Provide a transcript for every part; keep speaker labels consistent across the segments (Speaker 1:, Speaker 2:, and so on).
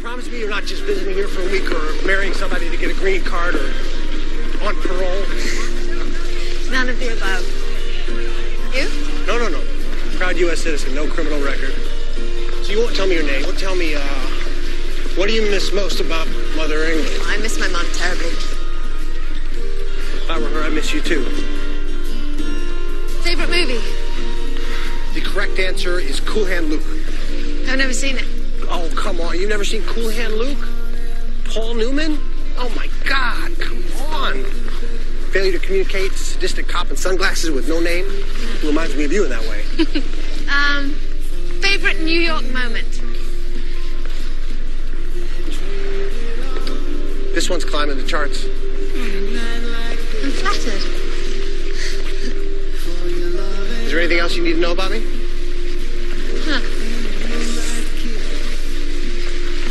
Speaker 1: promise me you're not just visiting here for a week or marrying somebody to get a green card or on parole?
Speaker 2: None of the above. You?
Speaker 1: No, no, no. Proud U.S. citizen, no criminal record. So you won't tell me your name. Well, tell me, uh, what do you miss most about Mother England?
Speaker 2: I miss my mom terribly.
Speaker 1: If I were her, I miss you too.
Speaker 2: Favorite movie?
Speaker 1: The correct answer is Cool Hand Luke.
Speaker 2: I've never seen it.
Speaker 1: Oh, come on. You've never seen Cool Hand Luke? Paul Newman? Oh, my God. Come on. Failure to communicate, sadistic cop in sunglasses with no name. Reminds me of you in that way.
Speaker 2: Um, favorite New York moment?
Speaker 1: This one's climbing the charts.
Speaker 2: I'm flattered.
Speaker 1: Is there anything else you need to know about me?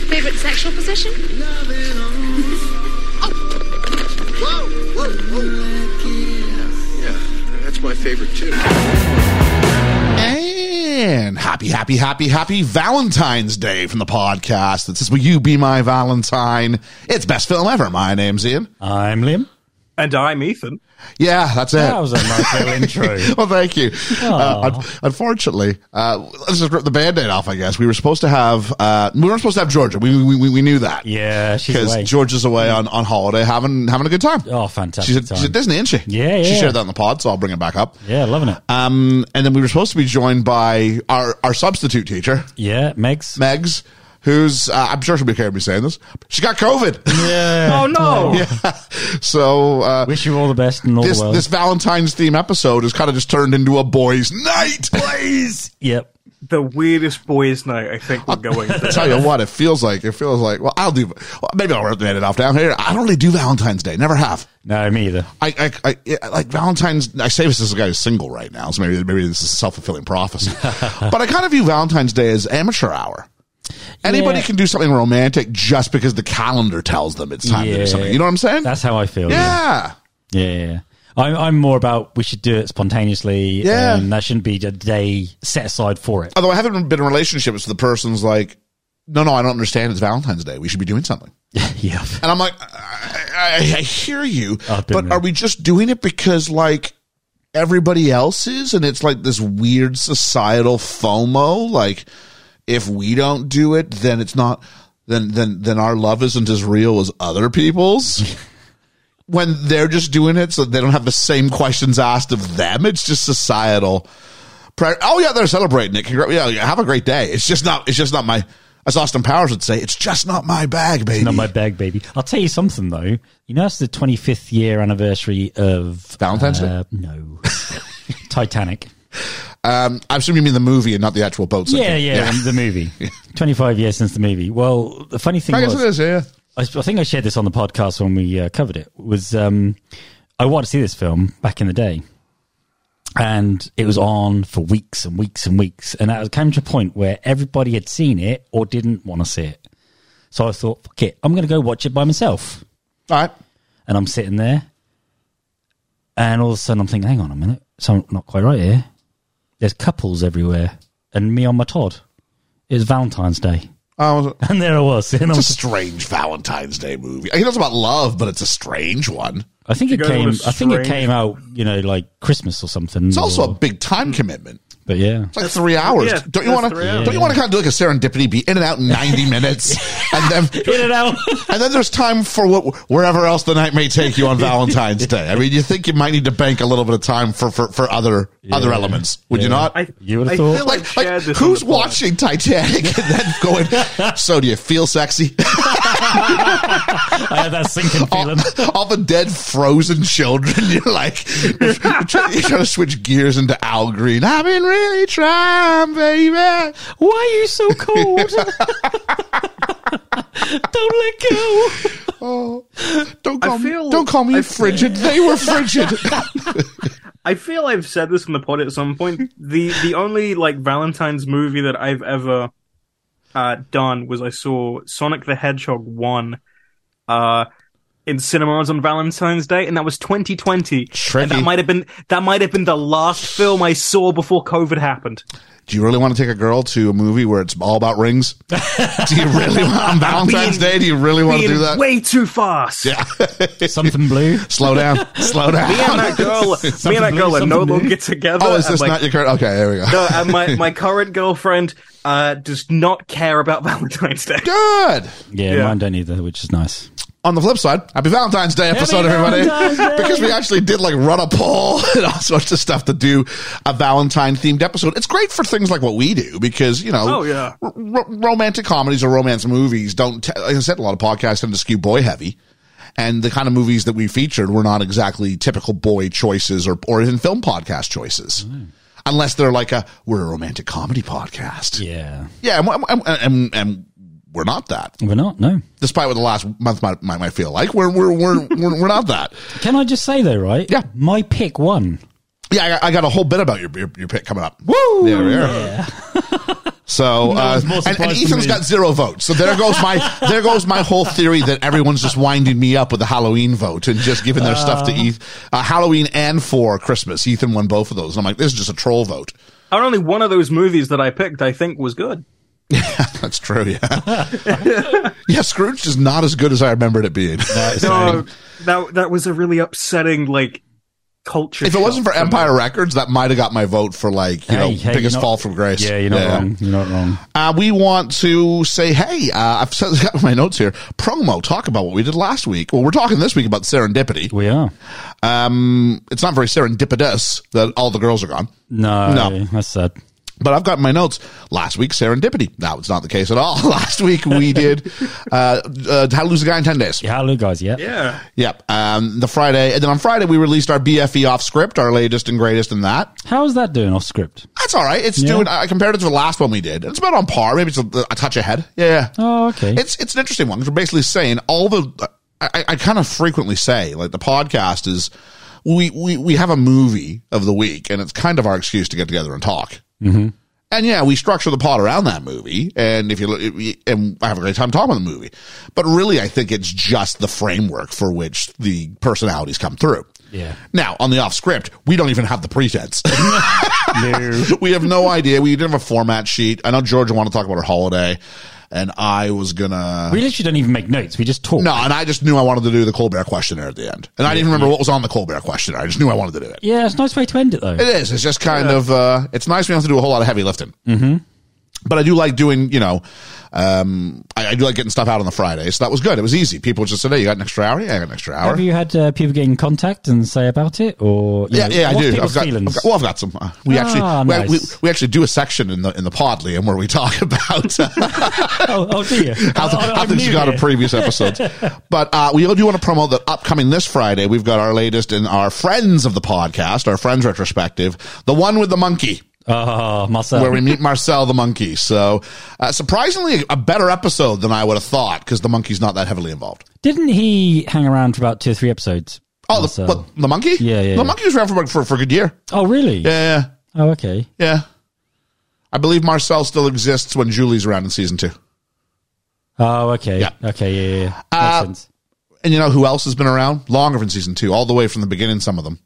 Speaker 2: Favorite sexual position?
Speaker 1: Whoa, whoa, whoa. Yeah, that's my favorite, too.
Speaker 3: And happy, happy, happy, happy Valentine's Day from the podcast. This is Will You Be My Valentine? It's best film ever. My name's Ian.
Speaker 4: I'm Liam.
Speaker 5: And I'm Ethan.
Speaker 3: Yeah, that's it.
Speaker 4: That was a nice little intro.
Speaker 3: well, thank you. Uh, un- unfortunately, uh, let's just rip the band-aid off, I guess. We were supposed to have, uh, we weren't supposed to have Georgia. We, we, we, we knew that.
Speaker 4: Yeah, she's
Speaker 3: Because
Speaker 4: away.
Speaker 3: Georgia's away on, on holiday having, having a good time.
Speaker 4: Oh, fantastic
Speaker 3: She's at, she's
Speaker 4: time.
Speaker 3: at Disney, isn't she?
Speaker 4: Yeah,
Speaker 3: She
Speaker 4: yeah.
Speaker 3: shared that on the pod, so I'll bring it back up.
Speaker 4: yeah, loving it.
Speaker 3: Um, and then we were supposed to be joined by our, our substitute teacher,
Speaker 4: yeah, Megs.
Speaker 3: Megs, who's, uh, I'm sure she'll be okay with me saying this. She got COVID.
Speaker 4: Yeah.
Speaker 5: Oh, no.
Speaker 3: so, uh,
Speaker 4: Wish you all the best in all
Speaker 3: this,
Speaker 4: the world.
Speaker 3: this Valentine's theme episode has kind of just turned into a boys' night. Boys!
Speaker 4: yep.
Speaker 5: The weirdest boys' night I think we're going
Speaker 3: I
Speaker 5: to.
Speaker 3: tell you what, it feels like it feels like. Well, I'll do. Well, maybe I'll rip the edit off down here. I don't really do Valentine's Day. Never have.
Speaker 4: No, me either.
Speaker 3: I, I, I yeah, like Valentine's. I say this as a guy who's single right now, so maybe maybe this is a self fulfilling prophecy. but I kind of view Valentine's Day as amateur hour. Anybody
Speaker 4: Yeah.
Speaker 3: can do something romantic just because the calendar tells them it's time to do
Speaker 4: Yeah.
Speaker 3: something. You know what I'm saying?
Speaker 4: That's how I feel.
Speaker 3: yeah.
Speaker 4: Yeah, yeah. yeah. I'm, I'm more about we should do it spontaneously.
Speaker 3: Yeah.
Speaker 4: And that shouldn't be a day set aside for it.
Speaker 3: Although I haven't been in relationships, the person's like, "No, no, I don't understand. It's Valentine's Day. We should be doing something."
Speaker 4: yeah.
Speaker 3: And I'm like, I, I, I hear you,
Speaker 4: I've been
Speaker 3: but
Speaker 4: there.
Speaker 3: are we just doing it because like everybody else is, and it's like this weird societal FOMO? Like, if we don't do it, then it's not. Then then then our love isn't as real as other people's. when they're just doing it, so they don't have the same questions asked of them. It's just societal. Prior, oh yeah, they're celebrating it. Congra- yeah, yeah, have a great day. It's just not. It's just not my. As Austin Powers would say, it's just not my bag, baby.
Speaker 4: Not my bag, baby. I'll tell you something, though. You know, it's the 25th year anniversary of
Speaker 3: Valentine's Day?
Speaker 4: uh, No. Titanic.
Speaker 3: Um, I assume you mean the movie and not the actual boat.
Speaker 4: Yeah,
Speaker 3: sinking.
Speaker 4: yeah, The movie. 25 years since the movie. Well, the funny thing
Speaker 3: I guess
Speaker 4: was,
Speaker 3: it is. Yeah.
Speaker 4: I, I think I shared this on the podcast when we uh, covered it. Was um, I wanted to see this film back in the day, and it was on for weeks and weeks and weeks, and that came to a point where everybody had seen it or didn't want to see it. So I thought, fuck it, I'm going to go watch it by myself.
Speaker 3: All right.
Speaker 4: And I'm sitting there, and all of a sudden I'm thinking, hang on a minute, something not quite right here. There's couples everywhere, and me on my Todd. It was Valentine's Day,
Speaker 3: Oh, it's
Speaker 4: and there I was. And I
Speaker 3: a
Speaker 4: was
Speaker 3: strange Valentine's Day movie. I know it's about love, but it's a strange one.
Speaker 4: I think
Speaker 5: You
Speaker 4: it
Speaker 5: guys
Speaker 4: came.
Speaker 5: want a
Speaker 4: I think it
Speaker 5: strange-
Speaker 4: came out, you know, like Christmas or something.
Speaker 3: It's also
Speaker 4: or-
Speaker 3: a big time commitment.
Speaker 4: but yeah,
Speaker 3: It's like three hours.
Speaker 5: yeah,
Speaker 3: don't you
Speaker 5: that's
Speaker 3: want to?
Speaker 5: three hours.
Speaker 3: Don't you want to kind of do like a serendipity, be in and out in ninety minutes, and then
Speaker 4: in and out.
Speaker 3: and then there's time for what wherever else the night may take you on Valentine's Day. I mean, you think you might need to bank a little bit of time for for, for other other elements, would you
Speaker 4: Yeah.
Speaker 3: not?
Speaker 5: I,
Speaker 4: You would've
Speaker 5: I
Speaker 4: thought-
Speaker 5: feel I've
Speaker 3: like, like
Speaker 5: shared this on
Speaker 3: who's
Speaker 5: the pod.
Speaker 3: watching Titanic and then going, so do you feel sexy?
Speaker 4: I had that
Speaker 3: Oh.
Speaker 4: sinking feeling.
Speaker 3: All the dead frozen children, you're like, you're trying, you're trying to switch gears into Al Green. I've been really trying, baby.
Speaker 4: Why are you so cold? Don't let go.
Speaker 3: Don't call
Speaker 5: I
Speaker 3: me,
Speaker 5: feel-
Speaker 3: don't call me
Speaker 5: I-
Speaker 3: frigid. They were frigid.
Speaker 5: I feel I've said this on the pod at some point. The the only like Valentine's movie that I've ever uh, done was I saw Sonic the Hedgehog one uh, in cinemas on Valentine's Day, and that was 2020.
Speaker 3: Tricky.
Speaker 5: And that might have been that might have been the last film I saw before COVID happened.
Speaker 3: Do you really want to take a girl to a movie where it's all about rings? do you really want on Valentine's Day? Do you really want to
Speaker 5: Being
Speaker 3: do that?
Speaker 5: way too fast. Yeah.
Speaker 4: Something blue.
Speaker 3: Slow down, slow down.
Speaker 5: Me and that girl, me
Speaker 4: Something
Speaker 5: and that
Speaker 4: new,
Speaker 5: girl are no
Speaker 4: something new.
Speaker 5: longer together.
Speaker 3: oh, is
Speaker 5: and,
Speaker 3: this
Speaker 5: like,
Speaker 3: not your current? Okay, there we go.
Speaker 5: no, and my, my current girlfriend uh, does not care about Valentine's Day.
Speaker 3: Good.
Speaker 4: Yeah,
Speaker 5: Yeah.
Speaker 4: mine don't either, which is nice.
Speaker 3: on the flip side, happy Valentine's Day episode, everybody. because we actually did like run a poll and all sorts of stuff to do a Valentine themed episode. It's great for things like what we do because, you know,
Speaker 5: Oh, yeah.
Speaker 3: r- r- romantic comedies or romance movies don't, t- like I said, a lot of podcasts tend to skew boy heavy. And the kind of movies that we featured were not exactly typical boy choices or, or even film podcast choices. Unless they're like a, we're a romantic comedy podcast.
Speaker 4: Yeah,
Speaker 3: Yeah. and- and- and- and, and we're not that
Speaker 4: we're not. No.
Speaker 3: despite what the last month might, might, might feel like. We're, we're, we're, we're, we're not that.
Speaker 4: Can I just say though, right?
Speaker 3: Yeah.
Speaker 4: My pick won.
Speaker 3: Yeah, I got, I got a whole bit about your, your, your pick coming up. Woo! There we are. So, uh,
Speaker 4: one's more
Speaker 3: and, and
Speaker 4: surprised than
Speaker 3: Ethan's
Speaker 4: me.
Speaker 3: got zero votes. So there goes my, there goes my whole theory that everyone's just winding me up with a Halloween vote and just giving their stuff to Ethan, uh, Halloween and for Christmas. Ethan won both of those. And I'm like, this is just a troll vote.
Speaker 5: And only one of those movies that I picked, I think, was good.
Speaker 3: That's true. Yeah. yeah. Scrooge is not as good as I remembered it being.
Speaker 5: No, that that was a really upsetting like culture.
Speaker 3: If it
Speaker 5: shock
Speaker 3: wasn't for
Speaker 5: for me.
Speaker 3: Empire Records, that might have got my vote for like you know
Speaker 4: Hey, hey,
Speaker 3: biggest
Speaker 4: you're not-
Speaker 3: fall from grace.
Speaker 4: Yeah, you're not wrong. You're not wrong.
Speaker 3: Uh, we want to say, hey, uh, I've said- got my notes here. Promo, talk about what we did last week. Well, we're talking this week about serendipity.
Speaker 4: We are.
Speaker 3: Um, it's not very serendipitous that all the girls are gone.
Speaker 4: No,
Speaker 3: No.
Speaker 4: that's sad.
Speaker 3: But I've got in my notes last week serendipity. That was not the case at all. Last week we did uh, uh, how to lose a guy in ten days.
Speaker 4: Yeah, hello guys. Yeah,
Speaker 5: Yeah.
Speaker 3: Yep. Um, the Friday, and then on Friday we released our BFE off script, our latest and greatest in that.
Speaker 4: How's that doing off script?
Speaker 3: That's all right. It's
Speaker 4: Yeah.
Speaker 3: doing. I compared it to the last one we did. It's about on par. Maybe it's a, a touch ahead. Yeah.
Speaker 4: Oh, okay.
Speaker 3: It's it's an interesting one. 'cause We're basically saying all the. I, I- I kind of frequently say like the podcast is we, we we have a movie of the week and it's kind of our excuse to get together and talk. Mm-hmm. And yeah, we structure the pod around that movie. And if you look, it- and I have a great time talking about the movie, but really I think it's just the framework for which the personalities come through.
Speaker 4: yeah.
Speaker 3: Now, on the off script, we don't even have the pretense. we have no idea. We didn't have a format sheet. I know Georgia wanted to talk about her holiday, and I was gonna.
Speaker 4: We literally don't even make notes. We just talk.
Speaker 3: no, and I just knew I wanted to do the Colbert questionnaire at the end, and I didn't even remember what was on the Colbert questionnaire. I just knew I wanted to do it.
Speaker 4: Yeah, it's a nice way to end it though.
Speaker 3: It is. It's just kind of. Uh, it's nice we don't have to do a whole lot of heavy lifting. Mm-hmm. But I do like doing. You know, um, I, I do like getting stuff out on the Friday, so that was good. It was easy. People just said, "Hey, you got an extra hour? Yeah, I got an extra hour."
Speaker 4: Have you had uh, people get in contact and say about it, or you
Speaker 3: Yeah,
Speaker 4: know,
Speaker 3: yeah, I
Speaker 4: what's
Speaker 3: do. I've
Speaker 4: people's
Speaker 3: got, I've
Speaker 4: feelings?
Speaker 3: got- well, I've got some. Uh, we
Speaker 4: Ah,
Speaker 3: actually, we- we,
Speaker 4: nice.
Speaker 3: we actually do a section in the in the pod, Liam, where we talk about uh,
Speaker 4: oh, oh, do you?
Speaker 3: how, th-
Speaker 4: Oh,
Speaker 3: how
Speaker 4: I'm
Speaker 3: things
Speaker 4: new
Speaker 3: got in
Speaker 4: here.
Speaker 3: previous episodes. but uh, we do want to promote that upcoming this Friday. We've got our latest in our friends of the podcast, our friends retrospective, the one with the monkey.
Speaker 4: Oh, Marcel.
Speaker 3: Where we meet Marcel the monkey. So, uh, surprisingly, a better episode than I would have thought because the monkey's not that heavily involved.
Speaker 4: Didn't he hang around for about two or three episodes?
Speaker 3: Oh, the,
Speaker 4: Marcel?
Speaker 3: what, the monkey?
Speaker 4: Yeah, yeah,
Speaker 3: The
Speaker 4: yeah.
Speaker 3: monkey was around for, for, for a good year.
Speaker 4: oh, really?
Speaker 3: Yeah, yeah, yeah.
Speaker 4: Oh, okay.
Speaker 3: Yeah. I believe Marcel still exists when Julie's around in season two.
Speaker 4: Oh, okay.
Speaker 3: Yeah.
Speaker 4: Okay. Yeah. Yeah. yeah. Makes
Speaker 3: Uh,
Speaker 4: sense.
Speaker 3: And you know who else has been around? Longer than season two, all the way from the beginning, some of them.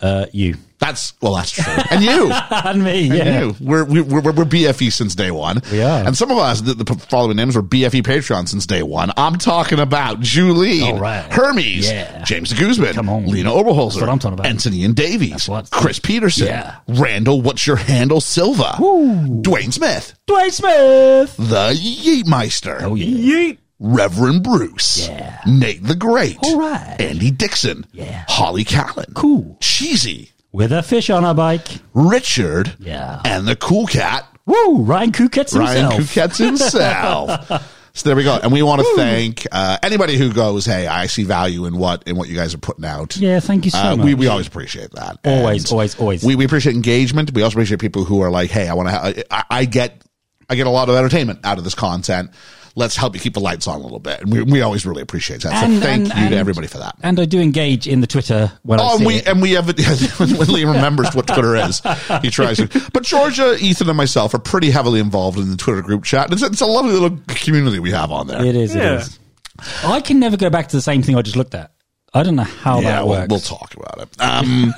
Speaker 4: Uh, you
Speaker 3: That's, well, that's true. And you.
Speaker 4: and me. Yeah.
Speaker 3: You. We're, we- we're, we're, we're BFE since day one.
Speaker 4: We are.
Speaker 3: And some of us, the, the following names were BFE Patreon since day one. I'm talking about Julie,
Speaker 4: All right.
Speaker 3: Hermes,
Speaker 4: Yeah.
Speaker 3: James Guzman,
Speaker 4: Come on.
Speaker 3: Lena Oberholzer,
Speaker 4: That's what I'm talking about.
Speaker 3: Anthony and Davies,
Speaker 4: what-
Speaker 3: Chris Peterson,
Speaker 4: Yeah.
Speaker 3: Randall, what's your handle, Silva, Dwayne Smith,
Speaker 4: Dwayne Smith.
Speaker 3: the Yeatmeister.
Speaker 4: Oh yeah.
Speaker 5: Yeet.
Speaker 3: Reverend Bruce,
Speaker 4: Yeah.
Speaker 3: Nate the Great,
Speaker 4: All right.
Speaker 3: Andy Dixon,
Speaker 4: Yeah.
Speaker 3: Holly Callan,
Speaker 4: Cool.
Speaker 3: Cheesy,
Speaker 4: With a fish on our bike.
Speaker 3: Richard,
Speaker 4: Yeah.
Speaker 3: and the cool cat
Speaker 4: Woo! Ryan Kukets
Speaker 3: Ryan
Speaker 4: himself.
Speaker 3: Kuketz himself. so there we go, and we want to thank uh, anybody who goes, "Hey, I see value in what in what you guys are putting out."
Speaker 4: Yeah. Thank you so
Speaker 3: Uh,
Speaker 4: much.
Speaker 3: we, we always appreciate that.
Speaker 4: Always,
Speaker 3: And
Speaker 4: always, always.
Speaker 3: We, we appreciate engagement. We also appreciate people who are like, hey, I want to. Ha- I, I get, I get a lot of entertainment out of this content. Let's help you keep the lights on a little bit. And we, we always really appreciate that. So
Speaker 4: And-
Speaker 3: thank
Speaker 4: and-
Speaker 3: you
Speaker 4: and-
Speaker 3: to everybody for that.
Speaker 4: and I do engage in the Twitter when I
Speaker 3: Oh,
Speaker 4: see
Speaker 3: and we
Speaker 4: it.
Speaker 3: and we have when Liam remembers what Twitter is, he tries to. But Georgia, Ethan, and myself are pretty heavily involved in the Twitter group chat. It's, it's a lovely little community we have on there.
Speaker 4: It is.
Speaker 5: Yeah.
Speaker 4: It is. I can never go back to the same thing I just looked at. I don't know how
Speaker 3: yeah,
Speaker 4: that
Speaker 3: we'll,
Speaker 4: works.
Speaker 3: we'll talk about it. Um,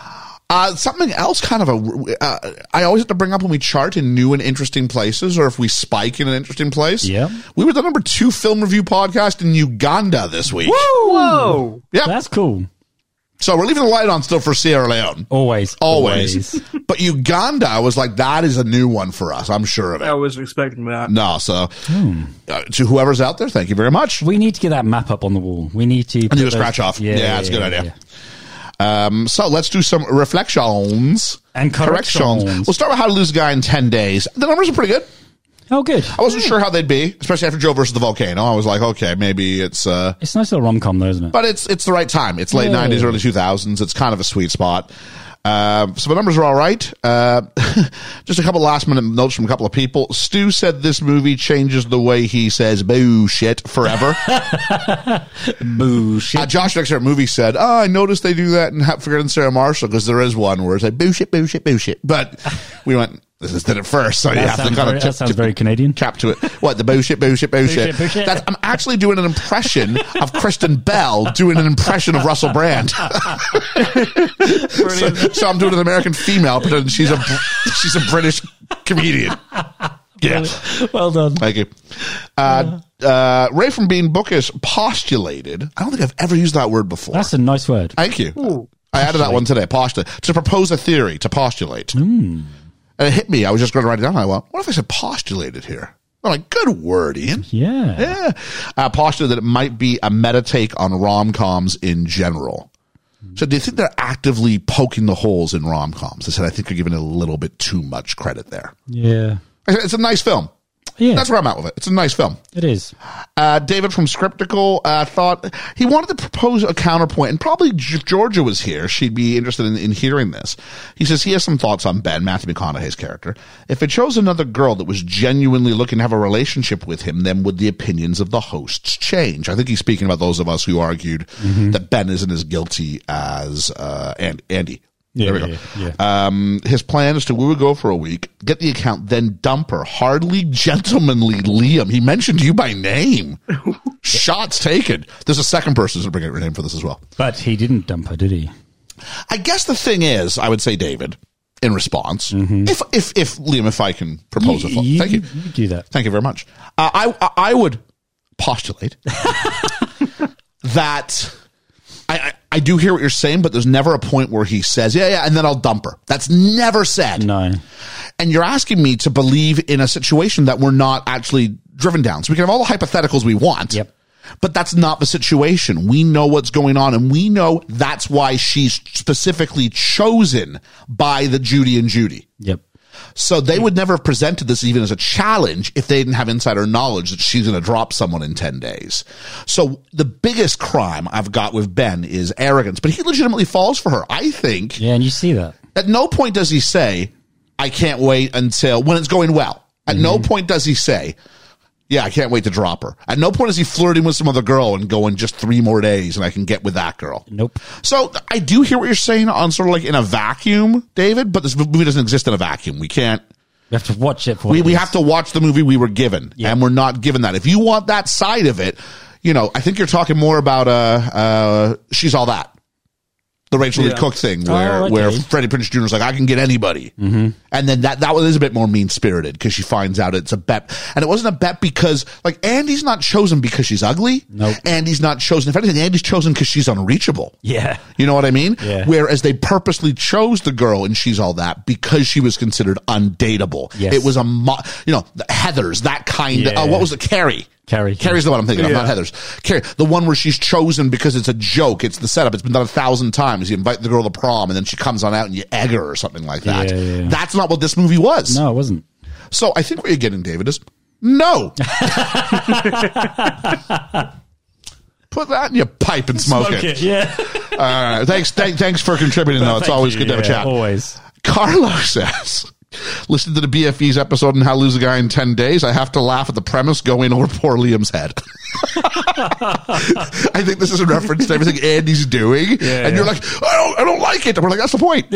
Speaker 3: Uh, something else, kind of a. Uh, I always have to bring up when we chart in new and interesting places, or if we spike in an interesting place.
Speaker 4: Yeah.
Speaker 3: we were the number two film review podcast in Uganda this week.
Speaker 5: Whoa!
Speaker 3: Yep.
Speaker 4: That's cool.
Speaker 3: so we're leaving the light on still for Sierra Leone,
Speaker 4: Always.
Speaker 3: always. but Uganda was like that is a new one for us. I'm sure of it.
Speaker 5: I was expecting that.
Speaker 3: No, so
Speaker 4: Hmm.
Speaker 3: uh, to whoever's out there, thank you very much.
Speaker 4: We need to get that map up on the wall. We need to.
Speaker 3: do a scratch off. Yeah, it's a good idea. Um, so let's do some reflections
Speaker 4: And corrections.
Speaker 3: We'll start with how to lose a guy in ten days. The numbers are pretty good.
Speaker 4: Oh, good.
Speaker 3: I wasn't sure how they'd be, especially after Joe versus the volcano. I was like, okay, maybe it's, uh,
Speaker 4: It's a nice little rom com, though, isn't it?
Speaker 3: but it's it's the right time. It's late
Speaker 4: Yeah.
Speaker 3: nineties, early two thousands. It's kind of a sweet spot. Um, so the numbers are all right. Uh, just a couple last minute notes from a couple of people. Stu said this movie changes the way he says boo shit forever.
Speaker 4: Bullshit.
Speaker 3: Uh, Josh next to our movie said, "Oh, I noticed they do that in Forget and Sarah Marshall because there is one where it's like boo shit, boo shit, boo shit." But we went, "This is did it first, so you
Speaker 4: That
Speaker 3: have to
Speaker 4: sounds
Speaker 3: kind
Speaker 4: very-
Speaker 3: of
Speaker 4: that sounds very Canadian.
Speaker 3: Chap to it. What the boo shit, boo shit, boo shit.
Speaker 4: shit, boo shit.
Speaker 3: That's, I'm actually doing an impression of Kristen Bell doing an impression of Russell Brand. so, so I'm doing an American female, pretending she's a Br- she's a British comedian. Yeah.
Speaker 4: well done.
Speaker 3: Thank you. Uh, uh, Ray from Bean Bookish postulated. I don't think I've ever used that word before.
Speaker 4: That's a nice word.
Speaker 3: Thank you. I added that one today. Postulate to propose a theory to postulate.
Speaker 4: Hmm.
Speaker 3: And it hit me. I was just going to write it down. I went, "What if I said postulated here?" I'm like, "Good word, Ian."
Speaker 4: Yeah.
Speaker 3: Yeah. Uh, postulated that it might be a meta take on rom coms in general. So, do you think they're actively poking the holes in rom coms? I said, I think you're giving it a little bit too much credit there.
Speaker 4: Yeah.
Speaker 3: I said, it's a nice film.
Speaker 4: Yeah.
Speaker 3: That's where I'm at with it. It's a nice film.
Speaker 4: It is.
Speaker 3: Uh, David from Scriptical uh, thought he wanted to propose a counterpoint, and probably if Georgia was here, she'd be interested in, in hearing this. He says he has some thoughts on Ben, Matthew McConaughey's character. If it shows another girl that was genuinely looking to have a relationship with him, then would the opinions of the hosts change? I think he's speaking about those of us who argued
Speaker 4: Mm-hmm.
Speaker 3: that Ben isn't as guilty as uh, and Andy.
Speaker 4: Yeah,
Speaker 3: there we
Speaker 4: yeah,
Speaker 3: go.
Speaker 4: yeah,
Speaker 3: Um, his plan is to woo a girl for a week, get the account, then dump her. Hardly gentlemanly Liam. He mentioned you by name. Shots taken. There's a second person to bring out your name for this as well.
Speaker 4: But he didn't dump her, did he?
Speaker 3: I guess the thing is, I would say David, in response, if, if, if Liam, if I can propose a thought. Thank you.
Speaker 4: you do that.
Speaker 3: Thank you very much. Uh, I, I I would postulate that I, I I do hear what you're saying, but there's never a point where he says yeah yeah, and then I'll dump her. That's never said.
Speaker 4: No.
Speaker 3: And you're asking me to believe in a situation that we're not actually driven down. So we can have all the hypotheticals we want.
Speaker 4: Yep.
Speaker 3: But that's not the situation. We know what's going on, and we know that's why she's specifically chosen by the Judy and Judy.
Speaker 4: Yep.
Speaker 3: So they would never have presented this even as a challenge if they didn't have insider knowledge that she's going to drop someone in 10 days. So the biggest crime I've got with Ben is arrogance, but he legitimately falls for her. I think
Speaker 4: Yeah, and you see that.
Speaker 3: at no point does he say, I can't wait until when it's going well. At no point does he say, yeah, I can't wait to drop her. At no point is he flirting with some other girl and going just three more days and I can get with that girl.
Speaker 4: Nope.
Speaker 3: So I do hear what you're saying on sort of like in a vacuum, David, but this movie doesn't exist in a vacuum. We can't
Speaker 4: We have to watch it for
Speaker 3: we,
Speaker 4: what
Speaker 3: we
Speaker 4: it is.
Speaker 3: have to watch the movie we were given
Speaker 4: Yeah.
Speaker 3: and we're not given that if you want that side of it you know i think you're talking more about uh uh she's all that the rachel lee
Speaker 5: Yeah.
Speaker 3: cook thing where
Speaker 4: Oh, okay. Mm-hmm.
Speaker 3: where freddie prince jr is like i can get anybody and then that that one is a bit more mean-spirited because she finds out it's a bet and it wasn't a bet because like andy's not chosen because she's ugly
Speaker 4: Nope.
Speaker 3: andy's not chosen if anything andy's chosen because she's unreachable
Speaker 4: Yeah.
Speaker 3: you know what I mean?
Speaker 4: Yeah.
Speaker 3: Whereas they purposely chose the girl and she's all that because she was considered undateable.
Speaker 4: Yes.
Speaker 3: It was a, mo- you know, the Heather's, that kind of, uh,
Speaker 4: Yeah.
Speaker 3: what was it? Carrie.
Speaker 4: Carrie.
Speaker 3: Carrie's the one I'm thinking of, not
Speaker 5: Yeah.
Speaker 3: Heather's. Carrie, the one where she's chosen because it's a joke. It's the setup. It's been done a thousand times. You invite the girl to prom and then she comes on out and you egg her or something like that.
Speaker 4: Yeah, yeah, yeah.
Speaker 3: That's not what this movie was.
Speaker 4: No, it wasn't.
Speaker 3: So I think what you're getting, David, is no. Put that in your pipe and smoke, it.
Speaker 4: Yeah.
Speaker 3: All right. Uh, Thanks. Th- thanks for contributing, though. It's always good to have a chat.
Speaker 4: Always.
Speaker 3: Carlo says, listen to the BFE's episode on how to lose a guy in 10 days. I have to laugh at the premise going over poor Liam's head. I think this is a reference to everything Andy's doing.
Speaker 4: Yeah,
Speaker 3: and you're
Speaker 4: yeah.
Speaker 3: like, I don't, I don't like it. And we're like, that's the point.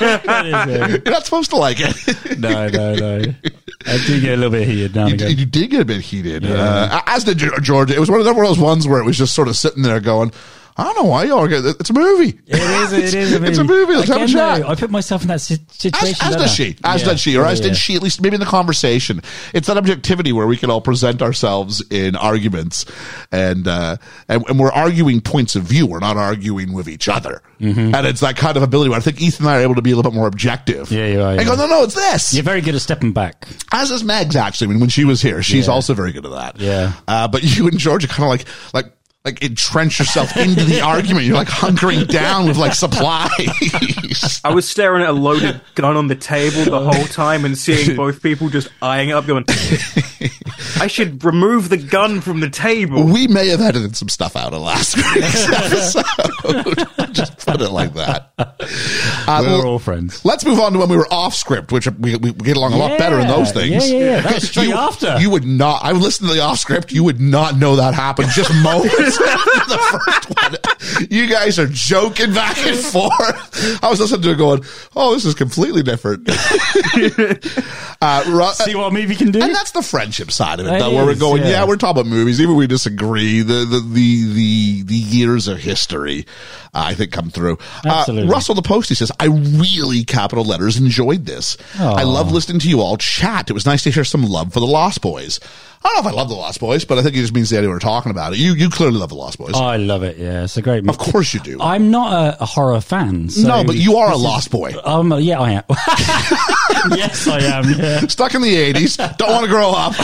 Speaker 3: You're not supposed to like it.
Speaker 4: no, no, no. I do get a little bit heated now and
Speaker 3: You,
Speaker 4: again.
Speaker 3: you did get a bit heated,
Speaker 4: Yeah.
Speaker 3: uh, as did Georgia. It was one of the- one of those ones where it was just sort of sitting there going, I don't know why y'all get it. It's a movie.
Speaker 4: It is. It is. A movie.
Speaker 3: It's a movie. Let's have a
Speaker 4: Again,
Speaker 3: chat.
Speaker 4: though, I put myself in that si- situation.
Speaker 3: As, as
Speaker 4: don't I?
Speaker 3: does she. As
Speaker 4: Yeah.
Speaker 3: does she. Or
Speaker 4: Yeah,
Speaker 3: as
Speaker 4: yeah.
Speaker 3: did she, at least maybe in the conversation. It's that objectivity where we can all present ourselves in arguments and, uh, and, and we're arguing points of view. We're not arguing with each other.
Speaker 4: Mm-hmm.
Speaker 3: And it's that kind of ability where I think Ethan and I are able to be a little bit more objective.
Speaker 4: Yeah, you are,
Speaker 3: And
Speaker 4: yeah.
Speaker 3: go, no, no, it's this.
Speaker 4: You're very good at stepping back.
Speaker 3: As is Megs, actually. I mean, when she was here, she's
Speaker 4: Yeah.
Speaker 3: also very good at that.
Speaker 4: Yeah.
Speaker 3: Uh, but you and George are kind of like, like, like entrench yourself into the argument. You're like hunkering down with like supplies.
Speaker 5: I was staring at a loaded gun on the table the whole time and seeing both people just eyeing it up, going, "I should remove the gun from the table."
Speaker 3: we may have edited some stuff out of last week's episode. Just put it like that. Uh,
Speaker 4: We're
Speaker 3: well,
Speaker 4: all friends.
Speaker 3: let's move on to when we were off script, which we, we get along a lot better in those
Speaker 4: Yeah,
Speaker 3: things.
Speaker 4: Yeah, yeah, yeah. That was straight
Speaker 3: you,
Speaker 4: after.
Speaker 3: You would not. I would listen to the off script. You would not know that happened. Just moments after the first one. You guys are joking back and forth. I was listening to it going, "Oh, this is completely different." uh, Ro-
Speaker 4: See what a movie can do.
Speaker 3: and that's the friendship side of it,
Speaker 4: That
Speaker 3: though, where we're
Speaker 4: is,
Speaker 3: going, yeah.
Speaker 4: yeah.
Speaker 3: we're talking about movies, even we disagree. The the the the, the years of history, uh, I think, come through.
Speaker 4: Absolutely.
Speaker 3: Uh, Russell the Post, he says, I really capital letters enjoyed this. I love listening to you all chat. It was nice to hear some love for the Lost Boys. I don't know if I love the Lost Boys, but I think it just means the idea we're talking about it. You you clearly love the Lost Boys,
Speaker 4: Oh, I love it. Yeah, it's a great.
Speaker 3: of course you do.
Speaker 4: I'm not a, a horror fan. So
Speaker 3: no, but you are a
Speaker 4: uh, this is-
Speaker 3: Lost Boy.
Speaker 4: Um, yeah, I am. yes, I am. Yeah.
Speaker 3: Stuck in the 80s, don't want to grow up.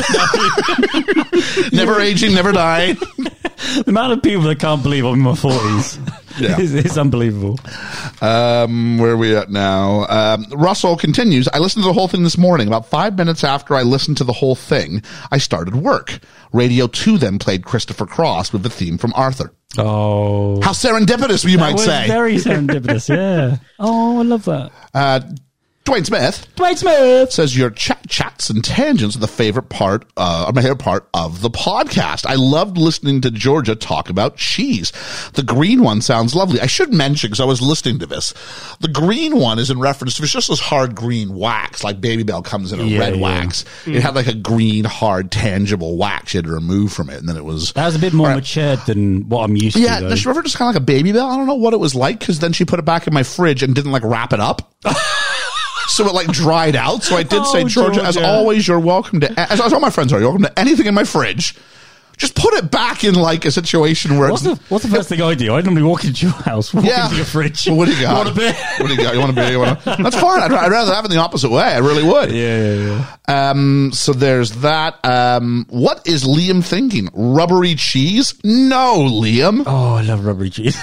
Speaker 3: never aging, never dying.
Speaker 4: The amount of people that can't believe I'm in my forties
Speaker 3: Yeah.
Speaker 4: is, is unbelievable.
Speaker 3: Um, where are we at now? Um, Russell continues. I listened to the whole thing this morning. About five minutes after I listened to the whole thing, I started work. Radio 2 then played Christopher Cross with the theme from Arthur.
Speaker 4: Oh,
Speaker 3: How serendipitous, you might
Speaker 4: was
Speaker 3: say.
Speaker 4: very serendipitous. Yeah. Oh, I love that.
Speaker 3: uh, Dwayne Smith
Speaker 4: Dwayne Smith.
Speaker 3: says your chat chats and tangents are the favorite part, uh, are my favorite part of the podcast. I loved listening to Georgia talk about cheese. The green one sounds lovely. I should mention because I was listening to this. The green one is in reference to it's just this hard green wax, like Baby Bell comes in a
Speaker 4: Yeah, Mm.
Speaker 3: red
Speaker 4: yeah.
Speaker 3: wax. It had like a green, hard, tangible wax you had to remove from it, and then it was.
Speaker 4: That was a bit more
Speaker 3: Alright.
Speaker 4: matured than what I'm used
Speaker 3: Yeah,
Speaker 4: to.
Speaker 3: does she
Speaker 4: though.
Speaker 3: remember just kind of like a baby bell? I don't know what it was like because then she put it back in my fridge and didn't like wrap it up. so it like dried out. So I did say,
Speaker 4: Oh,
Speaker 3: Georgia, as
Speaker 4: Georgia.
Speaker 3: always, you're welcome to, as, as all my friends are, you're welcome to anything in my fridge. Just put it back in like a situation where
Speaker 4: What's the
Speaker 3: it's.
Speaker 4: What's the first thing I do? I normally walk into your house, walk
Speaker 3: yeah.
Speaker 4: into your fridge.
Speaker 3: Well, what do you got?
Speaker 4: want a beer?
Speaker 3: What do you got? You want a beer? You want a- That's fine. I'd, I'd rather have it the opposite way. I really would.
Speaker 4: Yeah, yeah, yeah.
Speaker 3: Um, so there's that. Um, what is Liam thinking? Rubbery cheese? No, Liam.
Speaker 4: Oh, I love rubbery cheese.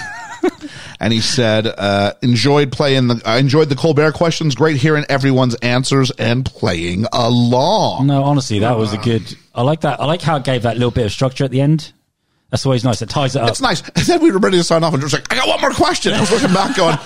Speaker 3: and he said, uh, "Enjoyed playing the. I enjoyed the Colbert questions. Great hearing everyone's answers and playing along.
Speaker 4: No, honestly, that was a good. I like that. I like how it gave that little bit of structure at the end. That's always nice. It ties it up.
Speaker 3: It's nice." And then we were ready to sign off, and George was like, "I got one more question." I was looking back, going,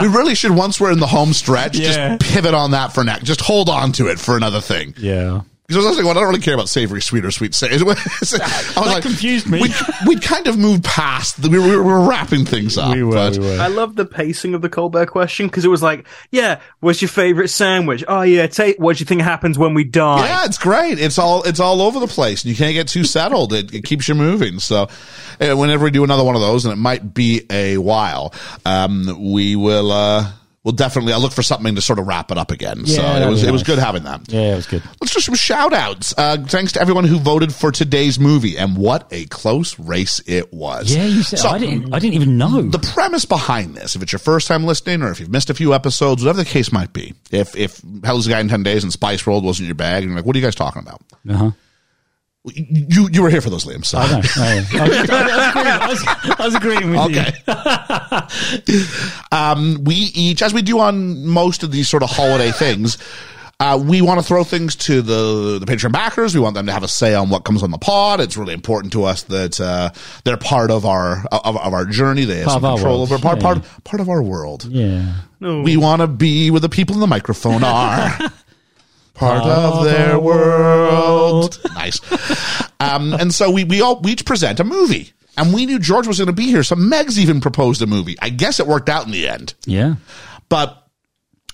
Speaker 3: "We really should once we're in the home stretch,
Speaker 4: Yeah.
Speaker 3: just pivot on that for next. Just hold on to it for another thing."
Speaker 4: yeah.
Speaker 3: Because I was like, well, I don't really care about savory, sweet, or sweet. Sa- I was like,
Speaker 4: confused me.
Speaker 3: We, we kind of moved past. The, we, were, we were wrapping things up.
Speaker 4: We were,
Speaker 3: but-
Speaker 4: we
Speaker 5: I
Speaker 4: were.
Speaker 5: love the pacing of the Colbert question because it was like, "Yeah, what's your favorite sandwich? Oh yeah, take what do you think happens when we die?"
Speaker 3: Yeah, it's great. It's all it's all over the place, and you can't get too settled. It, it keeps you moving. So, uh, whenever we do another one of those, and it might be a while, um, we will. Uh, we'll definitely. I'll look for something to sort of wrap it up again.
Speaker 4: Yeah,
Speaker 3: so it
Speaker 4: that'd
Speaker 3: was
Speaker 4: be
Speaker 3: it was
Speaker 4: nice.
Speaker 3: good having that.
Speaker 4: Yeah, it was good.
Speaker 3: Let's do some shout outs. Uh, thanks to everyone who voted for today's movie, and what a close race it was.
Speaker 4: Yeah, you said
Speaker 3: So-
Speaker 4: I didn't. I didn't even know.
Speaker 3: the premise behind this, if it's your first time listening or if you've missed a few episodes, whatever the case might be, if if Hell's a Guy in Ten Days and Spice World wasn't your bag, and you're like, what are you guys talking about?
Speaker 4: uh-huh.
Speaker 3: You you were here for those, Liam. So.
Speaker 4: I know. I, I, was- I, was, agreeing- I was agreeing with you.
Speaker 3: Okay. um, we each, as we do on most of these sort of holiday things, uh, we want to throw things to the the Patreon backers. We want them to have a say on what comes on the pod. It's really important to us that uh, they're part of our of, of our journey. They have
Speaker 4: Part
Speaker 3: some
Speaker 4: of our
Speaker 3: control
Speaker 4: world.
Speaker 3: over part
Speaker 4: Yeah.
Speaker 3: part part of our world.
Speaker 4: Yeah.
Speaker 3: We want to be where the people in the microphone are. Part of their world. Nice. Um, and so we, we all we each present a movie. And we knew George was going to be here. So Meg's even proposed a movie. I guess it worked out in the end.
Speaker 4: Yeah.
Speaker 3: But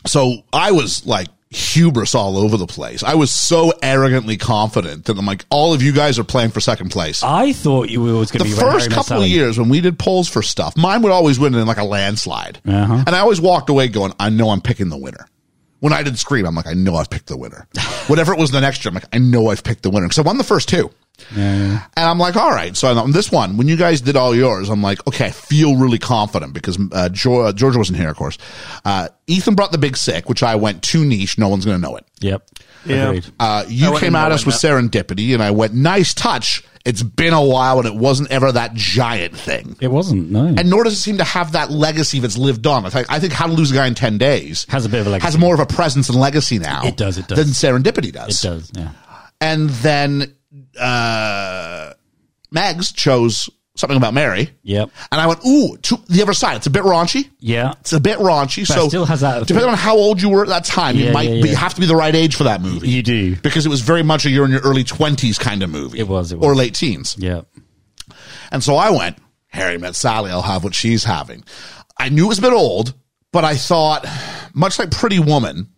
Speaker 3: so I was like hubris all over the place. I was so arrogantly confident that I'm like, all of you guys are playing for second place.
Speaker 4: I thought you were always going
Speaker 3: the
Speaker 4: to be
Speaker 3: first
Speaker 4: Harry
Speaker 3: couple of
Speaker 4: Masaly.
Speaker 3: years when we did polls for stuff, mine would always win in like a landslide.
Speaker 4: Uh-huh.
Speaker 3: And I always walked away going, I know I'm picking the winner. When I did Scream, I'm like, I know I've picked the winner. Whatever it was the next year, I'm like, I know I've picked the winner. Because I won the first two. And I'm like, all right. So on this one, when you guys did all yours, I'm like, okay, I feel really confident because uh, Geor- Georgia wasn't here, of course. Uh, Ethan brought the big sick, which I went too niche. No one's going to know it.
Speaker 4: Yep.
Speaker 5: Yeah.
Speaker 4: Agreed.
Speaker 3: Uh, you
Speaker 5: wouldn't
Speaker 3: came at
Speaker 5: know
Speaker 3: us with serendipity, and I went, nice touch. It's been a while, and it wasn't ever that giant thing.
Speaker 4: It wasn't, no.
Speaker 3: And nor does it seem to have that legacy that's lived on. I think, I think How to Lose a Guy in 10 Days
Speaker 4: Has a bit of a legacy.
Speaker 3: Has more of a presence and legacy now.
Speaker 4: It does, it does.
Speaker 3: Than Serendipity does.
Speaker 4: it does, yeah.
Speaker 3: And then uh, Megs chose something about Mary.
Speaker 4: Yep.
Speaker 3: And I went, ooh, to the other side. It's a bit raunchy.
Speaker 4: Yeah.
Speaker 3: It's a bit raunchy.
Speaker 4: But it
Speaker 3: so
Speaker 4: still has that-
Speaker 3: Depending on how old you were at that time,
Speaker 4: Yeah,
Speaker 3: you might
Speaker 4: yeah,
Speaker 3: Be,
Speaker 4: yeah.
Speaker 3: have to be the right age for that movie.
Speaker 4: You do.
Speaker 3: because it was very much a you're in your early twenties kind of movie.
Speaker 4: It was, it
Speaker 3: or
Speaker 4: was.
Speaker 3: late teens.
Speaker 4: Yeah.
Speaker 3: And so I went. Harry met Sally. I'll have what she's having. I knew it was a bit old, but I thought, much like Pretty Woman.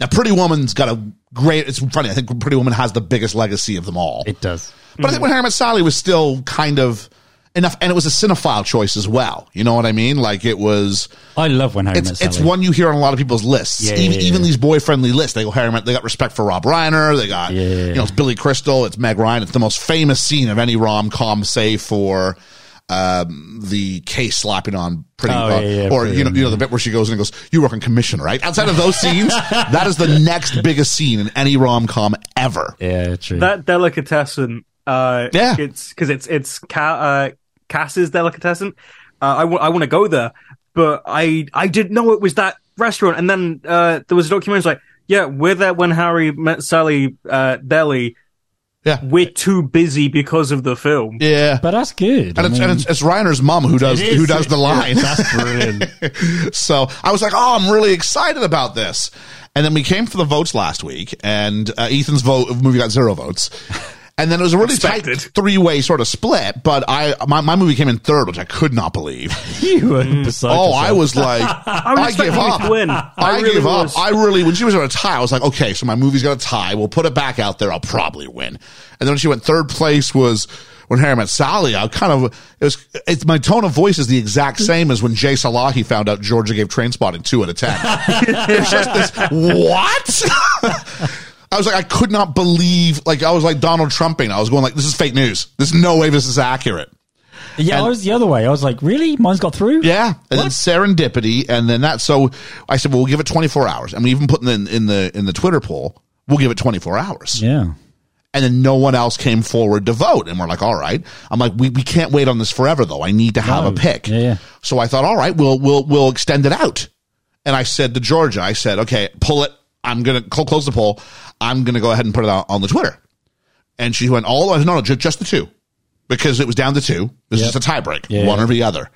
Speaker 3: Now, Pretty Woman's got a great. It's funny. I think Pretty Woman has the biggest legacy of them all.
Speaker 4: It does.
Speaker 3: But I think when Harry Met Sally was still kind of enough, and it was a cinephile choice as well. You know what I mean? Like it was,
Speaker 4: I love when Harry
Speaker 3: it's
Speaker 4: Met
Speaker 3: it's
Speaker 4: Sally.
Speaker 3: one you hear on a lot of people's lists.
Speaker 4: Yeah,
Speaker 3: even
Speaker 4: yeah, yeah.
Speaker 3: even these boy friendly lists, they go Harry Met. They got respect for Rob Reiner. They got
Speaker 4: Yeah, yeah, yeah.
Speaker 3: you know it's Billy Crystal. It's Meg Ryan. It's the most famous scene of any rom com, save for. Um, the case slapping on pretty,
Speaker 4: Oh,
Speaker 3: uh,
Speaker 4: yeah, yeah,
Speaker 3: or
Speaker 4: Pretty
Speaker 3: you know, you know
Speaker 4: Woman.
Speaker 3: the bit where she goes in and goes, "You work on commission, right?" Outside of those scenes, that is the next biggest scene in any rom com ever.
Speaker 4: Yeah, true.
Speaker 5: That delicatessen, uh,
Speaker 3: Yeah.
Speaker 5: it's because it's it's Ca- uh, Cass's delicatessen. Uh, I want to go there, but I I didn't know it was that restaurant. And then uh, there was a documentary like, yeah, we're there when Harry met Sally uh, Deli.
Speaker 3: Yeah.
Speaker 5: we're too busy because of the film.
Speaker 3: Yeah,
Speaker 4: but that's good.
Speaker 3: And,
Speaker 4: I
Speaker 3: it's,
Speaker 4: mean,
Speaker 3: and it's, it's Reiner's mum who does
Speaker 4: It is.
Speaker 3: who does the line.
Speaker 4: that's brilliant.
Speaker 3: so I was like, oh, I'm really excited about this. And then we came for the votes last week, and uh, Ethan's vote movie got zero votes. And then it was a really
Speaker 5: Expected.
Speaker 3: tight three way sort of split. But I my, my movie came in third, which I could not believe.
Speaker 4: you were beside
Speaker 3: Oh,
Speaker 4: yourself.
Speaker 3: I was like,
Speaker 5: was
Speaker 3: I
Speaker 5: expecting
Speaker 3: give
Speaker 5: you
Speaker 3: up.
Speaker 5: to win.
Speaker 3: I,
Speaker 5: I really
Speaker 3: give
Speaker 5: was.
Speaker 3: up. I really, when she was at a tie, I was like, okay, so my movie's got a tie. We'll put it back out there. I'll probably win. And then when she went third place was when Harry met Sally. I kind of, it was, it's my tone of voice is the exact same as when Jay Salahi found out Georgia gave train spotting two out of 10. it's just this, what? I was like, I could not believe, like, I was like Donald Trumping. I was going like, this is fake news. There's no way this is accurate.
Speaker 4: yeah, I was the other way. I was like, really? Mine's got through?
Speaker 3: Yeah, and then serendipity, and then that. So I said, well, we'll give it 24 hours, and we even put in in the in the Twitter poll, we'll give it 24 hours,
Speaker 4: Yeah.
Speaker 3: and then no one else came forward to vote, and we're like, all right, I'm like, we, we can't wait on this forever though. I need to have
Speaker 4: No.
Speaker 3: a pick.
Speaker 4: Yeah, yeah.
Speaker 3: So I thought, all right, we'll we'll we'll extend it out, and I said to Georgia, I said, okay, pull it. I'm gonna cl- close the poll. I'm gonna go ahead and put it out on the Twitter, and she went all the way. No, no, ju- just the two, because it was down to two. This
Speaker 4: Yep.
Speaker 3: is just a tiebreak,
Speaker 4: Yeah,
Speaker 3: one
Speaker 4: yeah.
Speaker 3: or the other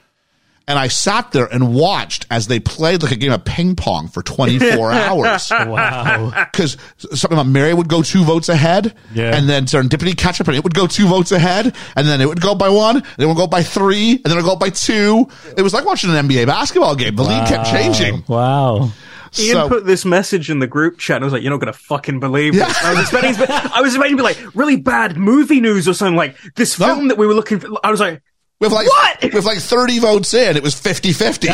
Speaker 3: and I sat there and watched as they played like a game of ping pong for 24 hours.
Speaker 4: Wow.
Speaker 3: Because something about Mary would go two votes ahead,
Speaker 4: Yeah.
Speaker 3: and then Serendipity catch up, and it would go two votes ahead, and then it would go by one, and it would go by three, and then it would go by two. It was like watching an NBA basketball game. The lead kept changing.
Speaker 4: Wow.
Speaker 5: Ian
Speaker 3: So-
Speaker 5: put this message in the group chat, and I was like, "You're not gonna fucking believe
Speaker 3: Yeah.
Speaker 5: this." I was expecting, I was expecting to be like really bad movie news or something like this
Speaker 3: No.
Speaker 5: film that we were looking for. I was like,
Speaker 3: With like,
Speaker 5: What?
Speaker 3: With like 30 votes in, it was 50 50.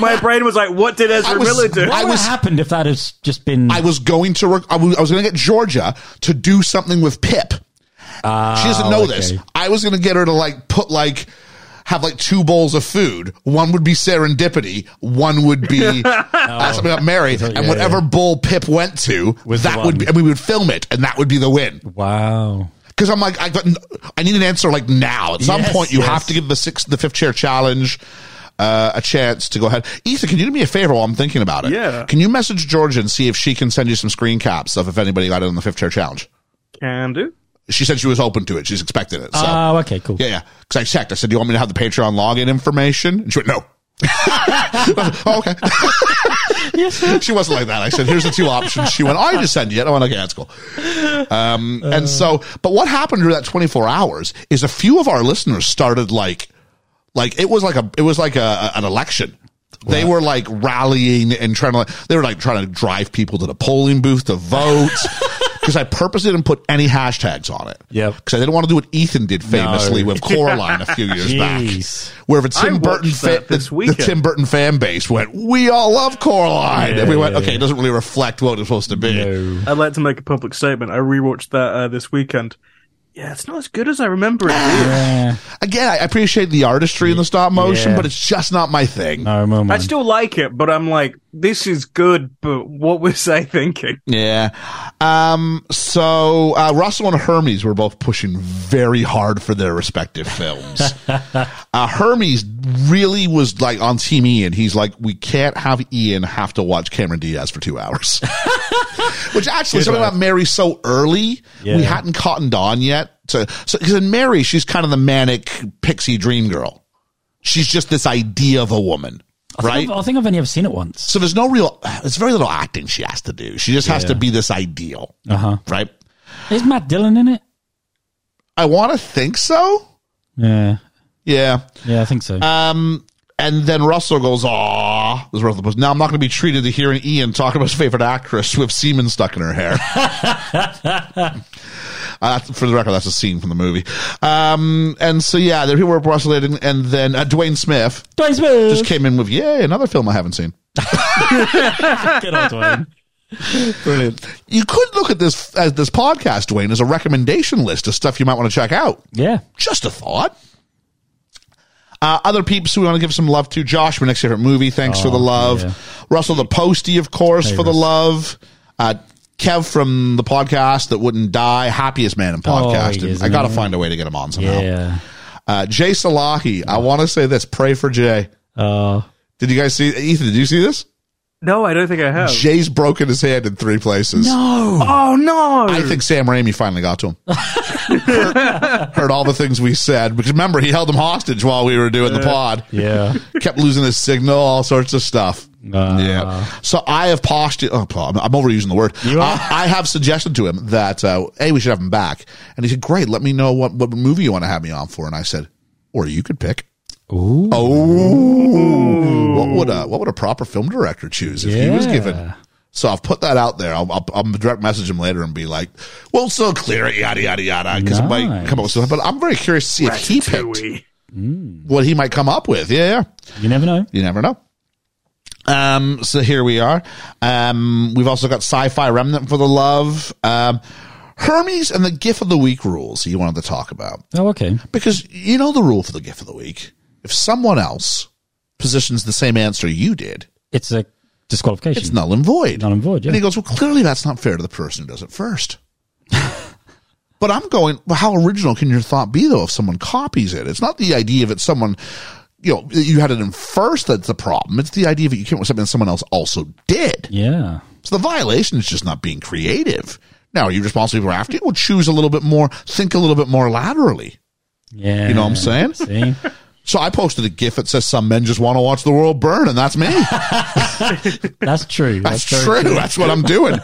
Speaker 5: my brain was like, "What did
Speaker 3: I
Speaker 5: Ezra
Speaker 3: was-
Speaker 5: Miller do?"
Speaker 3: I
Speaker 4: What would
Speaker 3: was-
Speaker 4: have happened if that had just been.
Speaker 3: I was going to, rec- I was, I was going to get Georgia to do something with Pip. she doesn't know this.
Speaker 4: Oh, okay.
Speaker 3: I was going to get her to like put like, have like two bowls of food. One would be serendipity. One would be uh, something about Mary.
Speaker 4: thought-
Speaker 3: and
Speaker 4: Oh. yeah,
Speaker 3: whatever
Speaker 4: yeah.
Speaker 3: bowl Pip went to,
Speaker 4: Was the
Speaker 3: that would
Speaker 4: one.
Speaker 3: be, and we would film it, and that would be the win.
Speaker 4: wow.
Speaker 3: Because I'm like, I got, I need an answer like now. At some
Speaker 4: Yes,
Speaker 3: point, you
Speaker 4: yes.
Speaker 3: have to give the six, the fifth chair challenge uh, a chance to go ahead. Ethan, can you do me a favor while I'm thinking about it?
Speaker 5: Yeah.
Speaker 3: Can you message Georgia and see if she can send you some screen caps of if anybody got it on the fifth chair challenge?
Speaker 5: Can do.
Speaker 3: She said she was open to it. She's expecting it. So
Speaker 4: Oh, okay, cool.
Speaker 3: yeah, yeah. Because I checked. I said, "Do you want me to have the Patreon login information?" And she went, "No." oh, okay. she wasn't like that. I said, "Here's the two options." She went, "I just send you it." I went, "Okay, that's cool." Um, and so, but what happened during that 24 hours is a few of our listeners started like, like it was like a, it was like a, an election. They were like rallying and trying to, like, they were like trying to drive people to the polling booth to vote. Because I purposely didn't put any hashtags on it.
Speaker 4: Yep.
Speaker 3: Because I didn't want to do what Ethan did famously with Coraline a few years
Speaker 4: Jeez.
Speaker 3: back, where the Tim
Speaker 5: watched
Speaker 3: Burton
Speaker 5: that
Speaker 3: fa- the,
Speaker 5: this
Speaker 3: the
Speaker 5: weekend.
Speaker 3: Tim Burton fan base went, "We all love Coraline,"
Speaker 4: Yeah,
Speaker 3: and we went,
Speaker 4: yeah,
Speaker 3: "Okay, it doesn't really reflect what it's supposed to be."
Speaker 4: No.
Speaker 5: I'd like to make a public statement. I rewatched that uh, this weekend. Yeah, it's not as good as I remember it.
Speaker 4: Yeah.
Speaker 3: Again, I appreciate the artistry in the stop motion,
Speaker 4: Yeah.
Speaker 3: but it's just not my thing.
Speaker 4: No, no,
Speaker 5: I
Speaker 4: man.
Speaker 5: still like it, but I'm like, this is good, but what was I thinking?
Speaker 3: Yeah. Um, so uh, Russell and Hermes were both pushing very hard for their respective films. uh, Hermes really was like on Team Ian. He's like, we can't have Ian have to watch Cameron Diaz for two hours. Which actually, something about Mary so early, we
Speaker 4: Yeah.
Speaker 3: hadn't cottoned on yet. To, so, because in Mary, she's kind of the manic pixie dream girl. She's just this idea of a woman,
Speaker 4: I
Speaker 3: right?
Speaker 4: think I've- I think I've only ever seen it once.
Speaker 3: So there's no real, it's very little acting she has to do. She just has to be this ideal,
Speaker 4: Uh-huh.
Speaker 3: right?
Speaker 4: Is Matt Dillon in it?
Speaker 3: I want to think so.
Speaker 4: Yeah.
Speaker 3: Yeah.
Speaker 4: Yeah, I think so.
Speaker 3: Um, and then Russell goes, "Aw, this Russell goes, now I'm not going to be treated to hearing Ian talk about his favorite actress with semen stuck in her hair." uh, for the record, that's a scene from the movie. Um, and so yeah, there people were brustling, and then uh, Dwayne Smith
Speaker 4: Dwayne Smith.
Speaker 3: just came in with, "Yay, another film I haven't seen."
Speaker 4: Get on, Dwayne. Brilliant.
Speaker 3: You could look at this as this podcast, Dwayne, as a recommendation list of stuff you might want to check out.
Speaker 4: Yeah.
Speaker 3: Just a thought. Uh, other peeps who we want to give some love to. Josh, my next favorite movie. Thanks for the love.
Speaker 4: Oh, yeah.
Speaker 3: Russell the Postie, of course, for the
Speaker 4: Russ.
Speaker 3: love. Uh, Kev from the podcast that wouldn't die. Happiest man in podcast.
Speaker 4: Oh, he is,
Speaker 3: I got to
Speaker 4: man.
Speaker 3: find a way to get him on somehow.
Speaker 4: Yeah.
Speaker 3: Uh, Jay Salahi. I want to say this. Pray for Jay.
Speaker 4: Uh,
Speaker 3: Did you guys see Ethan? Did you see this?
Speaker 5: No, I don't think I have.
Speaker 3: Jay's broken his hand in three places.
Speaker 4: no.
Speaker 5: Oh no!
Speaker 3: I think Sam Raimi finally got to him. heard, heard all the things we said because remember he held him hostage while we were doing the pod.
Speaker 4: Yeah.
Speaker 3: Kept losing his signal, all sorts of stuff.
Speaker 4: Uh,
Speaker 3: yeah. So I have postulated. Oh, Paul, I'm, I'm overusing the word.
Speaker 4: You are?
Speaker 3: I, I have suggested to him that uh, hey, we should have him back, and he said, "Great, let me know what what movie you want to have me on for." And I said, "Or you could pick."
Speaker 4: Ooh.
Speaker 3: Oh, what would a what would a proper film director choose if he was
Speaker 4: Yeah.
Speaker 3: given? So I've put that out there. I'll, I'll, I'll direct message him later and be like, "Well, so clear it, yada yada yada," because it might
Speaker 4: Nice.
Speaker 3: come up with something. But I'm very curious to see if he picked
Speaker 5: Ratatouille.
Speaker 3: what he might come up with. Yeah, yeah.
Speaker 4: You never know.
Speaker 3: You never know. Um, so here we are. Um, we've also got Sci-Fi Remnant for the Love, um, Hermes, and the GIF of the Week rules. You wanted to talk about
Speaker 4: Oh, okay.
Speaker 3: because you know the rule for the gift of the week. If someone else positions the same answer you did,
Speaker 4: It's a disqualification.
Speaker 3: it's null and void.
Speaker 4: Null and void, yeah.
Speaker 3: And he goes, Well, clearly that's not fair to the person who does it first. but I'm going, Well, how original can your thought be, though, if someone copies it? It's not the idea of it, someone, you know, that you had it in first that's the problem. It's the idea that you came up with something that someone else also did.
Speaker 4: Yeah.
Speaker 3: So the violation is just not being creative. Now, are you responsible for after you? Well, choose a little bit more, think a little bit more laterally.
Speaker 4: Yeah.
Speaker 3: You know what I'm saying?
Speaker 4: See?
Speaker 3: So I posted a GIF that says some men just want to watch the world burn, and that's me.
Speaker 4: That's true.
Speaker 3: That's
Speaker 4: very
Speaker 3: true. That's what I'm doing.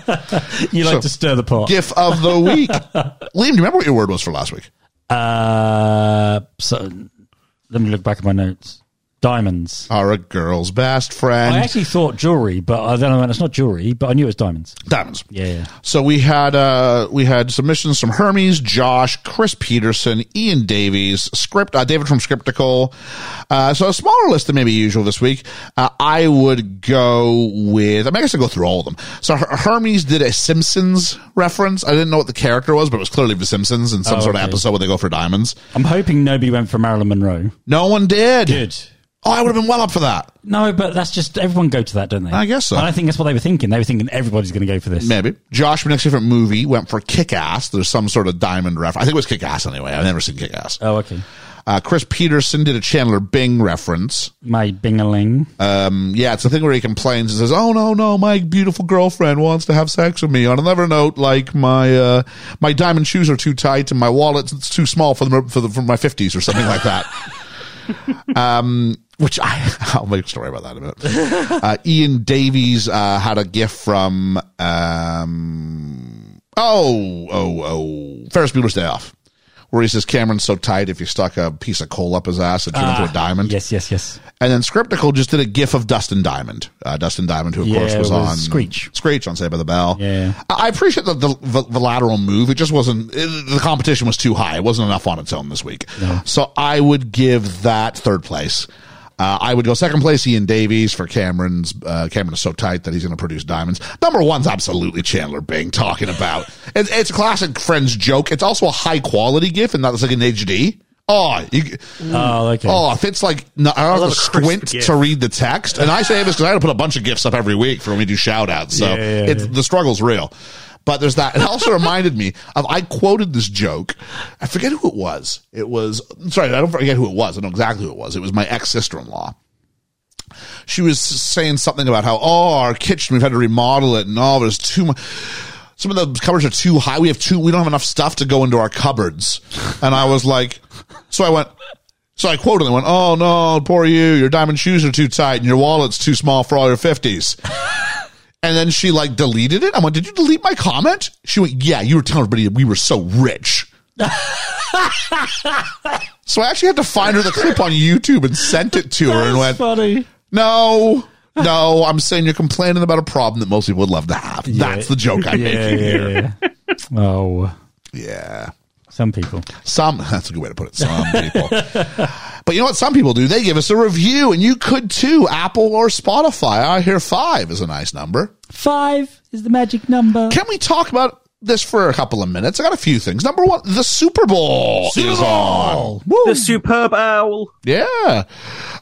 Speaker 4: You like
Speaker 3: So-
Speaker 4: to stir the pot.
Speaker 3: GIF of the week. Liam, do you remember what your word was for last week?
Speaker 4: Uh, so let me look back at my notes. Diamonds.
Speaker 3: Are a girl's best
Speaker 4: I
Speaker 3: friend.
Speaker 4: actually thought jewelry, but I- then I went, it's not jewelry, but I knew it was diamonds.
Speaker 3: Diamonds.
Speaker 4: Yeah. yeah.
Speaker 3: So we had uh we had submissions from Hermes, Josh, Chris Peterson, Ian Davies, script uh, David from Scriptical. Uh, so a smaller list than maybe usual this week. Uh, I would go with I, mean, I guess I'll go through all of them. So Her- Hermes did a Simpsons reference. I didn't know what the character was, but it was clearly the Simpsons in some
Speaker 4: Oh,
Speaker 3: sort of
Speaker 4: okay.
Speaker 3: episode where they go for diamonds.
Speaker 4: I'm hoping nobody went for Marilyn Monroe.
Speaker 3: No one did.
Speaker 4: Good.
Speaker 3: Oh, I would have been well up for that.
Speaker 4: No, but that's just everyone go to that, don't they?
Speaker 3: I guess so.
Speaker 4: And I think that's what they were thinking. They were thinking everybody's going to go for this.
Speaker 3: Maybe. Josh, my next favorite movie, went for Kick Ass. There's some sort of diamond reference. I think it was Kick Ass anyway. I've never seen Kick Ass.
Speaker 4: Oh, okay.
Speaker 3: Uh, Chris Peterson did a Chandler Bing reference.
Speaker 4: My bingaling.
Speaker 3: Um, yeah, it's the thing where he complains and says, "Oh no, no, my beautiful girlfriend wants to have sex with me." On another note, like my uh, my diamond shoes are too tight and my wallet's too small for the for, the, for my fifties or something like that. um, which I I'll make a story about that in a minute. Uh, Ian Davies uh, had a gift from um, oh oh oh Ferris Bueller's Day Off. where he says Cameron's so tight if you stuck a piece of coal up his ass it turned into
Speaker 4: Ah,
Speaker 3: a diamond.
Speaker 4: Yes, yes, yes.
Speaker 3: And then Scriptical just did a gif of Dustin Diamond. Uh, Dustin Diamond, who of
Speaker 4: Yeah,
Speaker 3: course
Speaker 4: it
Speaker 3: was,
Speaker 4: was
Speaker 3: on
Speaker 4: Screech.
Speaker 3: Screech on Saved by the Bell.
Speaker 4: Yeah.
Speaker 3: I I appreciate the, the, the, the lateral move. It just wasn't, it, the competition was too high. It wasn't enough on its own this week. So I would give that third place. Uh, I would go second place, Ian Davies for Cameron's. Uh, Cameron is so tight that he's going to produce diamonds. Number one's absolutely Chandler Bing talking about. it's, it's a classic friends joke. It's also a high quality gif and that's like an HD. Oh, you,
Speaker 4: Oh, okay.
Speaker 3: Oh, if it's like no, I don't have
Speaker 5: love
Speaker 3: to
Speaker 5: a crisp
Speaker 3: squint
Speaker 5: gift.
Speaker 3: to read the text, and I say this because I had to put a bunch of gifts up every week for when we do shout outs. So
Speaker 4: Yeah, yeah,
Speaker 3: it's, the struggle's real. But there's that. It also reminded me of I quoted this joke. I forget who it was. It was sorry, I don't forget who it was. I know exactly who it was. It was my ex sister in law she was saying something about how oh our kitchen we've had to remodel it and all there's too much some of the cupboards are too high we have too we don't have enough stuff to go into our cupboards and i was like so i went so i quoted and went oh no poor you your diamond shoes are too tight and your wallet's too small for all your 50s and then she like deleted it i went did you delete my comment she went yeah you were telling everybody that we were so rich so i actually had to find her the clip on youtube and sent it to her and went
Speaker 4: funny.
Speaker 3: no, no, I'm saying you're complaining about a problem that most people would love to have. That's the joke I'm
Speaker 4: Yeah,
Speaker 3: making here.
Speaker 4: yeah, yeah. Oh,
Speaker 3: Yeah.
Speaker 4: some people.
Speaker 3: Some, that's a good way to put it. Some people. but you know what some people do? They give us a review, and you could too. Apple or Spotify. I hear five is a nice number.
Speaker 4: Five is the magic number.
Speaker 3: Can we talk about this for a couple of minutes? I got a few things. Number one, the Super Bowl is on. Woo.
Speaker 5: The superb owl.
Speaker 3: Yeah,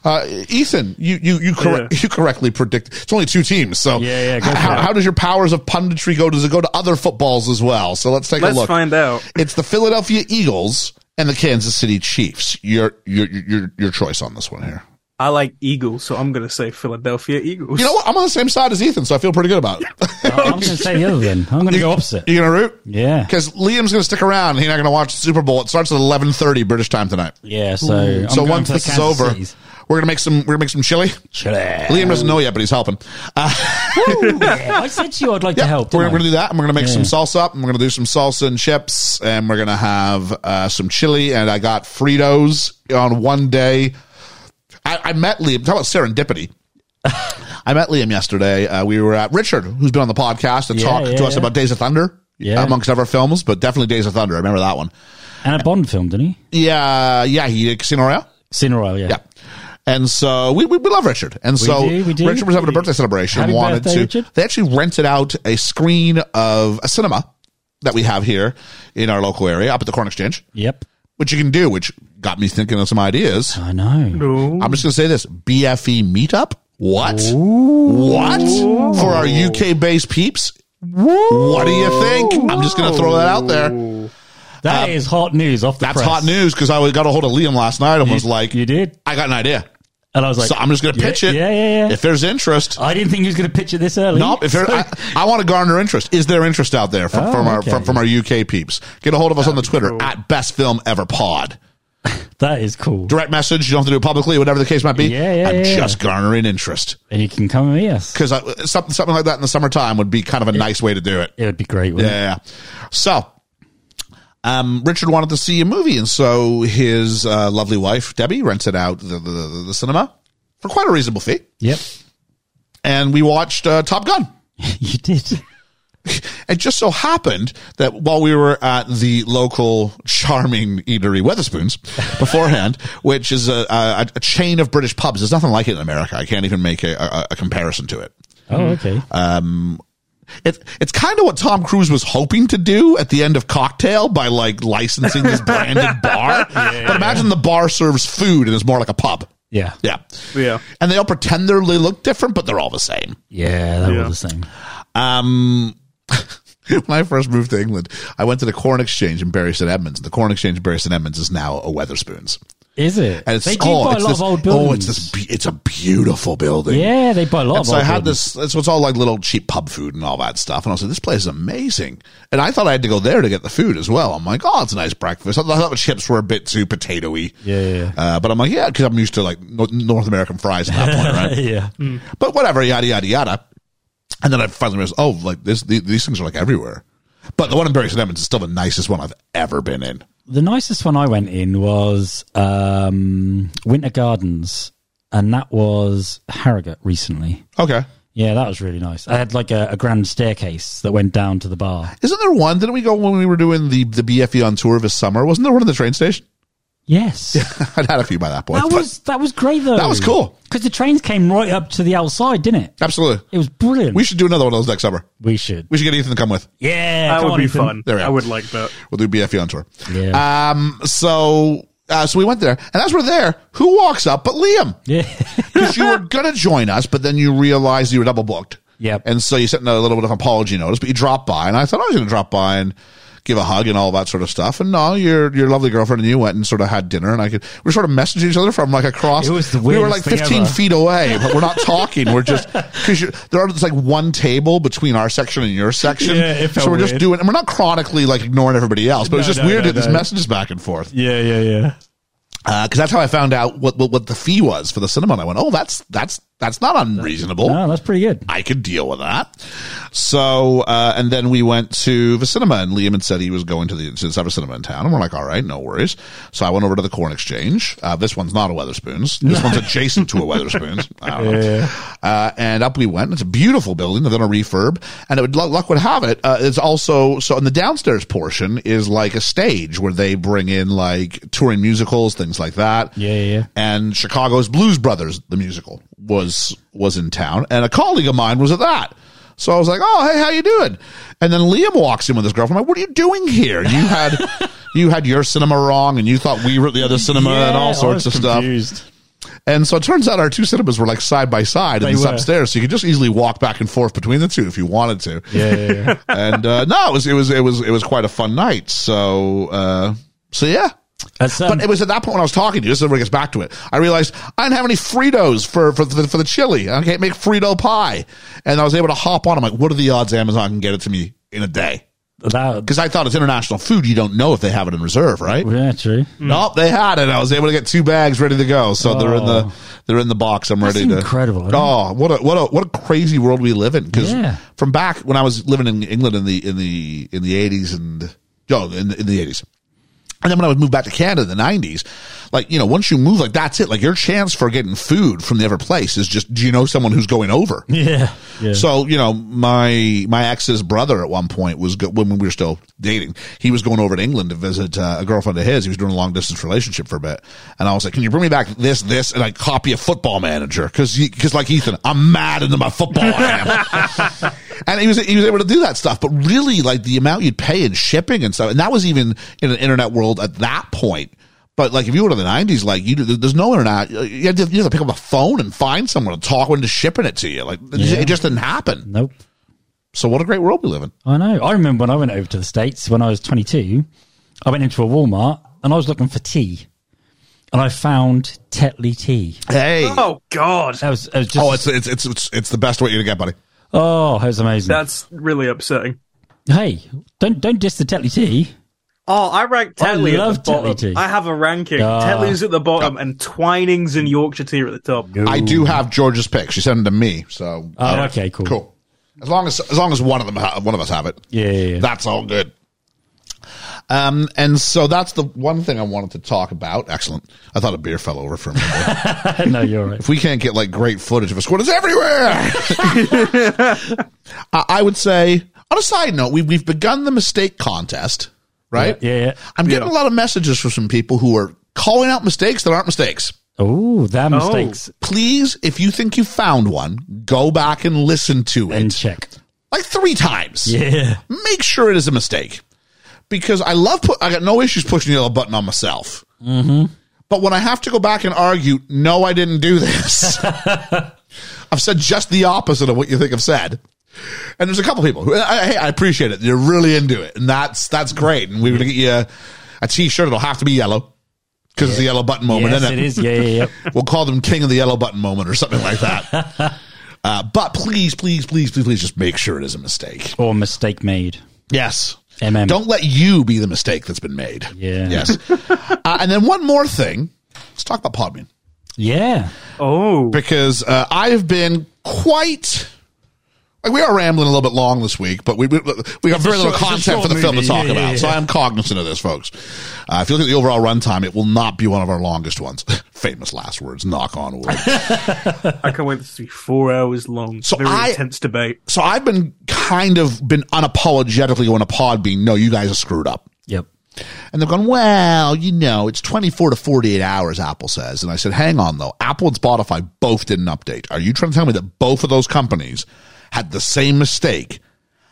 Speaker 3: uh, Ethan, you you you, corre-
Speaker 5: Yeah.
Speaker 3: you correctly predict. It's only two teams, so
Speaker 4: Yeah, yeah, go for
Speaker 3: How,
Speaker 4: it.
Speaker 3: how does your powers of punditry go? Does it go to other footballs as well? So let's take a
Speaker 5: Let's
Speaker 3: look.
Speaker 5: find out.
Speaker 3: It's the Philadelphia Eagles and the Kansas City Chiefs. Your your your your choice on this one here.
Speaker 5: I like eagles, so I'm gonna say Philadelphia Eagles.
Speaker 3: You know what? I'm on the same side as Ethan, so I feel pretty good about it.
Speaker 4: Oh, I'm going to say the other then. I'm going to go opposite.
Speaker 3: you gonna root?
Speaker 4: Yeah.
Speaker 3: Because Liam's gonna stick around. He's not gonna watch the Super Bowl. It starts at 11:30 British time tonight.
Speaker 4: Yeah, so. I'm
Speaker 3: so
Speaker 4: going
Speaker 3: once
Speaker 4: for
Speaker 3: this is
Speaker 4: Kansas
Speaker 3: over,
Speaker 4: City's.
Speaker 3: we're gonna make some we're gonna make some chili.
Speaker 4: Chile.
Speaker 3: Liam doesn't know yet, but he's helping.
Speaker 4: Yeah, I said to you I'd like to
Speaker 3: Yeah,
Speaker 4: help.
Speaker 3: We're
Speaker 4: didn't
Speaker 3: going to
Speaker 4: I?
Speaker 3: do that. And we're going to make some
Speaker 4: Yeah.
Speaker 3: salsa up. And we're going to do some salsa and chips. And we're going to have uh, some chili. And I got Fritos on one day. I, I met Liam. Talk about serendipity. I met Liam yesterday. Uh, we were at Richard, who's been on the podcast, to
Speaker 4: Yeah,
Speaker 3: talk
Speaker 4: yeah,
Speaker 3: to us
Speaker 4: yeah.
Speaker 3: about Days of Thunder,
Speaker 4: Yeah.
Speaker 3: amongst other films, but definitely Days of Thunder. I remember that one.
Speaker 4: And a Bond film, didn't he?
Speaker 3: Yeah, yeah, he did Casino Royale.
Speaker 4: Sin Royale, yeah.
Speaker 3: Yeah. And so we, we, we love Richard. And so
Speaker 4: do, we do.
Speaker 3: Richard was having a birthday celebration and
Speaker 4: Happy
Speaker 3: wanted
Speaker 4: birthday,
Speaker 3: to.
Speaker 4: Richard.
Speaker 3: They actually rented out a screen of a cinema that we have here in our local area up at the Corn Exchange,
Speaker 4: Yep.
Speaker 3: which you can do, which got me thinking of some ideas.
Speaker 4: I know.
Speaker 3: I'm just going to say this BFE meetup. What? What? For our UK based peeps? What do you think? I'm just going to throw that out there.
Speaker 4: That is hot news off the
Speaker 3: Um, That's
Speaker 4: press.
Speaker 3: hot news because I got a hold of Liam last night and was like,
Speaker 4: You did.
Speaker 3: I got an idea.
Speaker 4: And I was like,
Speaker 3: so I'm just going to
Speaker 4: yeah,
Speaker 3: pitch it.
Speaker 4: Yeah, yeah, Uh, yeah.
Speaker 3: If there's interest,
Speaker 4: I didn't think he was going to pitch it this early.
Speaker 3: no. If there, I, I want to garner interest. Is there interest out there from,
Speaker 4: Oh,
Speaker 3: from our
Speaker 4: okay.
Speaker 3: from, from our UK peeps? Get a hold of us on the Twitter at Best Film Ever Pod.
Speaker 4: That is cool.
Speaker 3: Direct message. You don't have to do it publicly, whatever the case might be.
Speaker 4: Yeah, yeah,
Speaker 3: I'm
Speaker 4: yeah.
Speaker 3: just garnering interest
Speaker 4: And you can come and meet us.
Speaker 3: because something something like that in the summertime would be kind of a nice way to do it.
Speaker 4: It would be great. Wouldn't
Speaker 3: Yeah. So, um, Richard wanted to see a movie, and so his uh, lovely wife Debbie rented out the, the the cinema for quite a reasonable fee,
Speaker 4: It?
Speaker 3: and we watched uh, Top Gun.
Speaker 4: Yep. you did.
Speaker 3: It just so happened that while we were at the local charming eatery, Weatherspoons, beforehand, which is a, a, a chain of British pubs, there's nothing like it in America. I can't even make a, a, a comparison to it.
Speaker 4: Oh, okay.
Speaker 3: Uh, It's it's kind of what Tom Cruise was hoping to do at the end of Cocktail by like licensing this branded bar. but imagine the bar serves food and it's more like a pub.
Speaker 4: yeah.
Speaker 3: Yeah.
Speaker 5: Yeah.
Speaker 3: And they all pretend they're, they look different, but they're all the same.
Speaker 4: Yeah, that
Speaker 5: Yeah.
Speaker 4: was the same.
Speaker 3: Um, when I first moved to England, I went to the Corn Exchange in Bury St Edmunds. The Corn Exchange in Bury St Edmunds is now a Weatherspoons,
Speaker 4: Is it?
Speaker 3: and it's
Speaker 4: they do
Speaker 3: oh,
Speaker 4: buy
Speaker 3: it's
Speaker 4: a lot
Speaker 3: this,
Speaker 4: of old buildings.
Speaker 3: oh, it's this, be- it's a beautiful building.
Speaker 4: Yeah, they buy a lot
Speaker 3: And
Speaker 4: of
Speaker 3: so
Speaker 4: old
Speaker 3: I had
Speaker 4: buildings.
Speaker 3: this. uh, So it's all like little cheap pub food and all that stuff. And I was like, "This place is amazing." And I thought I had to go there to get the food as well. I'm like, "Oh, it's a nice breakfast." I thought the chips were a bit too potatoy.
Speaker 4: Yeah, yeah, yeah.
Speaker 3: Uh, but I'm like, "Yeah," because I'm used to like Nor- North American fries at that point, right?
Speaker 4: yeah.
Speaker 3: But whatever, yada yada yada. And then I finally realized, oh, like this, the- these things are like everywhere. But the one in Barrington Evans is still the nicest one I've ever been in.
Speaker 4: The nicest one I went in was um, Winter Gardens, and that was Harrogate recently.
Speaker 3: Okay.
Speaker 4: Yeah, that was really nice. I had like a, a grand staircase that went down to the bar.
Speaker 3: Isn't there one? Didn't we go when we were doing the, the BFE on tour this summer? Wasn't there one at the train station?
Speaker 4: Yes,
Speaker 3: I'd had a few by that point.
Speaker 4: that
Speaker 3: but-
Speaker 4: was that was great though.
Speaker 3: That was cool.
Speaker 4: because the trains came right up to the outside, didn't it?
Speaker 3: absolutely.
Speaker 4: It was brilliant.
Speaker 3: We should do another one of those next summer.
Speaker 4: We should.
Speaker 3: We should get Ethan to come with.
Speaker 4: Yeah,
Speaker 5: That
Speaker 4: come
Speaker 5: would
Speaker 4: on,
Speaker 5: be
Speaker 4: Ethan.
Speaker 5: fun.
Speaker 3: There we
Speaker 5: I
Speaker 3: are.
Speaker 5: would like that.
Speaker 3: We'll do BFE on tour.
Speaker 4: Yeah.
Speaker 3: Um. So. Uh, so we went there, and as we're there, who walks up but Liam?
Speaker 4: Yeah.
Speaker 3: Because you were gonna join us, but then you realized you were double booked.
Speaker 4: Yep.
Speaker 3: And so you sent a little bit of apology notice, but you dropped by, and I thought I was gonna drop by and give a hug and all that sort of stuff. And no, your your lovely girlfriend and you went and sort of had dinner, and I could we were sort of messaging each other from like across.
Speaker 4: It was the
Speaker 3: we were like
Speaker 4: weirdest thing
Speaker 3: fifteen
Speaker 4: ever.
Speaker 3: feet away, but we're not talking. we're just because there are just like one table between our section and your section.
Speaker 4: Yeah, it felt
Speaker 3: so we're just
Speaker 4: weird.
Speaker 3: doing, and we're not chronically like ignoring everybody else, but it was
Speaker 4: No,
Speaker 3: just
Speaker 4: no,
Speaker 3: weird
Speaker 4: no,
Speaker 3: that this
Speaker 4: no.
Speaker 3: messages back and forth
Speaker 4: yeah, yeah, yeah.
Speaker 3: because Uh, that's how I found out what, what what the fee was for the cinema. And I went, oh, that's that's that's not unreasonable.
Speaker 4: Oh, that's pretty good.
Speaker 3: I could deal with that. So, uh, and then we went to the cinema, and Liam had said he was going to the to this other cinema in town, and we're like, all right, no worries. So I went over to the Corn Exchange. Uh, this one's not a Weatherspoons. This one's adjacent to a Weatherspoons. I don't know. Uh, and up we went. It's a beautiful building. They've done a refurb, and it would luck, luck would have it. Uh, it's also so in the downstairs portion is like a stage where they bring in like touring musicals, things like that
Speaker 4: Yeah, yeah, yeah.
Speaker 3: and Chicago's Blues Brothers, the musical, was was in town, and a colleague of mine was at that. So I was like, "Oh, hey, how you doing?" And then Liam walks in with his girlfriend. I'm like, "What are you doing here? You had you had your cinema wrong, and you thought we were at the other cinema, and all sorts of stuff." And so it turns out our two cinemas were like side by side in
Speaker 4: They
Speaker 3: this
Speaker 4: were.
Speaker 3: upstairs, so you could just easily walk back and forth between the two if you wanted to.
Speaker 4: Yeah, yeah, yeah.
Speaker 3: And uh, no, it was it was it was it was quite a fun night. So uh, so yeah,
Speaker 4: That's, um,
Speaker 3: but it was at that point when I was talking to you. This is where it gets back to it. I realized I didn't have any Fritos for for the, for the chili. I can't make Frito pie, and I was able to hop on. I'm like, what are the odds Amazon can get it to me in a day?
Speaker 4: that,
Speaker 3: Because I thought it's international food. You don't know if they have it in reserve, right?
Speaker 4: yeah, true.
Speaker 3: Mm. Nope, they had it. I was able to get two bags ready to go. So they're in the
Speaker 4: Oh.
Speaker 3: they're in the box. I'm
Speaker 4: That's
Speaker 3: ready to
Speaker 4: incredible, isn't it?
Speaker 3: Oh, what a what a what a crazy world we live in. Because
Speaker 4: Yeah.
Speaker 3: from back when I was living in England in the in the in the eighties and oh, in the, in the eighties. And then when I would move back to Canada in the nineties, like, you know, once you move, like that's it. Like your chance for getting food from the other place is just, do you know someone who's going over?
Speaker 4: Yeah, yeah.
Speaker 3: So you know, my my ex's brother at one point was go- when we were still dating. He was going over to England to visit uh, a girlfriend of his. He was doing a long distance relationship for a bit, and I was like, "Can you bring me back this, this, and I copy a football manager?" Because because like Ethan, I'm mad into my football. I am. and he was he was able to do that stuff, but really like the amount you'd pay in shipping and stuff, and that was even in an internet world at that point. But like, if you were to the '90s, like you, there's no internet. You have, to, you have to pick up a phone and find someone to talk into shipping it to you. Like, it just- it just didn't happen.
Speaker 4: nope.
Speaker 3: So, what a great world we live in.
Speaker 4: I know. I remember when I went over to the States when I was 22, I went into a Walmart and I was looking for tea. And I found Tetley tea.
Speaker 3: Hey, oh,
Speaker 5: Oh God,
Speaker 4: That was, it was just, oh,
Speaker 3: it's, it's it's it's it's the best way to get, buddy.
Speaker 4: that was amazing.
Speaker 5: that's really upsetting.
Speaker 4: hey, don't don't diss the Tetley tea.
Speaker 5: Oh, I rank
Speaker 4: I
Speaker 5: Tetley
Speaker 4: love
Speaker 5: at the bottom.
Speaker 4: Tetley tea.
Speaker 5: I have a ranking. Tetley's at the bottom and Twining's and Yorkshire tea are at the top.
Speaker 3: I do have George's pick. She sent it to me. So,
Speaker 4: Oh,
Speaker 3: uh,
Speaker 4: okay, cool.
Speaker 3: cool. As long as as long as one of them ha- one of us have it,
Speaker 4: Yeah, yeah, yeah.
Speaker 3: that's all good. Um, and so that's the one thing I wanted to talk about. Excellent. I thought a beer fell over for me.
Speaker 4: no, you're right.
Speaker 3: if we can't get like great footage of a squad, it's everywhere. I, I would say, on a side note, we've, we've begun the mistake contest, right?
Speaker 4: Yeah, yeah.
Speaker 3: I'm getting a lot of messages from some people who are calling out mistakes that aren't mistakes.
Speaker 4: Oh, that mistakes.
Speaker 3: Please, if you think you found one, go back and listen to it
Speaker 4: And check.
Speaker 3: like three times
Speaker 4: Yeah.
Speaker 3: make sure it is a mistake because I love, pu- I got no issues pushing the yellow button on myself. Mm-hmm. But when I have to go back and argue, no, I didn't do this, I've said just the opposite of what you think I've said. And there's a couple people who, I, hey, I appreciate it. You're really into it. And that's, that's great. And we were going to get you a, a t-shirt. It'll have to be yellow because it's a yellow button moment.
Speaker 4: Yes,
Speaker 3: isn't
Speaker 4: it is. Yeah, yeah, yeah.
Speaker 3: We'll call them King of the Yellow Button moment or something like that. uh, but please, please, please, please, please just make sure it is a mistake.
Speaker 4: or mistake made.
Speaker 3: Yes.
Speaker 4: MM.
Speaker 3: Don't let you be the mistake that's been made.
Speaker 4: Yeah.
Speaker 3: Yes. uh, and then one more thing. Let's talk about Podbean
Speaker 4: Yeah.
Speaker 5: Oh,
Speaker 3: because uh, I have been quite Like we are rambling a little bit long this week, but we we, we got very
Speaker 6: a
Speaker 3: little
Speaker 6: short- it's a
Speaker 3: content for
Speaker 6: short
Speaker 3: the film to
Speaker 6: movie.
Speaker 3: talk
Speaker 6: Yeah, yeah,
Speaker 3: about.
Speaker 6: yeah.
Speaker 3: So I am cognizant of this, folks. Uh, if you look at the overall runtime, it will not be one of our longest ones. Famous last words. Knock on wood.
Speaker 5: I can't wait for this to be four hours long.
Speaker 3: So
Speaker 5: Very
Speaker 3: I-
Speaker 5: intense debate.
Speaker 3: so I've been kind of been unapologetically on a pod being, no, you guys are screwed up.
Speaker 4: Yep.
Speaker 3: And they've gone, well, you know, it's 24 to 48 hours, Apple says. And I said, hang on, though. Apple and Spotify both did an update. Are you trying to tell me that both of those companies had the same mistake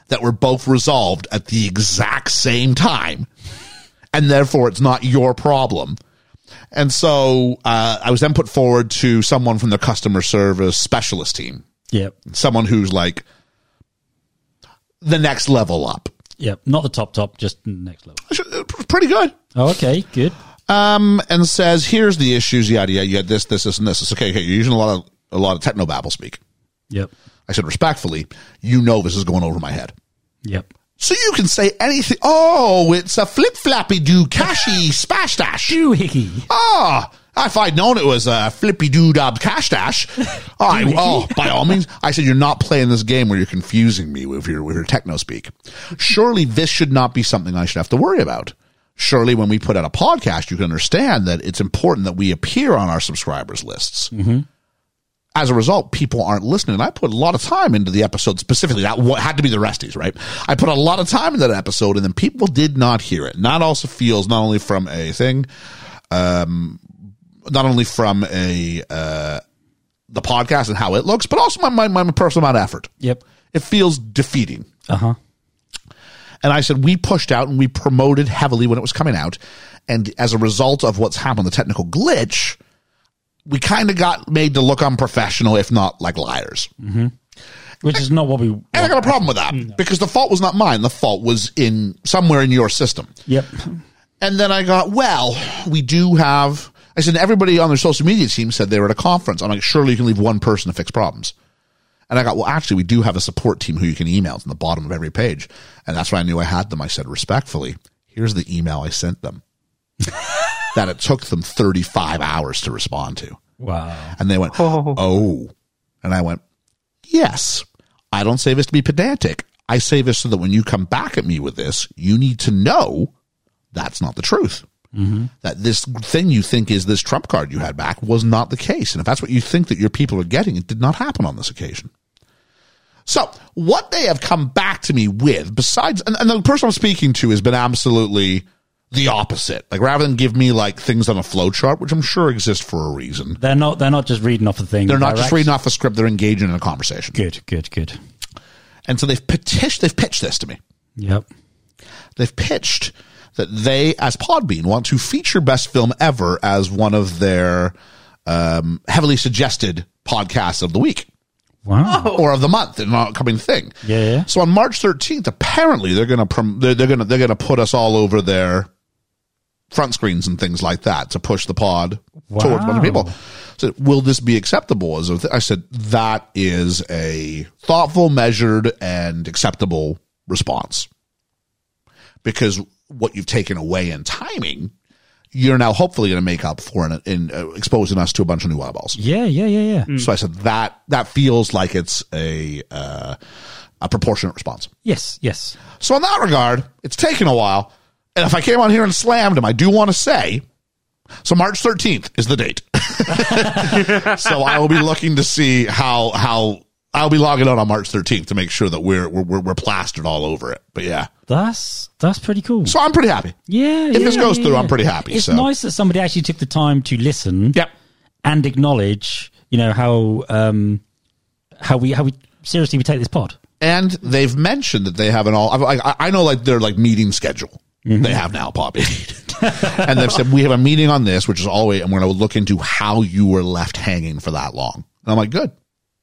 Speaker 3: that were both resolved at the exact same time? And therefore, it's not your problem. And so uh, I was then put forward to someone from the customer service specialist team,
Speaker 4: Yep.
Speaker 3: someone who's like the next level up.
Speaker 4: Yep. Not the top top, just next level.
Speaker 3: Pretty good.
Speaker 4: Oh, okay. Good.
Speaker 3: um, and says, "Here's the issues. Yada yada. You had this, this, this, and this. It's okay. Okay, you're using a lot of a lot of techno babble speak."
Speaker 4: Yep.
Speaker 3: I said respectfully, "You know this is going over my head."
Speaker 4: Yep.
Speaker 3: So you can say anything. Oh, it's a flip flappy do cashy spash dash.
Speaker 4: Shoe hickey.
Speaker 3: Ah, if I'd known it was a flippy doo dob cash dash, I, oh, by all means, I said, you're not playing this game where you're confusing me with your, with your techno speak. Surely this should not be something I should have to worry about. Surely when we put out a podcast, you can understand that it's important that we appear on our subscribers lists. As a result, people aren't listening. And I put a lot of time into the episode specifically. That what had to be the resties, right? I put a lot of time into that episode and then people did not hear it. And that also feels not only from a thing, not only from a uh, the podcast and how it looks, but also my my, my personal amount of effort.
Speaker 4: Yep.
Speaker 3: It feels defeating.
Speaker 4: Uh huh.
Speaker 3: And I said we pushed out and we promoted heavily when it was coming out, and as a result of what's happened, the technical glitch, we kind of got made to look unprofessional, if not like liars.
Speaker 4: Which is not what we.
Speaker 3: And I got a problem with that because the fault was not mine. The fault was in somewhere in your system.
Speaker 4: Yep.
Speaker 3: And then I got, well, we do have. I said, everybody on their social media team said they were at a conference. I'm like, surely you can leave one person to fix problems. And I got, well, actually, we do have a support team who you can email. It's on the bottom of every page. And that's why I knew I had them. I said, respectfully, here's the email I sent them that it took them 35 hours to respond to.
Speaker 4: Wow.
Speaker 3: And they went, oh. And I went, yes, I don't say this to be pedantic. I say this so that when you come back at me with this, you need to know that's not the truth. That this thing you think is this trump card you had back was not the case. And if that's what you think that your people are getting, it did not happen on this occasion. So what they have come back to me with, besides, and, and the person I'm speaking to has been absolutely the opposite. Like rather than give me like things on a flowchart, which I'm sure exist for a reason,
Speaker 4: They're not. They're not just reading off the thing.
Speaker 3: they're not just
Speaker 4: direct.
Speaker 3: reading off a script; they're engaging in a conversation.
Speaker 4: Good. Good. Good.
Speaker 3: And so they've pitched, they've pitched this to me.
Speaker 4: Yep.
Speaker 3: They've pitched that they, as Podbean, want to feature Best Film Ever as one of their um, heavily suggested podcasts of the week
Speaker 4: Wow.
Speaker 3: or of the month, an upcoming thing.
Speaker 4: Yeah, yeah.
Speaker 3: So on March 13th, apparently they're gonna prom- they're, they're gonna they're gonna put us all over their front screens and things like that to push the pod towards a bunch of
Speaker 4: Wow.
Speaker 3: people. So will this be acceptable? As a th- I said, that is a thoughtful, measured, and acceptable response because what you've taken away in timing. You're now hopefully going to make up for in, in uh, exposing us to a bunch of new eyeballs.
Speaker 4: Yeah. Yeah. Yeah. Yeah.
Speaker 3: So I said that that feels like it's a uh, a proportionate response.
Speaker 4: Yes. Yes.
Speaker 3: So in that regard, it's taken a while. And if I came on here and slammed him, I do want to say, so March 13th is the date. so I will be looking to see how how I'll be logging on on March 13th to make sure that we're we're we're, we're plastered all over it. But yeah,
Speaker 4: That's that's pretty cool.
Speaker 3: so I'm pretty happy.
Speaker 4: yeah.
Speaker 3: If this
Speaker 4: yeah,
Speaker 3: goes
Speaker 4: yeah,
Speaker 3: through,
Speaker 4: yeah.
Speaker 3: I'm pretty happy.
Speaker 4: It's
Speaker 3: so
Speaker 4: nice that somebody actually took the time to listen.
Speaker 3: Yep.
Speaker 4: And acknowledge, you know how um how we how we seriously we take this pod.
Speaker 3: and they've mentioned that they have an all. I, I, I know like their like meeting schedule they have now, Poppy, and they've said we have a meeting on this, which is always. I'm going to look into how you were left hanging for that long. And I'm like, good,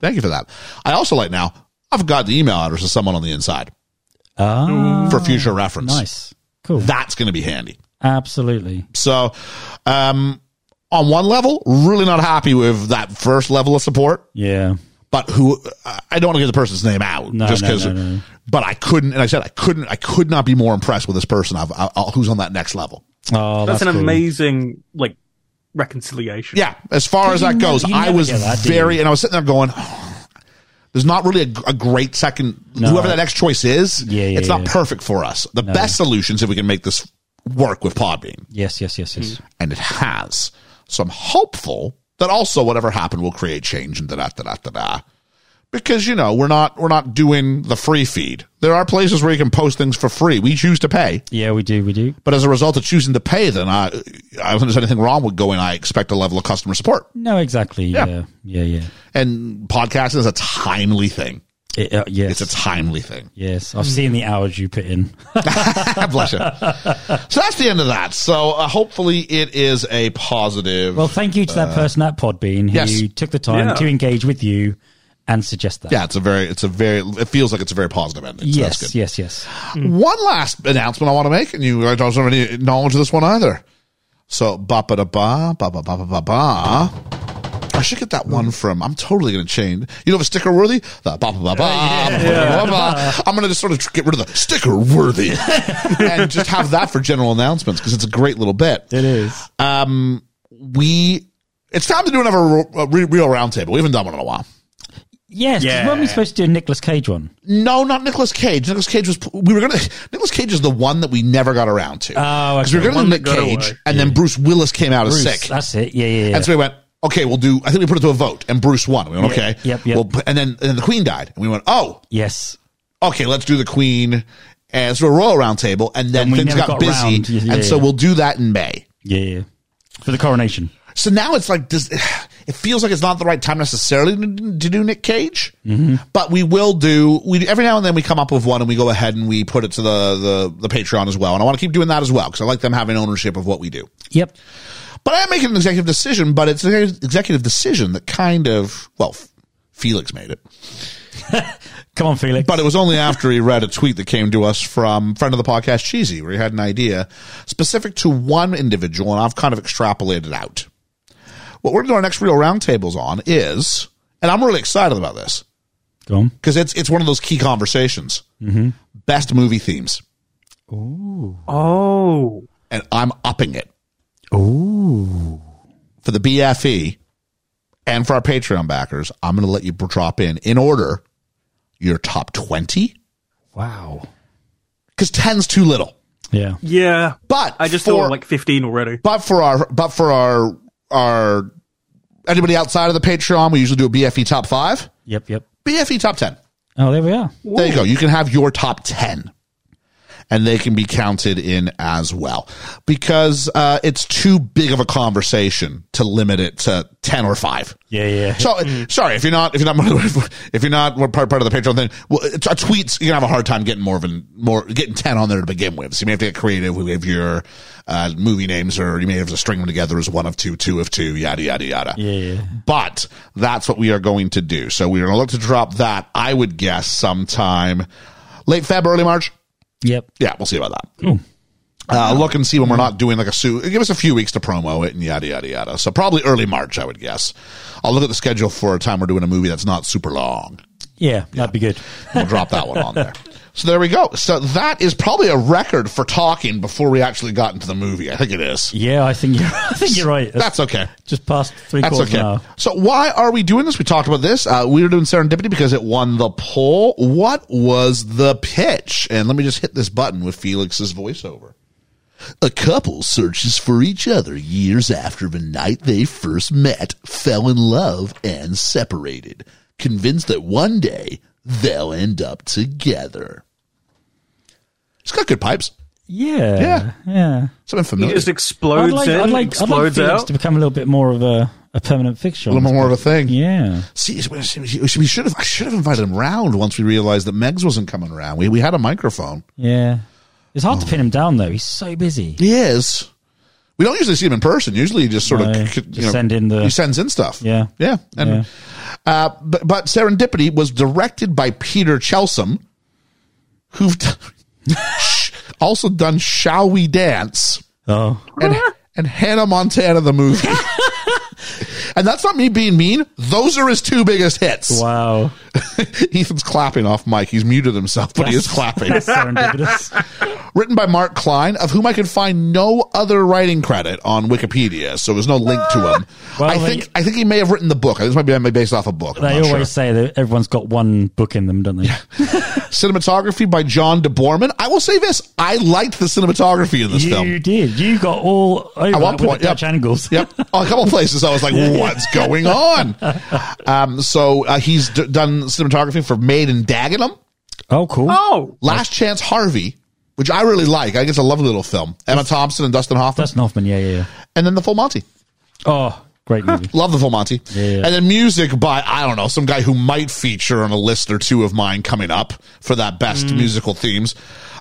Speaker 3: thank you for that. I also like now. I've got the email address of someone on the inside
Speaker 4: Ah,
Speaker 3: for future reference.
Speaker 4: nice, cool,
Speaker 3: That's going to be handy.
Speaker 4: absolutely.
Speaker 3: So, um, on one level, really not happy with that first level of support.
Speaker 4: Yeah,
Speaker 3: but who I don't want to get the person's name out
Speaker 4: No,
Speaker 3: just
Speaker 4: no,
Speaker 3: because.
Speaker 4: no, no.
Speaker 3: But I couldn't, and I said I couldn't. I could not be more impressed with this person. I've, I, I, who's on that next level?
Speaker 4: oh, that's,
Speaker 5: That's, an
Speaker 4: cool.
Speaker 5: amazing like reconciliation.
Speaker 3: Yeah, as far as
Speaker 4: you
Speaker 3: that
Speaker 4: never-
Speaker 3: goes,
Speaker 4: you
Speaker 3: I
Speaker 4: never
Speaker 3: was
Speaker 4: get that, do you?
Speaker 3: very, and I was sitting there going, There's not really a, g- a great second.
Speaker 4: No.
Speaker 3: whoever that next choice is,
Speaker 4: Yeah, yeah,
Speaker 3: it's not
Speaker 4: yeah.
Speaker 3: perfect for us. The best solution is if we can make this work with Podbean,
Speaker 4: Yes, yes, yes,
Speaker 5: Mm.
Speaker 4: yes.
Speaker 3: and it has. So I'm hopeful that also whatever happened will create change and da da da da da da. Because you know we're not we're not doing the free feed. There are places where you can post things for free. We choose to pay.
Speaker 4: Yeah, we do, we do.
Speaker 3: But as a result of choosing to pay, then I, I don't think there's anything wrong with going. I expect a level of customer support,
Speaker 4: No, exactly.
Speaker 3: Yeah.
Speaker 4: Yeah, yeah, yeah.
Speaker 3: and podcasting is a timely thing.
Speaker 4: It, uh, yes,
Speaker 3: It's a timely thing.
Speaker 4: yes. I've seen the hours you put in.
Speaker 3: Bless you. So that's the end of that. So uh, hopefully it is a positive.
Speaker 4: Well, thank you to that person at Podbean who
Speaker 3: Uh, yes.
Speaker 4: took the time
Speaker 5: Yeah.
Speaker 4: to engage with you and suggest that.
Speaker 3: yeah, it's a very, it's a very. It feels like it's a very positive ending. So that's
Speaker 4: Yes,
Speaker 3: good.
Speaker 4: yes, yes.
Speaker 3: One last announcement I want to make, and you guys don't really acknowledge this one either. So ba ba da ba ba ba ba ba ba ba. I should get that one from. I'm totally going to change. You know, the sticker worthy. The ba ba ba ba. ba, ba, ba, ba. I'm going to just sort of get rid of the sticker worthy and just have that for general announcements because it's a great little bit. Um,
Speaker 4: It is.
Speaker 3: We it's time to do another ro- uh, re- real roundtable. We haven't done one in a while.
Speaker 4: Yes, 'cause when were we
Speaker 5: Yeah.
Speaker 4: supposed to do a Nicolas Cage one?
Speaker 3: No, not Nicolas Cage. Nicolas Cage was we were gonna Nicolas Cage is the one that we never got around to.
Speaker 4: Oh,
Speaker 3: Because we were
Speaker 4: okay.
Speaker 3: gonna do
Speaker 5: One
Speaker 3: Nick
Speaker 5: that got
Speaker 3: Cage,
Speaker 5: away.
Speaker 3: and then Bruce Willis came out
Speaker 4: Bruce,
Speaker 3: as sick,
Speaker 4: That's it. Yeah, yeah, yeah.
Speaker 3: and so we went. Okay, we'll do. I think we put it to a vote, and Bruce won. We went, okay.
Speaker 4: yep, yep.
Speaker 3: Well, p- and then and then the Queen died, and we went. Oh,
Speaker 4: yes.
Speaker 3: okay. Let's do the Queen as a royal roundtable, and then
Speaker 4: And we
Speaker 3: things
Speaker 4: never
Speaker 3: got,
Speaker 4: got
Speaker 3: busy,
Speaker 4: round. Yeah,
Speaker 3: and so
Speaker 4: yeah.
Speaker 3: we'll do that in May.
Speaker 4: Yeah, yeah. For the coronation.
Speaker 3: So now it's like does it feels like it's not the right time necessarily to, to do Nick Cage, but we will do. We every now and then we come up with one and we go ahead and we put it to the the, the Patreon as well, and I want to keep doing that as well because I like them having ownership of what we do.
Speaker 4: Yep.
Speaker 3: But I am making an executive decision, but it's an executive decision that kind of well. Felix made it,
Speaker 4: Come on, Felix.
Speaker 3: but it was only after he read a tweet that came to us from friend of the podcast Cheesy, where he had an idea specific to one individual, and I've kind of extrapolated out. what we're doing our next real roundtables on is, and I'm really excited about this
Speaker 4: Go on.
Speaker 3: because it's it's one of those key conversations. Best movie themes,
Speaker 5: Oh,
Speaker 3: and I'm upping it. Ooh, for the BFE and for our Patreon backers, I'm going to let you drop in in order your top twenty
Speaker 4: Wow.
Speaker 3: because 10's too little.
Speaker 4: Yeah.
Speaker 5: yeah.
Speaker 3: But
Speaker 5: I just
Speaker 3: for,
Speaker 5: saw like fifteen already.
Speaker 3: but for our but for our our anybody outside of the Patreon, we usually do a BFE top five,
Speaker 4: Yep, yep.
Speaker 3: BFE top ten.
Speaker 4: Oh, there we are.
Speaker 3: There you go. You can have your top 10 and they can be counted in as well because uh, it's too big of a conversation to limit it to 10 or 5.
Speaker 4: Yeah, yeah. Mm.
Speaker 3: So sorry if you're not if you're not if you're not part part of the Patreon thing. Well, it's a tweets you're gonna have a hard time getting more of an more getting ten on there to begin with. So you may have to get creative with your uh, movie names, or you may have to string them together as one of two, two of two, yada yada yada.
Speaker 4: yeah.
Speaker 3: But that's what we are going to do. So we're gonna look to drop that. I would guess sometime late Feb, early March.
Speaker 4: Yep.
Speaker 3: Yeah, we'll see about that. Uh, look and see when we're not doing like a suit. Give us a few weeks to promo it and yada yada yada. So probably early March, I would guess. I'll look at the schedule for a time we're doing a movie that's not super long.
Speaker 4: Yeah, that'd be good.
Speaker 3: We'll drop that one on there. So there we go. So that is probably a record for talking before we actually got into the movie. I think it is.
Speaker 4: Yeah, I think you're, I think you're right.
Speaker 3: That's okay.
Speaker 4: just past three
Speaker 3: That's
Speaker 4: quarters
Speaker 3: okay.
Speaker 4: an hour.
Speaker 3: So why are we doing this? We talked about this. Uh, we were doing serendipity because it won the poll. What was the pitch? And let me just hit this button with Felix's voiceover. A couple searches for each other years after the night they first met, fell in love, and separated, convinced that one day they'll end up together. He's got good pipes.
Speaker 4: Yeah.
Speaker 3: Yeah.
Speaker 4: Yeah.
Speaker 3: Something
Speaker 5: He
Speaker 3: familiar.
Speaker 5: just
Speaker 4: I'd
Speaker 5: explodes
Speaker 4: like,
Speaker 5: in,
Speaker 4: I'd like, I'd like
Speaker 5: explodes
Speaker 4: Felix
Speaker 5: out.
Speaker 4: to become a little bit more of a, a permanent fixture.
Speaker 3: a little more of a thing.
Speaker 4: Yeah.
Speaker 3: See, it's- we should we should have I should have invited him round once we realized that Megs wasn't coming around. We we had a microphone.
Speaker 4: Yeah. It's hard to
Speaker 3: Oh.
Speaker 4: pin him down, though. He's so busy.
Speaker 3: He is. We don't usually see him in person. Usually, he just sort
Speaker 4: No,
Speaker 3: of c- c-
Speaker 4: just send in the-
Speaker 3: he sends in stuff.
Speaker 4: Yeah.
Speaker 3: yeah, and Uh, but but Serendipity was directed by Peter Chelsom, who've done, also done Shall We Dance
Speaker 4: Oh.
Speaker 3: and and Hannah Montana the movie. and that's not me being mean. Those are his two biggest hits.
Speaker 4: Wow.
Speaker 3: Ethan's clapping off mic. He's muted himself, but he is clapping.
Speaker 4: That's serendipitous.
Speaker 3: written by Mark Klein, of whom I could find no other writing credit on Wikipedia, so there's no link to him.
Speaker 4: Well,
Speaker 3: I
Speaker 4: they-
Speaker 3: think I think he may have written the book. This might be based off a book. I'm
Speaker 4: They
Speaker 3: not
Speaker 4: always
Speaker 3: sure.
Speaker 4: say that everyone's got one book in them, don't they?
Speaker 3: cinematography by John DeBorman. I will say this: I liked the cinematography in this
Speaker 4: you
Speaker 3: film.
Speaker 4: did. You got all over
Speaker 3: At one
Speaker 4: with
Speaker 3: point,
Speaker 4: the Dutch
Speaker 3: yep.
Speaker 4: angles.
Speaker 3: Yep, Oh, a couple of places I was like, "What's going on?" Um, so uh, he's d- done cinematography for Made in Dagenham,
Speaker 4: Oh, cool.
Speaker 5: Oh,
Speaker 3: Last Chance Harvey, which I really like. I think it's a lovely little film. Emma Thompson and Dustin Hoffman,
Speaker 4: That's Hoffman. Yeah, yeah, yeah.
Speaker 3: and then The Full Monty.
Speaker 4: Oh, great movie.
Speaker 3: Love the full Monty.
Speaker 4: yeah.
Speaker 3: And then music by, I don't know, some guy who might feature on a list or two of mine coming up for that best
Speaker 4: Mm.
Speaker 3: musical themes.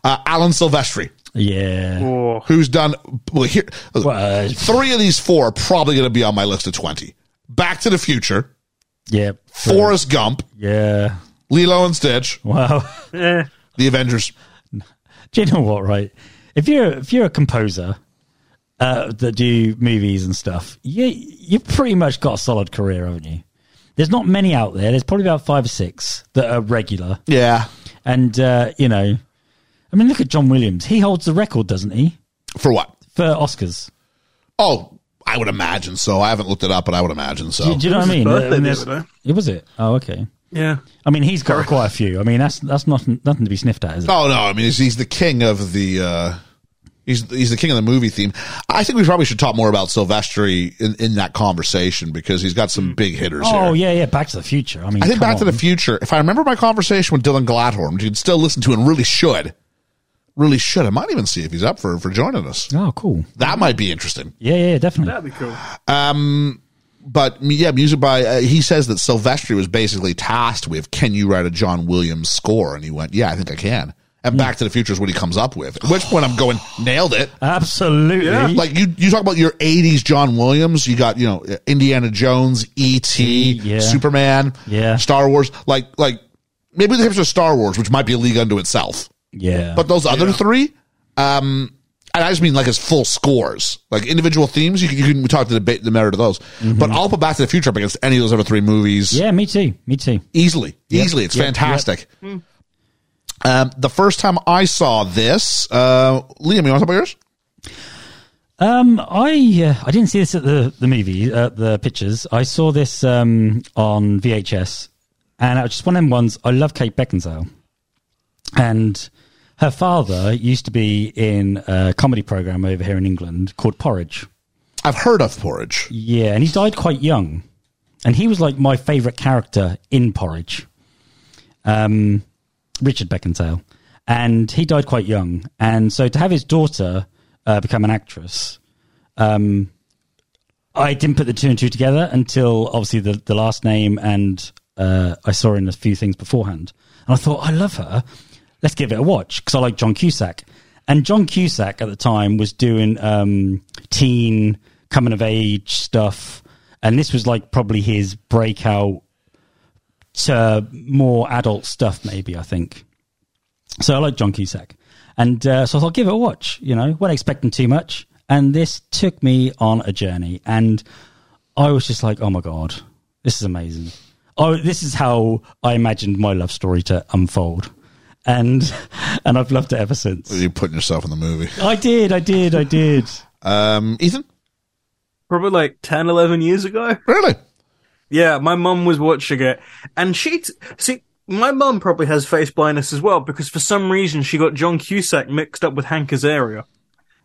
Speaker 3: Uh, Alan Silvestri,
Speaker 4: Yeah.
Speaker 5: oh.
Speaker 3: who's done, well, here,
Speaker 4: Well, uh,
Speaker 3: three of these four are probably going to be on my list of 20. Back to the Future,
Speaker 4: Yeah.
Speaker 3: Forrest Gump,
Speaker 4: Yeah.
Speaker 3: Lilo and Stitch,
Speaker 4: Wow.
Speaker 5: Eh.
Speaker 3: The Avengers.
Speaker 4: Do you know what? Right, if you're if you're a composer uh, that do movies and stuff, you you've pretty much got a solid career, haven't you? There's not many out there. There's probably about five or six that are regular,
Speaker 3: Yeah.
Speaker 4: and uh, you know, I mean, look at John Williams. He holds the record, doesn't he,
Speaker 3: For what?
Speaker 4: for Oscars?
Speaker 3: Oh, I would imagine so. I haven't looked it up, but I would imagine so.
Speaker 4: Do, do you know
Speaker 5: It
Speaker 4: what
Speaker 5: was
Speaker 4: I
Speaker 5: his
Speaker 4: mean?
Speaker 5: birthday
Speaker 4: I mean,
Speaker 5: the
Speaker 4: there's-
Speaker 5: other day.
Speaker 4: it was it. Oh, okay.
Speaker 5: yeah.
Speaker 4: I mean, he's got quite a few. I mean, that's that's nothing nothing to be sniffed at, is it?
Speaker 3: Oh no! I mean, he's, he's the king of the uh, he's he's the king of the movie theme. I think we probably should talk more about Silvestri in, in that conversation because he's got some big hitters.
Speaker 4: Oh
Speaker 3: here.
Speaker 4: yeah, yeah. Back to the Future. I mean,
Speaker 3: I think
Speaker 4: come
Speaker 3: Back to the
Speaker 4: on.
Speaker 3: Future. If I remember my conversation with Dylan Gladhorn, which you'd still listen to and really should, really should. I might even see if he's up for for joining us.
Speaker 4: Oh, cool.
Speaker 3: That might be interesting.
Speaker 4: Yeah, yeah, definitely.
Speaker 5: That'd be cool.
Speaker 3: But yeah, music by uh, he says that Silvestri was basically tasked with, "Can you write a John Williams score?" And he went, "Yeah, I think I can."
Speaker 4: Mm.
Speaker 3: And Back to the Future is what he comes up with. At which point I'm going, nailed it.
Speaker 4: Absolutely.
Speaker 5: Yeah.
Speaker 3: like you you talk about your 80s John Williams, you got, you know, Indiana Jones, ET,
Speaker 4: E yeah.
Speaker 3: Superman,
Speaker 4: Yeah.
Speaker 3: Star Wars, like like maybe the hips of Star Wars, which might be a league unto itself.
Speaker 4: yeah.
Speaker 3: But those other 3, um and I just mean like as full scores, like individual themes. You can, you can talk to the debate the merit of those, but I'll put Back to the Future up against any of those other three movies
Speaker 4: Mm-hmm. Yeah, me too. Me too.
Speaker 3: easily easily it's
Speaker 4: Yep.
Speaker 3: fantastic
Speaker 4: Mm-hmm.
Speaker 3: um the first time i saw this uh liam you want to talk about yours
Speaker 4: Um, I uh, I didn't see this at the the movie at the pictures. I saw this um on VHS, and it was just one of them ones. I love Kate Beckinsale, and her father used to be in a comedy program over here in England called Porridge.
Speaker 3: i've heard of porridge
Speaker 4: Yeah, and he died quite young, and he was like my favourite character in Porridge. Um, Richard Beckinsale, and he died quite young, and so to have his daughter uh, become an actress, um, I didn't put the two and two together until obviously the the last name, and uh, I saw her in a few things beforehand, and I thought I love her. Let's give it a watch because I like John Cusack, and John Cusack at the time was doing um, teen coming of age stuff, and this was like probably his breakout to more adult stuff, maybe, I think. So I like John Cusack. And uh, so I thought, I'll give it a watch, you know, wasn't expecting too much. And this took me on a journey. And I was just like, oh my God, this is amazing. Oh, this is how I imagined my love story to unfold. And and I've loved it ever since.
Speaker 3: you're putting yourself in the movie
Speaker 4: I did, I did, I did.
Speaker 3: um ethan
Speaker 5: Probably like 10, 11 years ago.
Speaker 3: really
Speaker 5: Yeah, my mum was watching it, and she t- see my mum probably has face blindness as well because for some reason she got John Cusack mixed up with Hank Azaria,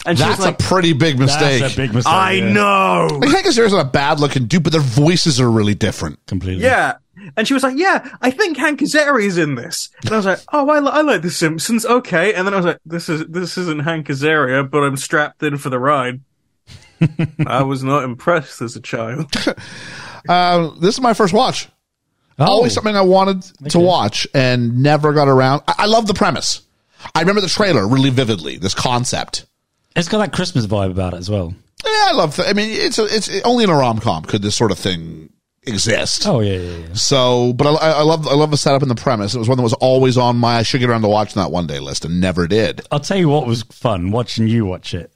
Speaker 5: and she's
Speaker 3: that's
Speaker 5: like,
Speaker 3: a pretty big mistake
Speaker 4: That's a big mistake.
Speaker 5: "I
Speaker 4: yeah.
Speaker 5: know,
Speaker 3: like, Hank Azaria's not a bad looking dude, but their voices are really different.
Speaker 4: Completely.
Speaker 5: yeah." And she was like, "Yeah, I think Hank Azaria's in this." And I was like, "Oh, I, li- I like The Simpsons, okay." And then I was like, "This is this isn't Hank Azaria, but I'm strapped in for the ride." I was not impressed as a child.
Speaker 3: Uh, this is my first watch.
Speaker 4: Oh,
Speaker 3: Always something I wanted to watch and never got around. I, I love the premise. I remember the trailer really vividly. This concept.
Speaker 4: it's got that Christmas vibe about it as well.
Speaker 3: Yeah, I love. Th- I mean, it's a, it's only in a rom com could this sort of thing exist.
Speaker 4: Oh, yeah, yeah, yeah.
Speaker 3: So, but I, I I love I love the setup and the premise. It was one that was always on my I should get around to watching that one day list and never did.
Speaker 4: I'll tell you what was fun watching you watch it.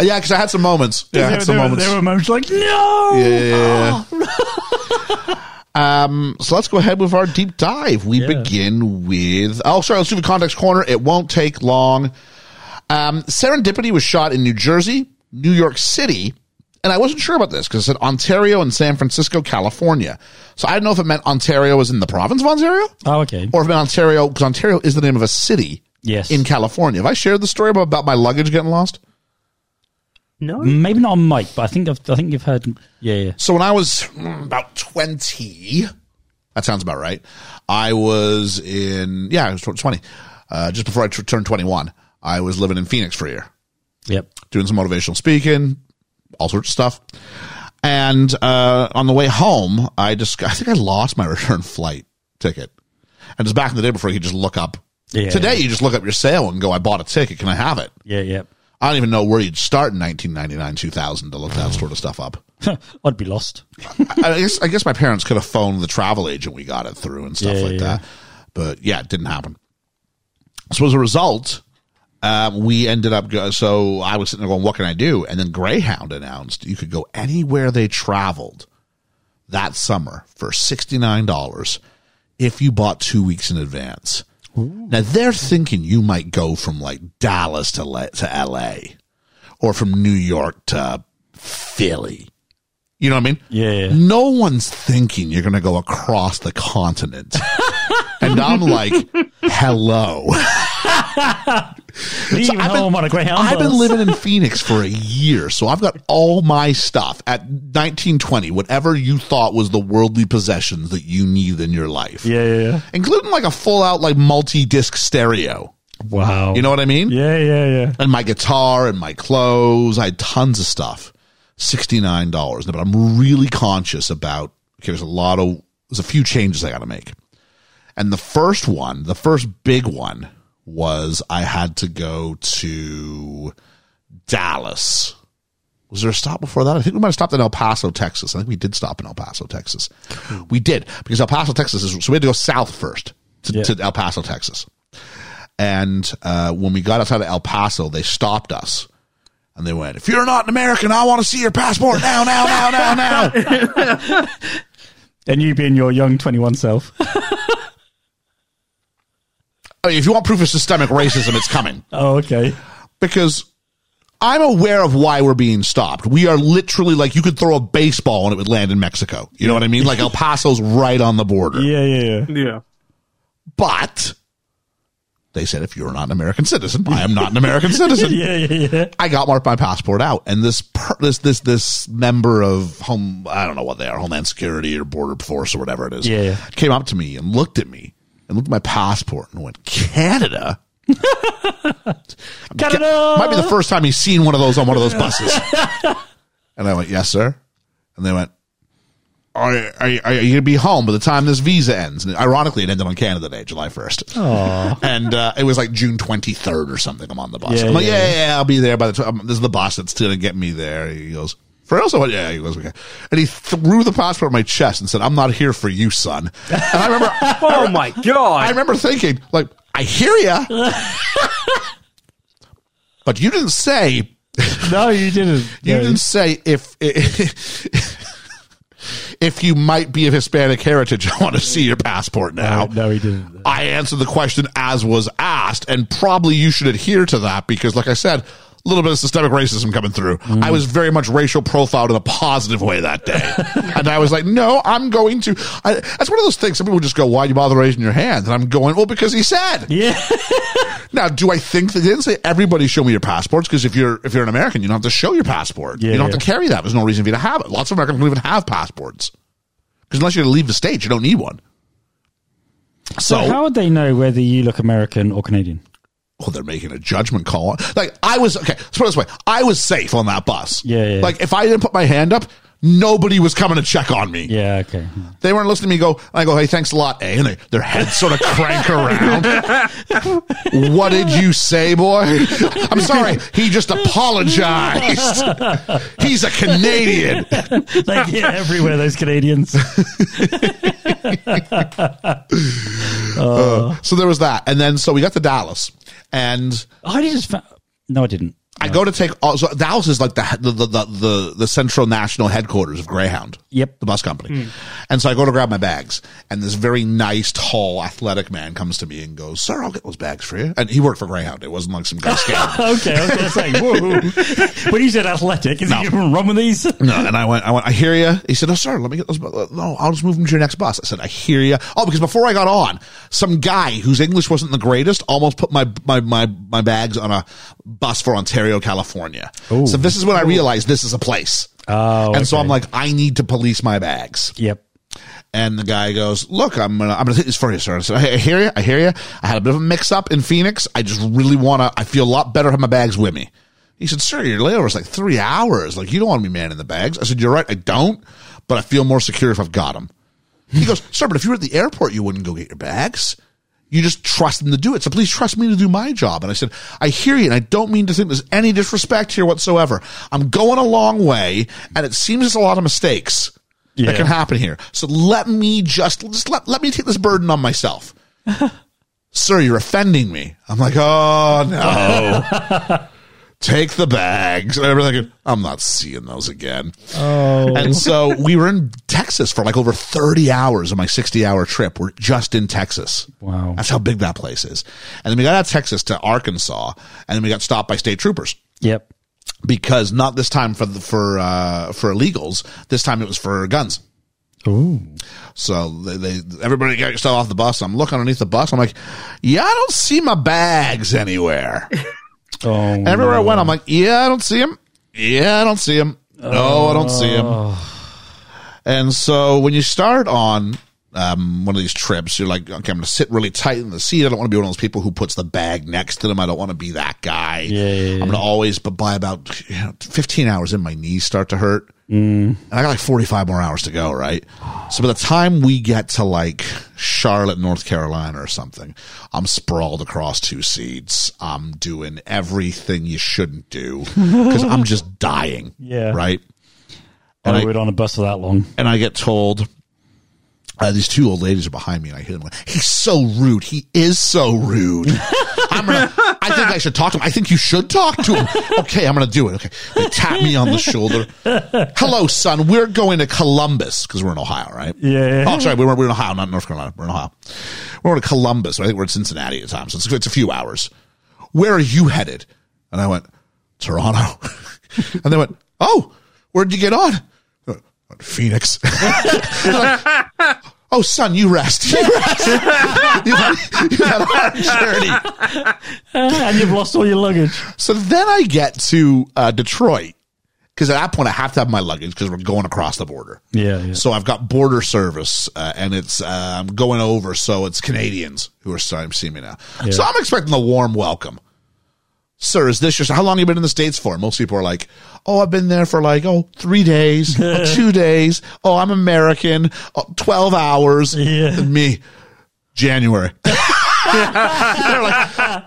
Speaker 3: Uh, Yeah, because I had some moments. Yeah, I
Speaker 4: there,
Speaker 3: had some
Speaker 4: there were-
Speaker 3: moments.
Speaker 4: there were moments like, no!
Speaker 3: Yeah. um, so let's go ahead with our deep dive. We begin with. Oh, sorry. Let's do the context corner. It won't take long. Um, Serendipity was shot in New Jersey, New York City, and I wasn't sure about this because it said Ontario and San Francisco, California. So I didn't know if it meant Ontario was in the province of Ontario
Speaker 4: Oh, okay.
Speaker 3: or if it meant Ontario because Ontario is the name of a city
Speaker 4: Yes.
Speaker 3: in California. Have I shared the story about, about my luggage getting lost?
Speaker 5: No,
Speaker 4: Maybe not on mic, but I think I've, I think you've heard. Yeah, yeah.
Speaker 3: So when I was mm, about 20, that sounds about right. I was in, yeah, I was 20. Uh, just before I t- turned 21, I was living in Phoenix for a year.
Speaker 4: Yep.
Speaker 3: doing some motivational speaking, all sorts of stuff. And uh, on the way home, I just I think I lost my return flight ticket. And it's back in the day before you could just look up.
Speaker 4: Yeah.
Speaker 3: Today you just look up your sale and go, I bought a ticket. Can I have it?
Speaker 4: Yeah, yeah.
Speaker 3: I don't even know where you'd start in 1999, 2000 to look that sort of stuff up.
Speaker 4: I'd be lost.
Speaker 3: I I guess I guess my parents could have phoned the travel agent we got it through and stuff
Speaker 4: Yeah,
Speaker 3: like
Speaker 4: yeah.
Speaker 3: that. But yeah, it didn't happen. So as a result, um, we ended up go- so I was sitting there going, "What can I do?" And then Greyhound announced you could go anywhere they traveled that summer for sixty nine dollars if you bought two weeks in advance. Now they're thinking you might go from like Dallas to La- to L.A. or from New York to Philly. You know what I mean?
Speaker 4: Yeah, yeah.
Speaker 3: No one's thinking you're going to go across the continent. and I'm like, hello.
Speaker 4: Leaving
Speaker 3: I've been-
Speaker 4: home on a Greyhound
Speaker 3: I've been
Speaker 4: bus.
Speaker 3: living in Phoenix for a year, so I've got all my stuff at 1920, whatever you thought was the worldly possessions that you need in your life.
Speaker 4: Yeah, yeah, yeah.
Speaker 3: Including like a full out like multi disc stereo.
Speaker 4: Wow.
Speaker 3: You know what I mean?
Speaker 4: Yeah, yeah, yeah.
Speaker 3: and my guitar and my clothes. I had tons of stuff. $69. But I'm really conscious about, okay, there's a lot of, there's a few changes I got to make. And the first one, the first big one was I had to go to Dallas. Was there a stop before that? I think we might have stopped in El Paso, Texas. I think we did stop in El Paso, Texas. We did because El Paso, Texas is, so we had to go south first to,
Speaker 4: Yeah.
Speaker 3: to El Paso, Texas. And uh, when we got outside of El Paso, they stopped us and they went, If you're not an American, I want to see your passport now, now, now, now, now.
Speaker 4: And you being your young 21 self.
Speaker 3: I mean, if you want proof of systemic racism, it's coming.
Speaker 4: oh, okay.
Speaker 3: because I'm aware of why we're being stopped. We are literally like you could throw a baseball and it would land in Mexico. You know what I mean? Like El Paso's right on the border.
Speaker 4: Yeah, yeah, yeah.
Speaker 5: yeah.
Speaker 3: But they said if you're not an American citizen, I am not an American citizen.
Speaker 4: Yeah, yeah, yeah.
Speaker 3: I got my, my passport out, and this per, this this this member of home I don't know what they are Homeland Security or Border Force or whatever it is
Speaker 4: Yeah, yeah.
Speaker 3: came up to me and looked at me and looked at my passport and went Canada.
Speaker 4: Canada!
Speaker 3: Might be the first time he's seen one of those on one of those buses. and I went, yes, sir. And they went, are, are, are you going to be home by the time this visa ends? And ironically, it ended on Canada Day, July 1st. And uh, it was like June 23rd or something. I'm on the bus.
Speaker 4: Yeah,
Speaker 3: I'm like,
Speaker 4: yeah,
Speaker 3: yeah, yeah, I'll be there by the time. This is the bus that's going to get me there. He goes, for else, I went, yeah, he goes, okay. And he threw the passport at my chest and said, I'm not here for you, son. And I remember,
Speaker 5: Oh my
Speaker 3: I
Speaker 5: god!
Speaker 3: remember thinking, like, I hear you. but you didn't say
Speaker 4: No, you didn't.
Speaker 3: you
Speaker 4: No.
Speaker 3: didn't say if if you might be of Hispanic heritage. I want to see your passport now.
Speaker 4: No, he didn't.
Speaker 3: I answered the question as was asked, and probably you should adhere to that because, like I said, a little bit of systemic racism coming through. I was very much racial profiled in a positive way that day, and I was like, "No, I'm going to." I, that's one of those things. Some people just go, "Why do you bother raising your hand?" And I'm going, "Well, because he said."
Speaker 4: Yeah.
Speaker 3: Now, do I think they didn't say everybody show me your passports? Because if you're if you're an American, you don't have to show your passport.
Speaker 4: Yeah,
Speaker 3: you don't
Speaker 4: yeah.
Speaker 3: have to carry that. There's no reason for you to have it. Lots of Americans don't even have passports because unless you're to leave the state, you don't need one. So,
Speaker 4: So, how would they know whether you look American or Canadian?
Speaker 3: oh, they're making a judgment call. Like I was okay. Let's put it this way: I was safe on that bus.
Speaker 4: Yeah, yeah, yeah.
Speaker 3: Like if I didn't put my hand up, nobody was coming to check on me.
Speaker 4: Yeah, okay.
Speaker 3: They weren't listening to me go, I go, hey, thanks a lot, eh? And they, their heads sort of crank around. what did you say, boy? I'm sorry. He just apologized. He's a Canadian.
Speaker 4: they get everywhere, those Canadians.
Speaker 3: So there was that. And then, so we got to Dallas and
Speaker 4: I just found. No, I didn't.
Speaker 3: I go to take all, so Dallas is like the, the the the the central national headquarters of Greyhound.
Speaker 4: Yep.
Speaker 3: the bus company. And so I go to grab my bags, and this very nice, tall, athletic man comes to me and goes, "Sir, I'll get those bags for you." And he worked for Greyhound. It wasn't like some guy scam.
Speaker 4: Okay, I was going to say, whoa. when you said athletic, is it wrong with these?
Speaker 3: No, and I went, I went, I hear you. He said, Oh, sir, let me get those. bu- No, I'll just move them to your next bus. I said, I hear you. Oh, because before I got on, some guy whose English wasn't the greatest almost put my, my, my, my bags on a bus for Ontario, California. So this is when I realized this is a place.
Speaker 4: Oh,
Speaker 3: and so
Speaker 4: okay.
Speaker 3: I'm like, I need to police my bags.
Speaker 4: Yep.
Speaker 3: And the guy goes, "Look, I'm gonna, I'm gonna take this for you, sir." I said, "I I hear you, I hear you. I had a bit of a mix up in Phoenix. I just really wanna. I feel a lot better having my bags with me." He said, "Sir, your layover's like three hours. Like you don't want to be manning the bags." I said, "You're right, I don't, but I feel more secure if I've got them." He goes, "Sir, but if you were at the airport, you wouldn't go get your bags." You just trust them to do it. So please trust me to do my job. And I said, I hear you, and I don't mean to think there's any disrespect here whatsoever. I'm going a long way, and it seems there's a lot of mistakes
Speaker 4: Yeah.
Speaker 3: that can happen here. So let me just, just let, let me take this burden on myself. Sir, you're offending me. I'm like, oh no. Take the bags. And I'm thinking, I'm not seeing those again. Oh. And so we were in Texas for like over 30 hours of my 60 hour trip. We're just in Texas.
Speaker 4: Wow.
Speaker 3: That's how big that place is. And then we got out of Texas to Arkansas, and then we got stopped by state troopers
Speaker 4: Yep.
Speaker 3: because not this time for the, for uh, for illegals. This time it was for guns.
Speaker 4: Ooh.
Speaker 3: So they, they everybody got yourself off the bus. I'm looking underneath the bus. I'm like, yeah, I don't see my bags anywhere.
Speaker 4: Oh,
Speaker 3: Everywhere I went, I'm like, yeah, I don't see him. Yeah, I don't see him. No, I don't see him.
Speaker 4: Oh.
Speaker 3: And so when you start on um, one of these trips, you're like, okay, I'm going to sit really tight in the seat. I don't want to be one of those people who puts the bag next to them. I don't want to be that guy.
Speaker 4: yeah,
Speaker 3: I'm going to always, but by about you know, 15 hours in, my knees start to hurt. And I got like 45 more hours to go, right? So by the time we get to like Charlotte, North Carolina or something, I'm sprawled across two seats. I'm doing everything you shouldn't do because I'm just dying.
Speaker 4: Yeah.
Speaker 3: Right.
Speaker 4: I
Speaker 3: And I-
Speaker 4: would on a bus for that long.
Speaker 3: and I get told uh, these two old ladies are behind me, and I hear them like, "He's so rude. He is so rude." I'm gonna. I think I should talk to him. I think you should talk to him. Okay, I'm gonna do it. Okay, they tap me on the shoulder. Hello, son. We're going to Columbus because we're in Ohio, right?
Speaker 4: Yeah.
Speaker 3: Oh, sorry, we were, we were in Ohio, not North Carolina. We're in Ohio. We're going to Columbus. I think we're in Cincinnati at the time, so it's, it's a few hours. Where are you headed? And I went Toronto, and they went, "Oh, where'd you get on?" I went, Phoenix. oh, son, you rest. You rest. you, had, you had a hard journey.
Speaker 4: Ah, and you've lost all your luggage.
Speaker 3: So then I get to uh, Detroit because at that point I have to have my luggage because we're going across the border.
Speaker 4: Yeah, yeah.
Speaker 3: So I've got border service uh, and it's uh, I'm going over, so it's Canadians who are starting to see me now. So I'm expecting a warm welcome. Sir, is this your? How long have you been in the states for? Most people are like, "Oh, I've been there for like oh three days, oh, two days. Oh, I'm American. Oh, Twelve hours.
Speaker 4: Yeah.
Speaker 3: Me, January.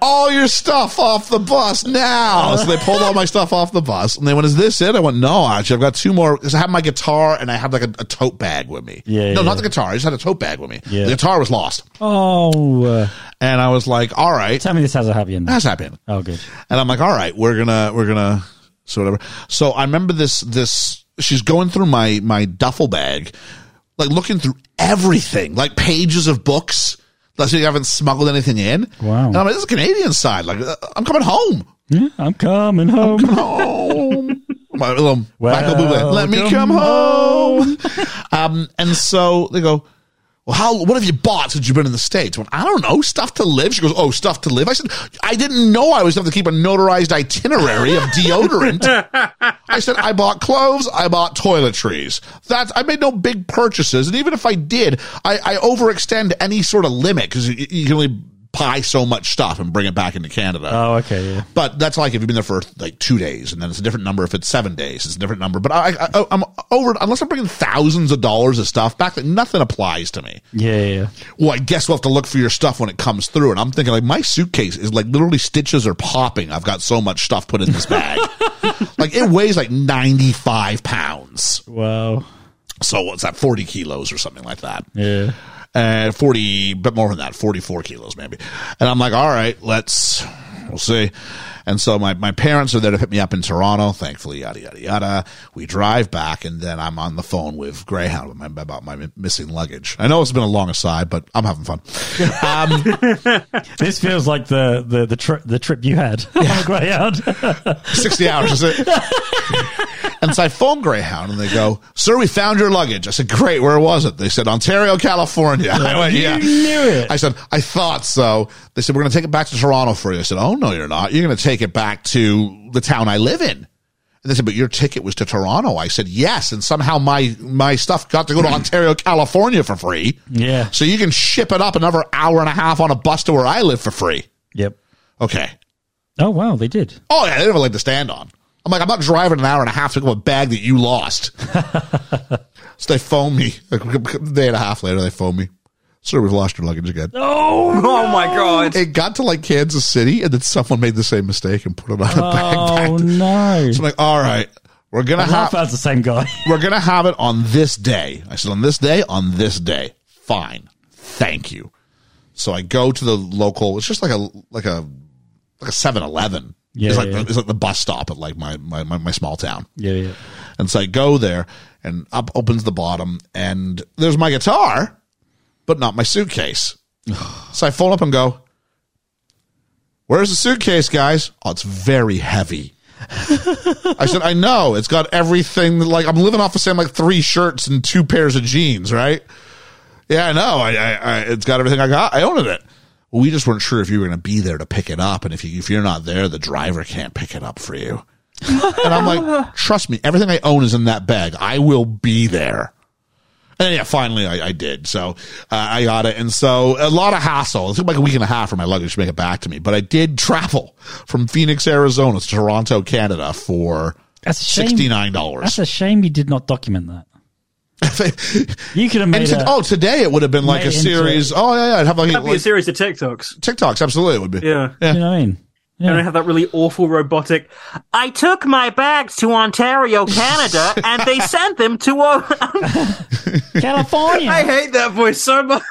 Speaker 3: all your stuff off the bus now. So they pulled all my stuff off the bus and they went, Is this it? I went, No, actually, I've got two more. Because I have my guitar and I have like a, a tote bag with me.
Speaker 4: Yeah,
Speaker 3: No,
Speaker 4: yeah.
Speaker 3: not the guitar. I just had a tote bag with me.
Speaker 4: Yeah.
Speaker 3: The guitar was lost.
Speaker 4: Oh, uh,
Speaker 3: And I was like, All right,
Speaker 4: tell me this has a happy ending.
Speaker 3: how's that been?
Speaker 4: Oh, good.
Speaker 3: And I'm like, all right, we're gonna we're gonna so whatever. So I remember this this she's going through my my duffel bag, like looking through everything, like pages of books. Let's say you haven't smuggled anything in.
Speaker 4: Wow.
Speaker 3: And I'm like, this is Canadian side. Like uh, I'm coming home.
Speaker 4: Yeah, I'm coming home.
Speaker 3: Home. My little Michael Bublé.
Speaker 4: Welcome
Speaker 3: Let me come home. um, and so they go, well, how, what have you bought since you've been in the States? Well, I don't know, stuff to live. She goes, oh, stuff to live. I said, I didn't know I was going to keep a notarized itinerary of deodorant. I said, I bought clothes. I bought toiletries. That's, I made no big purchases. And even if I did, I, I overextend any sort of limit because you, you can only buy so much stuff and bring it back into Canada.
Speaker 4: Oh, okay. Yeah.
Speaker 3: But that's like if you've been there for like two days, and then it's a different number if it's seven days. It's a different number. But I, I, I'm over unless I'm bringing thousands of dollars of stuff back. That nothing applies to me.
Speaker 4: Yeah, yeah, yeah.
Speaker 3: Well, I guess we'll have to look for your stuff when it comes through. And I'm thinking like my suitcase is like literally stitches are popping. I've got so much stuff put in this bag. like it weighs like 95 pounds.
Speaker 4: Wow.
Speaker 3: So what's that? 40 kilos or something like that
Speaker 4: Yeah.
Speaker 3: and 40 but more than that 44 kilos maybe and i'm like all right let's we'll see And so my, my parents are there to pick me up in Toronto, thankfully, yada, yada, yada. We drive back, and then I'm on the phone with Greyhound with my, about my missing luggage. I know it's been a long aside, but I'm having fun. Um,
Speaker 4: This feels like the the the, tri- the trip you had on Greyhound.
Speaker 3: 60 hours, is it? And so I phone Greyhound and they go, Sir, we found your luggage. I said, Great, where was it? They said, Ontario, California. I went, Yeah.
Speaker 4: knew it.
Speaker 3: I said, I thought so. They said, We're going to take it back to Toronto for you. I said, Oh, no, you're not. You're going to take it back to the town I live in. And they said, But your ticket was to Toronto. I said, Yes. And somehow my, my stuff got to go to Ontario, California for free.
Speaker 4: Yeah.
Speaker 3: So you can ship it up another hour and a half on a bus to where I live for free.
Speaker 4: Yep.
Speaker 3: Okay.
Speaker 4: Oh wow, they did.
Speaker 3: Oh yeah, they never like to stand on. I'm like, I'm not driving an hour and a half to go a bag that you lost. so they phone me. Like, a day and a half later, they phone me. Sir, we've lost your luggage again.
Speaker 4: Oh,
Speaker 5: Oh my god.
Speaker 3: It got to like Kansas City, and then someone made the same mistake and put it on a
Speaker 4: oh
Speaker 3: backpack.
Speaker 4: no!
Speaker 3: So I'm like, all right, we're gonna
Speaker 4: I
Speaker 3: have
Speaker 4: laugh as the same guy.
Speaker 3: we're gonna have it on this day. I said, on this day, on this day. Fine, thank you. So I go to the local. It's just like a like a like a Seven Eleven.
Speaker 4: Yeah,
Speaker 3: it's like
Speaker 4: yeah.
Speaker 3: The, it's like the bus stop at like my my, my, my small town.
Speaker 4: yeah, yeah.
Speaker 3: And so I go there and up opens the bottom and there's my guitar, but not my suitcase. so I phone up and go, Where's the suitcase, guys? Oh, it's very heavy. I said, I know. It's got everything. Like, I'm living off the same, like, three shirts and two pairs of jeans, right? Yeah, I know. I, I, I, it's got everything I got. I own it. We just weren't sure if you were going to be there to pick it up. And if, you, if you're not there, the driver can't pick it up for you. And I'm like, trust me, everything I own is in that bag. I will be there. And then, yeah, finally I, I did. So uh, I got it. And so a lot of hassle. It took like a week and a half for my luggage to make it back to me. But I did travel from Phoenix, Arizona to Toronto, Canada for
Speaker 4: That's a shame. That's
Speaker 3: $69.
Speaker 4: a shame you did not document that. You could have
Speaker 3: and
Speaker 4: made
Speaker 3: to,
Speaker 4: a,
Speaker 3: oh, today it would have been like
Speaker 4: made
Speaker 3: a
Speaker 4: into
Speaker 3: series. Oh, yeah, yeah. I'd have like,
Speaker 5: That'd be a
Speaker 3: like
Speaker 5: series of TikToks.
Speaker 3: TikToks. Absolutely. It would be.
Speaker 5: Yeah.
Speaker 4: you know what I mean?
Speaker 5: And I have that really awful robotic. I took my bags to Ontario, Canada, and they sent them to. O-
Speaker 4: California.
Speaker 5: I hate that voice so much.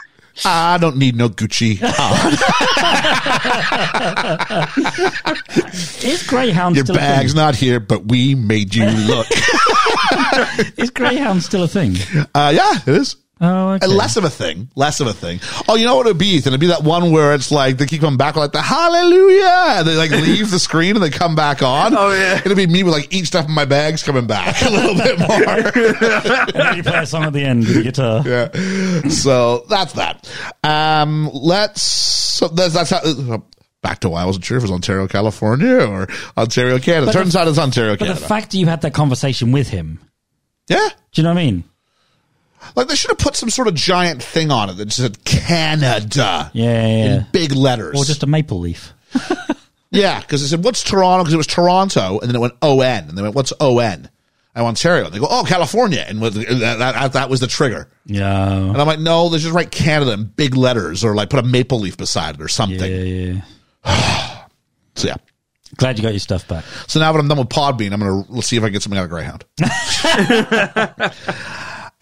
Speaker 3: I don't need no Gucci. Ah,
Speaker 4: is Greyhound
Speaker 3: your
Speaker 4: still
Speaker 3: bag's
Speaker 4: a
Speaker 3: not here, but we made you look.
Speaker 4: thing? Is Greyhound still a thing?
Speaker 3: uh, yeah, it is.
Speaker 4: Oh, okay.
Speaker 3: Uh, Less of a thing. Less of a thing. Oh, you know what it'd be, Ethan? It'd be that one where it's like they keep coming back like the hallelujah. And they like leave the screen and they come back on.
Speaker 5: Oh, yeah.
Speaker 3: It'd be me with like each stuff in my bags coming back a little bit more.
Speaker 4: and then you play a song at the end with the guitar.
Speaker 3: yeah. So that's that. Um, let's, so that's, that's how, uh, back to why I wasn't sure if it was Ontario, California or Ontario, Canada. Turns out it's Ontario,
Speaker 4: But the
Speaker 3: Canada.
Speaker 4: fact that you had that conversation with him,
Speaker 3: yeah.
Speaker 4: do you know what I mean?
Speaker 3: Like they should have put some sort of giant thing on it that just said Canada.
Speaker 4: Yeah, yeah, yeah.
Speaker 3: In big letters.
Speaker 4: Or just a maple leaf.
Speaker 3: Yeah, because they said, what's Toronto? Because it was Toronto, and then it went ON, and they went, what's ON? And Ontario. And they go, oh, California. And with- that, that, that was the trigger.
Speaker 4: Yeah.
Speaker 3: And I'm like, no, they just write Canada in big letters or like put a maple leaf beside it or
Speaker 4: Yeah,
Speaker 3: something.
Speaker 4: yeah. yeah.
Speaker 3: So, yeah.
Speaker 4: Glad you got your stuff back.
Speaker 3: So now that I'm done with Podbean, I'm going to let's see if I can get something out of Greyhound.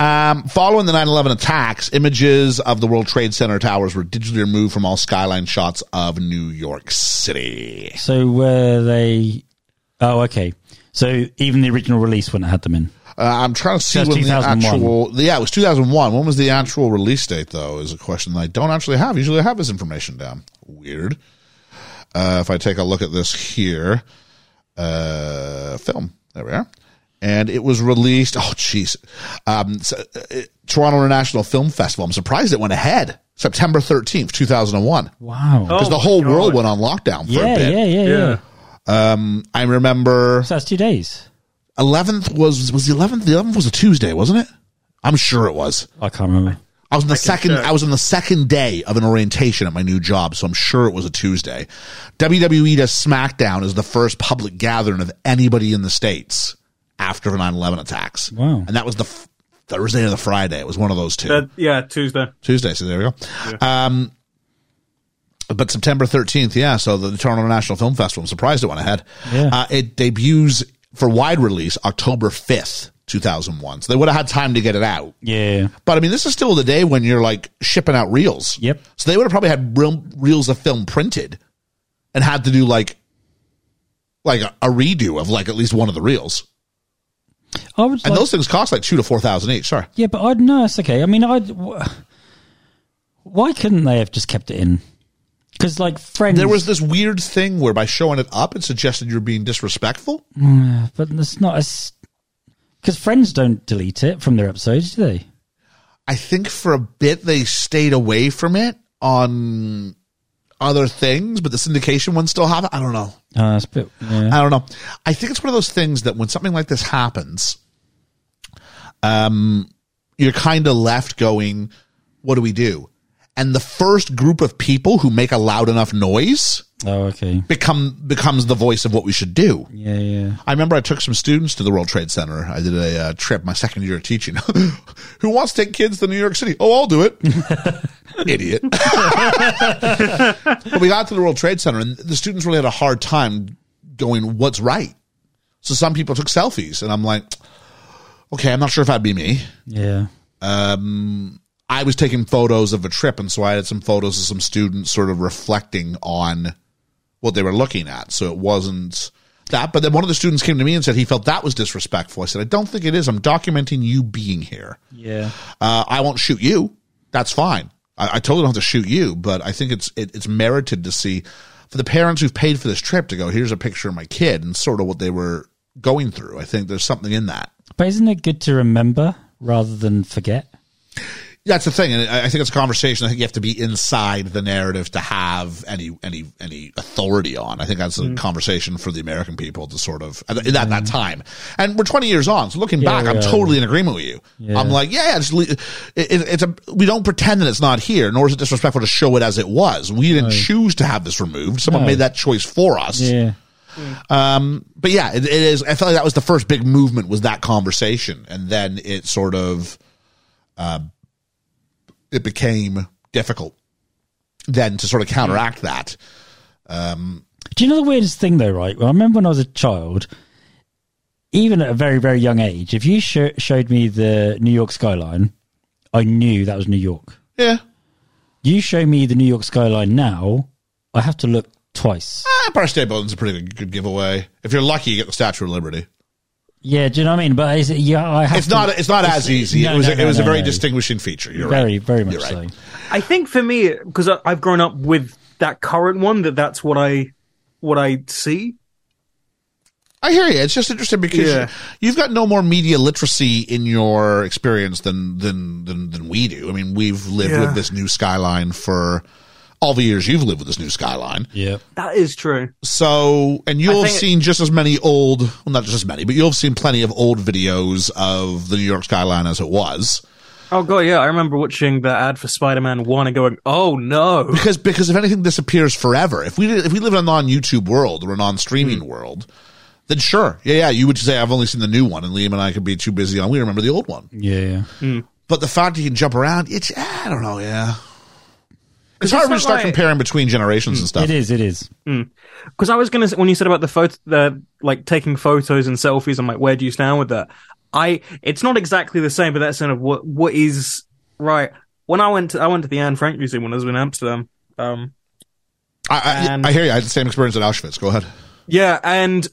Speaker 3: um, following the 9 11 attacks, images of the World Trade Center towers were digitally removed from all skyline shots of New York City.
Speaker 4: So were they? Oh, okay. So even the original release wouldn't have had them in.
Speaker 3: Uh, I'm trying to see
Speaker 4: That's
Speaker 3: when the
Speaker 4: 2001.
Speaker 3: actual. Yeah, it was 2001. When was the actual release date, though? Is a question that I don't actually have. Usually, I have this information down. Weird. Uh, if I take a look at this here, uh, film. There we are. And it was released. Oh, jeez. Um, so, uh, it- Toronto International Film Festival. I'm surprised it went ahead. September 13th, 2001.
Speaker 4: Wow.
Speaker 5: Oh.
Speaker 3: Because the
Speaker 5: my
Speaker 3: whole
Speaker 5: God.
Speaker 3: world went on lockdown for a
Speaker 4: yeah,
Speaker 3: bit.
Speaker 4: yeah, yeah, yeah,
Speaker 3: I remember.
Speaker 4: So that's two days.
Speaker 3: 11th was was the 11th the 11th was a tuesday wasn't it i'm sure it was
Speaker 4: I can't remember.
Speaker 3: i was in the second i was on the second day of an orientation at my new job so i'm sure it was a tuesday wwe does smackdown is the first public gathering of anybody in the states after the 9-11 attacks
Speaker 4: Wow.
Speaker 3: and that was the f- thursday or the friday it was one of those two
Speaker 5: That, yeah, Tuesday.
Speaker 3: Tuesday. So there we go. Um, but September 13th, yeah. So the Toronto National Film Festival. I'm surprised it went ahead.
Speaker 4: Yeah.
Speaker 3: Uh, it debuts for wide release October 5th, 2001. So they would have had time to get it out.
Speaker 4: Yeah.
Speaker 3: But I mean, this is still the day when you're like shipping out reels.
Speaker 4: Yep.
Speaker 3: So they would have probably had reel, reels of film printed and had to do like like a, a redo of like at least one of the reels.
Speaker 4: I would
Speaker 3: And
Speaker 4: like-
Speaker 3: those things cost like two to four thousand each. Sorry,
Speaker 4: Yeah, but I'd no, it's okay. I mean, I'd. wh- Why couldn't they have just kept it in? Because like friends,
Speaker 3: there was this weird thing where by showing it up, it suggested you're being disrespectful.
Speaker 4: but it's not as because friends don't delete it from their episodes, do they?
Speaker 3: I think for a bit they stayed away from it on other things, but the syndication one still have it. I don't know.
Speaker 4: Uh, it's a bit, yeah.
Speaker 3: I don't know. I think it's one of those things that when something like this happens, um, you're kind of left going, "What do we do?" And the first group of people who make a loud enough noise
Speaker 4: Oh, okay.
Speaker 3: become becomes the voice of what we should do.
Speaker 4: Yeah, yeah.
Speaker 3: I remember I took some students to the World Trade Center. I did a uh, trip my second year of teaching. Who wants to take kids to New York City? Oh, I'll do it. Idiot. but we got to the World Trade Center and the students really had a hard time going, what's right? So some people took selfies and I'm like, okay, I'm not sure if that'd be me.
Speaker 4: Yeah.
Speaker 3: I was taking photos of a trip, and so I had some photos of some students sort of reflecting on what they were looking at. So it wasn't that. But then one of the students came to me and said he felt that was disrespectful. I said, I don't think it is. I'm documenting you being here.
Speaker 4: Yeah.
Speaker 3: Uh, I won't shoot you. That's fine. I, I totally don't have to shoot you, but I think it's it, it's merited to see for the parents who've paid for this trip to go. Here's a picture of my kid and sort of what they were going through. I think there's something in that.
Speaker 4: But isn't it good to remember rather than forget?
Speaker 3: that's the thing, and I I think it's a conversation. I think you have to be inside the narrative to have any any any authority on. I think that's a
Speaker 4: Mm-hmm.
Speaker 3: conversation for the American people to sort of at at that, that time. And we're twenty years on, so looking back, I'm
Speaker 4: yeah.
Speaker 3: totally in agreement with you.
Speaker 4: Yeah.
Speaker 3: I'm like, yeah, it's, le- it, it- it's a we don't pretend that it's not here, nor is it disrespectful to show it as it was. We didn't choose to have this removed. Someone
Speaker 4: No.
Speaker 3: made that choice for us.
Speaker 4: Yeah.
Speaker 3: Um, But yeah, it, it is. I felt like that was the first big movement was that conversation, and then it sort of, uh, it became difficult then to sort of
Speaker 4: Hmm.
Speaker 3: counteract that.
Speaker 4: Do you know the weirdest thing though? Right. Well, I remember when I was a child, even at a very very young age, if you sho showed me the New York skyline, I knew that was New York.
Speaker 3: Yeah,
Speaker 4: You show me the New York skyline now, I have to look twice.
Speaker 3: ah, Empire State Building's a pretty good, good giveaway. If you're lucky, you get the Statue of Liberty.
Speaker 4: Yeah, do you know what I mean? But is it, yeah, I have
Speaker 3: It's
Speaker 4: to-
Speaker 3: not. It's not as easy.
Speaker 4: no,
Speaker 3: it was.
Speaker 4: no,
Speaker 3: a,
Speaker 4: no,
Speaker 3: it was a
Speaker 4: no,
Speaker 3: very
Speaker 4: no.
Speaker 3: distinguishing feature. You're
Speaker 4: very
Speaker 3: right.
Speaker 4: very much
Speaker 3: You're right.
Speaker 4: so.
Speaker 5: I think for me, because I've grown up with that current one, that that's what I what I see.
Speaker 3: I hear you. It's just interesting because
Speaker 5: Yeah.
Speaker 3: you've got no more media literacy in your experience than than than, than we do. I mean, we've lived
Speaker 5: Yeah.
Speaker 3: with this new skyline for all the years you've lived with this new skyline.
Speaker 4: Yeah.
Speaker 5: That is true.
Speaker 3: So, and you'll
Speaker 5: I
Speaker 3: have
Speaker 5: think-
Speaker 3: seen just as many old, well, not just as many, but you'll have seen plenty of old videos of the New York skyline as it was.
Speaker 5: Oh god, yeah, I remember watching the ad for Spider Man One and going, "Oh no."
Speaker 3: because because if anything disappears forever, if we if we live in a non YouTube world or a non
Speaker 5: Hmm.
Speaker 3: streaming world, then sure, yeah, yeah, you would say I've only seen the new one, and Liam and I could be too busy on. We remember the old one.
Speaker 4: Yeah.
Speaker 3: But the fact that you can jump around, it's I don't know, yeah. It's hard when
Speaker 5: it's
Speaker 3: you
Speaker 5: not
Speaker 3: start
Speaker 5: like- Mm,
Speaker 3: comparing between generations and stuff.
Speaker 4: It is it is.
Speaker 5: because I was gonna when you said about the photo, the like taking photos and selfies. I'm like, where do you stand with that? I it's not exactly the same, but that's kind of what what is right. When I went to I went to the Anne Frank Museum when I was in Amsterdam. Um,
Speaker 3: I,
Speaker 5: And-
Speaker 3: I, I hear you. I had the same experience at Auschwitz. Go ahead.
Speaker 5: yeah, and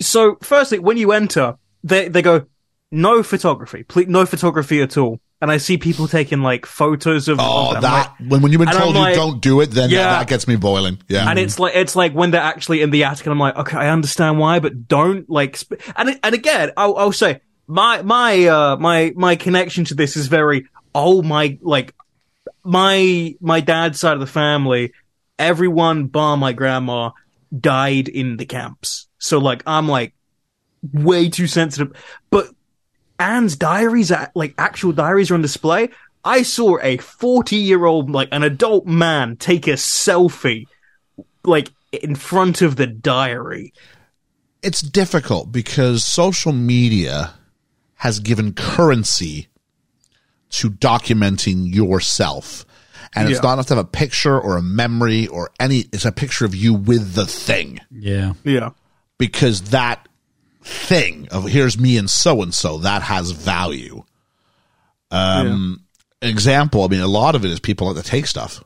Speaker 5: so firstly, when you enter, they they go no photography, please no photography at all. And I see people taking like photos of
Speaker 3: Oh,
Speaker 5: of them, like-
Speaker 3: that when when you've been
Speaker 5: and I'm
Speaker 3: told
Speaker 5: like-
Speaker 3: you don't do it, then
Speaker 5: Yeah.
Speaker 3: that gets me boiling. Yeah,
Speaker 5: and it's like it's like when they're actually in the attic, and I'm like, okay, I understand why, but don't like. Sp-. And it- and again, I'll, I'll say my my uh my my connection to this is very oh my like my my dad's side of the family, everyone bar my grandma died in the camps, so like I'm like way too sensitive, but Anne's diaries, a- like actual diaries, are on display. I saw a 40 year old, like an adult man, take a selfie, like in front of the diary.
Speaker 3: it's difficult because social media has given currency to documenting yourself. And
Speaker 5: Yeah.
Speaker 3: it's not enough to have a picture or a memory or any, it's a picture of you with the thing
Speaker 4: Yeah.
Speaker 5: Yeah.
Speaker 3: because that thing of here's me and so and so, that has value. Um, an example, I mean, a lot of it is people like to take stuff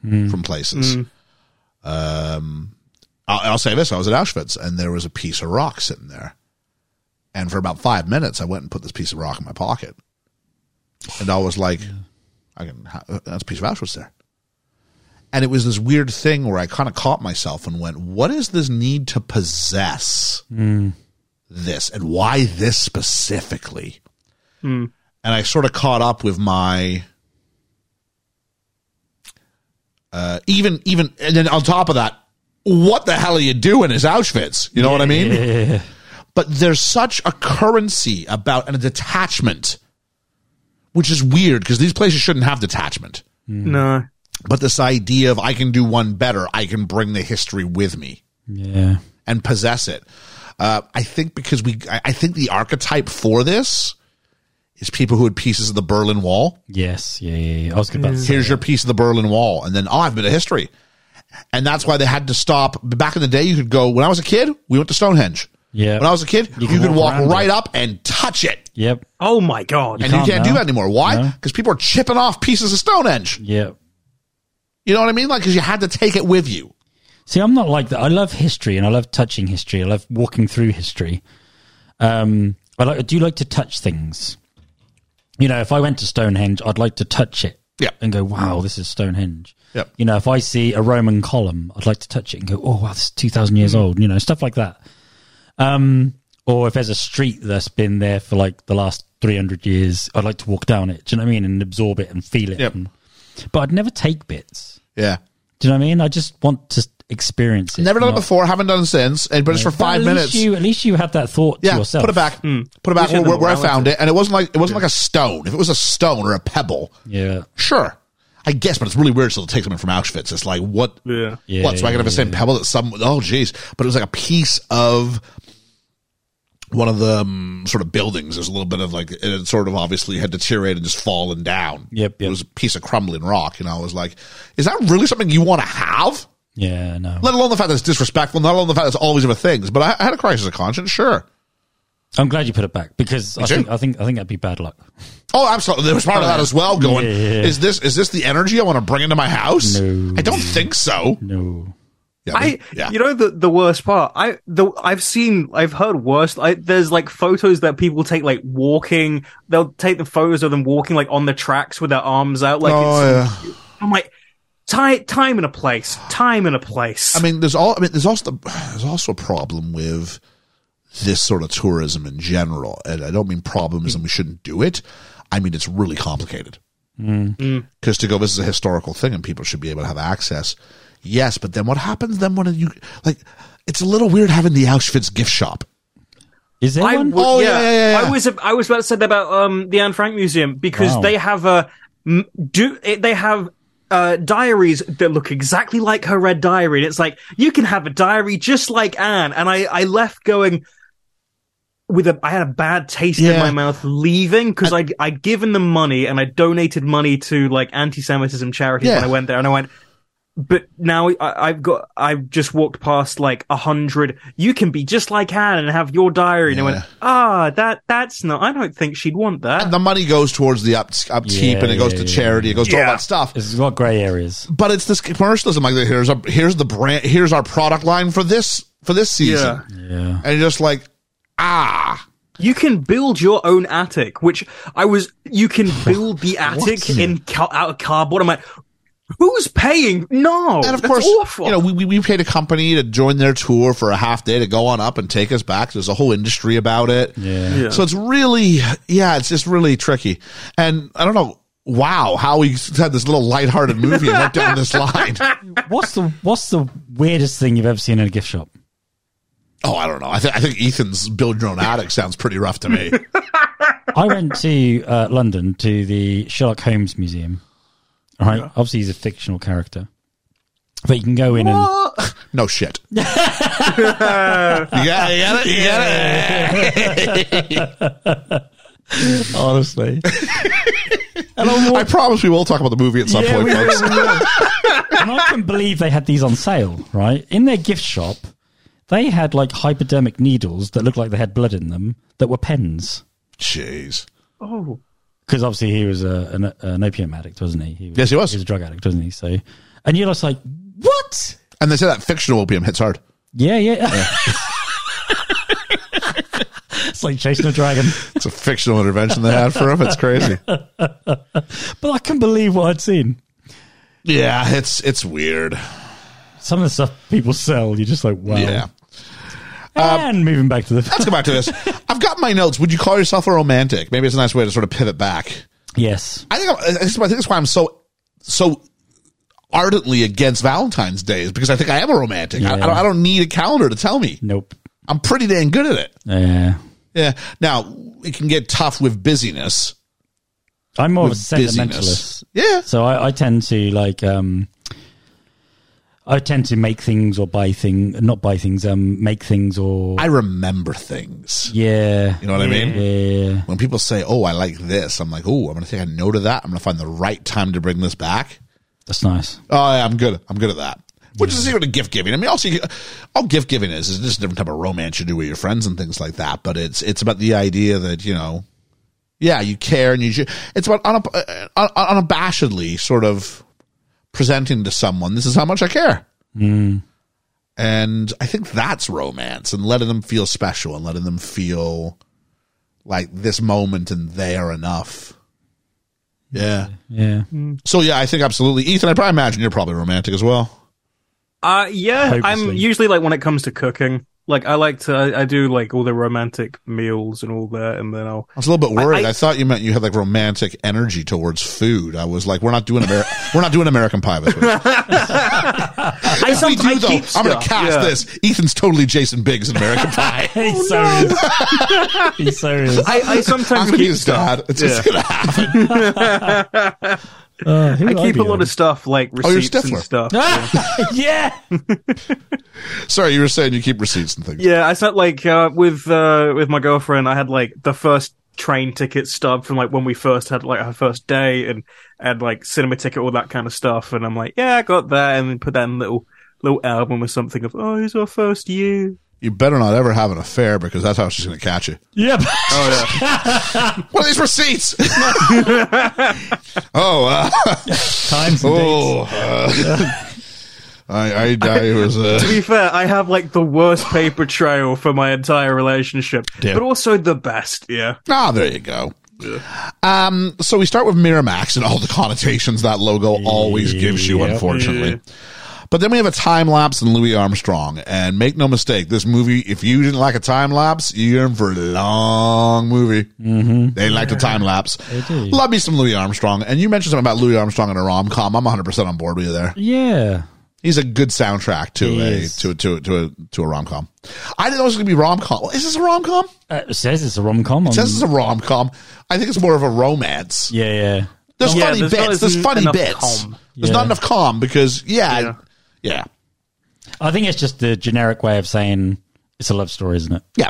Speaker 3: from places. Um, I'll, I'll say this: I was at Auschwitz, and there was a piece of rock sitting there. And for about five minutes, I went and put this piece of rock in my pocket, and I was like, "I can ha- uh, that's a piece of Auschwitz there." And it was this weird thing where I kind of caught myself and went, "What is this need to possess this, and why this specifically?" And I sort of caught up with my uh, even even and then on top of that, what the hell are you doing is Auschwitz? You know what I mean? But there's such a currency about and a detachment, which is weird because these places shouldn't have detachment.
Speaker 5: No.
Speaker 3: But this idea of I can do one better, I can bring the history with me
Speaker 4: Yeah.
Speaker 3: and possess it. Uh, I think because we, I, I think the archetype for this is people who had pieces of the Berlin Wall.
Speaker 4: Yes. Yeah. yeah, yeah. I was about to say.
Speaker 3: Here's your piece of the Berlin Wall, and then oh, I've been to history, and that's why they had to stop. Back in the day, you could go. When I was a kid, we went to Stonehenge.
Speaker 4: Yeah.
Speaker 3: When I was a kid, you,
Speaker 4: You can
Speaker 3: could
Speaker 4: walk
Speaker 3: walk,
Speaker 4: around
Speaker 3: right
Speaker 4: it.
Speaker 3: up and touch it,
Speaker 4: Yep.
Speaker 5: Oh my god.
Speaker 3: and you
Speaker 4: can't
Speaker 3: can't do
Speaker 4: now.
Speaker 3: that anymore. Why?
Speaker 4: No.
Speaker 3: Because people are chipping off pieces of Stonehenge.
Speaker 4: Yep.
Speaker 3: You know what I mean? Like because you had to take it with you.
Speaker 4: See, I'm not like that. I love history and I love touching history. I love walking through history. Um, I like, I do like to touch things. You know, if I went to Stonehenge, I'd like to touch it.
Speaker 3: Yeah.
Speaker 4: And go, wow, this is Stonehenge.
Speaker 3: Yep.
Speaker 4: You know, if I see a Roman column, I'd like to touch it and go, oh, wow, this is 2,000
Speaker 3: Hmm.
Speaker 4: years old. You know, stuff like that. Um, or if there's a street that's been there for like the last 300 years, I'd like to walk down it. Do you know what I mean? And absorb it and feel it.
Speaker 3: Yep.
Speaker 4: And- but I'd never take bits.
Speaker 3: Yeah.
Speaker 4: Do you know what I mean? I just want to experience it.
Speaker 3: Never done it
Speaker 4: not-
Speaker 3: before. Haven't done it since. And but it's for
Speaker 4: But
Speaker 3: five
Speaker 4: at
Speaker 3: minutes.
Speaker 4: Least you, at least you had that thought to
Speaker 3: yeah.
Speaker 4: yourself. Hmm.
Speaker 3: Put it back. Put it back
Speaker 5: We should
Speaker 3: where, where I
Speaker 5: allow it
Speaker 3: found it. And it wasn't like it wasn't like a stone. If it was a stone or a pebble,
Speaker 4: Yeah.
Speaker 3: Sure. I guess, but it's really weird. So they take something from Auschwitz. It's like what?
Speaker 5: Yeah.
Speaker 4: Yeah,
Speaker 3: what? So I could have the
Speaker 4: yeah,
Speaker 3: same pebble that some. Oh, jeez. But it was like a piece of one of the um, sort of buildings. There's a little bit of like it had sort of obviously had deteriorated and just fallen down.
Speaker 4: Yep,
Speaker 3: It
Speaker 4: yep.
Speaker 3: was a piece of crumbling rock, and I was like, "Is that really something you want to have?"
Speaker 4: Yeah, no.
Speaker 3: Let alone the fact that it's disrespectful. Not alone the fact that it's all these other things. But I, I had a crisis of conscience. Sure.
Speaker 4: I'm glad you put it back because I
Speaker 3: too.
Speaker 4: think, I think I think that'd be bad luck.
Speaker 3: Oh, absolutely. There was part of that as well. Going,
Speaker 4: Yeah.
Speaker 3: is this is this the energy I want to bring into my house?
Speaker 4: No.
Speaker 3: I don't think so.
Speaker 4: No.
Speaker 3: Yeah,
Speaker 5: I,
Speaker 3: but- yeah.
Speaker 5: you know, the the worst part. I, the I've seen, I've heard worst. I, there's like photos that people take, like walking. They'll take the photos of them walking, like on the tracks with their arms out. Like,
Speaker 3: Oh,
Speaker 5: it's,
Speaker 3: yeah.
Speaker 5: I'm like, time, time and a place, time and a place.
Speaker 3: I mean, there's all. I mean, there's also there's also a problem with this sort of tourism in general, and I don't mean problems, and we shouldn't do it. I mean, it's really complicated. Because to go, this is a historical thing, and people should be able to have access. Yes, but then what happens then when you like? It's a little weird having the Auschwitz gift shop.
Speaker 4: Is there
Speaker 5: I
Speaker 4: one?
Speaker 5: would-
Speaker 3: Oh, yeah, yeah, yeah, yeah.
Speaker 5: I was I was about to say that about um, the Anne Frank Museum because
Speaker 4: Wow.
Speaker 5: they have a m- do it, they have uh, diaries that look exactly like her red diary, and it's like you can have a diary just like Anne. And I I left going with a I had a bad taste in
Speaker 3: Yeah.
Speaker 5: my mouth leaving because I I'd given them money and I donated money to like anti-Semitism charities
Speaker 3: Yeah.
Speaker 5: when I went there, and I went but now I, I've got I've just walked past like a hundred. You can be just like Anne and have your diary. And I
Speaker 3: Yeah.
Speaker 5: went, ah, that that's not. I don't think she'd want that.
Speaker 3: The money goes towards the up, upkeep,
Speaker 4: Yeah,
Speaker 3: and it goes
Speaker 4: yeah,
Speaker 3: to
Speaker 4: yeah.
Speaker 3: charity. It goes to all
Speaker 5: Yeah.
Speaker 3: that stuff.
Speaker 4: It's got grey areas.
Speaker 3: But it's this commercialism. Like here's a here's the brand. Here's our product line for this for this season.
Speaker 4: Yeah.
Speaker 3: and you're just like, ah,
Speaker 5: You can build your own attic, which I was. You can build the attic in ca- out of cardboard. I'm like, who's paying? No,
Speaker 3: and of
Speaker 5: that's
Speaker 3: course,
Speaker 5: awful.
Speaker 3: you know, we, we, we paid a company to join their tour for a half day to go on up and take us back. There's a whole industry about it.
Speaker 4: Yeah.
Speaker 3: So it's really, yeah, it's just really tricky. And I don't know, wow, how we had this little lighthearted movie and went down this line.
Speaker 4: What's the What's the weirdest thing you've ever seen in a gift shop?
Speaker 3: Oh, I don't know. I, th- I think Ethan's build your own attic sounds pretty rough to me.
Speaker 4: I went to uh, London to the Sherlock Holmes Museum. All right. Obviously, he's a fictional character, but you can go in and
Speaker 5: Ah.
Speaker 3: No shit. you got it, you got it, you got it.
Speaker 4: honestly.
Speaker 3: I promise we will talk about the movie at some
Speaker 4: Yeah,
Speaker 3: point,
Speaker 4: we
Speaker 3: folks.
Speaker 4: and I can believe they had these on sale, right? In their gift shop, they had like hypodermic needles that looked like they had blood in them that were pens.
Speaker 3: Jeez.
Speaker 5: oh,
Speaker 4: Because obviously he was a, an, an opium addict, wasn't he? he was,
Speaker 3: Yes, he was.
Speaker 4: He was a drug addict, wasn't he? So, and you're just like, what?
Speaker 3: And they say that fictional opium hits hard.
Speaker 4: Yeah, yeah. it's like chasing a dragon.
Speaker 3: It's a fictional intervention they had for him. It's crazy.
Speaker 4: But I couldn't believe what I'd seen.
Speaker 3: Yeah, it's it's weird.
Speaker 4: Some of the stuff people sell, you're just like, wow.
Speaker 3: Yeah.
Speaker 4: And moving back to the
Speaker 3: Let's go back to this. I've got my notes. Would you call yourself a romantic? Maybe it's a nice way to sort of pivot back.
Speaker 4: yes,
Speaker 3: I think I'm, I think that's why I'm so so ardently against Valentine's Day is because I think I am a romantic. I, I,
Speaker 4: Yeah.
Speaker 3: don't, I don't need a calendar to tell me.
Speaker 4: nope. Uh,
Speaker 3: I'm pretty dang good at it.
Speaker 4: Yeah,
Speaker 3: Yeah. Now it can get tough with busyness.
Speaker 4: I'm more of a
Speaker 3: With busyness.
Speaker 4: sentimentalist.
Speaker 3: Yeah.
Speaker 4: So I, I tend to like um I tend to make things or buy thing not buy things, um make things or
Speaker 3: I remember things.
Speaker 4: yeah.
Speaker 3: You know what I mean?
Speaker 4: Yeah.
Speaker 3: When people say, "Oh, I like this," I'm like, "Oh, I'm going to take a note of that. I'm going to find the right time to bring this back."
Speaker 4: That's nice.
Speaker 3: Oh, yeah, I'm good. I'm good at that. Which is the secret of gift giving. I mean, also, you- all gift giving is is just a different type of romance you do with your friends and things like that. But it's it's about the idea that you know, yeah, you care and you. ju- It's about unab- uh, un- un- unabashedly sort of presenting to someone, "This is how much I care." And I think that's romance and letting them feel special and letting them feel like this moment and they are enough. Yeah.
Speaker 4: Yeah.
Speaker 5: Oh,
Speaker 3: So yeah, I think absolutely, Ethan. I probably imagine you're probably romantic as well.
Speaker 5: Uh, yeah, I'm
Speaker 4: Hopelessly.
Speaker 5: usually like when it comes to cooking, like I like to, I, I do like all the romantic meals and all that, and then I'll.
Speaker 3: I was a little bit worried. I,
Speaker 5: I-
Speaker 3: thought you meant you had like romantic energy towards food. I was like, we're not doing Amer- we're not doing American Pie this week.
Speaker 5: I,
Speaker 3: If we
Speaker 5: some,
Speaker 3: do
Speaker 5: I
Speaker 3: though,
Speaker 5: keep
Speaker 3: I'm going
Speaker 5: stuff,
Speaker 3: to cast
Speaker 5: yeah.
Speaker 3: this. Ethan's totally Jason Biggs in American Pie.
Speaker 4: He's serious. He's serious.
Speaker 5: I, I
Speaker 3: I'm
Speaker 5: sometimes
Speaker 3: going to be
Speaker 5: keep
Speaker 3: his
Speaker 5: stuff.
Speaker 3: dad. It's just
Speaker 5: Yeah.
Speaker 3: going to happen.
Speaker 4: Uh, who
Speaker 5: I
Speaker 4: would
Speaker 5: keep
Speaker 4: be
Speaker 5: a lot
Speaker 4: on?
Speaker 5: of stuff like
Speaker 3: Oh, you're
Speaker 5: receipts and
Speaker 3: Stifler.
Speaker 5: stuff.
Speaker 4: Ah, yeah.
Speaker 3: Sorry, you were saying you keep receipts and things.
Speaker 5: Yeah, I sent like uh, with uh, with my girlfriend. I had like the first train ticket stub from like when we first had like our first day, and and like cinema ticket, all that kind of stuff. And I'm like, yeah, I got that, and then put that in a little little album or something of oh, here's our first year.
Speaker 3: You better not ever have an affair because that's how she's going to catch you.
Speaker 4: Yep.
Speaker 3: What are these receipts? oh, uh,
Speaker 4: Times and dates.
Speaker 3: oh. uh, I, I, I was. Uh,
Speaker 5: to be fair, I have like the worst paper trail for my entire relationship,
Speaker 3: Damn.
Speaker 5: but also the best. Yeah,
Speaker 3: Ah, there you go. Um, so we start with Miramax and all the connotations that logo always gives you,
Speaker 4: Yep.
Speaker 3: unfortunately. But then we have a time lapse and Louis Armstrong. And make no mistake, this movie, if you didn't like a time lapse, you're in for a long movie. Mm-hmm. They like the time lapse.
Speaker 4: do.
Speaker 3: Love me some Louis Armstrong. And you mentioned something about Louis Armstrong in a rom com. I'm 100% on board with you there.
Speaker 4: Yeah.
Speaker 3: He's a good soundtrack to
Speaker 4: He
Speaker 3: a
Speaker 4: is.
Speaker 3: to, to, to a to a rom com. I didn't know it was going to be rom com. Is this a rom com?
Speaker 4: Uh, it says it's a rom com.
Speaker 3: It says it's a rom com. I think it's more of a romance.
Speaker 4: yeah, yeah.
Speaker 3: There's
Speaker 5: Yeah,
Speaker 3: funny
Speaker 5: there's not
Speaker 3: bits. There's
Speaker 5: en-
Speaker 3: funny
Speaker 5: enough
Speaker 3: bits.
Speaker 5: calm.
Speaker 3: There's
Speaker 4: Yeah.
Speaker 3: not enough calm because yeah, yeah,
Speaker 5: Yeah.
Speaker 3: yeah.
Speaker 4: I think it's just the generic way of saying it's a love story, isn't it?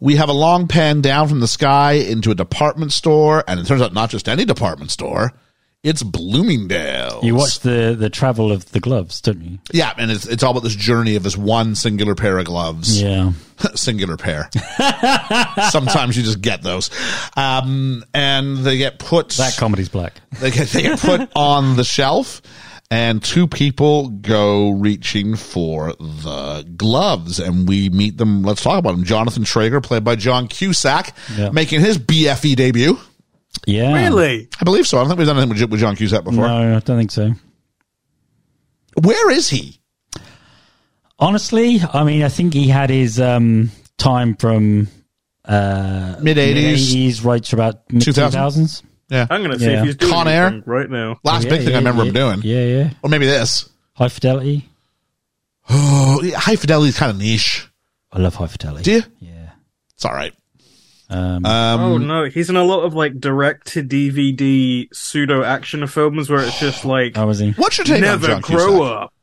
Speaker 3: We have a long pan down from the sky into a department store, and it turns out not just any department store. It's Bloomingdale.
Speaker 4: You watch the the travel of the gloves, don't you?
Speaker 3: yeah, and it's it's all about this journey of this one singular pair of gloves.
Speaker 4: Yeah.
Speaker 3: singular pair. Sometimes you just get those, um, and they get put
Speaker 4: That comedy's black.
Speaker 3: they get, they get put on the shelf and two people go reaching for the gloves and we meet them let's talk about them jonathan traeger played by john cusack
Speaker 4: Yeah.
Speaker 3: making his bfe debut
Speaker 4: Yeah.
Speaker 5: really.
Speaker 3: i believe so i don't think we've done anything with, with john cusack before
Speaker 4: No, I don't think so.
Speaker 3: where is he
Speaker 4: Honestly, I mean, I think he had his um, time from uh,
Speaker 3: Mid-eighties.
Speaker 4: mid-eighties right to about mid
Speaker 3: 2000s.
Speaker 4: 2000s.
Speaker 3: yeah
Speaker 5: I'm gonna see
Speaker 4: Yeah.
Speaker 5: if he's doing
Speaker 3: Con Air?
Speaker 5: anything right now.
Speaker 3: last
Speaker 4: Yeah,
Speaker 3: big thing
Speaker 4: yeah,
Speaker 3: i remember
Speaker 4: yeah,
Speaker 3: him doing
Speaker 4: Yeah, yeah.
Speaker 3: or maybe this
Speaker 4: High Fidelity.
Speaker 3: oh yeah, high fidelity is kind of niche
Speaker 4: I love High Fidelity.
Speaker 3: do you Uh,
Speaker 4: Yeah.
Speaker 3: it's all right
Speaker 4: Um,
Speaker 5: oh
Speaker 3: Mm-hmm.
Speaker 5: no, he's in a lot of like direct to DVD pseudo action films where it's just like
Speaker 3: Oh,
Speaker 4: how was he?
Speaker 3: what's your take
Speaker 5: never
Speaker 3: on john cusack
Speaker 5: grow up.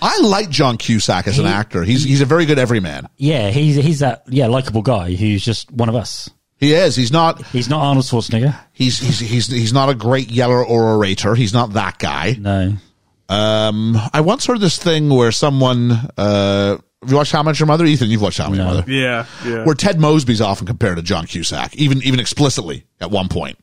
Speaker 3: i like john cusack as an actor he's he's a very good everyman
Speaker 4: Yeah, he's he's that yeah likable guy who's just one of us.
Speaker 3: he is he's not
Speaker 4: He's not Arnold Schwarzenegger.
Speaker 3: He's he's he's he's not a great yeller or orator. He's not that guy.
Speaker 4: No.
Speaker 3: Um, I once heard this thing where someone uh, have you watched How Much Your Mother? Ethan, you've watched How Much Your Mother?
Speaker 5: Yeah, yeah.
Speaker 3: Where Ted Mosby's often compared to John Cusack, even even explicitly at one point.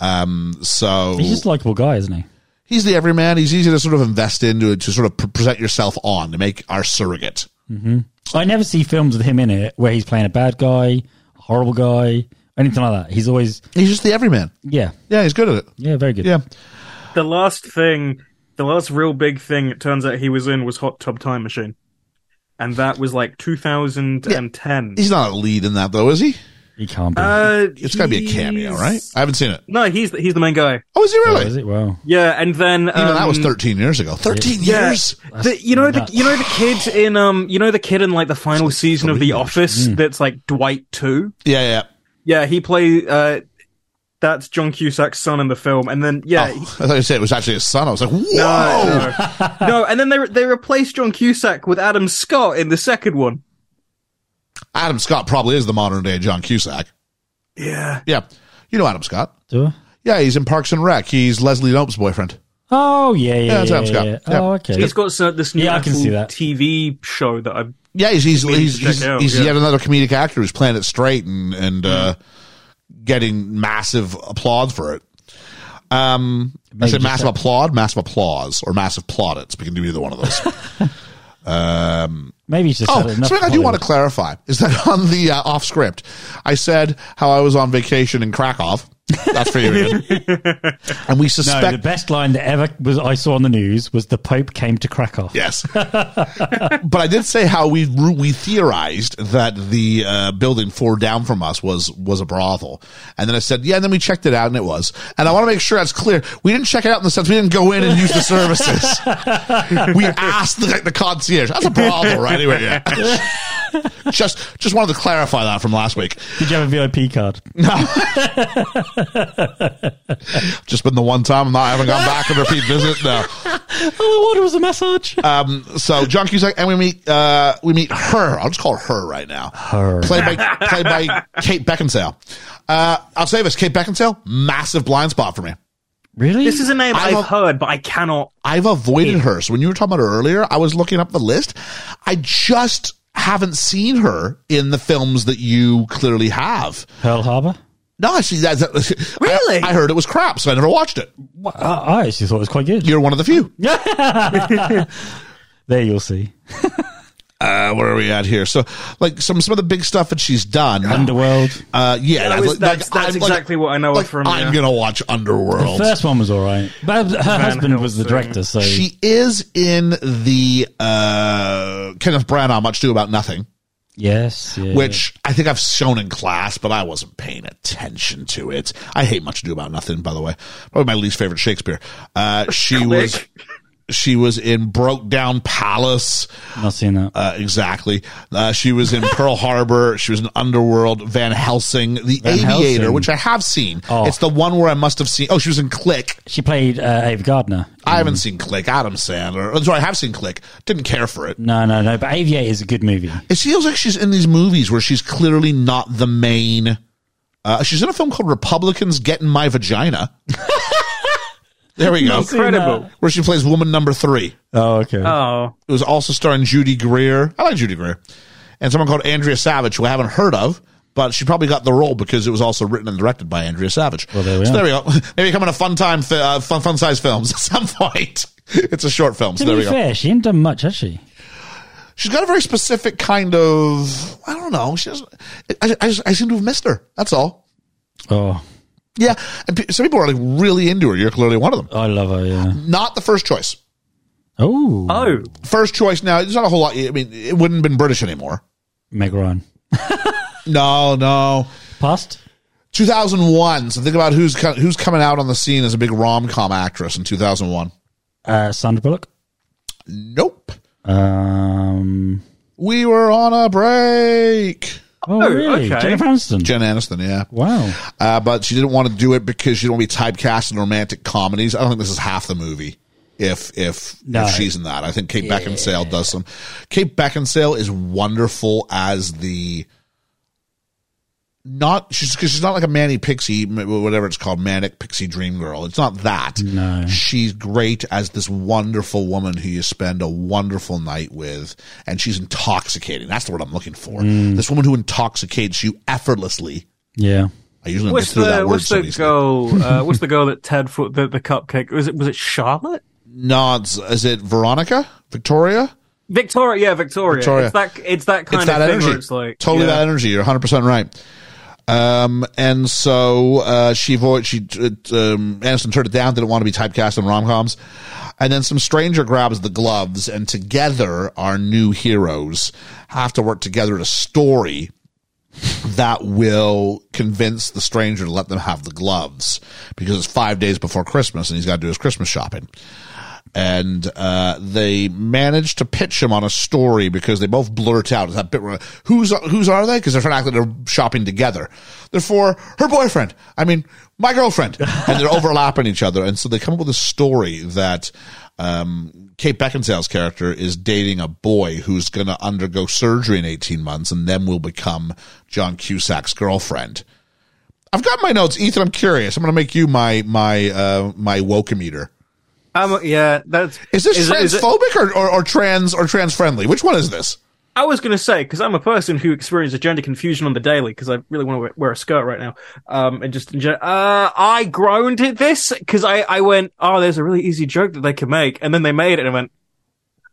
Speaker 3: Um, so
Speaker 4: He's just a likable guy, isn't he?
Speaker 3: he's the everyman. He's easy to sort of invest into to sort of pr- present yourself on to make our surrogate.
Speaker 4: I never see films with him in it where he's playing a bad guy, horrible guy, anything like that. He's always
Speaker 3: He's just the everyman.
Speaker 4: yeah,
Speaker 3: Yeah, he's good at it.
Speaker 4: yeah, very good.
Speaker 3: Yeah.
Speaker 5: The last thing, the last real big thing it turns out he was in was Hot Tub Time Machine. And that was like 2010.
Speaker 3: He's not a lead in that though, is he?
Speaker 4: he can't be.
Speaker 5: Uh,
Speaker 3: It's got to be a cameo,
Speaker 5: he's-
Speaker 3: right? I haven't seen it.
Speaker 5: No, he's the, he's the main guy.
Speaker 3: Oh, is he
Speaker 4: Oh,
Speaker 3: really?
Speaker 4: is it? Wow.
Speaker 5: Yeah, and then um,
Speaker 3: Even that was 13 years ago. 13
Speaker 5: yeah,
Speaker 3: years?
Speaker 5: the, you know the
Speaker 4: nuts.
Speaker 5: you know the kid in um you know the kid in like the final season of The
Speaker 3: three years. Mm.
Speaker 5: Office that's like Dwight too.
Speaker 3: Yeah, yeah.
Speaker 5: Yeah, he play uh that's John Cusack's son in the film, and then yeah,
Speaker 3: Oh, I thought you said it was actually his son. I was like, whoa!
Speaker 5: No, no. No, and then they they replaced John Cusack with Adam Scott in the second one.
Speaker 3: Adam Scott probably is the modern day John Cusack.
Speaker 5: Yeah,
Speaker 3: Yeah. You know Adam Scott.
Speaker 4: Do I?
Speaker 3: Yeah, he's in Parks and Rec. He's Leslie Nope's boyfriend.
Speaker 4: Oh yeah, yeah,
Speaker 3: Yeah,
Speaker 4: yeah.
Speaker 3: that's Adam
Speaker 4: yeah,
Speaker 3: Scott.
Speaker 4: yeah.
Speaker 3: Yeah.
Speaker 4: Oh okay.
Speaker 5: he's got some, this new
Speaker 4: Yeah, I can
Speaker 5: Apple
Speaker 4: see that.
Speaker 5: TV show that I.
Speaker 3: Yeah, he's he's
Speaker 5: Comedic
Speaker 3: he's,
Speaker 5: to check
Speaker 3: he's,
Speaker 5: out,
Speaker 3: he's
Speaker 5: yeah. Hmm.
Speaker 3: yet another comedic actor who's playing it straight and and uh, getting massive applause for it. Um, I said
Speaker 4: just
Speaker 3: massive applaud, massive applause, or massive plaudits. We can do either one of those.
Speaker 4: Maybe he's just.
Speaker 3: Oh,
Speaker 4: had enough
Speaker 3: something I do want to
Speaker 4: Hollywood.
Speaker 3: clarify is that on the uh, off script, I said how I was on vacation in Krakow. That's for you, Ian. and we
Speaker 4: No,
Speaker 3: suspect.
Speaker 4: the best line that ever was I saw on the news was the Pope came to Krakow.
Speaker 3: Yes, but I did say how we ru- we theorized that the uh, building four down from us was was a brothel, and then I said yeah, and then we checked it out and it was, and I want to make sure that's clear. We didn't check it out in the sense we didn't go in and use the services. we asked the, the concierge. That's a brothel, right? Anyway, yeah. just just wanted to clarify that from last week.
Speaker 4: Did you have a VIP card?
Speaker 3: just been the one time I'm not having gone back and repeat visit. No.
Speaker 4: Oh, I ordered was a massage.
Speaker 3: So John Cusack, and we meet uh, we meet her. I'll just call her her right now. Her played by played by Kate Beckinsale. Uh, I'll say this: Kate Beckinsale, massive blind spot for me.
Speaker 4: really?
Speaker 5: This is a name
Speaker 3: I
Speaker 5: I've
Speaker 3: love-
Speaker 5: heard, but I cannot.
Speaker 3: I've avoided her. So when you were talking about her earlier, I was looking up the list. I just haven't seen her in the films that you clearly have.
Speaker 4: Pearl Harbor.
Speaker 3: No, actually, that's that,
Speaker 5: Really?
Speaker 3: I, I heard it was crap, so I never watched it.
Speaker 4: What? I I actually thought it was quite good.
Speaker 3: You're one of the few.
Speaker 4: There you'll see.
Speaker 3: Uh, where are we at here? So, like some some of the big stuff that she's done.
Speaker 4: Underworld.
Speaker 3: Uh, yeah,
Speaker 5: That
Speaker 3: I
Speaker 5: was-
Speaker 3: like-
Speaker 5: that's- that's
Speaker 3: I'm like-
Speaker 5: exactly what I know
Speaker 3: like,
Speaker 5: from.
Speaker 3: I'm
Speaker 5: yeah.
Speaker 3: gonna watch Underworld.
Speaker 4: First one was all right, but her husband was the
Speaker 5: Helsing.
Speaker 4: director, so
Speaker 3: she is in the uh, Kenneth Branagh Much Do About Nothing,
Speaker 4: yes, yeah.
Speaker 3: which I think I've shown in class, but I wasn't paying attention to it. I hate Much Do About Nothing, by the way. Probably my least favorite Shakespeare. Uh, she was. She was in Broke Down Palace.
Speaker 4: not seen that.
Speaker 3: Uh, exactly. Uh, she was in Pearl Harbor. She was in Underworld, Van Helsing, The
Speaker 4: Van
Speaker 3: Aviator,
Speaker 4: Helsing.
Speaker 3: which I have seen.
Speaker 4: Oh.
Speaker 3: It's the one where I must have seen. Oh, she was in Click.
Speaker 4: she played uh, Ava Gardner.
Speaker 3: I haven't seen Click. Adam Sandler. Oh, Sorry, I have seen Click. Didn't care for it.
Speaker 4: No, no, no. But Aviator is a good movie.
Speaker 3: It feels like she's in these movies where she's clearly not the main. Uh, she's in a film called Republicans Getting My Vagina. there we go.
Speaker 5: Incredible.
Speaker 3: Where she plays woman number three.
Speaker 4: Oh, okay.
Speaker 5: Oh,
Speaker 3: It was also starring Judy Greer. I like Judy Greer. And someone called Andrea Savage, who I haven't heard of, but she probably got the role because it was also written and directed by Andrea Savage. Well,
Speaker 4: there we
Speaker 3: so
Speaker 4: are.
Speaker 3: there we go. Maybe coming to fun time, fi- uh, fun, fun size films at some point. It's a short film, so
Speaker 4: to
Speaker 3: there
Speaker 4: be
Speaker 3: we go.
Speaker 4: fair, she hadn't done much, had she?
Speaker 3: she's got a very specific kind of I don't know. She doesn't. I, I, just- I seem to have missed her. That's all.
Speaker 4: Oh,
Speaker 3: Yeah, and pe- some people are like really into her. You're clearly one of them.
Speaker 4: I love her. Yeah.
Speaker 3: Not the first choice.
Speaker 4: Oh,
Speaker 5: oh,
Speaker 3: First choice now. There's not a whole lot. I mean, it wouldn't have been British anymore.
Speaker 4: Meg Ryan.
Speaker 3: No, no.
Speaker 4: Past.
Speaker 3: 2001. So think about who's co- who's coming out on the scene as a big rom com actress in 2001.
Speaker 4: Uh, Sandra Bullock.
Speaker 3: Nope.
Speaker 4: Um.
Speaker 3: We were on a break.
Speaker 4: Oh,
Speaker 5: Oh,
Speaker 4: really?
Speaker 5: okay.
Speaker 4: Jennifer Aniston.
Speaker 3: Jen Aniston. Yeah.
Speaker 4: wow.
Speaker 3: uh, but she didn't want to do it because she didn't want to be typecast in romantic comedies. I don't think this is half the movie. If if,
Speaker 4: No.
Speaker 3: if she's in that, I think Kate Beckinsale does some. Kate Beckinsale is wonderful as the not she's because she's not like a Manny Pixie m- whatever it's called manic pixie dream girl. It's not that.
Speaker 4: No.
Speaker 3: She's great as this wonderful woman who you spend a wonderful night with, and she's intoxicating. That's the word I'm looking for.
Speaker 4: Mm.
Speaker 3: This woman who intoxicates you effortlessly.
Speaker 4: Yeah.
Speaker 3: I usually don't get
Speaker 5: what's
Speaker 3: through
Speaker 5: the
Speaker 3: that word
Speaker 5: what's
Speaker 3: so
Speaker 5: the
Speaker 3: easily.
Speaker 5: girl? Uh, what's the girl that Ted foot the, the cupcake? Was it was it Charlotte?
Speaker 3: No, it's, is it Veronica? Victoria?
Speaker 5: Victoria, yeah, Victoria.
Speaker 3: Victoria.
Speaker 5: It's that it's that kind
Speaker 3: it's that
Speaker 5: of thing
Speaker 3: energy.
Speaker 5: where it's like
Speaker 3: totally
Speaker 5: yeah.
Speaker 3: that energy. You're 100 percent right. Um, and so uh, she vo- she uh, um, Aniston turned it down. Didn't want to be typecast in rom coms. And then some stranger grabs the gloves, and together our new heroes have to work together in a story that will convince the stranger to let them have the gloves because it's five days before Christmas, and he's got to do his Christmas shopping and uh, they managed to pitch him on a story because they both blurt out that bit where who's who's are they? Because they're trying to act like they're shopping together. They're for her boyfriend. I mean, my girlfriend, and they're overlapping each other, and so they come up with a story that. Um, Kate Beckinsale's character is dating a boy who's going to undergo surgery in 18 months and then will become John Cusack's girlfriend. I've got my notes. Ethan, I'm curious. I'm going to make you my, my, uh, my woke meter.
Speaker 5: Um, yeah, that's
Speaker 3: Is this
Speaker 5: it- is it-
Speaker 3: transphobic or, or, or trans or trans friendly? Which one is this?
Speaker 5: I was going to say because I'm a person who experiences gender confusion on the daily because I really want to wear, wear a skirt right now. Um, and just in gen- uh, I groaned at this because I I went, oh, there's a really easy joke that they could make, and then they made it, and I went,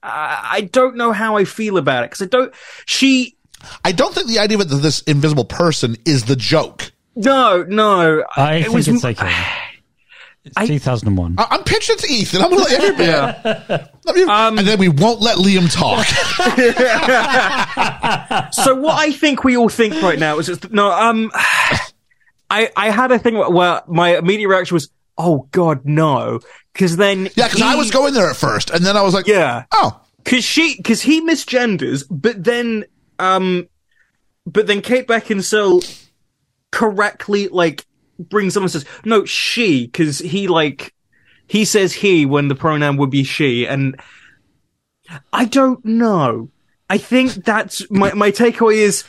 Speaker 5: I, I don't know how I feel about it because I don't. She
Speaker 3: I don't think the idea that this invisible person is the joke.
Speaker 5: no no.
Speaker 4: I
Speaker 5: it
Speaker 4: think
Speaker 5: was-
Speaker 4: it's okay. It's 2001.
Speaker 3: I, I'm pitching it to Ethan. I'm gonna let everybody.
Speaker 5: Yeah. Um,
Speaker 3: let me- and then we won't let Liam talk.
Speaker 5: so what I think we all think right now is just no. Um, I I had a thing where my immediate reaction was, oh god, no, because then
Speaker 3: yeah, because I
Speaker 5: he-
Speaker 3: was going there at first, and then I was like,
Speaker 5: yeah.
Speaker 3: oh,
Speaker 5: because she because he misgenders, but then um, but then Kate Beckinsale correctly like brings someone says no she because he like he says he when the pronoun would be she and I don't know. I think that's my my takeaway is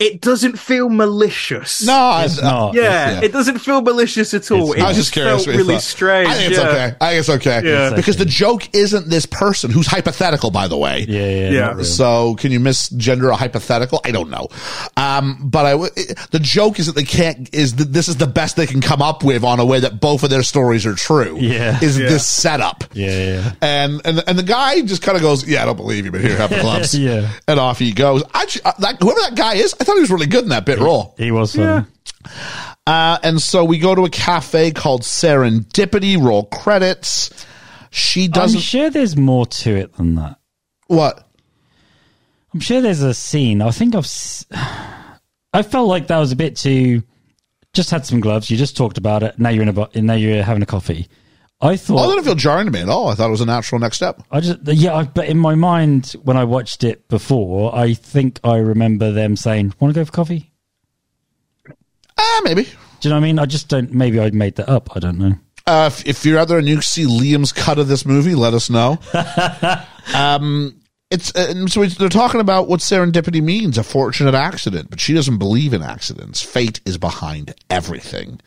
Speaker 5: it doesn't feel malicious.
Speaker 3: no, I,
Speaker 4: No,
Speaker 5: Yeah,
Speaker 3: yeah.
Speaker 5: it doesn't feel malicious at all.
Speaker 4: It's
Speaker 5: It
Speaker 4: not.
Speaker 3: I was just curious.
Speaker 5: felt
Speaker 3: what you
Speaker 5: really
Speaker 3: thought.
Speaker 5: strange.
Speaker 3: I think it's
Speaker 5: yeah.
Speaker 3: okay. I think it's okay.
Speaker 5: Yeah. It's
Speaker 3: Because
Speaker 4: okay.
Speaker 3: the joke isn't this person who's hypothetical, by the way.
Speaker 4: Yeah, yeah,
Speaker 5: Yeah.
Speaker 4: not really.
Speaker 3: So can you misgender a hypothetical? I don't know. Um, but I, w- the joke is that they can't, is that this is the best they can come up with on a way that both of their stories are true.
Speaker 4: Yeah.
Speaker 3: Is
Speaker 5: Yeah.
Speaker 3: this setup.
Speaker 4: Yeah, yeah,
Speaker 3: And, and, and the guy just kind of goes, yeah, I don't believe you, but here, have the gloves.
Speaker 4: Yeah.
Speaker 3: And off he goes. Actually, uh, that, whoever that guy is, I thought he was really good in that bit role.
Speaker 4: yeah. He was um, funny.
Speaker 5: Yeah.
Speaker 3: Uh, and so we go to a cafe called Serendipity, roll credits. She
Speaker 4: I'm
Speaker 3: doesn't,
Speaker 4: sure there's more to it than that.
Speaker 3: what?
Speaker 4: I'm sure there's a scene. I think I've. s- I felt like that was a bit too. Just had some gloves. You just talked about it. Now you're in a. bo- Now you're having a coffee. I
Speaker 3: Oh,
Speaker 4: thought.
Speaker 3: that didn't feel jarring to me at all. I thought it was a natural next step.
Speaker 4: I just yeah, I, but in my mind when I watched it before, I think I remember them saying, "Want to go for coffee?"
Speaker 3: Ah, maybe.
Speaker 4: Do you know what I mean? I just don't. Maybe I made that up. I don't know.
Speaker 3: Uh, if, if you're out there and you see Liam's cut of this movie, let us know. um, it's uh, and so it's- they're talking about what serendipity means—a fortunate accident. But she doesn't believe in accidents. Fate is behind everything.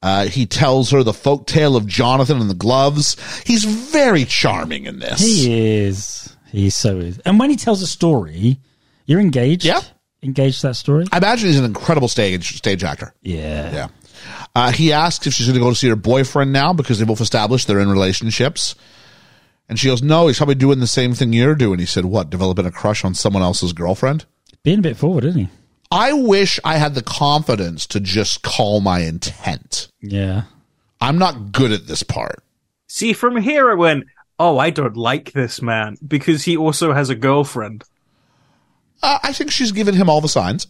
Speaker 3: Uh, he tells her the folk tale of Jonathan and the gloves. He's very charming in this.
Speaker 4: He is. He so is. And when he tells a story, you're engaged.
Speaker 3: Yeah.
Speaker 4: engaged to that story.
Speaker 3: I imagine he's an incredible stage stage actor.
Speaker 4: Yeah.
Speaker 3: Yeah. Uh, he asks if she's going to go to see her boyfriend now because they both established they're in relationships. And she goes, No, he's probably doing the same thing you're doing. He said, What? Developing a crush on someone else's girlfriend?
Speaker 4: Being a bit forward, isn't he?
Speaker 3: I wish I had the confidence to just call my intent.
Speaker 4: Yeah.
Speaker 3: I'm not good at this part.
Speaker 5: See, from here I went, oh, I don't like this man because he also has a girlfriend.
Speaker 3: Uh, I think she's given him all the signs.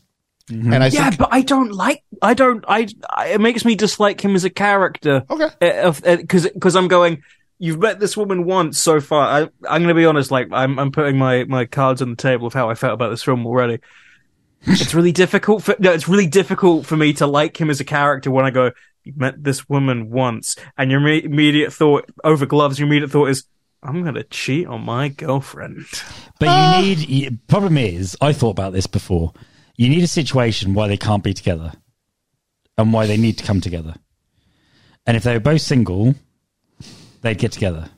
Speaker 3: And I
Speaker 5: Mm-hmm. Yeah,
Speaker 3: think,
Speaker 5: but I don't like. I don't. I. I it makes me dislike him as a character. Uh,
Speaker 3: Okay.
Speaker 5: Because because I'm going. You've met this woman once so far. I, I'm going to be honest. Like I'm I'm putting my my cards on the table of how I felt about this film already. it's really difficult for no. It's really difficult for me to like him as a character when I go. You met this woman once, and your imme- immediate thought over gloves. Your immediate thought is, I'm going to cheat on my girlfriend.
Speaker 4: But you need. you- Problem is, I thought about this before. You need a situation why they can't be together, and why they need to come together. And if they were both single, they'd get together.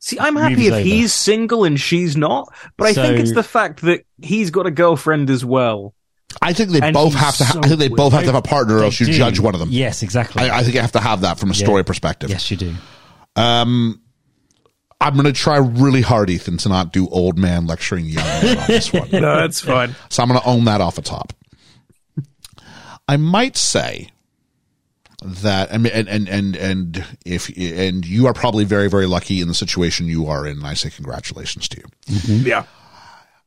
Speaker 5: See, I'm happy
Speaker 4: Movie's
Speaker 5: if
Speaker 4: over.
Speaker 5: he's single and she's not, but I
Speaker 4: So-
Speaker 5: think it's the fact that he's got a girlfriend as well.
Speaker 3: I think they
Speaker 5: And
Speaker 3: both
Speaker 5: he's
Speaker 3: have to. Ha-
Speaker 5: so
Speaker 3: I think they
Speaker 5: weird.
Speaker 3: both have to have a partner, or
Speaker 4: They
Speaker 3: else you
Speaker 4: do.
Speaker 3: judge one of them.
Speaker 4: Yes, exactly.
Speaker 3: I, I think you have to have that from a story perspective.
Speaker 4: yes, you do.
Speaker 3: I'm going to try really hard, Ethan, to not do old man lecturing young man on this one.
Speaker 5: No, that's fine.
Speaker 3: So I'm going to own that off the top. I might say that, I mean, and, and, and, and if, and you are probably very, very lucky in the situation you are in. And I say congratulations to you.
Speaker 5: Yeah.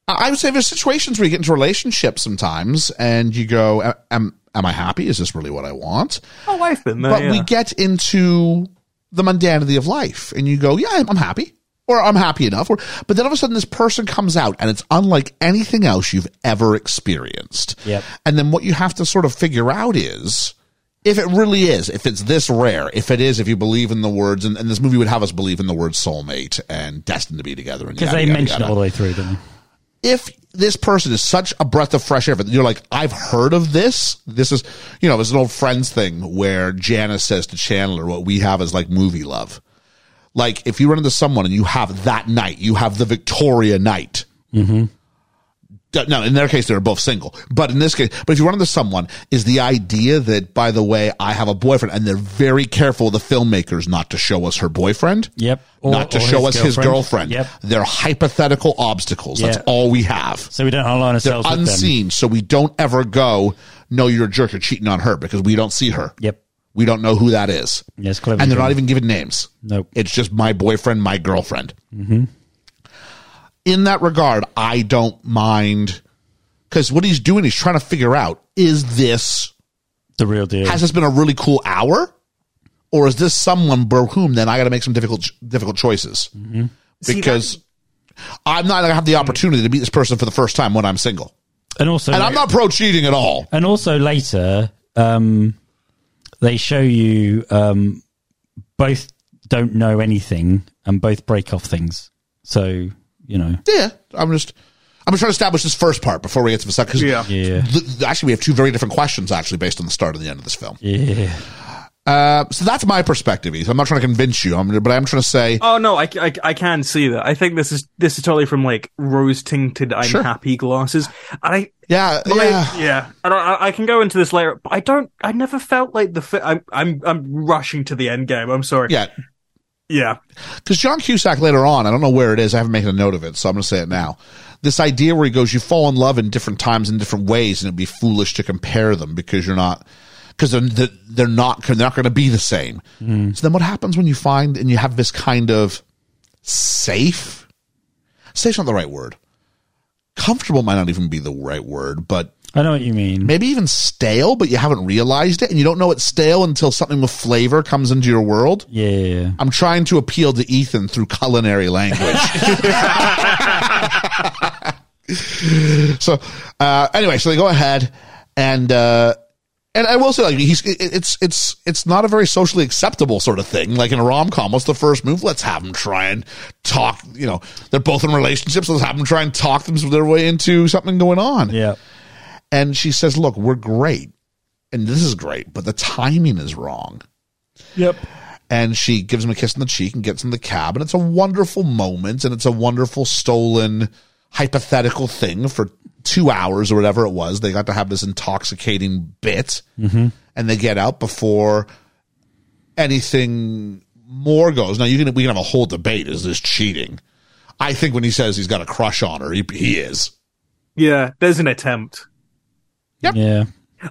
Speaker 3: I I would say there's situations where you get into relationships sometimes and you go, "A- am, am I happy? Is this really what I want?
Speaker 5: My wife been there.
Speaker 3: but we
Speaker 5: yeah.
Speaker 3: get into the mundanity of life and you go yeah i'm, I'm happy or i'm happy enough or, but then all of a sudden this person comes out and it's unlike anything else you've ever experienced
Speaker 4: Yep.
Speaker 3: and then what you have to sort of figure out is if it really is if it's this rare if it is if you believe in the words and, and this movie would have us believe in the word soulmate and destined to be together and
Speaker 4: Because
Speaker 3: yada,
Speaker 4: they
Speaker 3: yada,
Speaker 4: mentioned it
Speaker 3: yada
Speaker 4: all the way through, didn't
Speaker 3: if this person is such a breath of fresh air, but you're like, I've heard of this. This is, you know, it's an old friends thing where Janice says to Chandler, what we have is like movie love. Like if you run into someone and you have that night, you have the Victoria night.
Speaker 4: Mm-hmm.
Speaker 3: D- No, in their case, they were both single. But in this case, but if you run into someone, is the idea that, by the way, I have a boyfriend, and they're very careful, the filmmakers, not to show us her boyfriend.
Speaker 4: Yep. Or-
Speaker 3: not to
Speaker 4: or
Speaker 3: show us
Speaker 4: his
Speaker 3: his girlfriend.
Speaker 4: girlfriend. Yep.
Speaker 3: They're hypothetical obstacles.
Speaker 4: Yeah.
Speaker 3: That's all we have
Speaker 4: So we don't align ourselves with them.
Speaker 3: unseen. So we don't ever go, no, you're a jerk, you're cheating on her because we don't see her.
Speaker 4: Yep.
Speaker 3: We don't know who that is.
Speaker 4: Yes, clever.
Speaker 3: And they're not even given names.
Speaker 4: Nope. Mm-hmm.
Speaker 3: It's just my boyfriend, my girlfriend. In that regard, I don't mind because what he's doing, he's trying to figure out is this,
Speaker 4: the real deal.
Speaker 3: has this been a really cool hour? Or is this someone for whom then I got to make some difficult difficult choices?
Speaker 4: Mm-hmm.
Speaker 5: See,
Speaker 3: Because I'm not going to have the opportunity to meet this person for the first time when I'm single.
Speaker 4: and also,
Speaker 3: And I'm not pro cheating at all.
Speaker 4: and also later, um, they show you um, both don't know anything and both break off things. So you know,
Speaker 3: Yeah, I'm just I'm just trying to establish this first part before we get to the second. 'cause
Speaker 5: Yeah.
Speaker 4: Yeah.
Speaker 3: th- th- actually, we have two very different questions actually based on the start and the end of this film.
Speaker 4: yeah,
Speaker 3: Uh, so that's my perspective. Ethan. I'm not trying to convince you, I'm, but I'm trying to say
Speaker 5: Oh no, I, I, I can see that. I think this is this is totally from like rose tinted I'm
Speaker 3: Sure.
Speaker 5: happy glasses. And I
Speaker 3: yeah,
Speaker 5: Well,
Speaker 3: yeah.
Speaker 5: I, yeah. I, don't, I, I can go into this later, but I don't. I never felt like the. Fi- I'm. I'm. I'm rushing to the end game. I'm sorry.
Speaker 3: Yeah,
Speaker 5: Yeah.
Speaker 3: because John Cusack later on, I don't know where it is. I haven't made a note of it, so I'm going to say it now. This idea where he goes, you fall in love in different times in different ways, and it'd be foolish to compare them because you're not because they're they're they're not they're not going to be the same. So then, what happens when you find and you have this kind of safe? Safe's not the right word. Comfortable might not even be the right word, but
Speaker 4: I know what you mean.
Speaker 3: maybe even stale, but you haven't realized it, and you don't know it's stale until something with flavor comes into your world.
Speaker 4: Yeah, yeah, yeah.
Speaker 3: I'm trying to appeal to Ethan through culinary language. so, uh, anyway, so they go ahead and, uh, and I will say, like, he's, it- it's, it's, it's not a very socially acceptable sort of thing. Like in a rom com, what's the first move? Let's have them try and talk, you know, they're both in relationships. Let's have them try and talk them their way into something going on.
Speaker 4: yeah.
Speaker 3: And she says, look, we're great. And this is great, but the timing is wrong
Speaker 4: Yep.
Speaker 3: and she gives him a kiss on the cheek and gets in the cab and it's a wonderful moment and it's a wonderful stolen hypothetical thing for two hours or whatever it was they got to have this intoxicating bit and they get out before anything more goes now you can we can have a whole debate is this cheating i think when he says he's got a crush on her he, he is
Speaker 5: Yeah. There's an attempt.
Speaker 4: Yeah.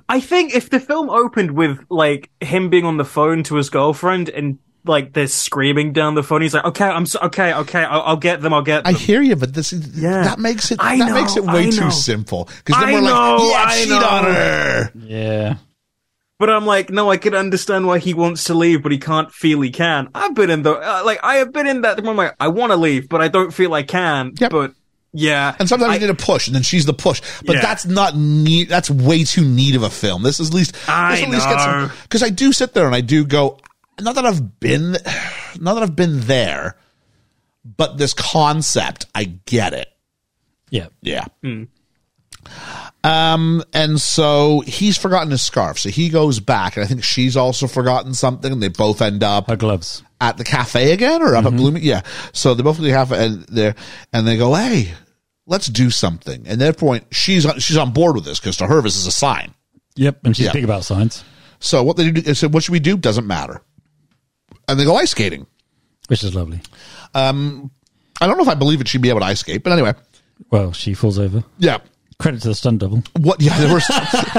Speaker 5: I think if the film opened with like him being on the phone to his girlfriend and like they're screaming down the phone, he's like, "Okay, I'm so, okay, okay, I'll, I'll get them, I'll get
Speaker 3: I
Speaker 5: them."
Speaker 3: hear you, but this
Speaker 5: Yeah.
Speaker 3: that makes it
Speaker 5: I
Speaker 3: that
Speaker 5: know,
Speaker 3: makes it way
Speaker 5: I
Speaker 3: too
Speaker 5: know.
Speaker 3: simple because then
Speaker 5: I
Speaker 3: we're
Speaker 5: know,
Speaker 3: like, yeah,
Speaker 5: I
Speaker 3: cheat
Speaker 5: know.
Speaker 3: on her.
Speaker 4: Yeah.
Speaker 5: but I'm like, no, I can understand why he wants to leave, but he can't feel he can. I've been in the uh, like, I have been in that. I'm like, I want to leave, but I don't feel I can.
Speaker 3: Yep.
Speaker 5: But yeah,
Speaker 3: And sometimes
Speaker 5: I-
Speaker 3: you need a push, and then she's the push. But
Speaker 5: Yeah.
Speaker 3: that's not neat. That's way too neat of a film. This is at least.
Speaker 5: I know.
Speaker 3: Because I do sit there and I do go. Not that I've been, not that I've been there, but this concept, I get it.
Speaker 4: Yeah.
Speaker 3: Yeah.
Speaker 5: Hmm.
Speaker 3: Um, and so he's forgotten his scarf, so he goes back, and I think she's also forgotten something. And they both end up
Speaker 4: Her gloves.
Speaker 3: at the cafe again or up at Blooming. Yeah. So they both really have and there and they go, Hey, let's do something. And at that point, she's on, she's on board with this because to her, this is a sign.
Speaker 4: Yep. And she's
Speaker 3: Yeah.
Speaker 4: big about science.
Speaker 3: So what they do, they said, what should we do? Doesn't matter. And they go ice skating.
Speaker 4: which is lovely.
Speaker 3: I don't know if I believe it. She'd be able to ice skate, but anyway,
Speaker 4: Well, she falls over.
Speaker 3: yeah.
Speaker 4: Credit to the stunt double.
Speaker 3: What? Yeah, there were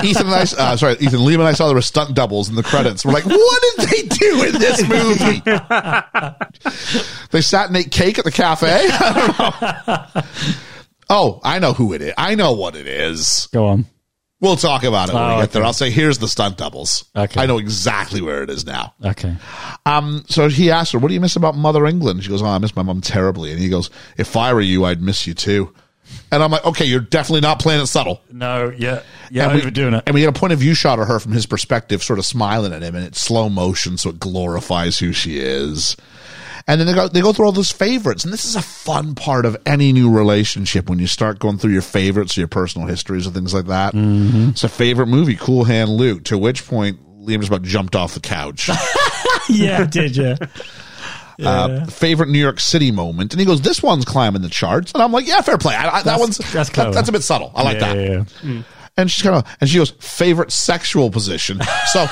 Speaker 3: Ethan and I. Uh, sorry, Ethan Liam and I saw there were stunt doubles in the credits. We're like, what did they do in this movie? they sat and ate cake at the cafe. I don't know. Oh, I know who it is. I know what it is.
Speaker 4: Go on.
Speaker 3: We'll talk about it when we
Speaker 4: Oh,
Speaker 3: get there.
Speaker 4: okay.
Speaker 3: I'll say, here's the stunt doubles.
Speaker 4: Okay.
Speaker 3: I know exactly where it is now.
Speaker 4: Okay.
Speaker 3: Um, so he asked her, What do you miss about Mother England? She goes, Oh, I miss my mom terribly. And he goes, If I were you, I'd miss you too. And I'm like, Okay, you're definitely not playing it subtle.
Speaker 4: No, yeah. Yeah,
Speaker 3: and
Speaker 4: we were doing it.
Speaker 3: And we get a point of view shot of her from his perspective, sort of smiling at him, and it's slow motion, so it glorifies who she is. And then they go they go through all those favorites, and this is a fun part of any new relationship when you start going through your favorites, your personal histories, and things like that.
Speaker 4: Mm-hmm.
Speaker 3: It's a favorite movie, Cool Hand Luke. To which point, Liam just about jumped off the couch.
Speaker 4: yeah, I did you?
Speaker 3: uh, favorite New York City moment, and he goes, "This one's climbing the charts," and I'm like, "Yeah, fair play. I, I, that
Speaker 4: That's-
Speaker 3: one's
Speaker 4: that's
Speaker 3: that-
Speaker 4: clever.
Speaker 3: that's a bit subtle. I like
Speaker 4: yeah,
Speaker 3: that."
Speaker 4: yeah, yeah.
Speaker 3: And she's kind of, and she goes, favorite sexual position. So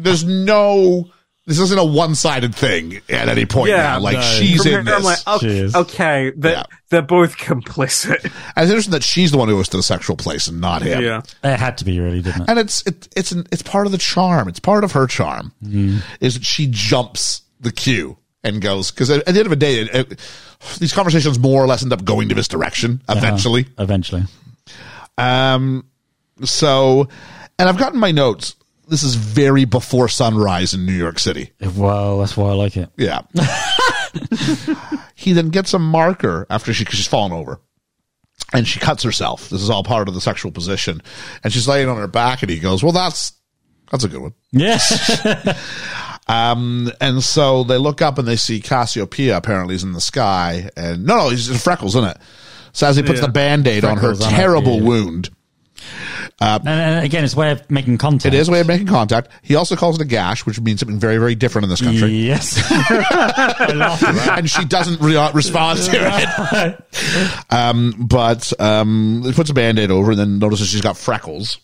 Speaker 3: there's no, this isn't a one sided thing at any point
Speaker 5: Yeah,
Speaker 3: now. Like
Speaker 5: no.
Speaker 3: she's
Speaker 5: From
Speaker 3: in this.
Speaker 5: here, I'm like, okay,
Speaker 4: Jeez.
Speaker 5: okay, they're,
Speaker 3: Yeah.
Speaker 5: they're both complicit.
Speaker 3: and it's interesting that she's the one who goes to the sexual place and not him.
Speaker 5: oh. yeah.
Speaker 4: It had to be really, didn't it?
Speaker 3: And it's, it, it's, an, it's part of the charm. It's part of her charm
Speaker 5: Mm-hmm.
Speaker 3: is that she jumps the queue and goes, cause at, at the end of the day, it, it- these conversations more or less end up going to this direction
Speaker 5: Uh-huh.
Speaker 3: eventually.
Speaker 4: Uh, eventually.
Speaker 3: Um, so, and I've gotten my notes. This is very before sunrise in New York City.
Speaker 4: Well, that's why I like it.
Speaker 3: Yeah. he then gets a marker after she, 'cause she's fallen over and she cuts herself. This is all part of the sexual position. And she's laying on her back and he goes, well, that's, that's a good one.
Speaker 4: Yes.
Speaker 3: And so they look up and they see Cassiopeia apparently is in the sky and no, no, he's in freckles, isn't it? So as he puts
Speaker 5: Yeah.
Speaker 3: the band-aid on her
Speaker 4: Freckles on it,
Speaker 3: terrible
Speaker 4: yeah.
Speaker 3: wound,
Speaker 4: and, and again, it's a way of making contact.
Speaker 3: it is a way of making contact. He also calls it a gash, which means something very, very different in this country.
Speaker 4: Yes. I laugh at that.
Speaker 3: and she doesn't re- uh, respond to it. um, but um, it puts a band-aid over and then notices she's got freckles.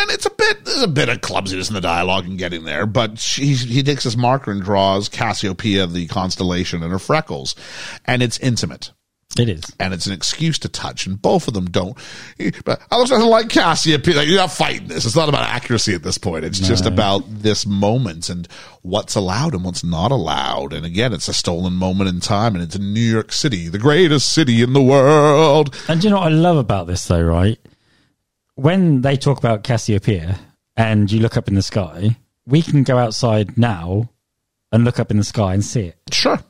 Speaker 3: And it's a bit there's a bit of clumsiness in the dialogue and getting there, but she, he takes this marker and draws Cassiopeia, the constellation, and her freckles, and it's intimate
Speaker 4: It is.
Speaker 3: and it's an excuse to touch, and both of them don't. But I doesn't like Cassiopeia. Like, you're not fighting this. It's not about accuracy at this point. It's just about this moment and what's allowed and what's not allowed. And again, it's a stolen moment in time, and it's in New York City, the greatest city in the world.
Speaker 4: And do you know what I love about this though, right? When they talk about Cassiopeia and you look up in the sky, we can go outside now and look up in the sky and see it.
Speaker 3: Sure,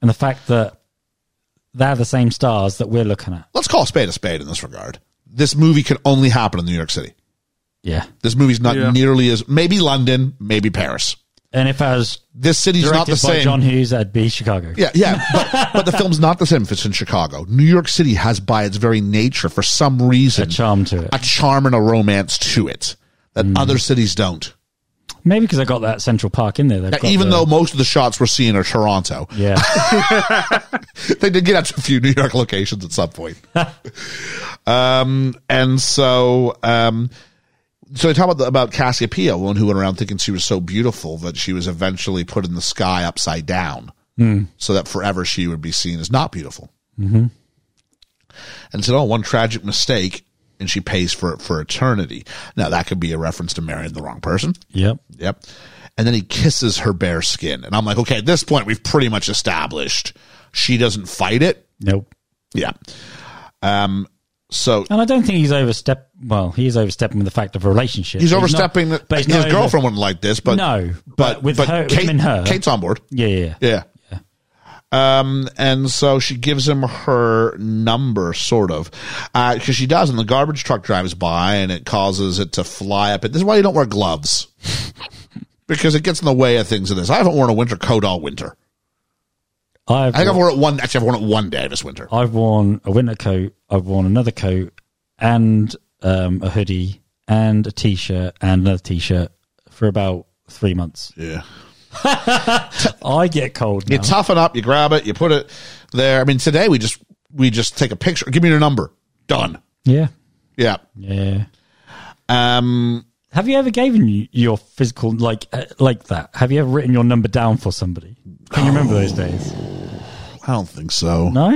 Speaker 4: And the fact that they're the same stars that we're looking at.
Speaker 3: let's call a spade a spade in this regard. This movie can only happen in New York City.
Speaker 4: Yeah.
Speaker 3: This movie's not
Speaker 5: Yeah.
Speaker 3: nearly as maybe London, maybe Paris.
Speaker 4: And if I was
Speaker 3: This city's
Speaker 4: directed
Speaker 3: not the
Speaker 4: by
Speaker 3: same.
Speaker 4: John Hughes, that'd be Chicago.
Speaker 3: Yeah, yeah, but, but the film's not the same if it's in Chicago. New York City has, by its very nature, for some
Speaker 4: A
Speaker 3: reason,
Speaker 4: charm to it.
Speaker 3: a charm and a romance to it that
Speaker 4: Mm.
Speaker 3: other cities don't.
Speaker 4: Maybe because I got that Central Park in there. they've
Speaker 3: Now,
Speaker 4: got
Speaker 3: even
Speaker 4: the-
Speaker 3: though most of the shots we're seeing are Toronto,
Speaker 4: Yeah.
Speaker 3: they did get out to a few New York locations at some point. um, and so, um, so they talk about the, about Cassiopeia, one who went around thinking she was so beautiful that she was eventually put in the sky upside down, so that forever she would be seen as not beautiful. Mm-hmm. And said, "Oh, one tragic mistake." And she pays for it for eternity. Now that could be a reference to marrying the wrong person.
Speaker 4: yep.
Speaker 3: Yep. And then he kisses her bare skin. And I'm like, okay, at this point, we've pretty much established she doesn't fight it.
Speaker 4: Nope.
Speaker 3: Yeah. Um, so
Speaker 4: And I don't think he's overstep. Well, he is overstepping with the fact of a relationship.
Speaker 3: he's
Speaker 4: not-
Speaker 3: overstepping. that
Speaker 4: but he's
Speaker 3: his
Speaker 4: not over-
Speaker 3: girlfriend wouldn't like this, but
Speaker 4: No, but with her-
Speaker 3: Kate,
Speaker 4: him and her.
Speaker 3: Kate's on board.
Speaker 4: Yeah, yeah, yeah.
Speaker 3: Yeah. Um, and so she gives him her number, sort of, because she does. And the garbage truck drives by, and it causes it to fly up. And this is why you don't wear gloves, because it gets in the way of things. In this, I haven't worn a winter coat all winter.
Speaker 4: I've,
Speaker 3: I think I've worn it one. Actually, I've worn it one day this winter.
Speaker 4: I've worn a winter coat, I've worn another coat, and um, a hoodie, and a t shirt, and another t shirt for about three months.
Speaker 3: Yeah.
Speaker 4: I get cold now.
Speaker 3: You toughen up. You grab it. You put it there. I mean, today we just we just take a picture. Give me your number. Done.
Speaker 4: yeah.
Speaker 3: Yeah.
Speaker 4: Yeah.
Speaker 3: Um.
Speaker 4: Have you ever given y- your physical like uh, like that? Have you ever written your number down for somebody? Can you remember those days?
Speaker 3: I don't think so.
Speaker 4: No.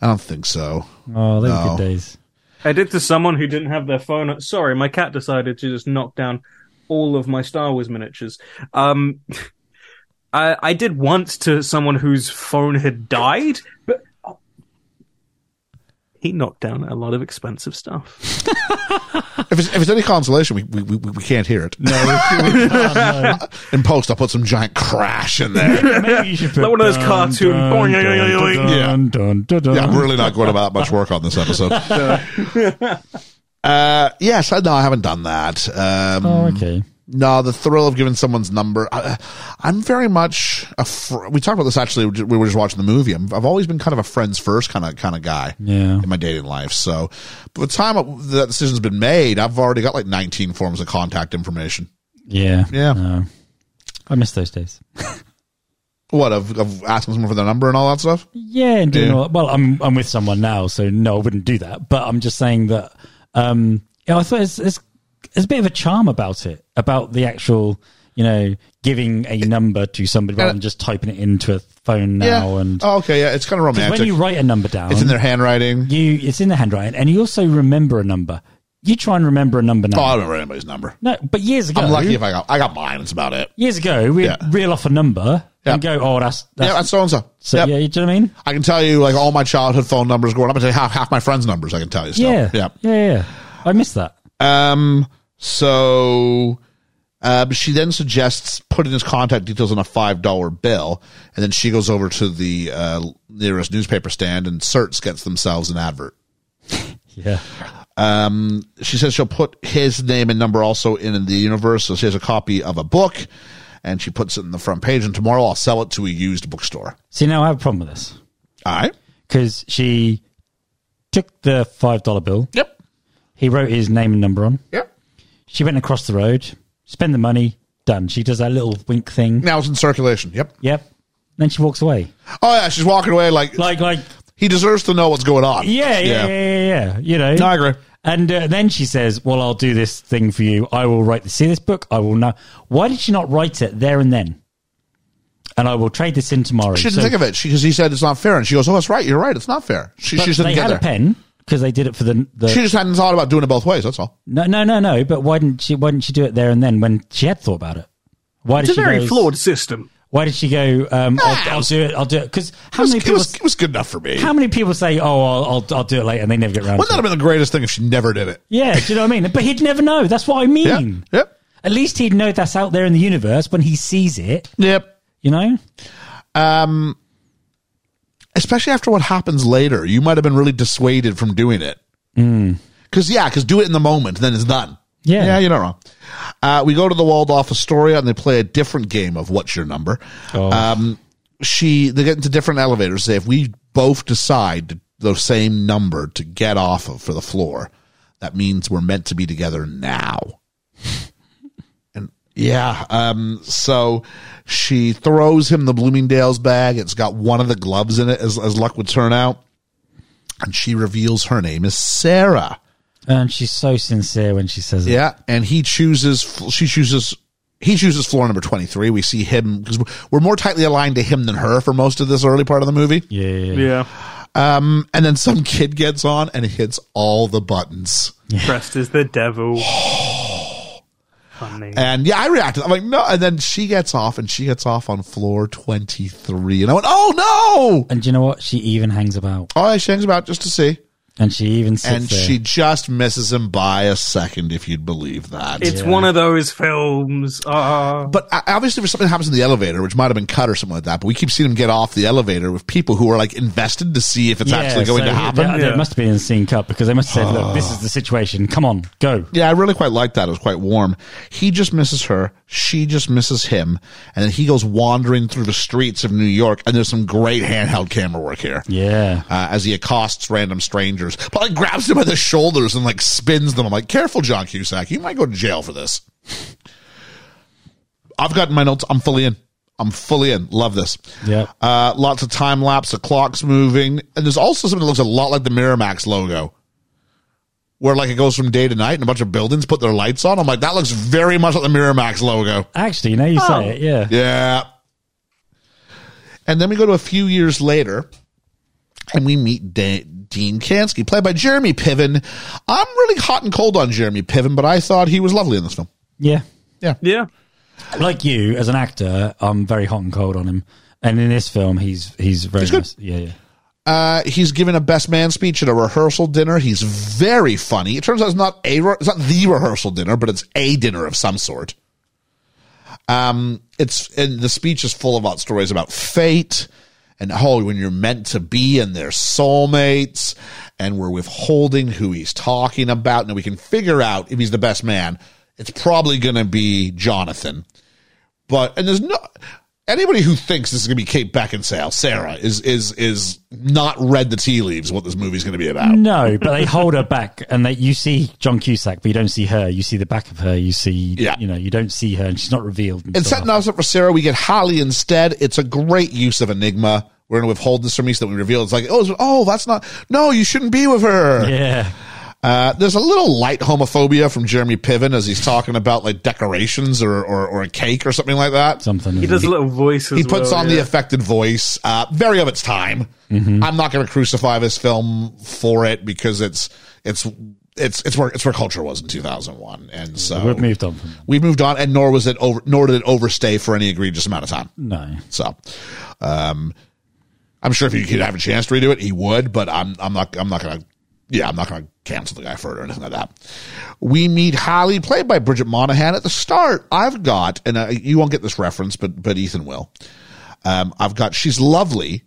Speaker 3: I don't think so.
Speaker 4: Oh, they were
Speaker 3: No.
Speaker 4: good days.
Speaker 5: I did to someone who didn't have their phone. Sorry, my cat decided to just knock down all of my Star Wars miniatures. Um, I, I did once to someone whose phone had died, but he knocked down a lot of expensive stuff.
Speaker 3: If it's, if it's any consolation, we, we, we, we can't hear it.
Speaker 4: No,
Speaker 3: In post, I'll put some giant crash in there.
Speaker 4: maybe you should put
Speaker 5: Like one of those cartoon-
Speaker 4: Dun, dun, dun, dun, dun, dun, dun.
Speaker 3: yeah, I'm really not going about much work on this episode. Uh, yes, I, no, I haven't done that. Um,
Speaker 4: Oh, okay.
Speaker 3: No, the thrill of giving someone's number. I, I'm very much a. Fr- we talked about this actually. We were just watching the movie. I'm, I've always been kind of a friends first kind of kind of guy.
Speaker 4: Yeah.
Speaker 3: In my dating life, so by the time that decision's been made, I've already got like 19 forms of contact information.
Speaker 4: Yeah.
Speaker 3: Yeah.
Speaker 4: No. I miss those days.
Speaker 3: What of, of asking someone for their number and all that stuff?
Speaker 4: Yeah, and doing
Speaker 3: Yeah.
Speaker 4: all that. Well, I'm I'm with someone now, so no, I wouldn't do that. But I'm just saying that. Um, yeah, I thought it's, it's there's a bit of a charm about it, about the actual, you know, giving a number to somebody rather than just typing it into a phone now.
Speaker 3: yeah.
Speaker 4: And
Speaker 3: oh, okay, yeah, it's kind of
Speaker 4: 'cause
Speaker 3: romantic.
Speaker 4: when you write a number down,
Speaker 3: it's in their handwriting.
Speaker 4: you it's in the handwriting, and you also remember a number. You try and remember a number
Speaker 3: Oh, I
Speaker 4: now.
Speaker 3: don't remember anybody's number.
Speaker 4: no, but years ago,
Speaker 3: I'm lucky if I got I got mine. That's about it.
Speaker 4: years ago, we
Speaker 3: Yeah.
Speaker 4: reel off a number and
Speaker 3: Yeah.
Speaker 4: go, "Oh, that's, that's
Speaker 3: Yeah, that's so and so.
Speaker 4: so." Yeah, you know what I mean?
Speaker 3: I can tell you like all my childhood phone numbers growing up. I can tell you half, half my friends' numbers. I can tell you. Still.
Speaker 4: Yeah,
Speaker 3: yeah.
Speaker 4: yeah, yeah, yeah. I miss that.
Speaker 3: Um, so uh, she then suggests putting his contact details on a five dollar bill, and then she goes over to the uh, nearest newspaper stand and certs gets themselves an advert.
Speaker 4: Yeah.
Speaker 3: Um, she says she'll put his name and number also in the universe. So she has a copy of a book, and she puts it in the front page. And tomorrow I'll sell it to a used bookstore.
Speaker 4: See, now I have a problem with this
Speaker 3: All right.
Speaker 4: because she took the five dollar bill.
Speaker 3: Yep.
Speaker 4: He wrote his name and number on.
Speaker 3: Yep.
Speaker 4: She went across the road, spent the money, done. She does that little wink thing.
Speaker 3: Now it's in circulation. Yep.
Speaker 4: Yep. Then she walks away.
Speaker 3: Oh yeah, she's walking away like,
Speaker 4: Like, like,
Speaker 3: he deserves to know what's going on.
Speaker 4: yeah, yeah, yeah, yeah. yeah, You know.
Speaker 3: No, I agree.
Speaker 4: And uh, then she says, "Well, I'll do this thing for you. I will write. The, see this book. I will know. Why did she not write it there and then? And I will trade this in tomorrow.
Speaker 3: She didn't
Speaker 4: So-
Speaker 3: think of it because he said it's not fair, and she goes, "Oh, that's right. You're right. It's not fair." She,
Speaker 4: but
Speaker 3: she just didn't
Speaker 4: they
Speaker 3: get
Speaker 4: had
Speaker 3: there.
Speaker 4: a pen because they did it for the the.
Speaker 3: She just hadn't thought about doing it both ways. That's all.
Speaker 4: No, no, no, no. But why didn't she? Why didn't she do it there and then when she had thought about it? Why did
Speaker 5: It's a
Speaker 4: she
Speaker 5: very
Speaker 4: go,
Speaker 5: flawed system.
Speaker 4: Why did she go? Um, I'll,
Speaker 3: Ah.
Speaker 4: I'll do it. I'll do it. Because
Speaker 3: It
Speaker 4: how
Speaker 3: was,
Speaker 4: many
Speaker 3: it
Speaker 4: people?
Speaker 3: was, it was good enough for me.
Speaker 4: How many people say, "Oh, I'll, I'll, I'll do it later," and they never get around
Speaker 3: Wouldn't that
Speaker 4: to
Speaker 3: have
Speaker 4: it?
Speaker 3: been the greatest thing if she never did it?
Speaker 4: Yeah, do you know what I mean? But he'd never know. That's what I
Speaker 3: Yeah.
Speaker 4: mean.
Speaker 3: Yep.
Speaker 4: At least he'd know that's out there in the universe when he sees it.
Speaker 3: Yep.
Speaker 4: You know?
Speaker 3: Um, Especially after what happens later, you might have been really dissuaded from doing it. Because yeah, because do it in the moment, then it's done.
Speaker 4: Hmm. Yeah.
Speaker 3: Yeah, you're not wrong. Uh, we go to the Waldorf Astoria and they play a different game of what's your number.
Speaker 4: Oh.
Speaker 3: Um, she they get into different elevators. Say if we both decide the same number to get off of for the floor, that means we're meant to be together now. and yeah, um, so she throws him the Bloomingdale's bag. It's got one of the gloves in it, as, as luck would turn out. And she reveals her name is Sarah.
Speaker 4: And she's so sincere when she says it.
Speaker 3: Yeah, and he chooses. She chooses. He chooses floor number twenty three. We see him because we're more tightly aligned to him than her for most of this early part of the movie.
Speaker 4: Yeah, yeah, yeah.
Speaker 5: Yeah.
Speaker 3: And then some kid gets on and hits all the buttons.
Speaker 5: Dressed as the devil. Funny.
Speaker 3: And yeah, I reacted. I'm like, no. And then she gets off, and she gets off on floor twenty three. And I went, oh no!
Speaker 4: And do you know what? She even hangs about,
Speaker 3: Oh, she hangs about just to see,
Speaker 4: and she even sits
Speaker 3: and
Speaker 4: there.
Speaker 3: she just misses him by a second, if you'd believe that.
Speaker 5: It's one of those films. Ah.
Speaker 3: But uh, obviously, if something happens in the elevator, which might have been cut or something like that, but we keep seeing him get off the elevator with people who are like invested to see if it's actually going
Speaker 4: so
Speaker 3: to happen.
Speaker 4: They, they
Speaker 5: Yeah.
Speaker 4: must have been in sync up because they must have said, "Look, this is the situation. Come on, go."
Speaker 3: Yeah, I really quite like that. It was quite warm. He just misses her. She just misses him. And then he goes wandering through the streets of New York. And there's some great handheld camera work here.
Speaker 4: Yeah.
Speaker 3: Uh, as he accosts random strangers, but like grabs him by the shoulders and like spins them. I'm like, careful, John Cusack. You might go to jail for this. I've gotten my notes. I'm fully in. I'm fully in. Love this.
Speaker 4: Yeah.
Speaker 3: Uh, lots of time lapse. The clock's moving, and there's also something that looks a lot like the Miramax logo, where like it goes from day to night, and a bunch of buildings put their lights on. I'm like, that looks very much like the Miramax logo. Oh.
Speaker 4: Actually, now you say it, yeah.
Speaker 3: Yeah. And then we go to a few years later, and we meet Da- Dean Kansky, played by Jeremy Piven. I'm really hot and cold on Jeremy Piven, but I thought he was lovely in this film.
Speaker 4: Yeah.
Speaker 5: Yeah.
Speaker 4: Like you, as an actor, I'm very hot and cold on him. And in this film, he's he's very
Speaker 3: good.
Speaker 4: nice. Yeah, yeah.
Speaker 3: Uh, he's given a best man speech at a rehearsal dinner. He's very funny. It turns out it's not a re- it's not the rehearsal dinner, but it's a dinner of some sort. Um, it's and the speech is full about stories about fate and how when you're meant to be and they're soulmates, and we're withholding who he's talking about, and we can figure out if he's the best man. It's probably going to be Jonathan but and there's no anybody who thinks this is going to be Kate Beckinsale, Sarah, is is is not read the tea leaves what this movie's going to be about.
Speaker 4: No, but they hold her back, and that you see John Cusack, but you don't see her. You see the back of her. You see,
Speaker 3: Yeah.
Speaker 4: you know, you don't see her, and she's not revealed.
Speaker 3: And
Speaker 4: until
Speaker 3: setting us up for Sarah, we get Holly instead. It's a great use of enigma. We're going to withhold this from you so that we reveal it's like, oh, it's- oh, that's not, no, you shouldn't be with her.
Speaker 4: after. yeah,
Speaker 3: Uh, there's a little light homophobia from Jeremy Piven as he's talking about like decorations or, or, or a cake or something like that.
Speaker 4: something.
Speaker 5: He
Speaker 4: isn't
Speaker 5: does a little voice as
Speaker 3: he puts
Speaker 5: well,
Speaker 3: on the
Speaker 5: yeah.
Speaker 3: affected voice uh, very of its time
Speaker 4: Mm-hmm.
Speaker 3: i'm not going to crucify this film for it because it's it's it's it's where it's where culture was in 2001 and so
Speaker 4: it? We've moved on from that.
Speaker 3: we've moved on and nor was it over nor did it overstay for any egregious amount of time
Speaker 4: no.
Speaker 3: so um i'm sure if he could have a chance to redo it he would but i'm i'm not i'm not going to yeah, I'm not going to cancel the guy for it or anything like that. We meet Holly, played by Bridget Monahan, at the start. I've got, and uh, you won't get this reference, but but Ethan will. Um, I've got she's lovely,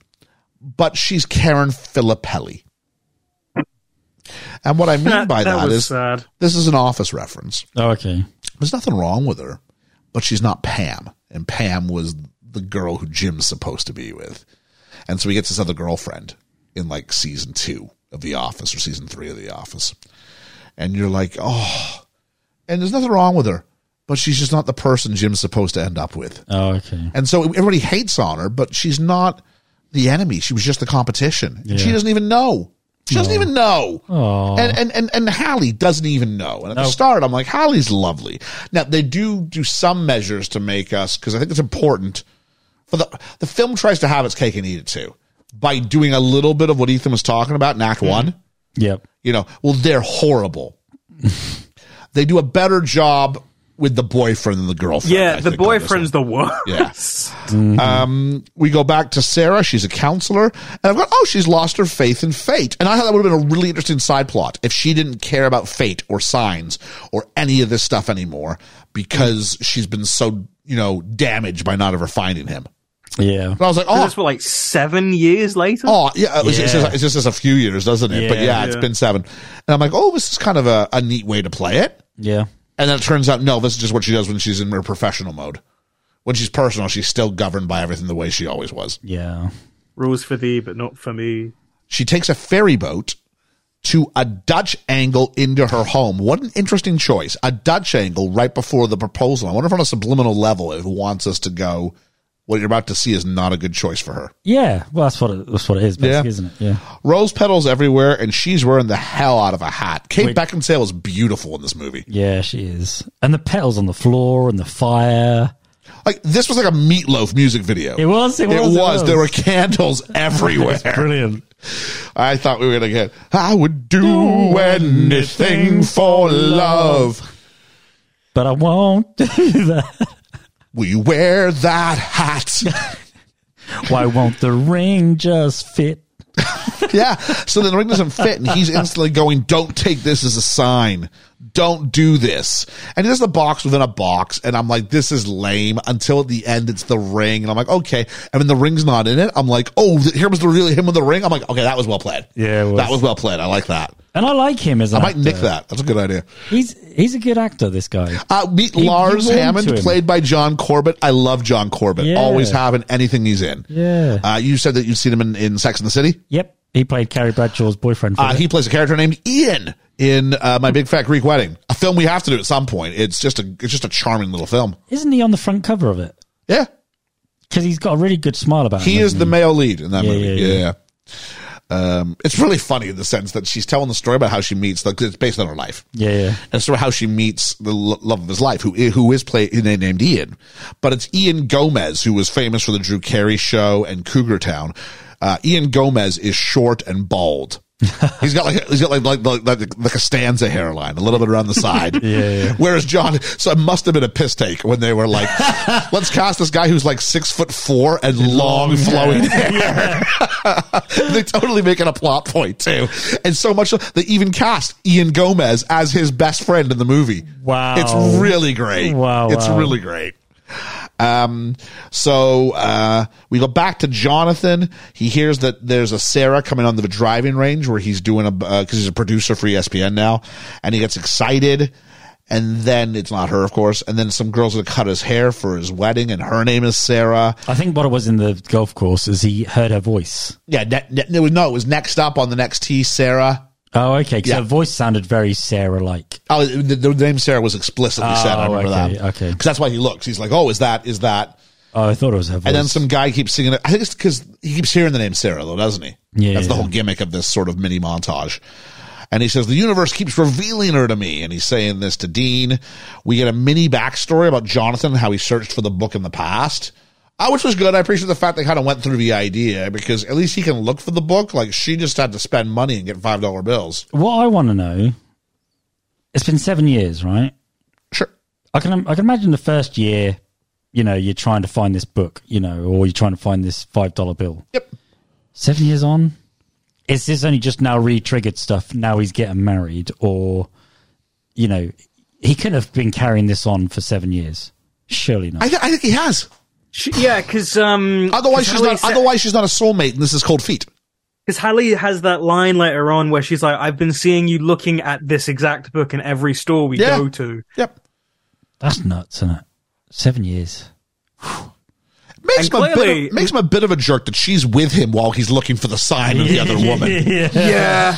Speaker 3: but she's Karen Filippelli. And what I mean by
Speaker 5: That
Speaker 3: that
Speaker 5: was
Speaker 3: is
Speaker 5: sad.
Speaker 3: this is an office reference.
Speaker 4: Oh, okay.
Speaker 3: There's nothing wrong with her, but she's not Pam. And Pam was the girl who Jim's supposed to be with. And so he gets this other girlfriend in like season two of The Office or season three of The Office. And you're like, oh, and there's nothing wrong with her, but she's just not the person Jim's supposed to end up with.
Speaker 4: Oh, okay.
Speaker 3: And so everybody hates on her, but she's not the enemy. She was just the competition. And She
Speaker 4: Yeah.
Speaker 3: doesn't even know. She doesn't even know.
Speaker 4: Aw.
Speaker 3: And, and and and Hallie doesn't even know. And at the
Speaker 4: No.
Speaker 3: start, I'm like, Hallie's lovely. Now they do do some measures to make us because I think it's important. For the the film tries to have its cake and eat it too by doing a little bit of what Ethan was talking about in Act One
Speaker 4: Yep.
Speaker 3: you know, well, they're horrible. they do a better job with the boyfriend than the girlfriend.
Speaker 5: Yeah,
Speaker 3: I
Speaker 5: the
Speaker 3: think, on this
Speaker 5: boyfriend's
Speaker 3: one.
Speaker 5: the worst.
Speaker 3: Um, We go back to Sarah. She's a counselor. And I've got, oh, she's lost her faith in fate. And I thought that would have been a really interesting side plot if she didn't care about fate or signs or any of this stuff anymore because she's been so, you know, damaged by not ever finding him.
Speaker 4: Yeah.
Speaker 3: But I was like,
Speaker 5: So
Speaker 3: oh,
Speaker 5: This was like seven years later.
Speaker 3: Oh yeah, it was- It's,
Speaker 4: Yeah.
Speaker 3: just, it's just it's a few years, doesn't it? but
Speaker 4: Yeah.
Speaker 3: yeah, it's
Speaker 5: Yeah.
Speaker 3: been seven, and I'm like, oh, this is kind of a, a neat way to play it.
Speaker 4: Yeah.
Speaker 3: And then it turns out, no, this is just what she does when she's in her professional mode. When she's personal, she's still governed by everything the way she always was.
Speaker 4: Yeah.
Speaker 5: Rules for thee, but not for me.
Speaker 3: She takes a ferry boat to a Dutch angle into her home. What an interesting choice. A Dutch angle right before the proposal. I wonder if on a subliminal level it wants us to go, what you're about to see is not a good choice for her.
Speaker 4: Yeah. Well, that's what it, that's what it is, basically,
Speaker 3: Yeah.
Speaker 4: isn't it? Yeah.
Speaker 3: Rose petals everywhere, and she's wearing the hell out of a hat. Kate
Speaker 4: Wait.
Speaker 3: Beckinsale was beautiful in this movie.
Speaker 4: Yeah, she is. And the petals on the floor and the fire.
Speaker 3: Like this was like a meatloaf music video.
Speaker 4: It was. It was.
Speaker 3: It was.
Speaker 4: it
Speaker 3: There were candles everywhere.
Speaker 4: brilliant.
Speaker 3: I thought we were going to get, I would do anything for love.
Speaker 4: But I won't do that.
Speaker 3: We wear that hat.
Speaker 4: Why won't the ring just fit?
Speaker 3: yeah. So then the ring doesn't fit, and he's instantly going, Don't take this as a sign. Don't do this. And he does the box within a box, and I'm like, This is lame. Until at the end, it's the ring. And I'm like, Okay. And when the ring's not in it, I'm like, Oh, th- here was the really him with the ring. I'm like, Okay, that was well played.
Speaker 4: Yeah, it was.
Speaker 3: That was well played. I like that.
Speaker 4: And I like him as an
Speaker 3: I might
Speaker 4: actor.
Speaker 3: nick that. That's a good idea.
Speaker 4: He's he's a good actor. This guy.
Speaker 3: Uh, meet
Speaker 4: He-
Speaker 3: Lars
Speaker 4: he warmed
Speaker 3: Hammond,
Speaker 4: to him.
Speaker 3: played by John Corbett. I love John Corbett.
Speaker 4: Yeah.
Speaker 3: Always have in anything he's in.
Speaker 4: Yeah.
Speaker 3: Uh, you said that you've seen him in, in Sex and the City.
Speaker 4: Yep. He played Carrie Bradshaw's boyfriend. For
Speaker 3: Uh,
Speaker 4: it.
Speaker 3: he plays a character named Ian in uh, My Big Fat Greek Wedding, a film we have to do at some point. It's just a it's just a charming little film.
Speaker 4: Isn't he on the front cover of it?
Speaker 3: Yeah,
Speaker 4: Because he's got a really good smile about him.
Speaker 3: he is
Speaker 4: hasn't
Speaker 3: the male lead in that
Speaker 4: Yeah,
Speaker 3: movie.
Speaker 4: yeah,
Speaker 3: Yeah.
Speaker 4: yeah.
Speaker 3: Um, it's really funny in the sense that she's telling the story about how she meets, like, it's based on her life.
Speaker 4: Yeah, yeah.
Speaker 3: And it's sort of how she meets the lo- love of his life, who who is play, named Ian. But it's Ian Gomez, who was famous for the Drew Carey show and Cougar Town. Uh, Ian Gomez is short and bald. he's got like he's got like like like, like, like a stanza hairline, a little bit around the side.
Speaker 4: yeah.
Speaker 3: Whereas John, so it must have been a piss take when they were like, "Let's cast this guy who's like six foot four and long, flowing hair." they totally make it a plot point too, and so much so they even cast Ian Gomez as his best friend in the movie.
Speaker 4: Wow.
Speaker 3: it's really great.
Speaker 4: Wow,
Speaker 3: it's
Speaker 4: wow.
Speaker 3: really great. Um, so uh, we go back to Jonathan. He hears that there's a Sarah coming on the driving range where he's doing a because he's a producer for E ESPN now, and he gets excited. And then it's not her, of course. And then some girls gonna cut his hair for his wedding, and her name is Sarah.
Speaker 4: I think what it was in the golf course is he heard her voice.
Speaker 3: Yeah, ne- ne- it was no, it was next up on the next tee, Sarah.
Speaker 4: Oh, okay. Because
Speaker 3: Yeah.
Speaker 4: her voice sounded very Sarah-like.
Speaker 3: Oh, the, the name Sarah was explicitly said. I
Speaker 4: Oh,
Speaker 3: remember
Speaker 4: okay,
Speaker 3: that.
Speaker 4: okay.
Speaker 3: because that's why he looks. He's like, oh, is that is that?
Speaker 4: Oh, I thought it was her voice.
Speaker 3: And then some guy keeps singing it. I think it's because he keeps hearing the name Sarah, though, doesn't he?
Speaker 4: Yeah,
Speaker 3: That's the
Speaker 4: yeah.
Speaker 3: whole gimmick of this sort of mini montage. And he says, The universe keeps revealing her to me. And he's saying this to Dean. We get a mini backstory about Jonathan, and how he searched for the book in the past, uh, which was good. I appreciate the fact they kind of went through the idea because at least he can look for the book. Like she just had to spend money and get $5 bills.
Speaker 4: What I want to know, it's been seven years, right?
Speaker 3: Sure.
Speaker 4: I can I can imagine the first year, you know, you're trying to find this book, you know, or you're trying to find this five dollar bill.
Speaker 3: Yep.
Speaker 4: Seven years on, is this only just now re-triggered stuff? Now he's getting married, or you know, he could have been carrying this on for seven years. Surely not.
Speaker 3: I, th- I think he has.
Speaker 5: She, yeah, because um,
Speaker 3: Otherwise, she's
Speaker 5: Hallie
Speaker 3: not.
Speaker 5: sa-
Speaker 3: Otherwise, she's not a soulmate, and this is cold feet.
Speaker 5: Because Hallie has that line later on where she's like, I've been seeing you looking at this exact book in every store we
Speaker 3: Yeah.
Speaker 5: go to.
Speaker 3: Yep,
Speaker 4: That's nuts, isn't it? Seven years.
Speaker 3: makes
Speaker 5: And
Speaker 3: him, a
Speaker 5: clearly-
Speaker 3: bit of, makes him a bit of a jerk that she's with him while he's looking for the sign of the other woman.
Speaker 4: yeah.
Speaker 5: Yeah.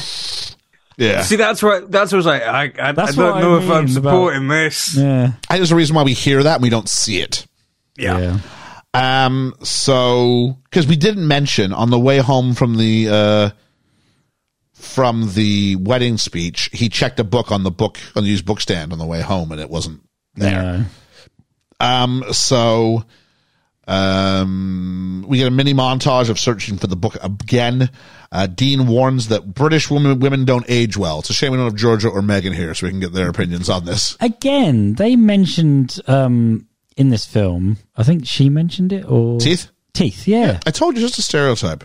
Speaker 3: Yeah,
Speaker 5: See, that's what, that's what I was like, I, I, I
Speaker 4: That's
Speaker 5: don't
Speaker 4: what I
Speaker 5: know if I'm
Speaker 4: mean about-
Speaker 5: supporting this.
Speaker 4: Yeah.
Speaker 3: I think there's a reason why we hear that and we don't see it.
Speaker 5: Yeah.
Speaker 3: Um, so because we didn't mention on the way home from the uh, from the wedding speech, he checked a book on the book on the used book stand on the way home, and it wasn't there.
Speaker 4: No.
Speaker 3: Um, so um, we get a mini montage of searching for the book again. Uh, Dean warns that British women women don't age well. It's a shame we don't have Georgia or Megan here, so we can get their opinions on this.
Speaker 4: again, they mentioned um, in this film. I think she mentioned it or
Speaker 3: Teeth?
Speaker 4: Teeth, yeah.
Speaker 3: I told you, just a stereotype.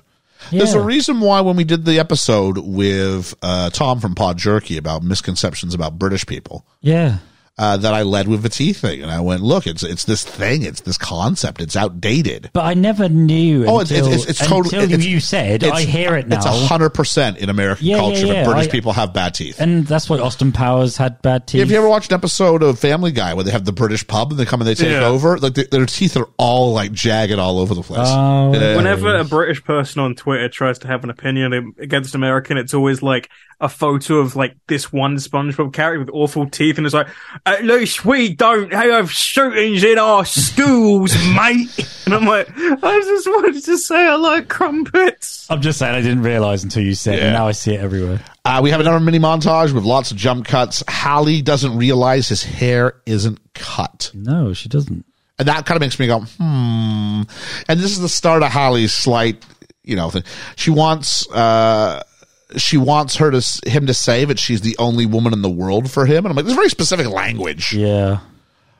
Speaker 3: There's a
Speaker 4: Yeah.
Speaker 3: reason why when we did the episode with uh, Tom from Pod Jerky about misconceptions about British people,
Speaker 4: yeah,
Speaker 3: uh, that I led with the tea thing, and I went, "Look, it's it's this thing, it's this concept, it's outdated."
Speaker 4: But I never knew.
Speaker 3: Oh, it's-
Speaker 4: until,
Speaker 3: it's- it's totally-
Speaker 4: until
Speaker 3: it's-
Speaker 4: you said. I
Speaker 3: It's-
Speaker 4: hear it
Speaker 3: It's
Speaker 4: now,
Speaker 3: hundred percent in American
Speaker 4: Yeah, yeah,
Speaker 3: culture
Speaker 4: yeah.
Speaker 3: that British
Speaker 4: I-
Speaker 3: people have bad teeth.
Speaker 4: and that's why Austin Powers had bad teeth.
Speaker 3: Have you ever watched an episode of Family Guy where they have the British pub and they come and they take
Speaker 5: Yeah.
Speaker 3: over? Like th- their teeth are all like jagged all over the place.
Speaker 4: Oh,
Speaker 3: Yeah.
Speaker 5: Whenever a British person on Twitter tries to have an opinion against American, it's always like a photo of like this one SpongeBob character with awful teeth, and it's like, at least we don't have shootings in our schools, mate. And I'm like, I just wanted to say I like crumpets.
Speaker 4: I'm just saying I didn't realize until you said, it,
Speaker 3: Yeah.
Speaker 4: and now I see it everywhere.
Speaker 3: Uh, we have another mini montage with lots of jump cuts. Hallie doesn't realize his hair isn't cut.
Speaker 4: No, she doesn't.
Speaker 3: And that kind of makes me go, hmm. And this is the start of Holly's slight, you know, thing. She wants, uh, she wants her to s- him to say that she's the only woman in the world for him, and I'm like, this is very specific language.
Speaker 4: Yeah,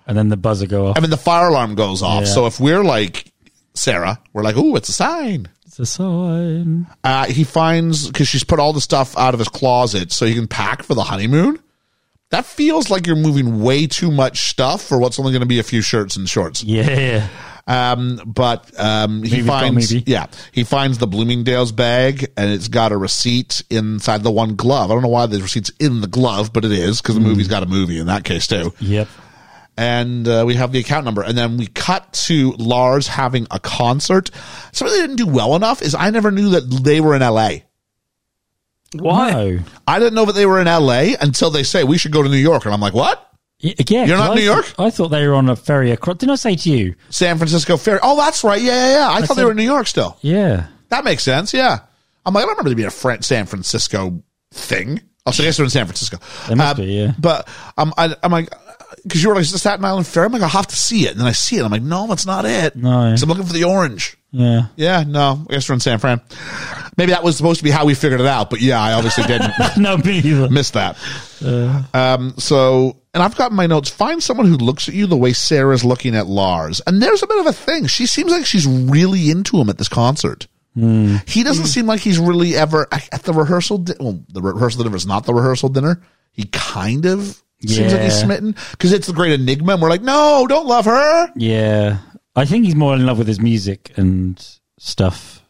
Speaker 4: and then the buzzer go off.
Speaker 3: I mean, the fire alarm goes off,
Speaker 4: Yeah.
Speaker 3: so if we're like Sarah, we're like, oh, it's a sign.
Speaker 4: It's a sign.
Speaker 3: Uh, he finds because she's put all the stuff out of his closet so he can pack for the honeymoon. That feels like you're moving way too much stuff for what's only going to be a few shirts and shorts.
Speaker 4: Yeah,
Speaker 3: Um, but um, he
Speaker 4: Maybe it's called
Speaker 3: finds
Speaker 4: maybe.
Speaker 3: yeah he finds the Bloomingdale's bag and it's got a receipt inside the one glove. I don't know why the receipt's in the glove, but it is because the
Speaker 4: Hmm.
Speaker 3: movie's got a movie in that case too.
Speaker 4: yep.
Speaker 3: And uh, we have the account number, and then we cut to Lars having a concert. Something they didn't do well enough is I never knew that they were in L.A.
Speaker 5: Why?
Speaker 4: No.
Speaker 3: I didn't know that they were in L.A. until they say we should go to New York, and I'm like, what?
Speaker 4: Y- Yeah,
Speaker 3: You're not
Speaker 4: 'cause
Speaker 3: New
Speaker 4: I
Speaker 3: York?
Speaker 4: thought- I thought they were on a ferry across. Didn't I say to you?
Speaker 3: San Francisco Ferry. Oh, that's right. Yeah, yeah, yeah. I, thought they
Speaker 4: said-
Speaker 3: were in New York still.
Speaker 4: Yeah.
Speaker 3: That makes sense. Yeah. I'm like, I don't remember there being a Fran- San Francisco thing. Oh, so I guess they're in San Francisco. Uh,
Speaker 4: They must be, yeah.
Speaker 3: But um, I, I'm like, because you were like, is the Staten Island Fair? I'm like, I'll have to see it. And then I see it. I'm like, no, that's not it.
Speaker 4: No.
Speaker 3: 'Cause I'm looking for the orange.
Speaker 4: Yeah.
Speaker 3: Yeah, no, I guess we're in San Fran. Maybe that was supposed to be how we figured it out, but yeah, I obviously didn't
Speaker 4: no, me either.
Speaker 3: miss that. Um, so, and I've got in my notes. Find someone who looks at you the way Sarah's looking at Lars. And there's a bit of a thing. She seems like she's really into him at this concert. He doesn't seem like he's really ever at at the rehearsal. Di- well, the rehearsal dinner is not the rehearsal dinner. He kind of seems like he's
Speaker 4: Yeah.
Speaker 3: smitten because it's the great enigma. And we're like, no, don't love her.
Speaker 4: Yeah. I think he's more in love with his music and stuff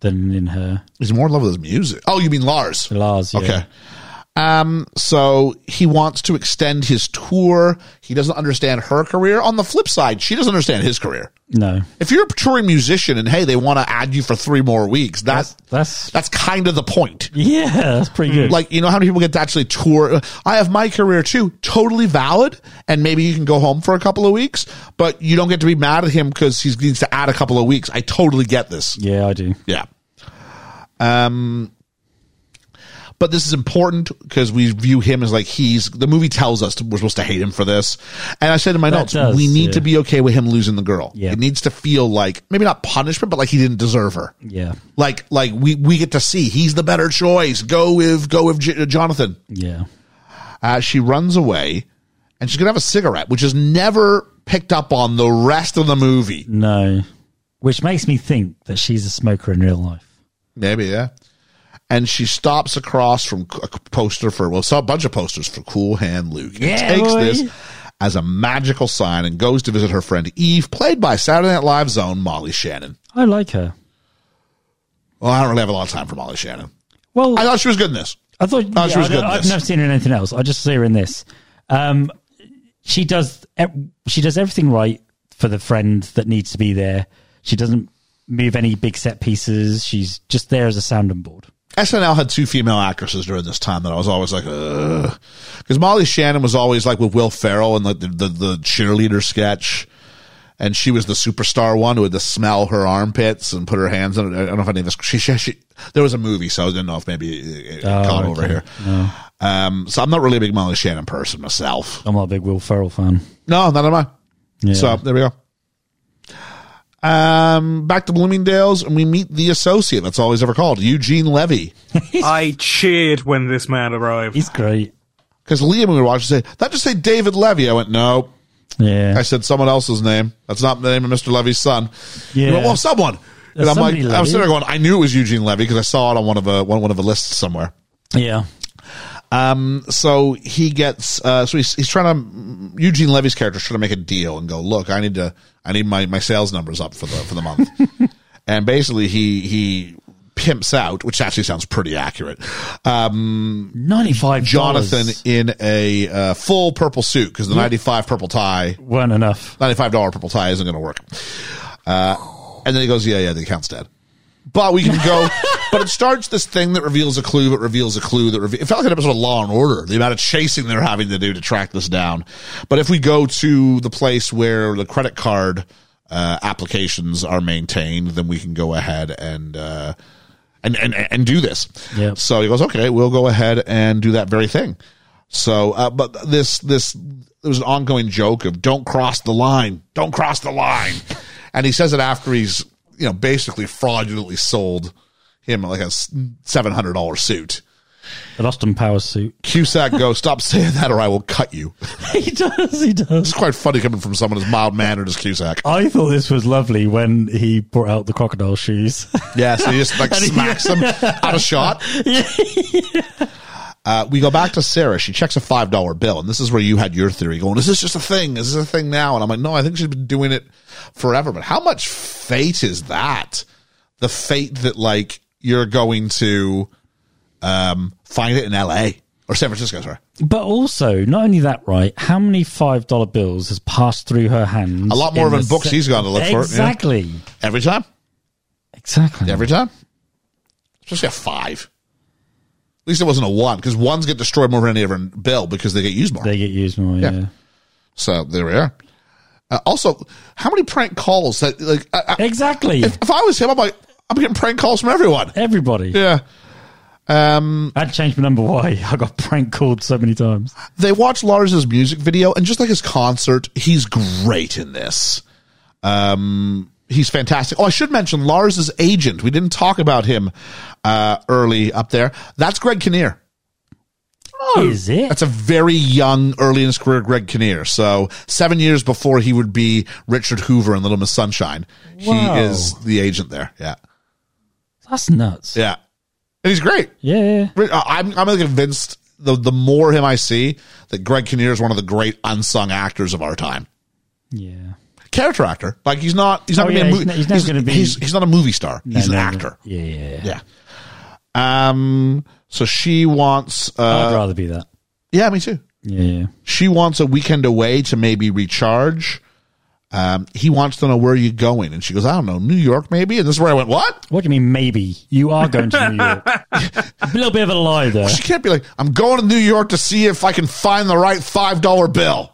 Speaker 4: than in her.
Speaker 3: He's more in love with his music. Oh, you mean Lars?
Speaker 4: Lars. Yeah.
Speaker 3: Okay. Um, so he wants to extend his tour. He doesn't understand her career. On the flip side, she doesn't understand his career.
Speaker 4: No.
Speaker 3: If you're a touring musician and hey, they want to add you for three more weeks, that's
Speaker 4: That's
Speaker 3: that's kind of the point.
Speaker 4: yeah. That's pretty good.
Speaker 3: Like, you know, how many people get to actually tour? I have my career too, totally valid. And maybe you can go home for a couple of weeks, but you don't get to be mad at him because he needs to add a couple of weeks. I totally get this.
Speaker 4: yeah, I do.
Speaker 3: Yeah. Um, but this is important because we view him as like he's the movie tells us we're supposed to hate him for this. And I said in my
Speaker 4: That
Speaker 3: notes,
Speaker 4: does,
Speaker 3: we need
Speaker 4: yeah.
Speaker 3: to be okay with him losing the girl.
Speaker 4: Yeah.
Speaker 3: It needs to feel like maybe not punishment, but like he didn't deserve her.
Speaker 4: Yeah.
Speaker 3: Like like we we get to see he's the better choice. Go with go with J- Jonathan.
Speaker 4: Yeah.
Speaker 3: Uh, she runs away, and she's gonna have a cigarette, which is never picked up on the rest of the movie.
Speaker 4: No. Which makes me think that she's a smoker in real life.
Speaker 3: Maybe, yeah. And she stops across from c- a poster for, well, saw a bunch of posters for Cool Hand Luke. and
Speaker 4: Yeah,
Speaker 3: takes
Speaker 4: boy.
Speaker 3: this as a magical sign and goes to visit her friend Eve, played by Saturday Night Live's own Molly Shannon.
Speaker 4: I like her.
Speaker 3: Well, I don't really have a lot of time for Molly Shannon.
Speaker 4: Well,
Speaker 3: I thought she was good in this.
Speaker 4: I thought
Speaker 3: Oh, she was
Speaker 4: yeah, I don't-
Speaker 3: good in
Speaker 4: I've
Speaker 3: this.
Speaker 4: never seen her in anything else. I just see her in this. Um, she does e- she does everything right for the friend that needs to be there. She doesn't move any big set pieces. She's just there as a sounding board.
Speaker 3: SNL had two female actresses during this time that I was always like, because Molly Shannon was always like with Will Ferrell and like the, the the cheerleader sketch, and she was the superstar one who had to smell her armpits and put her hands on. it. I don't know if any of this. She, she, she there was a movie, so I didn't know if maybe it, it caught
Speaker 4: Oh, okay.
Speaker 3: over here. Um, so I'm not really a big Molly Shannon person myself.
Speaker 4: I'm not a big Will Ferrell fan.
Speaker 3: No, not am I.
Speaker 4: Yeah.
Speaker 3: So there we go. Um, back to Bloomingdale's, and we meet the associate. That's all he's ever called, Eugene Levy.
Speaker 5: I cheered when this man arrived.
Speaker 4: he's great.
Speaker 3: Because Liam, we were watching, said, that just say David Levy. I went, no. I
Speaker 4: Yeah,
Speaker 3: said someone else's name. That's not the name of Mr. Levy's son. He
Speaker 4: Yeah.
Speaker 3: went, well, someone. And
Speaker 4: That's
Speaker 3: I'm like,
Speaker 4: somebody
Speaker 3: I was sitting
Speaker 4: Levy.
Speaker 3: there going, I knew it was Eugene Levy because I saw it on one of a one, one of a list somewhere.
Speaker 4: yeah,
Speaker 3: So he gets, uh, so he's, he's trying to Eugene Levy's character's trying to make a deal and go, look, I need to, I need my my sales numbers up for the for the month. and basically, he he pimps out, which actually sounds pretty accurate. uh,
Speaker 4: ninety five.
Speaker 3: Jonathan in a uh, full purple suit because the '95 purple tie
Speaker 4: weren't enough.
Speaker 3: ninety-five dollar purple tie isn't going to work. Uh, and then he goes, "Yeah, yeah, the account's dead." But we can go. but it starts this thing that reveals a clue, that reveals a clue, that reve- it felt like an episode of Law and Order. The amount of chasing they're having to do to track this down. But if we go to the place where the credit card uh, applications are maintained, then we can go ahead and. Uh, and, and, and do this.
Speaker 4: Yeah.
Speaker 3: So he goes, okay, we'll go ahead and do that very thing. So, uh, but this, this, there was an ongoing joke of don't cross the line, don't cross the line. And he says it after he's, you know, basically fraudulently sold him like a s- $700 suit.
Speaker 4: An Austin Powers suit.
Speaker 3: Cusack goes, stop saying that or I will cut you.
Speaker 4: he does. He does.
Speaker 3: It's quite funny coming from someone as mild mannered as Cusack.
Speaker 4: I thought this was lovely when he brought out the crocodile shoes.
Speaker 3: Yeah, so he just like smacks them out of shot. Uh, we go back to Sarah. She checks a five dollar bill, and this is where you had your theory going. Is this just a thing? Is this a thing now? And I'm like, no, I think she's been doing it forever. But how much fate is that? The fate that like you're going to um, find it in L.A. or San Francisco, sorry.
Speaker 4: But also, not only that, right? How many five dollar bills has passed through her hands?
Speaker 3: A lot more
Speaker 4: in
Speaker 3: than
Speaker 4: the
Speaker 3: books he's gone to look for, yeah.
Speaker 4: Exactly,
Speaker 3: Every time,
Speaker 4: exactly.
Speaker 3: every time. Especially a five. At least it wasn't a one because ones get destroyed more than any other bill because they get used more.
Speaker 4: They get used more. Yeah,
Speaker 3: So there we are. Uh, also, how many prank calls that like I, I,
Speaker 4: exactly.
Speaker 3: if I was him, I'm like, I'm getting prank calls from everyone.
Speaker 4: Everybody.
Speaker 3: Yeah. Um,
Speaker 4: I had to change my number. Why? I got prank called so many times.
Speaker 3: they watch Lars's music video, and just like his concert, he's great in this. Um, he's fantastic. Oh, I should mention Lars's agent. We didn't talk about him uh, early up there. That's Greg Kinnear.
Speaker 4: Is it?
Speaker 3: Oh. That's a very young, early in his career, Greg Kinnear. So seven years before he would be Richard Hoover in Little Miss Sunshine,
Speaker 4: Wow.
Speaker 3: he is the agent there. Yeah,
Speaker 4: That's nuts.
Speaker 3: yeah, and he's great.
Speaker 4: Yeah. yeah.
Speaker 3: Re- uh, I'm I'm convinced the the more him I see that Greg Kinnear is one of the great unsung actors of our time.
Speaker 4: Yeah.
Speaker 3: Character actor, like he's not he's not
Speaker 4: Oh,
Speaker 3: gonna
Speaker 4: yeah,
Speaker 3: be a
Speaker 4: he's
Speaker 3: movie.
Speaker 4: not- he's never gonna be-
Speaker 3: he's, he's not a movie star. he's
Speaker 4: No,
Speaker 3: an
Speaker 4: no, no.
Speaker 3: actor.
Speaker 4: Yeah. yeah.
Speaker 3: Yeah. Um. So she wants. Uh,
Speaker 4: I'd rather be that.
Speaker 3: yeah, me too.
Speaker 4: Yeah. yeah.
Speaker 3: She wants a weekend away to maybe recharge. Um, he wants to know where you're going, and she goes, "I don't know, New York, maybe." And this is where I went. What?
Speaker 4: What do you mean? Maybe you are going to New York. a little bit of a lie there.
Speaker 3: She can't be like, "I'm going to New York to see if I can find the right five dollar bill."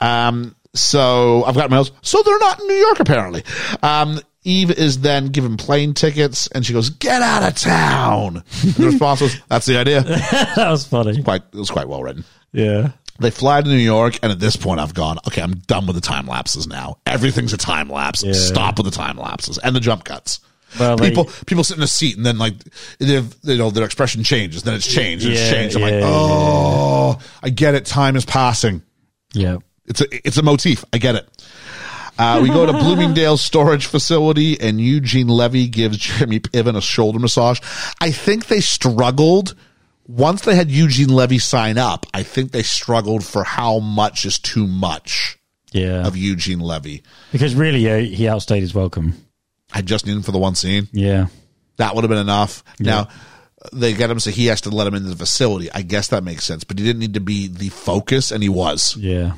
Speaker 3: um, so I've got my notes. So they're not in New York apparently. Um, Eve is then given plane tickets, and she goes, "Get out of town." And the response was, "That's the idea."
Speaker 4: that was funny.
Speaker 3: Quite, it was quite well written.
Speaker 4: Yeah.
Speaker 3: They fly to New York, and at this point, I've gone, okay, I'm done with the time lapses now. Everything's a time lapse. Stop with the time lapses and the jump cuts.
Speaker 4: Well, they-
Speaker 3: people people sit in a seat, and then like they've you know their expression changes, then it's changed, and it's
Speaker 4: Yeah,
Speaker 3: changed. I'm
Speaker 4: yeah,
Speaker 3: like,
Speaker 4: yeah,
Speaker 3: oh, I get it. Time is passing.
Speaker 4: Yeah.
Speaker 3: It's a it's a motif. I get it. Uh, we go to Bloomingdale's storage facility, and Eugene Levy gives Jimmy Piven a shoulder massage. I think they struggled once they had Eugene Levy sign up. I think they struggled for how much is too much
Speaker 4: Yeah.
Speaker 3: of Eugene Levy.
Speaker 4: Because really, uh, he outstayed his welcome.
Speaker 3: I just need him for the one scene.
Speaker 4: Yeah.
Speaker 3: That would have been enough. Now they get him, so he has to let him into the facility. I guess that makes sense, but he didn't need to be the focus, and he was.
Speaker 4: Yeah.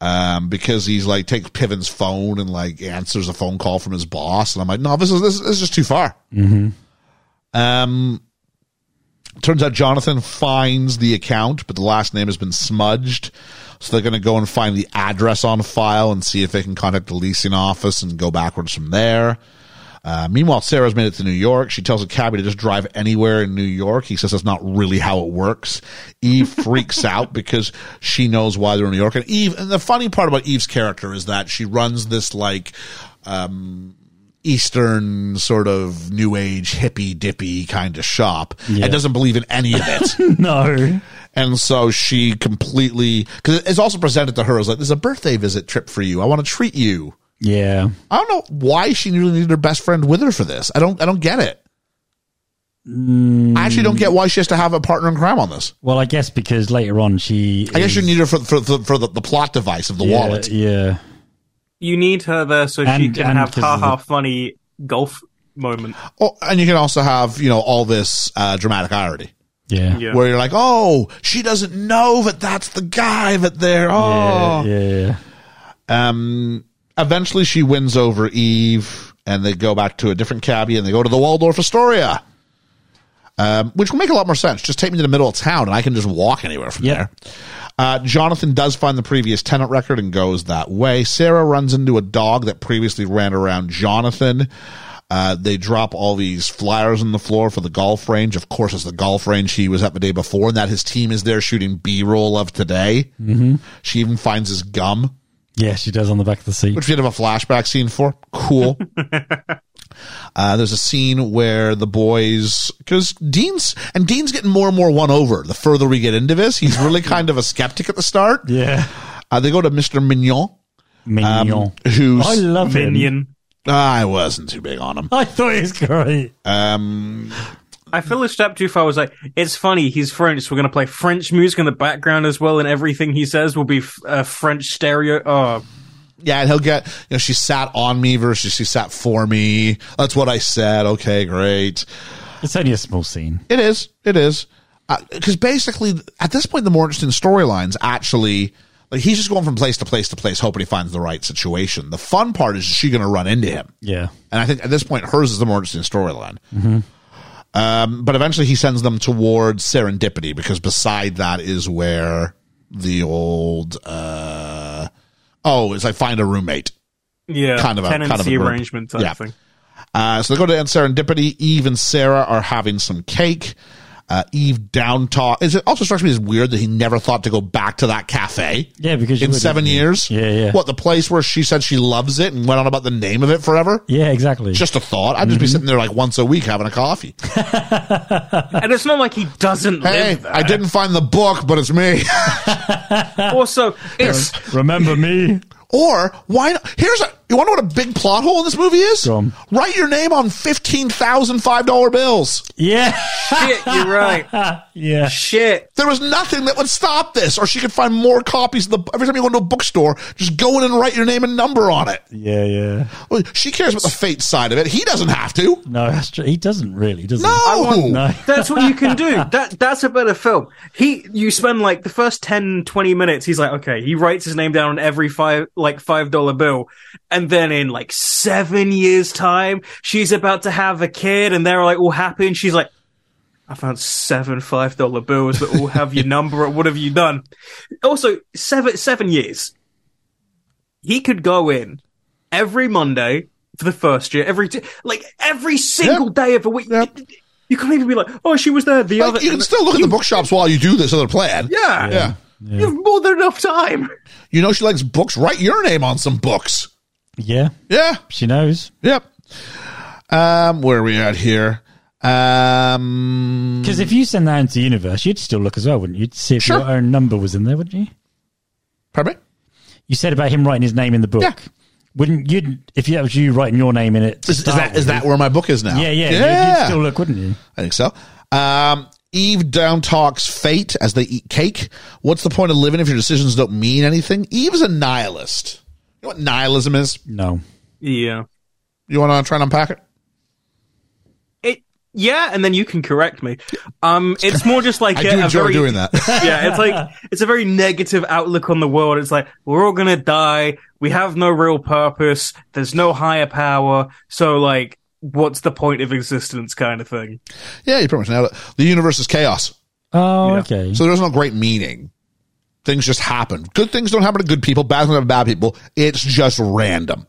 Speaker 3: um, because he's like takes Piven's phone and like answers a phone call from his boss, and I'm like, no, this is this, this is just too far. Mm-hmm. Um, turns out Jonathan finds the account, but the last name has been smudged, so they're going to go and find the address on file and see if they can contact the leasing office and go backwards from there. Uh, meanwhile, Sarah's made it to New York. She tells a cabbie to just drive anywhere in New York. He says that's not really how it works. Eve freaks out because she knows why they're in New York. And Eve, and the funny part about Eve's character is that she runs this like um, Eastern sort of New Age hippy dippy kind of shop
Speaker 4: Yeah.
Speaker 3: and doesn't believe in any of it.
Speaker 4: No.
Speaker 3: And so she completely, because it's also presented to her as like, there's a birthday visit trip for you. I want to treat you.
Speaker 4: Yeah.
Speaker 3: I don't know why she really needed her best friend with her for this. I don't. I don't get it. I actually don't get why she has to have a partner in crime on this.
Speaker 4: Well, I guess because later on she.
Speaker 3: I guess
Speaker 4: is-
Speaker 3: you need her for for, for, for the, the plot device of the
Speaker 4: yeah,
Speaker 3: wallet.
Speaker 4: Yeah.
Speaker 5: You need her there so she
Speaker 4: And-
Speaker 5: can
Speaker 4: and
Speaker 5: have
Speaker 4: 'cause of
Speaker 5: haha funny golf moment.
Speaker 3: Oh, and you can also have you know all this uh, dramatic irony
Speaker 4: Yeah.
Speaker 5: Yeah.
Speaker 3: where you're like, oh, she doesn't know that that's the guy that they're.
Speaker 4: Yeah.
Speaker 3: Oh,
Speaker 4: Yeah. yeah.
Speaker 3: um. Eventually, she wins over Eve, and they go back to a different cabbie, and they go to the Waldorf Astoria. Um, which will make a lot more sense. Just take me to the middle of town, and I can just walk anywhere from
Speaker 4: Yeah.
Speaker 3: there. Uh, Jonathan does find the previous tenant record and goes that way. Sarah runs into a dog that previously ran around Jonathan. Uh, they drop all these flyers on the floor for the golf range. Of course, it's the golf range he was at the day before, and that his team is there shooting B roll of today. Mm-hmm. She even finds his gum,
Speaker 4: Yeah. She does on the back of the seat.
Speaker 3: which we did have a flashback scene for. Cool. Uh, there's a scene where the boys, because Dean's and Dean's getting more and more won over the further we get into this. He's really kind of a skeptic at the start.
Speaker 4: yeah.
Speaker 3: Uh, they go to Mr. Mignon, um,
Speaker 4: Mignon.
Speaker 3: who's
Speaker 4: I love him.
Speaker 5: Minion.
Speaker 3: I wasn't too big on him.
Speaker 4: I thought it was great.
Speaker 5: I feel a step too far. I was like, it's funny. He's French. So we're gonna play French music in the background as well, and everything he says will be f- uh, French stereo. Oh,
Speaker 3: Yeah, and he'll get you know she sat on me versus she sat for me. That's what I said. Okay, great.
Speaker 4: It's only a small scene.
Speaker 3: It is. It is. Because basically, at this point, the more interesting storylines actually, like he's just going from place to place to place, hoping he finds the right situation. The fun part is, is she going to run into him?
Speaker 4: Yeah.
Speaker 3: And I think at this point, hers is the more interesting storyline. Um, but eventually, he sends them towards serendipity because beside that is where the old uh, oh, it's like find a roommate
Speaker 5: yeah,
Speaker 3: Kind of a- kind of a
Speaker 5: tenancy
Speaker 3: group.
Speaker 5: arrangement type
Speaker 3: Yeah.
Speaker 5: thing.
Speaker 3: Uh, so they go to end serendipity. Eve and Sarah are having some cake. Uh, Eve down talk. Is it also strikes me as weird that he never thought to go back to that cafe?
Speaker 4: Yeah, because you
Speaker 3: in
Speaker 4: would-
Speaker 3: seven years,
Speaker 4: Yeah, yeah.
Speaker 3: What the place where she said she loves it and went on about the name of it forever?
Speaker 4: Yeah, exactly.
Speaker 3: Just a thought. I'd just be sitting there like once a week having a coffee.
Speaker 5: And it's not like he doesn't
Speaker 3: hey,
Speaker 5: live there.
Speaker 3: I didn't find the book, but it's me.
Speaker 5: Also, it's
Speaker 4: Remember me?
Speaker 3: Or why? Not? Here's a. You want to know what a big plot hole in this movie is?
Speaker 4: Go on.
Speaker 3: Write your name on fifteen thousand five dollar bills.
Speaker 4: Yeah.
Speaker 5: shit. You're right.
Speaker 4: Yeah.
Speaker 5: Shit.
Speaker 3: There was nothing that would stop this, or she could find more copies. Of the every time you go into a bookstore, just go in and write your name and number on it.
Speaker 4: Yeah, yeah.
Speaker 3: Well, She cares about the fate side of it. He doesn't have to.
Speaker 4: No, that's true. He doesn't really, does
Speaker 3: No.
Speaker 4: he? No.
Speaker 5: That's what you can do. That that's a better film. He you spend like the first 10 20 minutes he's like okay, he writes his name down on every five like $5 bill and then in like 7 years time she's about to have a kid and they're like all happy and she's like I found seven five dollar bills that all have your number. What have you done? Also, seven seven years. He could go in every Monday for the first year, every t- like every single
Speaker 3: Yep.
Speaker 5: day of the week.
Speaker 3: Yep.
Speaker 5: You can't even be like, oh, she was there the other.
Speaker 3: Like, you can still look at the bookshops while you do this other plan.
Speaker 5: yeah,
Speaker 3: yeah.
Speaker 5: you have more than enough time.
Speaker 3: You know she likes books. Write your name on some books.
Speaker 4: Yeah.
Speaker 3: Yeah.
Speaker 4: She knows.
Speaker 3: Yep. Um, where are we at here? Um,
Speaker 4: Because if you send that into the universe, you'd still look as well, wouldn't you? You'd see if
Speaker 3: Sure.
Speaker 4: your own number was in there, wouldn't you?
Speaker 3: pardon me?
Speaker 4: You said about him writing his name in the book.
Speaker 3: Yeah.
Speaker 4: Wouldn't you? If that was you writing your name in it, to
Speaker 3: Is, is
Speaker 4: start
Speaker 3: that is
Speaker 4: with,
Speaker 3: that where my book is now?
Speaker 4: Yeah, yeah. you'd- You'd,
Speaker 3: yeah.
Speaker 4: still look, wouldn't you?
Speaker 3: I think so. Um, Eve down talks fate as they eat cake. What's the point of living if your decisions don't mean anything? Eve's a nihilist. You know what nihilism is?
Speaker 4: No.
Speaker 5: Yeah,
Speaker 3: You want to try and unpack it?
Speaker 5: it. Yeah, and then you can correct me. Um, it's more just like
Speaker 3: I
Speaker 5: yeah,
Speaker 3: do
Speaker 5: a
Speaker 3: enjoy
Speaker 5: very-
Speaker 3: doing that.
Speaker 5: yeah, it's like it's a very negative outlook on the world. It's like we're all gonna die. We have no real purpose. There's no higher power. So like, what's the point of existence? Kind of thing.
Speaker 3: yeah, you pretty much nailed it. The universe is chaos,
Speaker 4: Oh,
Speaker 5: Yeah.
Speaker 4: okay.
Speaker 3: so there's no great meaning. Things just happen. Good things don't happen to good people. Bad things happen to bad people. It's just random.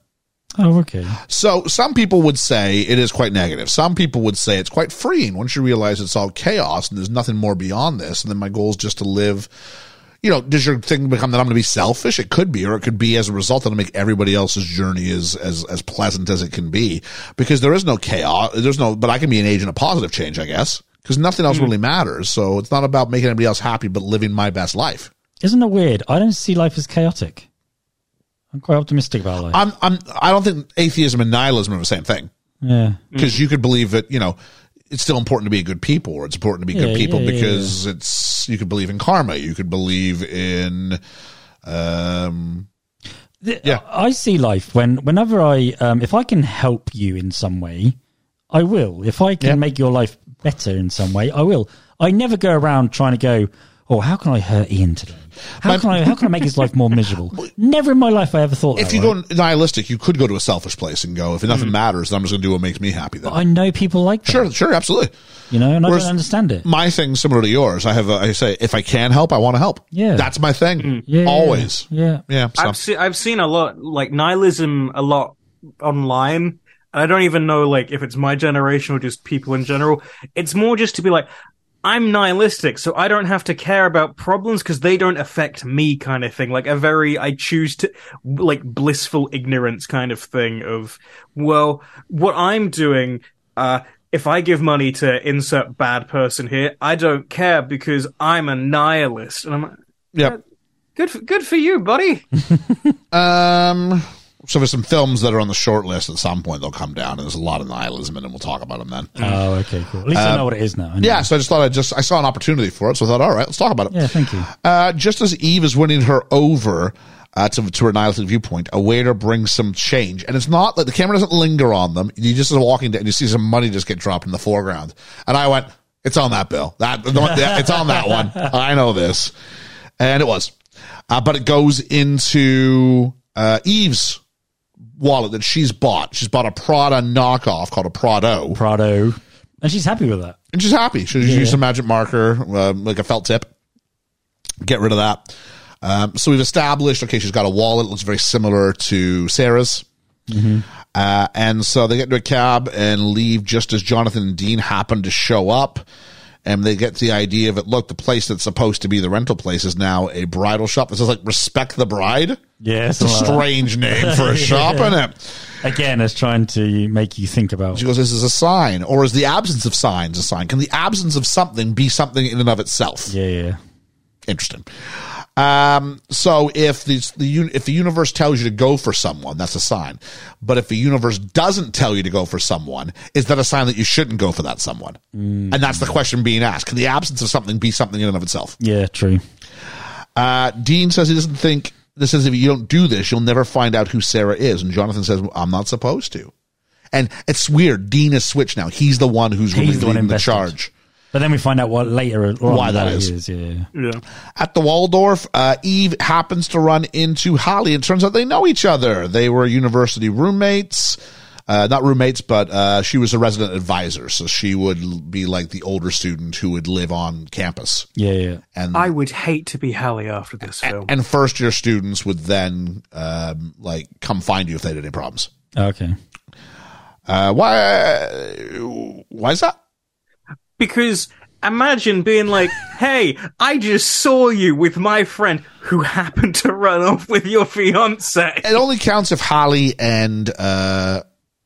Speaker 4: oh, okay.
Speaker 3: So some people would say it is quite negative. Some people would say it's quite freeing once you realize it's all chaos and there's nothing more beyond this. And then my goal is just to live. You know, does your thing become that I'm going to be selfish? It could be, or it could be as a result that I make everybody else's journey as as as pleasant as it can be, because there is no chaos. There's no, but I can be an agent of positive change, I guess, because nothing else really matters. So it's not about making anybody else happy, but living my best life.
Speaker 4: Isn't it weird? I don't see life as chaotic. I'm quite optimistic about life.
Speaker 3: I'm I'm I don't think atheism and nihilism are the same thing.
Speaker 4: yeah.
Speaker 3: because Mm. you could believe that you know it's still important to be a good people or it's important to be
Speaker 4: Yeah,
Speaker 3: good people
Speaker 4: yeah, yeah,
Speaker 3: because it's you could believe in karma you could believe in um
Speaker 4: The-
Speaker 3: Yeah.
Speaker 4: I see life when whenever I um, if I can help you in some way, I will. If I can
Speaker 3: Yeah.
Speaker 4: make your life better in some way, I will. I never go around trying to go, oh, how can I hurt Ian today? How
Speaker 3: But-
Speaker 4: can I how can I make his life more miserable? Never in my life I ever thought
Speaker 3: if
Speaker 4: that,
Speaker 3: you
Speaker 4: right?
Speaker 3: go nihilistic you could go to a selfish place and go if nothing matters then i'm just going to do what makes me happy then
Speaker 4: But I know people like that,
Speaker 3: sure sure absolutely
Speaker 4: you know, and I
Speaker 3: Whereas-
Speaker 4: don't understand it.
Speaker 3: my thing similar to yours i have a, i say if i can help i want to help
Speaker 4: Yeah.
Speaker 3: that's my thing
Speaker 4: Yeah,
Speaker 3: always yeah,
Speaker 4: Yeah.
Speaker 3: so.
Speaker 5: I've seen I've seen a lot like nihilism a lot online. And I don't even know like if it's my generation or just people in general. It's more just to be like I'm nihilistic, so I don't have to care about problems because they don't affect me kind of thing. Like a very I choose to like blissful ignorance kind of thing of well, what I'm doing uh if I give money to insert bad person here, I don't care because I'm a nihilist. And I'm like,
Speaker 3: Yep.
Speaker 5: good for, good for you, buddy.
Speaker 3: Um, so there's some films that are on the short list. At some point, they'll come down, and there's a lot of nihilism, in them. we'll talk about them then.
Speaker 4: Oh, okay, cool. At least I know what it is now. I know.
Speaker 3: Uh, Yeah, so I just thought I just I saw an opportunity for it, so I thought, all right, let's talk about it.
Speaker 4: Yeah, thank you.
Speaker 3: Uh, just as Eve is winning her over uh, to, to her nihilistic viewpoint, a waiter brings some change, and it's not like the camera doesn't linger on them. You just are walking down, and you see some money just get dropped in the foreground, and I went, "It's on that bill. That it's on that one. I know this," and it was. Uh, but it goes into uh, Eve's wallet that she's bought. She's bought a Prada knockoff called a Prado
Speaker 4: Prado. And she's happy with that.
Speaker 3: and she's happy. She just used a magic marker, um, like a felt tip. Get rid of that. Um, so we've established, okay, she's got a wallet. It looks very similar to Sarah's. Uh, and so they get into a cab and leave just as Jonathan and Dean happen to show up. And they get the idea of it. Look, the place that's supposed to be the rental place is now a bridal shop. This is like respect the bride.
Speaker 4: Yeah,
Speaker 3: It's a strange name for a shop,
Speaker 4: Yeah.
Speaker 3: isn't it?
Speaker 4: Again, it's trying to make you think about.
Speaker 3: She goes, "This is a sign, or is the absence of signs a sign? Can the absence of something be something in and of itself?"
Speaker 4: Yeah, yeah.
Speaker 3: Interesting. Um, so if the, the un- if the universe tells you to go for someone, that's a sign. But if the universe doesn't tell you to go for someone, is that a sign that you shouldn't go for that someone? And that's the question being asked. Can the absence of something be something in and of itself?
Speaker 4: Yeah, true.
Speaker 3: Uh, Dean says he doesn't think this is if you don't do this, you'll never find out who Sarah is. And Jonathan says, I'm not supposed to. And it's weird. Dean is switched now. He's the one who's really
Speaker 4: He's the one
Speaker 3: leading the
Speaker 4: invested.
Speaker 3: charge.
Speaker 4: But then we find out what later on
Speaker 3: Why that
Speaker 4: it
Speaker 3: is.
Speaker 4: Yeah.
Speaker 5: Yeah.
Speaker 3: At the Waldorf, uh, Eve happens to run into Holly. and turns out they know each other. They were university roommates. Uh, not roommates, but uh, she was a resident advisor. So she would l- be like the older student who would live on campus.
Speaker 4: Yeah, yeah.
Speaker 3: And
Speaker 5: I would hate to be Hallie after this film.
Speaker 3: and first year students would then um, like come find you if they had any problems.
Speaker 4: Okay.
Speaker 3: Uh, why? Why is that?
Speaker 5: Because imagine being like, hey, I just saw you with my friend who happened to run off with your fiance.
Speaker 3: It only counts if Holly and uh,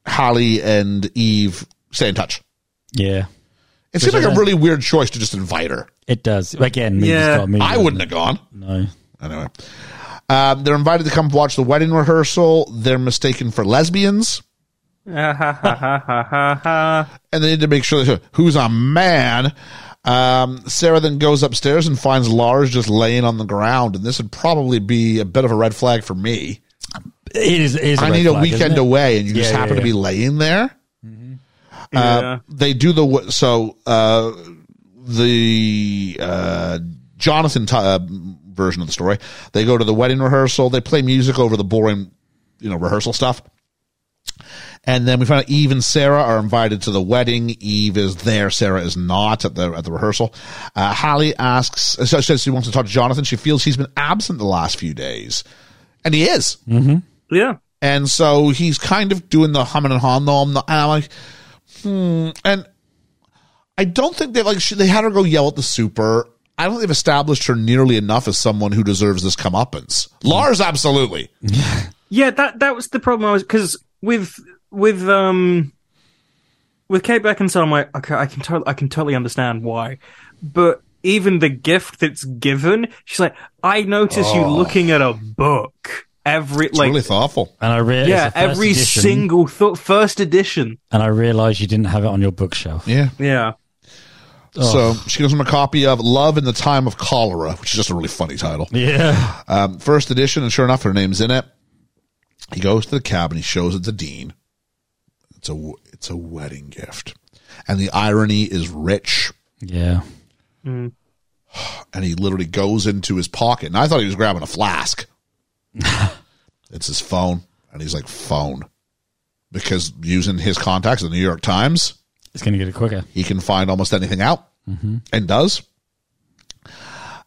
Speaker 3: Holly and Eve stay in touch.
Speaker 4: Yeah.
Speaker 3: It seems like a
Speaker 4: that-
Speaker 3: really weird choice to just invite her.
Speaker 4: It does. Again, movies
Speaker 5: Yeah.
Speaker 4: got movies.
Speaker 3: I wouldn't have gone.
Speaker 4: No.
Speaker 3: Anyway, um, they're invited to come watch the wedding rehearsal. They're mistaken for lesbians,
Speaker 5: Ah, ha, ha, ha, ha, ha, ha.
Speaker 3: and they need to make sure that- who's a man. Um, Sarah then goes upstairs and finds Lars just laying on the ground, and this would probably be a bit of a red flag for me.
Speaker 4: It is. It is
Speaker 3: I
Speaker 4: red
Speaker 3: need a
Speaker 4: flag, isn't
Speaker 3: weekend
Speaker 4: it?
Speaker 3: away, and you just
Speaker 4: Yeah,
Speaker 3: happen
Speaker 4: yeah,
Speaker 3: to be laying there.
Speaker 5: Yeah.
Speaker 3: they do the w- so uh, the uh, Jonathan t- uh, version of the story. They go to the wedding rehearsal. They play music over the boring, you know, rehearsal stuff. And then we find out Eve and Sarah are invited to the wedding. Eve is there. Sarah is not at the at the rehearsal. Uh, Holly asks, uh, so says she wants to talk to Jonathan. She feels he's been absent the last few days, and he is.
Speaker 5: yeah.
Speaker 3: And so he's kind of doing the humming and hawing though. I'm not, and I'm like, hmm. And I don't think they like, she, they had her go yell at the super. I don't think they've established her nearly enough as someone who deserves this comeuppance. Lars, absolutely.
Speaker 5: Yeah, that that was the problem. I was because with with um with Kate Beckinsale, I'm like, okay, I can totally I can totally understand why, but even the gift that's given, she's like, I notice you looking at a book every like
Speaker 3: really thoughtful.
Speaker 4: And I realized.
Speaker 5: yeah every single thought first edition
Speaker 4: And I realized you didn't have it on your bookshelf.
Speaker 3: Yeah.
Speaker 5: yeah
Speaker 3: So she gives him a copy of Love in the Time of Cholera, which is just a really funny title.
Speaker 4: Yeah.
Speaker 3: Um, first edition, and sure enough, her name's in it. He goes to the cabin. He shows it to Dean. It's a it's a wedding gift, and the irony is rich.
Speaker 4: Yeah.
Speaker 3: and he literally goes into his pocket. And I thought he was grabbing a flask. it's his phone. And he's like, phone. Because using his contacts at the New York Times,
Speaker 4: It's going to get it quicker.
Speaker 3: he can find almost anything out and does.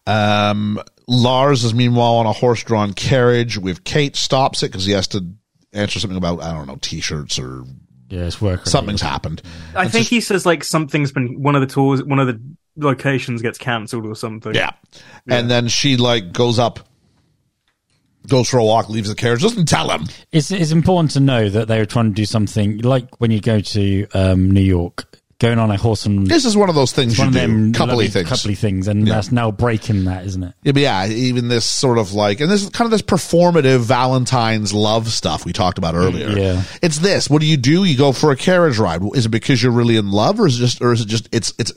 Speaker 3: Um, Lars is meanwhile on a horse drawn carriage with Kate, stops it because he has to answer something about, I don't know, t shirts or
Speaker 4: Yeah, it's work. related.
Speaker 3: something's happened.
Speaker 5: I think he says like something's been one of the tours one of the locations gets cancelled or something
Speaker 3: Yeah. And then she like goes up, goes for a walk, leaves the carriage, doesn't tell him.
Speaker 4: It's, it's important to know that they were trying to do something like when you go to um, New York, going on a horse and
Speaker 3: This is one of those things
Speaker 4: one
Speaker 3: you
Speaker 4: of them
Speaker 3: do, coupley
Speaker 4: lovely
Speaker 3: things.
Speaker 4: coupley things, and that's now breaking that, isn't it?
Speaker 3: Yeah, but yeah, even this sort of like, and this is kind of this performative Valentine's love stuff we talked about earlier.
Speaker 4: yeah.
Speaker 3: it's this. What do you do? You go for a carriage ride. Is it because you're really in love, or is it just, or is it just it's it's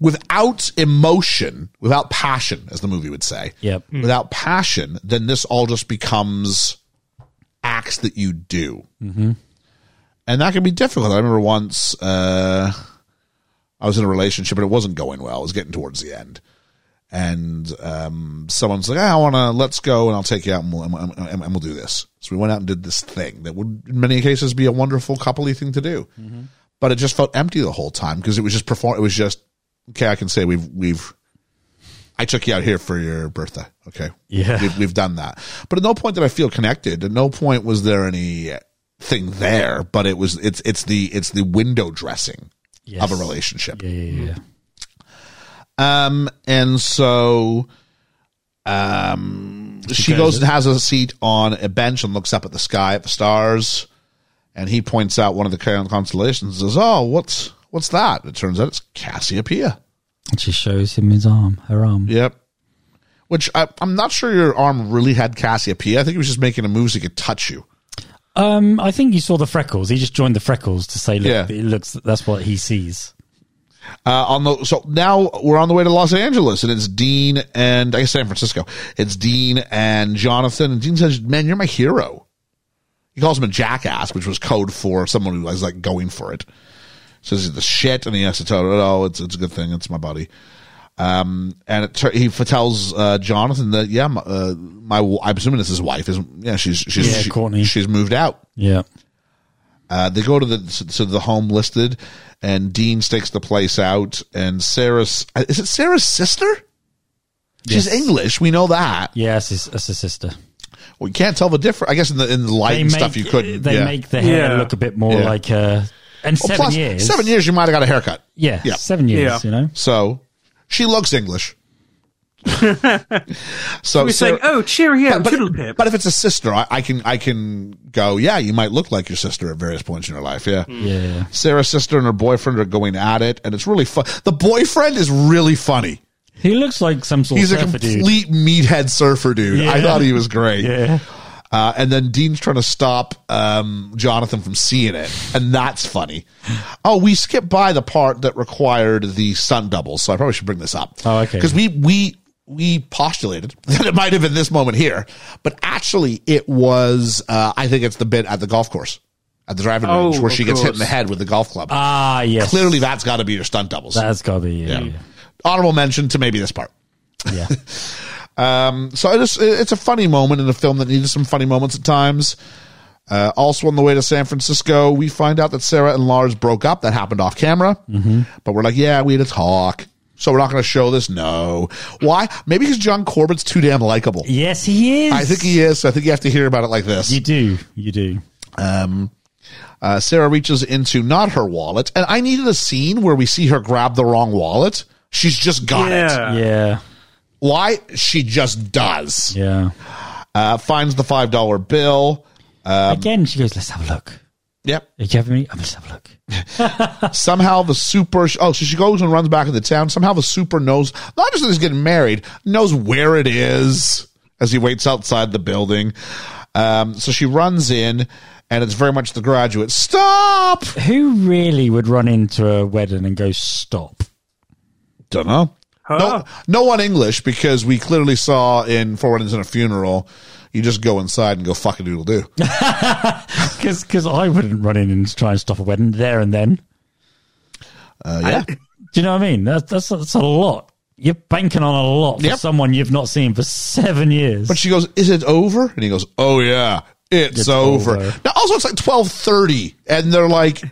Speaker 3: without emotion, without passion, as the movie would say.
Speaker 4: Yep.
Speaker 3: Without passion, then this all just becomes acts that you do, mm-hmm. and that can be difficult. I remember once uh, I was in a relationship and it wasn't going well. It was getting towards the end, and um, someone's like, "I want to let's go, and I'll take you out, and we'll, and, and- and we'll do this." So we went out and did this thing that would, in many cases, be a wonderful coupley thing to do,
Speaker 4: Mm-hmm.
Speaker 3: but it just felt empty the whole time because it was just perform. It was just okay. I can say we've we've. I took you out here for your birthday. Okay.
Speaker 4: Yeah.
Speaker 3: We've, we've done that. But at no point did I feel connected. At no point was there any thing there, but it was it's it's the it's the window dressing
Speaker 4: Yes.
Speaker 3: of a relationship.
Speaker 4: Yeah, yeah, yeah.
Speaker 3: Um, and so, um, she
Speaker 4: goes
Speaker 3: goes and has a seat on a bench and looks up at the sky at the stars. And he points out one of the current constellations. Says, "Oh, what's what's that?" It turns out it's Cassiopeia.
Speaker 4: And she shows him his arm, her arm.
Speaker 3: Yep. Which I, I'm not sure your arm really had Cassiopeia. I think he was just making a move so he could touch you.
Speaker 4: Um, I think you saw the freckles. He just joined the freckles to say, look,
Speaker 3: Yeah.
Speaker 4: it looks. That's what he sees.
Speaker 3: Uh, on the so now we're on the way to Los Angeles, and it's Dean and I guess San Francisco. It's Dean and Jonathan, and Dean says, "Man, you're my hero." He calls him a jackass, which was code for someone who was like going for it. Says he's the shit, and he has to tell her, "Oh, it's it's a good thing. It's my buddy." Um, and it, tur- he tells uh, Jonathan that yeah, my, uh, my w- I'm assuming it's his wife is yeah she's she's
Speaker 4: Yeah,
Speaker 3: she-
Speaker 4: Courtney.
Speaker 3: she's moved out.
Speaker 4: Yeah.
Speaker 3: Uh, they go to the to the home listed, and Dean stakes the place out. And Sarah's uh, is it Sarah's sister? She's
Speaker 4: Yes.
Speaker 3: English. We know that.
Speaker 4: Yeah, that's his, that's his sister.
Speaker 3: We can't tell the difference. I guess in the in the light and stuff you couldn't.
Speaker 4: They
Speaker 3: yeah.
Speaker 4: make the hair
Speaker 5: Yeah.
Speaker 4: look a bit more
Speaker 3: Yeah.
Speaker 4: like. Uh, and
Speaker 3: Well,
Speaker 4: seven
Speaker 3: plus,
Speaker 4: years.
Speaker 3: Seven years. You might have got a haircut.
Speaker 4: Yeah,
Speaker 3: Yeah.
Speaker 4: seven years.
Speaker 5: Yeah.
Speaker 4: You know.
Speaker 3: So she looks English. so
Speaker 5: He's
Speaker 3: Sarah-
Speaker 5: like, oh, cheerio,
Speaker 3: but,
Speaker 5: fiddle
Speaker 3: but,
Speaker 5: pip.
Speaker 3: if it's a sister, I, I can I can go. Yeah, you might look like your sister at various points in your life. Yeah.
Speaker 5: Hmm.
Speaker 4: Yeah.
Speaker 3: Sarah's sister and her boyfriend are going at it, and it's really fun. The boyfriend is really funny.
Speaker 4: He looks like some sort
Speaker 3: He's
Speaker 4: of
Speaker 3: a
Speaker 4: surfer dude.
Speaker 3: complete meathead surfer dude. I
Speaker 4: Yeah.
Speaker 3: thought he was great.
Speaker 4: Yeah.
Speaker 3: Uh, and then Dean's trying to stop um, Jonathan from seeing it, and that's funny. Oh, we skipped by the part that required the sun doubles, so I probably should bring this up.
Speaker 4: Oh, okay.
Speaker 3: Because we we we postulated that it might have been this moment here, but actually it was. Uh, I think it's the bit at the golf course, at the driving
Speaker 5: Oh,
Speaker 3: range, where she
Speaker 5: of
Speaker 3: gets hit in
Speaker 5: course.
Speaker 3: the head with the golf club.
Speaker 4: Ah, yes.
Speaker 3: Clearly, that's got to be your stunt doubles.
Speaker 4: that's gotta be. Yeah.
Speaker 3: Yeah. Honorable mention to maybe this part. Um,
Speaker 4: yeah.
Speaker 3: So it is, it's a funny moment in a film that needed some funny moments at times. Uh, also, on the way to San Francisco, we find out that Sarah and Lars broke up. That happened off camera.
Speaker 4: Mm-hmm.
Speaker 3: But we're like, yeah, we had a talk. So we're not going to show this. No. Why? Maybe because John Corbett's too damn likable.
Speaker 4: Yes, he is.
Speaker 3: I think he is. So I think you have to hear about it like this.
Speaker 4: You do. You do.
Speaker 3: Uh, Sarah reaches into not her wallet. And I needed a scene where we see her grab the wrong wallet. She's just got it.
Speaker 5: yeah.
Speaker 4: yeah.
Speaker 3: Why? She just does.
Speaker 4: Yeah.
Speaker 3: Uh, finds the $5 bill. um,
Speaker 4: Again, she goes, "Let's have a look."
Speaker 3: Yep.
Speaker 4: Are you having me? I'm just have a look.
Speaker 3: Somehow the super. Oh, so she goes and runs back into town. Somehow the super knows not just that he's getting married, knows where it is as he waits outside the building. Um, so she runs in, and it's very much the graduate. Stop.
Speaker 4: Who really would run into a wedding and go stop?
Speaker 3: Don't know.
Speaker 5: Huh?
Speaker 3: No, no one English because we clearly saw in Four Weddings and a Funeral. You just go inside and go fuck a doodle do.
Speaker 4: Because I wouldn't run in and try and stop a wedding there and then.
Speaker 3: Uh, yeah.
Speaker 4: Do you know what I mean? That's that's, that's a lot. You're banking on a lot for
Speaker 3: Yep.
Speaker 4: someone you've not seen for seven years.
Speaker 3: But she goes, "Is it over?" And he goes, "Oh yeah, it's,
Speaker 4: It's
Speaker 3: over.
Speaker 4: over.
Speaker 3: Now also it's like twelve thirty, and they're like,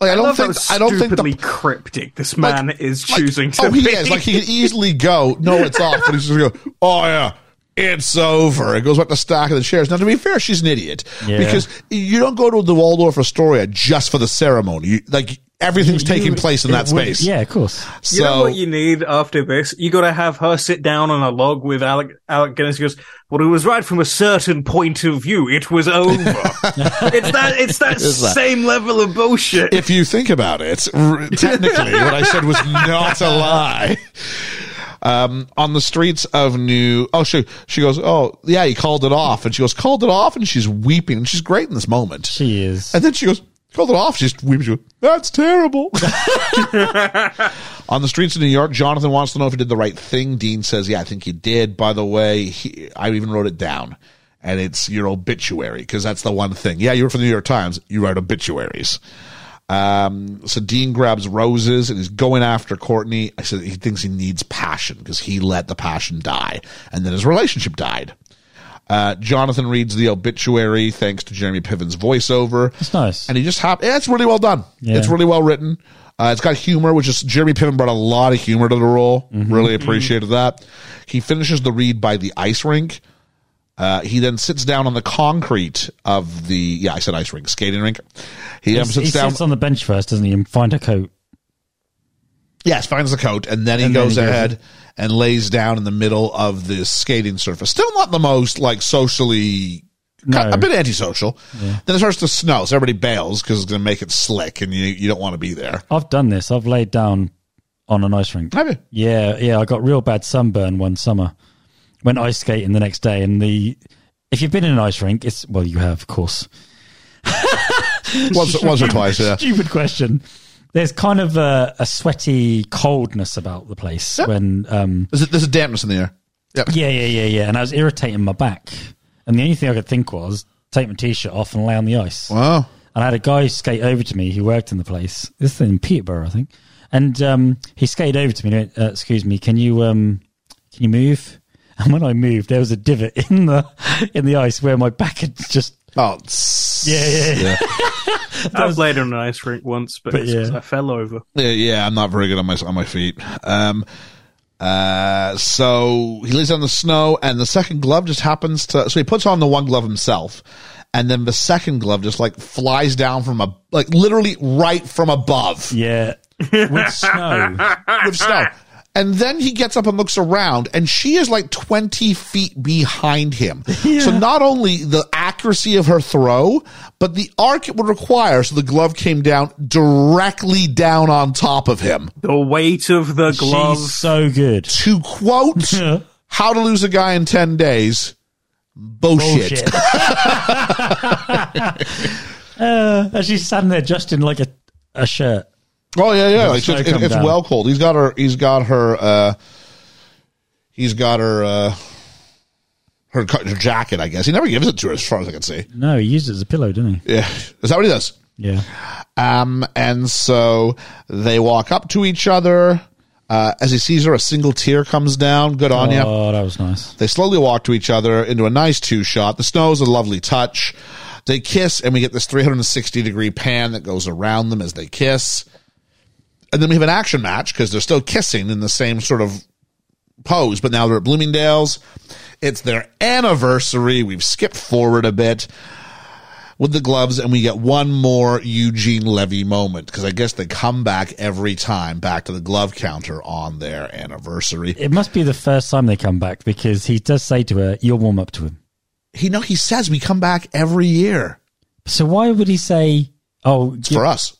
Speaker 3: like I, don't
Speaker 5: love
Speaker 3: think
Speaker 5: how
Speaker 3: I don't think
Speaker 5: stupidly
Speaker 3: the
Speaker 5: cryptic this man is
Speaker 3: like,
Speaker 5: choosing to
Speaker 3: oh he
Speaker 5: be.
Speaker 3: is like he could easily go. No, it's off, but he's just gonna go. Oh yeah. It's over. It goes back to stacking the chairs. Now, to be fair, she's an idiot
Speaker 4: Yeah.
Speaker 3: because you don't go to the Waldorf Astoria just for the ceremony. You, like everything's taking place in
Speaker 4: It
Speaker 3: that
Speaker 4: would-
Speaker 3: space.
Speaker 4: Yeah, of course.
Speaker 3: So
Speaker 5: you know what you need after this? You got to have her sit down on a log with Alec, Alec Guinness. He goes, "Well, it was right from a certain point of view. It was over. it's that. It's that
Speaker 3: that-
Speaker 5: same level of bullshit.
Speaker 3: if you think about it, r- technically, what I said was not a lie. Um, on the streets of New, oh, she she goes, oh yeah, he called it off, and she goes, called it off, and she's weeping, and she's great in this moment,
Speaker 4: She is.
Speaker 3: and then she goes, called it off, she's weeping, she goes, that's terrible. on the streets of New York, Jonathan wants to know if he did the right thing. Dean says, yeah, I think he did. By the way, he, I even wrote it down. And it's your obituary because that's the one thing. Yeah, you're from the New York Times. You write obituaries. Um, so Dean grabs roses and he's going after Courtney. I said he thinks he needs passion because he let the passion die, and then his relationship died. Uh, Jonathan reads the obituary thanks to Jeremy Piven's voiceover.
Speaker 4: That's nice.
Speaker 3: and he just hop. Yeah, it's really well done.
Speaker 4: Yeah.
Speaker 3: It's really well written. Uh, it's got humor, which is Jeremy Piven brought a lot of
Speaker 4: Mm-hmm.
Speaker 3: humor to the role. Really appreciated that. He finishes the read by the ice rink. Uh, he then sits down on the concrete of the yeah, I said ice rink, skating rink. He then
Speaker 4: He's-
Speaker 3: sits
Speaker 4: he
Speaker 3: down.
Speaker 4: sits on the bench first, doesn't he, and find a coat.
Speaker 3: Yes, finds the coat, and then he
Speaker 4: And then
Speaker 3: goes
Speaker 4: he goes-
Speaker 3: ahead and lays down in the middle of this skating surface. Still not the most like socially.
Speaker 4: No.
Speaker 3: A bit antisocial. Then it starts to snow, so everybody bails because it's going to make it slick, and you you don't want to be there.
Speaker 4: I've done this. I've laid down on an ice rink.
Speaker 3: Have you?
Speaker 4: Yeah, yeah. I got real bad sunburn one summer. Went ice skating the next day, and the if you've been in an ice rink, it's well, you have, of course.
Speaker 3: Once, once or twice. Yeah.
Speaker 4: Stupid question. There's kind of a, a sweaty coldness about the place when, um,
Speaker 3: There's a, there's a dampness in the air. Yep.
Speaker 4: yeah, yeah, yeah, yeah. And I was irritating my back, and the only thing I could think was take my t-shirt off and lay on the ice.
Speaker 3: Wow.
Speaker 4: and I had a guy skate over to me who worked in the place. This thing in Peterborough, I think. And um, he skated over to me and he went, uh, "Excuse me, can you um, can you move?" And when I moved, there was a divot in the in the ice where my back had just
Speaker 3: Oh,
Speaker 4: yeah yeah. yeah.
Speaker 5: I've laid on an ice rink once, but,
Speaker 4: But
Speaker 5: it's 'cause
Speaker 4: yeah.
Speaker 5: I fell over.
Speaker 3: Yeah, Uh, yeah, I'm not very good on my on my feet. Um, uh, so he lays on the snow, and the second glove just happens to. So he puts on the one glove himself, and then the second glove just like flies down from a like literally right from above
Speaker 4: yeah. With snow,
Speaker 3: with snow. And then he gets up and looks around, and she is like 20 feet behind him. So not only the accuracy of her throw, but the arc it would require. So the glove came down directly down on top of him.
Speaker 5: The weight of the
Speaker 4: she's
Speaker 5: gloves.
Speaker 4: so good.
Speaker 3: to quote
Speaker 4: Yeah.
Speaker 3: how to lose a guy in 10 days bullshit,
Speaker 4: Bullshit. uh, and she's standing there just in like a a shirt.
Speaker 3: oh yeah yeah it's,
Speaker 4: snow
Speaker 3: it's-
Speaker 4: come
Speaker 3: it's
Speaker 4: down.
Speaker 3: well cold he's got her he's got her uh he's got her uh her, co- her jacket i guess he never gives it to her as far as i can see
Speaker 4: No, he used it as a pillow, didn't he?
Speaker 3: yeah is that what he does
Speaker 4: Yeah.
Speaker 3: um and so they walk up to each other uh, as he sees her, a single tear comes down. Good on you.
Speaker 4: Oh, that was nice.
Speaker 3: They slowly walk to each other into a nice two shot. The snow is a lovely touch. They kiss, and we get this 360 degree pan that goes around them as they kiss. And then we have an action match because they're still kissing in the same sort of pose, but now they're at Bloomingdale's. It's their anniversary. We've skipped forward a bit with the gloves, and we get one more Eugene Levy moment because I guess they come back every time back to the glove counter on their anniversary.
Speaker 4: It must be the first time they come back because he does say to her, "You'll warm up to him."
Speaker 3: He no, he says we come back every year.
Speaker 4: So why would he say, "Oh,
Speaker 3: It's for us.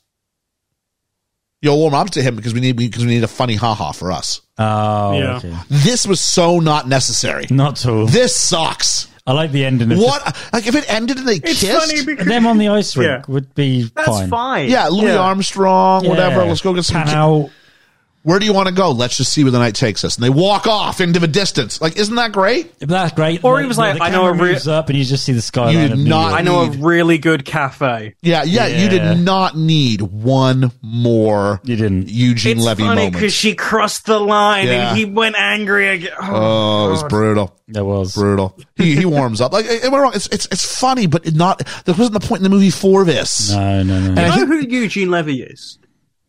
Speaker 3: You'll warm up to him because we need because we need a funny haha for us.
Speaker 4: oh,
Speaker 5: Yeah.
Speaker 4: okay.
Speaker 3: This was so not necessary.
Speaker 4: not at all"?
Speaker 3: This sucks.
Speaker 4: I like the ending. Of
Speaker 3: What like if it ended and they
Speaker 5: It's
Speaker 3: kissed?
Speaker 5: funny because
Speaker 4: just- them on the ice rink
Speaker 5: Yeah.
Speaker 4: would be
Speaker 5: that's
Speaker 4: fine.
Speaker 5: fine.
Speaker 3: yeah, Louis Armstrong,
Speaker 4: Yeah.
Speaker 3: whatever. Let's go get some.
Speaker 4: Pan out.
Speaker 3: Where do you want to go? Let's just see where the night takes us. And they walk off into the distance. Like, isn't that great?
Speaker 4: But That's great.
Speaker 5: Or he
Speaker 4: The-
Speaker 5: was like,
Speaker 4: the
Speaker 5: I know
Speaker 4: camera
Speaker 5: a re-
Speaker 4: moves up, and you just see the skyline.
Speaker 3: You did
Speaker 4: of New
Speaker 3: not-
Speaker 4: York.
Speaker 5: I know a
Speaker 3: Need.
Speaker 5: really good cafe.
Speaker 3: Yeah, yeah. You
Speaker 4: Yeah.
Speaker 3: did not need one more.
Speaker 4: You didn't.
Speaker 3: Eugene
Speaker 5: It's
Speaker 3: Levy
Speaker 5: funny
Speaker 3: moment.
Speaker 5: because she crossed the line
Speaker 3: Yeah.
Speaker 5: and he went angry again. Oh,
Speaker 3: oh, it was brutal.
Speaker 4: There was.
Speaker 3: brutal. He, he warms up. Like, eh, am I wrong? It's, it's it's funny, but it not. There wasn't the point in the movie for this.
Speaker 4: No, no, no.
Speaker 5: you know who Eugene Levy is?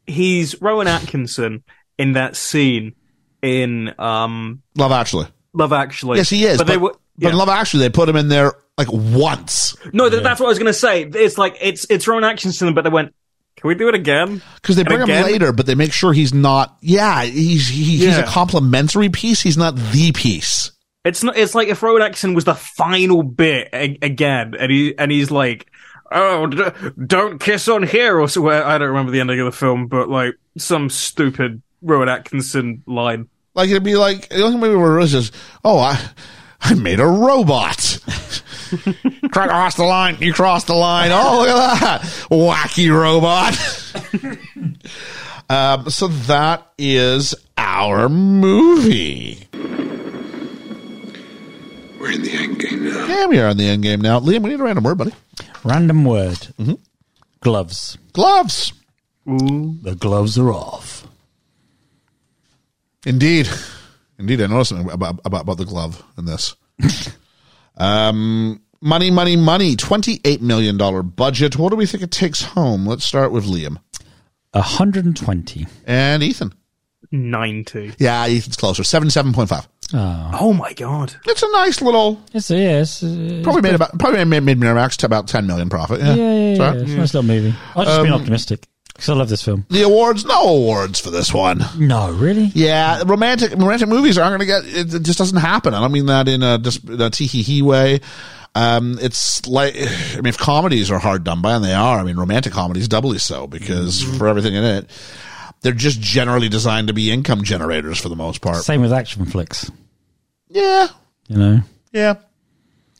Speaker 5: He's Rowan Atkinson in that scene in um,
Speaker 3: Love Actually.
Speaker 5: Love Actually.
Speaker 3: Yes, he is.
Speaker 5: But, they were.
Speaker 3: but
Speaker 5: yeah.
Speaker 3: in Love Actually, they put him in there like once
Speaker 5: no, th- that's what I was gonna say. It's like it's it's Rowan Atkinson, but they went. Can we do it again?
Speaker 3: because they
Speaker 5: And
Speaker 3: bring him
Speaker 5: again?
Speaker 3: later, but they make sure he's not. Yeah, he's he, he's a
Speaker 5: Yeah.
Speaker 3: complimentary piece. He's not the piece.
Speaker 5: It's not. It's like if Rowan Atkinson was the final bit a- again, and he and he's like, "Oh, d- don't kiss on here," or so. I don't remember the ending of the film, but like some stupid Rowan Atkinson line.
Speaker 3: Like it'd be like the only movie where it was just oh I I made a robot. cross the line, you crossed the line. Oh look at that wacky robot. um, so that is our movie.
Speaker 6: We're in the end game now.
Speaker 3: Yeah, we are in the end game now. Liam, we need a random word, buddy.
Speaker 4: Random word. Gloves.
Speaker 3: Gloves.
Speaker 4: The gloves are off.
Speaker 3: Indeed. Indeed, I noticed something about, about, about the glove in this. um, money, money, money. $28 million budget. What do we think it takes home? Let's start with Liam
Speaker 4: hundred and twenty.
Speaker 3: and Ethan.
Speaker 5: Ninety.
Speaker 3: Yeah, Ethan's closer. 77.5.
Speaker 5: Oh my god.
Speaker 3: It's a nice little.
Speaker 4: It's, yeah, it's, uh,
Speaker 3: Probably made about probably made, made Miramax to about ten million profit. Yeah,
Speaker 4: yeah, yeah,
Speaker 3: It's all
Speaker 4: yeah,
Speaker 3: right.
Speaker 4: It's a nice little movie. I've just been optimistic because I love this film.
Speaker 3: The awards, no awards for this one.
Speaker 4: No, really?
Speaker 3: Yeah, romantic romantic movies aren't going to get. It, it just doesn't happen. I don't mean that in a just a tee hee hee way. Um, it's like I mean, if comedies are hard done by, and they are, I mean, romantic comedies doubly so because for everything in it, they're just generally designed to be income generators for the most part.
Speaker 4: Same with action flicks.
Speaker 3: Yeah,
Speaker 4: You know,
Speaker 3: yeah.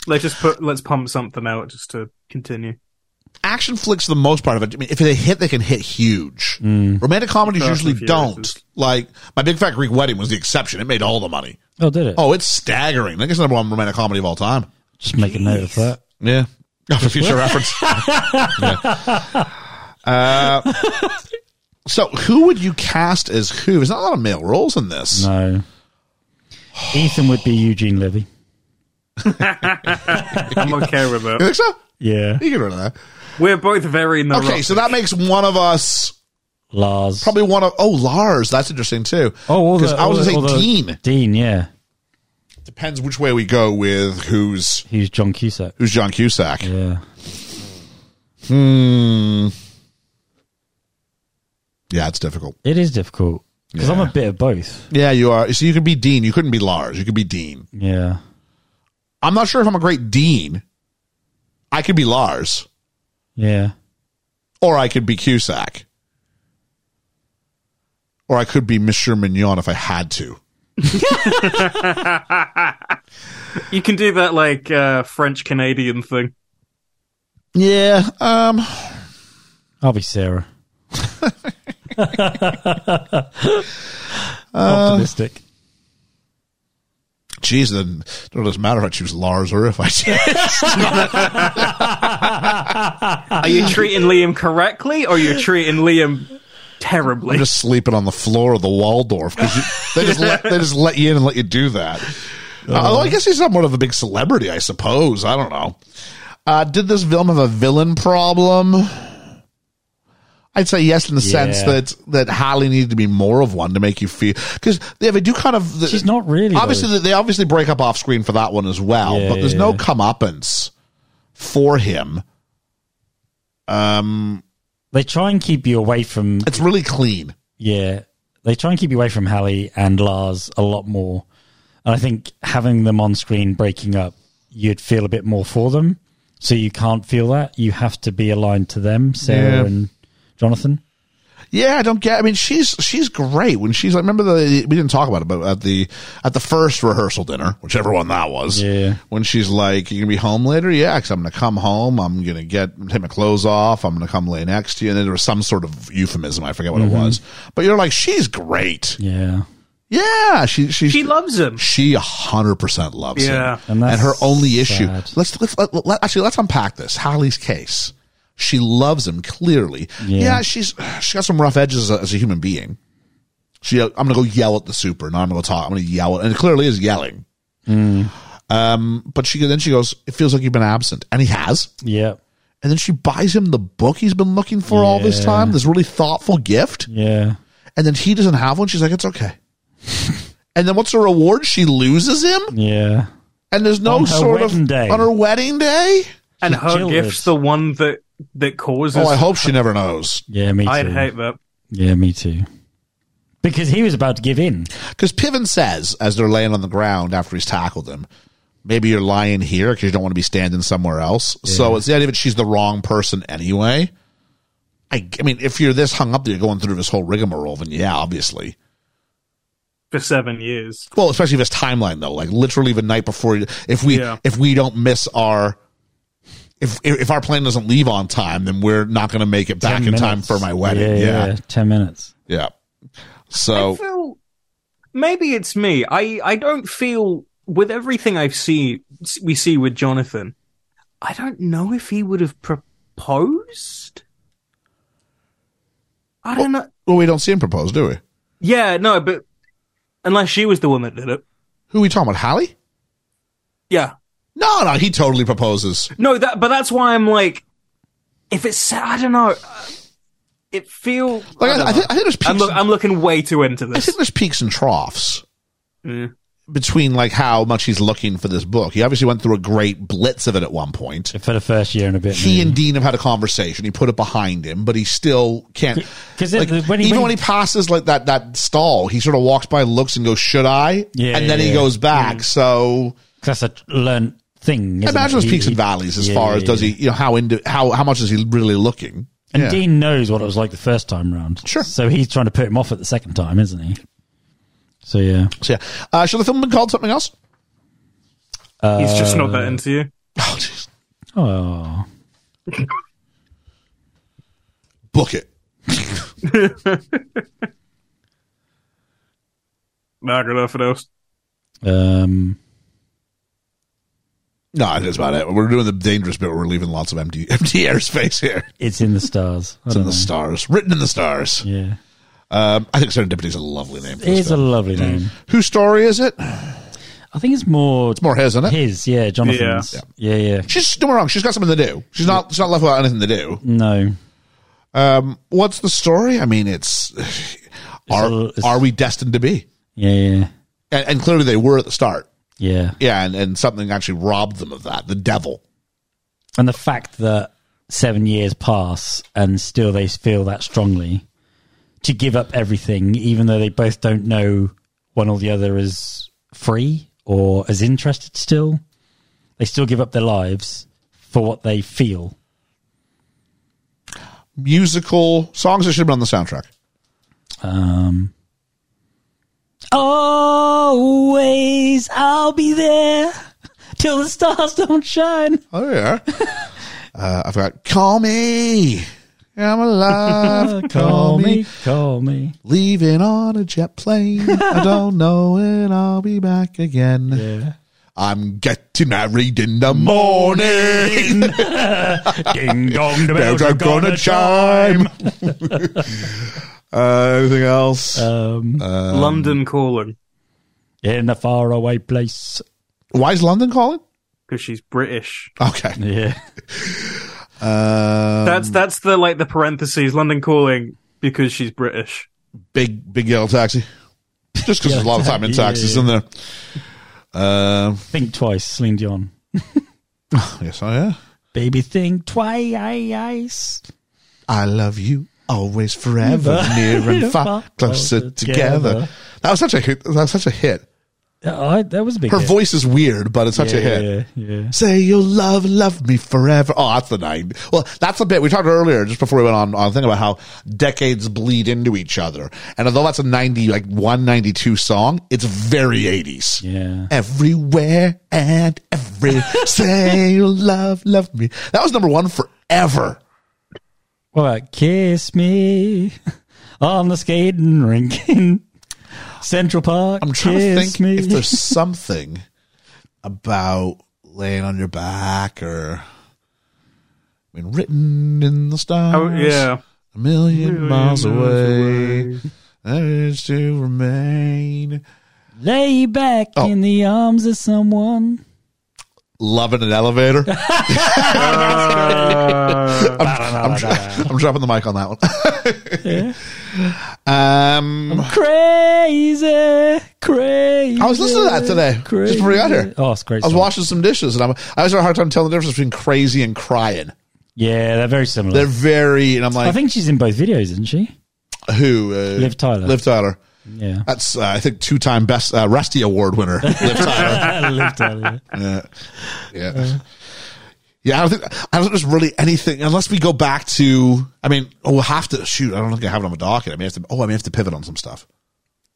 Speaker 5: Let's just put let's pump something out just to continue.
Speaker 3: Action flicks, for the most part of it. I mean, if they hit, they can hit huge. Romantic comedies
Speaker 5: Fast
Speaker 3: usually
Speaker 5: and Furious
Speaker 3: don't.
Speaker 5: is-
Speaker 3: Like my big fat Greek wedding was the exception. It made all the money.
Speaker 4: oh, did it?
Speaker 3: Oh, it's staggering. I think it's the number one romantic comedy of all time.
Speaker 4: just make a note of that.
Speaker 3: Yeah. For future reference. Yeah. Uh, so who would you cast as who? There's not a lot of male roles in this.
Speaker 4: No, Ethan would be Eugene Levy.
Speaker 5: I'm okay with
Speaker 3: You
Speaker 5: it.
Speaker 3: think so?
Speaker 4: Yeah,
Speaker 3: You get rid of that.
Speaker 5: We're both very neurotic.
Speaker 3: Okay, so that makes one of us
Speaker 4: Lars.
Speaker 3: probably one of oh Lars. That's interesting too.
Speaker 4: Oh, all the,
Speaker 3: I was gonna
Speaker 4: all the-
Speaker 3: say
Speaker 4: all the-
Speaker 3: Dean.
Speaker 4: Dean, yeah,
Speaker 3: Depends which way we go with who's
Speaker 4: he's John Cusack.
Speaker 3: who's John Cusack. Hmm.
Speaker 4: Yeah,
Speaker 3: Yeah, it's difficult.
Speaker 4: it is difficult because I'm
Speaker 3: Yeah.
Speaker 4: a bit of both.
Speaker 3: Yeah, you are. So you could be Dean. You couldn't be Lars. You could be Dean.
Speaker 4: Yeah,
Speaker 3: I'm not sure if I'm a great Dean. I could be Lars.
Speaker 4: yeah.
Speaker 3: or I could be Cusack, or I could be Monsieur Mignon if I had to.
Speaker 5: You can do that like uh, French Canadian thing.
Speaker 3: Yeah, um,
Speaker 4: I'll be Sarah. Optimistic.
Speaker 3: geez, then it doesn't matter if I choose Lars or if I choose.
Speaker 5: Are you treating Liam correctly or you're treating Liam terribly?
Speaker 3: I'm just sleeping on the floor of the Waldorf because they just let, they just let you in and let you do that. Uh, although I guess he's somewhat of a big celebrity, I suppose. I don't know. Uh, did this film have a villain problem? I'd say yes, in the sense
Speaker 4: Yeah.
Speaker 3: that that Holly needed to be more of one to make you feel because they, they do kind of.
Speaker 4: She's not really,
Speaker 3: Obviously,
Speaker 4: though.
Speaker 3: they obviously break up off screen for that one as well,
Speaker 4: Yeah,
Speaker 3: but there's
Speaker 4: yeah,
Speaker 3: no
Speaker 4: yeah.
Speaker 3: comeuppance for him. Um,
Speaker 4: They try and keep you away from
Speaker 3: it's really clean.
Speaker 4: Yeah, they try and keep you away from Hallie and Lars a lot more. And I think having them on screen breaking up, you'd feel a bit more for them. So you can't feel that. You have to be aligned to them, Sarah
Speaker 3: Yeah.
Speaker 4: and Jonathan.
Speaker 3: Yeah, I don't get. I mean, she's she's great when she's like. Remember the we didn't talk about it, but at the at the first rehearsal dinner, whichever one that was.
Speaker 4: Yeah.
Speaker 3: When she's like, "You gonna be home later?" Yeah, because I'm gonna come home. I'm gonna get take my clothes off. I'm gonna come lay next to you. And then there was some sort of euphemism. I forget what it was. But you're like, she's great.
Speaker 4: Yeah.
Speaker 3: Yeah, she she
Speaker 5: she loves him.
Speaker 3: she 100% loves
Speaker 5: Yeah.
Speaker 3: him.
Speaker 4: And
Speaker 3: And,
Speaker 4: that's
Speaker 3: her only issue.
Speaker 4: sad.
Speaker 3: Let's, let's let, let- actually let's unpack this. Hallie's case. She loves him clearly. Yeah,
Speaker 4: Yeah. she's-
Speaker 3: she's she got some rough edges as a, as a human being. She uh, I'm going to go yell at the super. Now I'm going to talk. I'm going to yell at and it clearly is yelling.
Speaker 4: Mm.
Speaker 3: Um but she then she goes, "It feels like you've been absent." And he has.
Speaker 4: Yeah.
Speaker 3: And then she buys him the book he's been looking for all this
Speaker 4: Yeah.
Speaker 3: time. This really thoughtful gift.
Speaker 4: Yeah.
Speaker 3: And then he doesn't have one. She's like, "It's okay." and then what's her reward? She loses him?
Speaker 4: Yeah.
Speaker 3: and there's no
Speaker 4: On her
Speaker 3: sort
Speaker 4: wedding
Speaker 3: of
Speaker 4: day.
Speaker 3: on her wedding day.
Speaker 5: And her
Speaker 4: jealous.
Speaker 5: gift's the one that that causes
Speaker 3: Oh, I hope she never knows
Speaker 4: Yeah, me too.
Speaker 5: I'd hate that.
Speaker 4: Yeah, me too. Because he was about to give in.
Speaker 3: because Piven says as they're laying on the ground after he's tackled them, maybe you're lying here because you don't want to be standing somewhere else. So it's the idea that she's the wrong person anyway. I, I mean, if you're this hung up that you're going through this whole rigmarole, then yeah, obviously.
Speaker 5: for seven years.
Speaker 3: Well, especially this timeline though, like literally the night before. you- If we
Speaker 5: Yeah.
Speaker 3: if we don't miss our if if our plane doesn't leave on time, then we're not going to make it back
Speaker 4: 10
Speaker 3: in time
Speaker 4: minutes.
Speaker 3: for my wedding. yeah.
Speaker 4: Ten minutes.
Speaker 3: Yeah. So
Speaker 5: I feel maybe it's me. I I don't feel with everything I've seen we see with Jonathan. I don't know if he would have proposed. I don't know.
Speaker 3: well, we don't see him propose, do we?
Speaker 5: Yeah, no, but unless she was the one that did it.
Speaker 3: Who are we talking about? Hallie?
Speaker 5: Yeah,
Speaker 3: No, no, he totally proposes.
Speaker 5: no, that. But that's why I'm like, if it's I don't know. uh, It feel
Speaker 3: Like
Speaker 5: don't
Speaker 3: I, I,
Speaker 5: know.
Speaker 3: think, I think there's peaks.
Speaker 5: I'm, look, I'm looking way too into
Speaker 3: I
Speaker 5: this.
Speaker 3: think there's peaks and troughs.
Speaker 5: Mm.
Speaker 3: between like how much he's looking for this book. He obviously went through a great blitz of it at one point.
Speaker 4: for the first year and a bit.
Speaker 3: He
Speaker 4: maybe.
Speaker 3: and Dean have had a conversation. He put it behind him, but he still can't.
Speaker 4: 'Cause
Speaker 3: like,
Speaker 4: it- when he-
Speaker 3: even
Speaker 4: when
Speaker 3: when he
Speaker 4: he-
Speaker 3: passes like that that stall, he sort of walks by, looks, and goes, "Should I?"
Speaker 4: Yeah,
Speaker 3: and then he
Speaker 4: yeah, yeah. Mm-hmm.
Speaker 3: goes back. So
Speaker 4: 'Cause that's a learned thing.
Speaker 3: I
Speaker 4: isn't
Speaker 3: imagine
Speaker 4: it?
Speaker 3: there's
Speaker 4: He-
Speaker 3: peaks and
Speaker 4: he-
Speaker 3: valleys as
Speaker 4: yeah,
Speaker 3: far as
Speaker 4: yeah,
Speaker 3: does
Speaker 4: yeah.
Speaker 3: he, you know, how into how how much is he really looking?
Speaker 4: And
Speaker 3: Yeah.
Speaker 4: Dean knows what it was like the first time round.
Speaker 3: Sure.
Speaker 4: So he's trying to put him off at the second time, isn't he? So yeah,
Speaker 3: So yeah, uh, should the film have been called something else?
Speaker 5: He's just not that into you.
Speaker 3: Oh, jeez.
Speaker 4: oh,
Speaker 3: book it.
Speaker 5: Not good enough for those.
Speaker 4: um,
Speaker 3: No, that's about it. We're doing the dangerous bit. Where we're leaving lots of empty empty airspace here.
Speaker 4: it's in the stars. I
Speaker 3: It's
Speaker 4: don't
Speaker 3: in the
Speaker 4: know.
Speaker 3: stars, written in the stars.
Speaker 4: Yeah,
Speaker 3: Um, I think Serendipity is a lovely name. For this
Speaker 4: it's a
Speaker 3: film.
Speaker 4: lovely name.
Speaker 3: Whose story is it?
Speaker 4: I think it's more
Speaker 3: More his, isn't it?
Speaker 4: his. Yeah, Jonathan's.
Speaker 5: Yeah.
Speaker 4: Yeah, yeah.
Speaker 3: She's don't get me wrong. She's got something to do. She's not. She's not left without anything to do.
Speaker 4: No,
Speaker 3: Um, what's the story? I mean, it's are
Speaker 4: a- it's-
Speaker 3: are we destined to be?
Speaker 4: yeah, yeah,
Speaker 3: And, and clearly, they were at the start.
Speaker 4: yeah.
Speaker 3: Yeah, and, and something actually robbed them of that. The devil.
Speaker 4: And the fact that seven years pass and still they feel that strongly to give up everything, even though they both don't know one or the other is free or is interested still, they still give up their lives for what they feel.
Speaker 3: Musical songs that should have been on the soundtrack.
Speaker 4: Um, always I'll be there till the stars don't shine.
Speaker 3: Oh yeah. uh, I've got "Call Me." I'm alive.
Speaker 4: Call me, call me.
Speaker 3: Leaving on a jet plane. I don't know when I'll be back again.
Speaker 4: Yeah.
Speaker 3: I'm getting married in the morning.
Speaker 4: Ding dong, the
Speaker 3: Bells are gonna chime. uh, anything else?
Speaker 4: Um,
Speaker 5: London calling
Speaker 4: in a faraway place.
Speaker 3: Why is London calling?
Speaker 5: because she's British.
Speaker 3: Okay.
Speaker 4: Yeah.
Speaker 3: Uh,
Speaker 5: That's that's the like the parentheses. London calling because she's British.
Speaker 3: big, big yellow taxi. Just because there's a lot of time in
Speaker 4: Yeah,
Speaker 3: taxis
Speaker 4: yeah,
Speaker 3: in there. Um,
Speaker 4: Think twice, Celine Dion.
Speaker 3: yes, I am.
Speaker 4: Baby, think twice.
Speaker 3: I love you always, forever, near and far, closer
Speaker 4: Closer
Speaker 3: together.
Speaker 4: together.
Speaker 3: That was such a hit. That was such a hit.
Speaker 4: Uh, I, that was a big
Speaker 3: Her
Speaker 4: hit.
Speaker 3: voice is weird, but it's such a hit.
Speaker 4: Yeah, yeah.
Speaker 3: Say you'll love, love me forever. Oh, that's the nine. Well, that's the bit we talked earlier, just before we went on, on the thing about how decades bleed into each other. And although that's a 90, like 192 song, it's very 80s.
Speaker 4: Yeah.
Speaker 3: Everywhere and every say you'll love, love me. That was number one forever.
Speaker 4: What about kiss me on the skating rink in Central Park?
Speaker 3: I'm trying to
Speaker 4: Kiss
Speaker 3: think
Speaker 4: me.
Speaker 3: if there's something about laying on your back or, I mean, written in the stars.
Speaker 5: Oh yeah,
Speaker 3: a million, miles, away. There is to remain.
Speaker 4: Lay back
Speaker 3: Oh.
Speaker 4: in the arms of someone.
Speaker 3: Love in an elevator.
Speaker 4: Uh,
Speaker 3: I'm, dro- I'm dropping the mic on that one. Um,
Speaker 4: Crazy, crazy.
Speaker 3: I was listening to that today, just before we got here.
Speaker 4: Oh, it's great.
Speaker 3: I was
Speaker 4: song.
Speaker 3: washing some dishes, and I'm, I always have a hard time telling the difference between crazy and crying.
Speaker 4: Yeah, they're very similar.
Speaker 3: They're very, and I'm
Speaker 4: I
Speaker 3: like,
Speaker 4: think she's in both videos, isn't she?
Speaker 3: who? Uh,
Speaker 4: Liv Tyler.
Speaker 3: Liv Tyler.
Speaker 4: Yeah.
Speaker 3: That's uh, I think two-time best uh, Rusty Award winner. Liv Tyler.
Speaker 4: Liv Tyler.
Speaker 3: Yeah. yeah, I don't think I don't think there's really anything unless we go back to. I mean, oh, we'll have to shoot. I don't think I have it on the docket. I may have to. Oh, I may have to pivot on some stuff.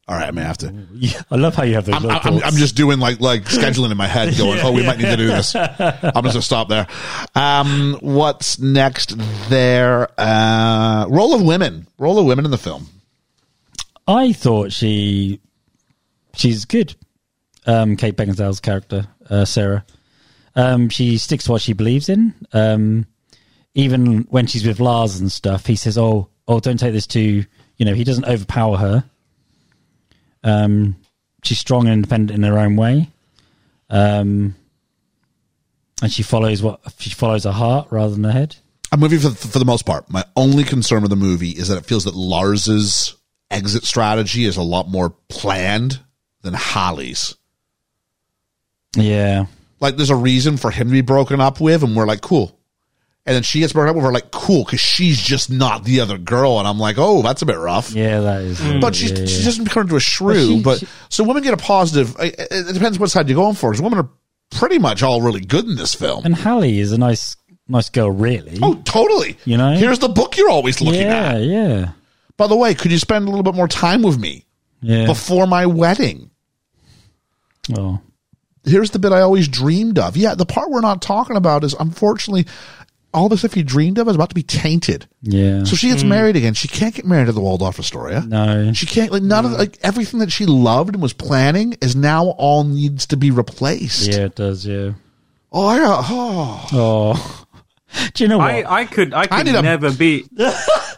Speaker 3: All right, I may have to. I'm,
Speaker 4: Yeah, I love how you have those. little
Speaker 3: I'm, I'm
Speaker 4: thoughts.
Speaker 3: just doing like like scheduling in my head, going, "Oh, we might need to do this." I'm just gonna stop there. Um, what's next? There, uh, role of women, role of women in the film.
Speaker 4: I thought she, she's good. Um, Kate Beckinsale's character, uh, Sarah. Um, she sticks to what she believes in. Um, even when she's with Lars and stuff, he says, "Oh, oh, don't take this too." You know, he doesn't overpower her. Um, she's strong and independent in her own way. Um, and she follows what she follows her heart rather than her head.
Speaker 3: I'm with you for, for the most part. My only concern with the movie is that it feels that Lars's exit strategy is a lot more planned than Holly's.
Speaker 4: Yeah.
Speaker 3: Like there's a reason for him to be broken up with, and we're like, cool. And then she gets broken up with, we're like, cool, because she's just not the other girl. And I'm like, oh, that's a bit rough.
Speaker 4: Yeah, that is.
Speaker 3: But she,
Speaker 4: yeah, yeah.
Speaker 3: she doesn't turn into a shrew.
Speaker 4: she-
Speaker 3: But,
Speaker 4: she-
Speaker 3: so women get a positive. It, it it depends what side you're going for. Because women are pretty much all really good in this film.
Speaker 4: And Hallie is a nice, nice girl, really.
Speaker 3: oh, totally.
Speaker 4: You know?
Speaker 3: here's the book you're always looking
Speaker 4: yeah,
Speaker 3: at.
Speaker 4: yeah,
Speaker 3: By the way, could you spend a little bit more time with me
Speaker 4: yeah.
Speaker 3: before my wedding?
Speaker 4: oh,
Speaker 3: here's the bit I always dreamed of. Yeah, the part we're not talking about is unfortunately all the stuff you dreamed of is about to be tainted.
Speaker 4: yeah.
Speaker 3: So she gets married again. She can't get married to the Waldorf Astoria.
Speaker 4: Hmm. No.
Speaker 3: She can't like none of like everything that she loved and was planning is now all needs to be replaced.
Speaker 4: yeah, it does. Yeah.
Speaker 3: Oh, I got, oh,
Speaker 4: Oh, do you know what?
Speaker 5: I, I could I could
Speaker 3: need a-
Speaker 5: never be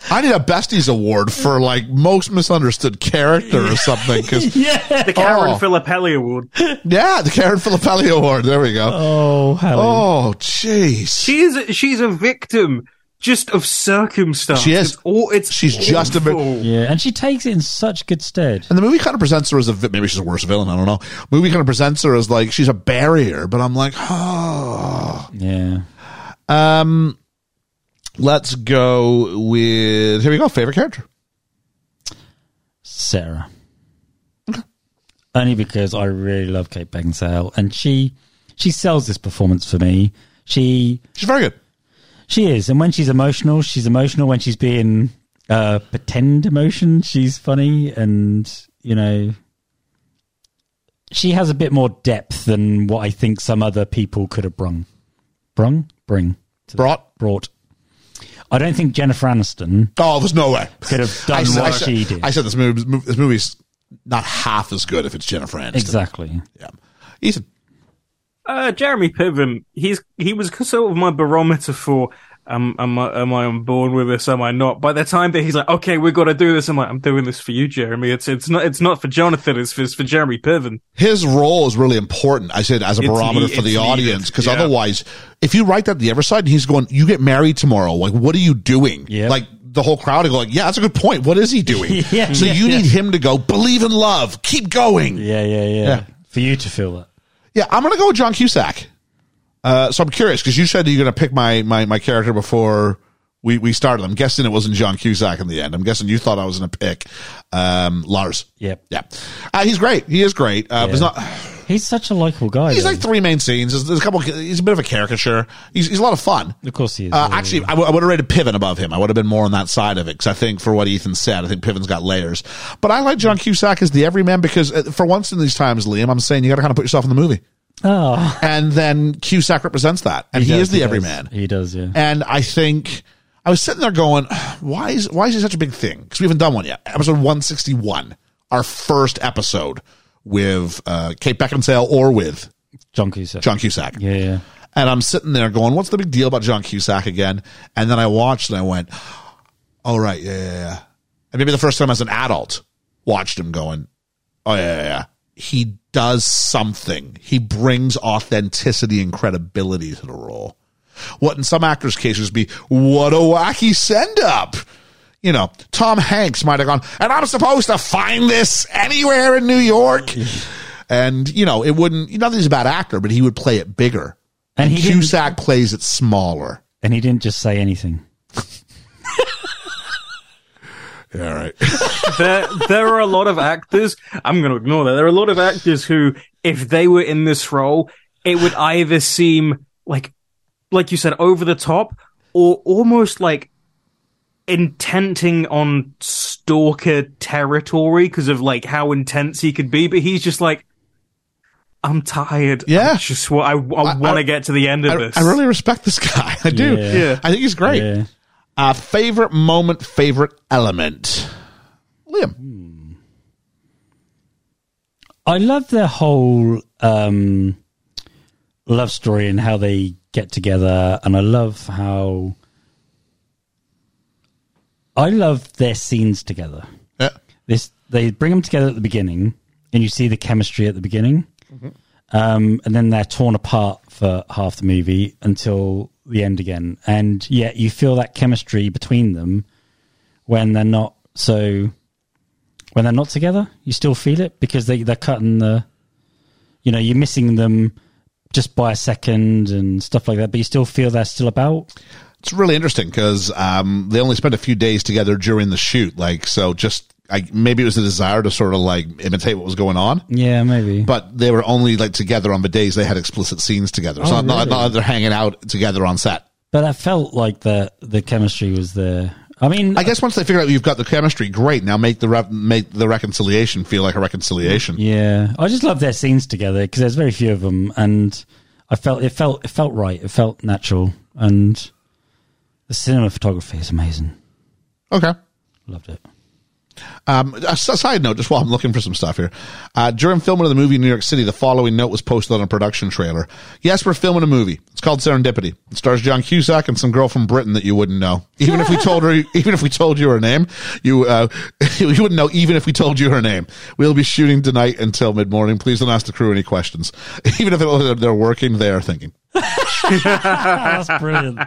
Speaker 3: I need a besties award for like most misunderstood character or something cuz
Speaker 5: the Karen
Speaker 3: Oh.
Speaker 5: Filippelli Award.
Speaker 3: yeah, the Karen Filippelli award. There we go.
Speaker 4: oh, Hallie.
Speaker 3: Oh, jeez.
Speaker 5: She is she's a victim just of circumstance.
Speaker 3: She is.
Speaker 5: It's all it's
Speaker 3: She's just a vic-
Speaker 5: awful.
Speaker 4: Yeah, and she takes it in such good stead.
Speaker 3: And the movie kind of presents her as a vi- maybe she's a worse villain. I don't know. Movie kind of presents her as like she's a barrier, but I'm like, oh.
Speaker 4: Yeah.
Speaker 3: Let's go with here we go. Favorite character.
Speaker 4: Sarah. Only because I really love Kate Beckinsale, and she she sells this performance for me. She
Speaker 3: She's very good.
Speaker 4: she is, and when she's emotional, she's emotional. When she's being uh, pretend emotion, she's funny, and you know, she has a bit more depth than what I think some other people could have brung, brung, bring, to-
Speaker 3: Brought.
Speaker 4: brought. I don't think Jennifer Aniston
Speaker 3: Oh, there's no way.
Speaker 4: could have done
Speaker 3: I
Speaker 4: what
Speaker 3: said, I
Speaker 4: she
Speaker 3: said,
Speaker 4: did.
Speaker 3: I said this movie. this movie- This movie's not half as good if it's Jennifer Aniston.
Speaker 4: exactly.
Speaker 3: Yeah. Ethan.
Speaker 5: Uh, Jeremy Piven, he's he was sort of my barometer for um, am I am I on board with this? Am I not? By the time that he's like, okay, we've got to do this, I'm like, I'm doing this for you, Jeremy. It's it's not it's not for Jonathan. It's for, it's for Jeremy Piven.
Speaker 3: His role is really important. I said as a
Speaker 5: It's
Speaker 3: barometer
Speaker 5: ne-
Speaker 3: for the
Speaker 5: it's
Speaker 3: audience
Speaker 5: needed,
Speaker 3: because
Speaker 5: yeah.
Speaker 3: otherwise, if you write that the other side, and he's going, "You get married tomorrow. Like, what are you doing?"
Speaker 4: Yeah.
Speaker 3: Like the whole crowd are going, "Yeah, that's a good point. What is he doing?"
Speaker 4: Yeah,
Speaker 3: so
Speaker 4: yeah,
Speaker 3: you
Speaker 4: yeah.
Speaker 3: need him to go, "Believe in love. Keep going." Yeah,
Speaker 4: Yeah, yeah, yeah,
Speaker 3: Yeah.
Speaker 4: For you to feel that.
Speaker 3: I'm gonna go with John Cusack. Uh, so I'm curious because you said you're gonna pick my my my character before. We, we started. I'm guessing it wasn't John Cusack in the end. I'm guessing you thought I was going to pick um, Lars.
Speaker 4: Yep.
Speaker 3: Yeah. Uh, he's great. He is great. Uh, but he's
Speaker 4: Yeah.
Speaker 3: not,
Speaker 4: He's such a likable guy.
Speaker 3: He's
Speaker 4: though.
Speaker 3: like three main scenes. There's, there's a couple. He's a bit of a caricature. He's, he's a lot of fun.
Speaker 4: Of course he is.
Speaker 3: Uh,
Speaker 4: Yeah,
Speaker 3: actually, I would have rated Piven above him. I would have been more on that side of it because I think, for what Ethan said, I think Piven's got layers. But I like John Cusack as the everyman because, uh, for once in these times, Liam, I'm saying you got to kind of put yourself in the movie,
Speaker 4: Oh,
Speaker 3: and then Cusack represents that, and he,
Speaker 4: does,
Speaker 3: is the
Speaker 4: does.
Speaker 3: everyman.
Speaker 4: He does, yeah.
Speaker 3: And I think I was sitting there going, why is why is he such a big thing? Because we haven't done one yet. Episode 161, our first episode with uh, Kate Beckinsale or with
Speaker 4: John Cusack.
Speaker 3: John Cusack.
Speaker 4: Yeah, yeah.
Speaker 3: And I'm sitting there going, what's the big deal about John Cusack again? And then I watched and I went, oh, right, yeah, yeah, yeah. And maybe the first time as an adult watched him going, oh, yeah, yeah, yeah. He does something. He brings authenticity and credibility to the role. What in some actors' cases be, what a wacky send up. You know, Tom Hanks might have gone, and I'm supposed to find this anywhere in New York. And, you know, it wouldn't, not that he's a bad actor, but he would play it bigger.
Speaker 4: And he didn't,
Speaker 3: Cusack plays it smaller.
Speaker 4: and he didn't just say anything.
Speaker 3: Yeah, right.
Speaker 5: there there are a lot of actors. I'm going to ignore that. There are a lot of actors who, if they were in this role, it would either seem like, like you said, over the top, or almost like intenting on stalker territory because of like how intense he could be. But he's just like, I'm tired.
Speaker 3: Yeah.
Speaker 5: I just wa- I,
Speaker 3: I-
Speaker 5: want to get to the end of
Speaker 3: I,
Speaker 5: this.
Speaker 3: I really respect this guy. I do.
Speaker 4: Yeah. Yeah.
Speaker 3: I think he's great.
Speaker 4: Yeah.
Speaker 3: Uh, favorite moment, favorite element. Liam.
Speaker 4: I love their whole um, love story and how they get together, and I love how I love their scenes together.
Speaker 3: Yeah.
Speaker 4: This they bring them together at the beginning, and you see the chemistry at the beginning, um, and then they're torn apart for half the movie until the end again, and yet you feel that chemistry between them when they're not so when they're not together, you still feel it because they, they're cutting the, you know, you're missing them just by a second and stuff like that, but you still feel they're still about.
Speaker 3: It's really interesting because um, they only spent a few days together during the shoot. Like, so just I, maybe it was a desire to sort of like imitate what was going on.
Speaker 4: Yeah, maybe.
Speaker 3: But they were only like together on the days they had explicit scenes together. So
Speaker 4: Oh,
Speaker 3: not, not,
Speaker 4: really?
Speaker 3: not that they're hanging out together on set.
Speaker 4: But I felt like the the chemistry was there. I mean,
Speaker 3: I guess once they figure out you've got the chemistry, great. Now make the re- make the reconciliation feel like a reconciliation.
Speaker 4: yeah, I just love their scenes together because there's very few of them, and I felt it felt it felt right, it felt natural, and the cinematography is amazing.
Speaker 3: Okay.
Speaker 4: Loved it.
Speaker 3: Um, a s- a side note, just while I'm looking for some stuff here, uh, during filming of the movie in New York City, the following note was posted on a production trailer. Yes, we're filming a movie. It's called Serendipity. It stars John Cusack and some girl from Britain that you wouldn't know. Even if we told her, even if we told you her name, you uh, you wouldn't know. Even if we told you her name, we'll be shooting tonight until mid morning. Please don't ask the crew any questions. Even if they're- they're working, they are thinking.
Speaker 4: That's brilliant.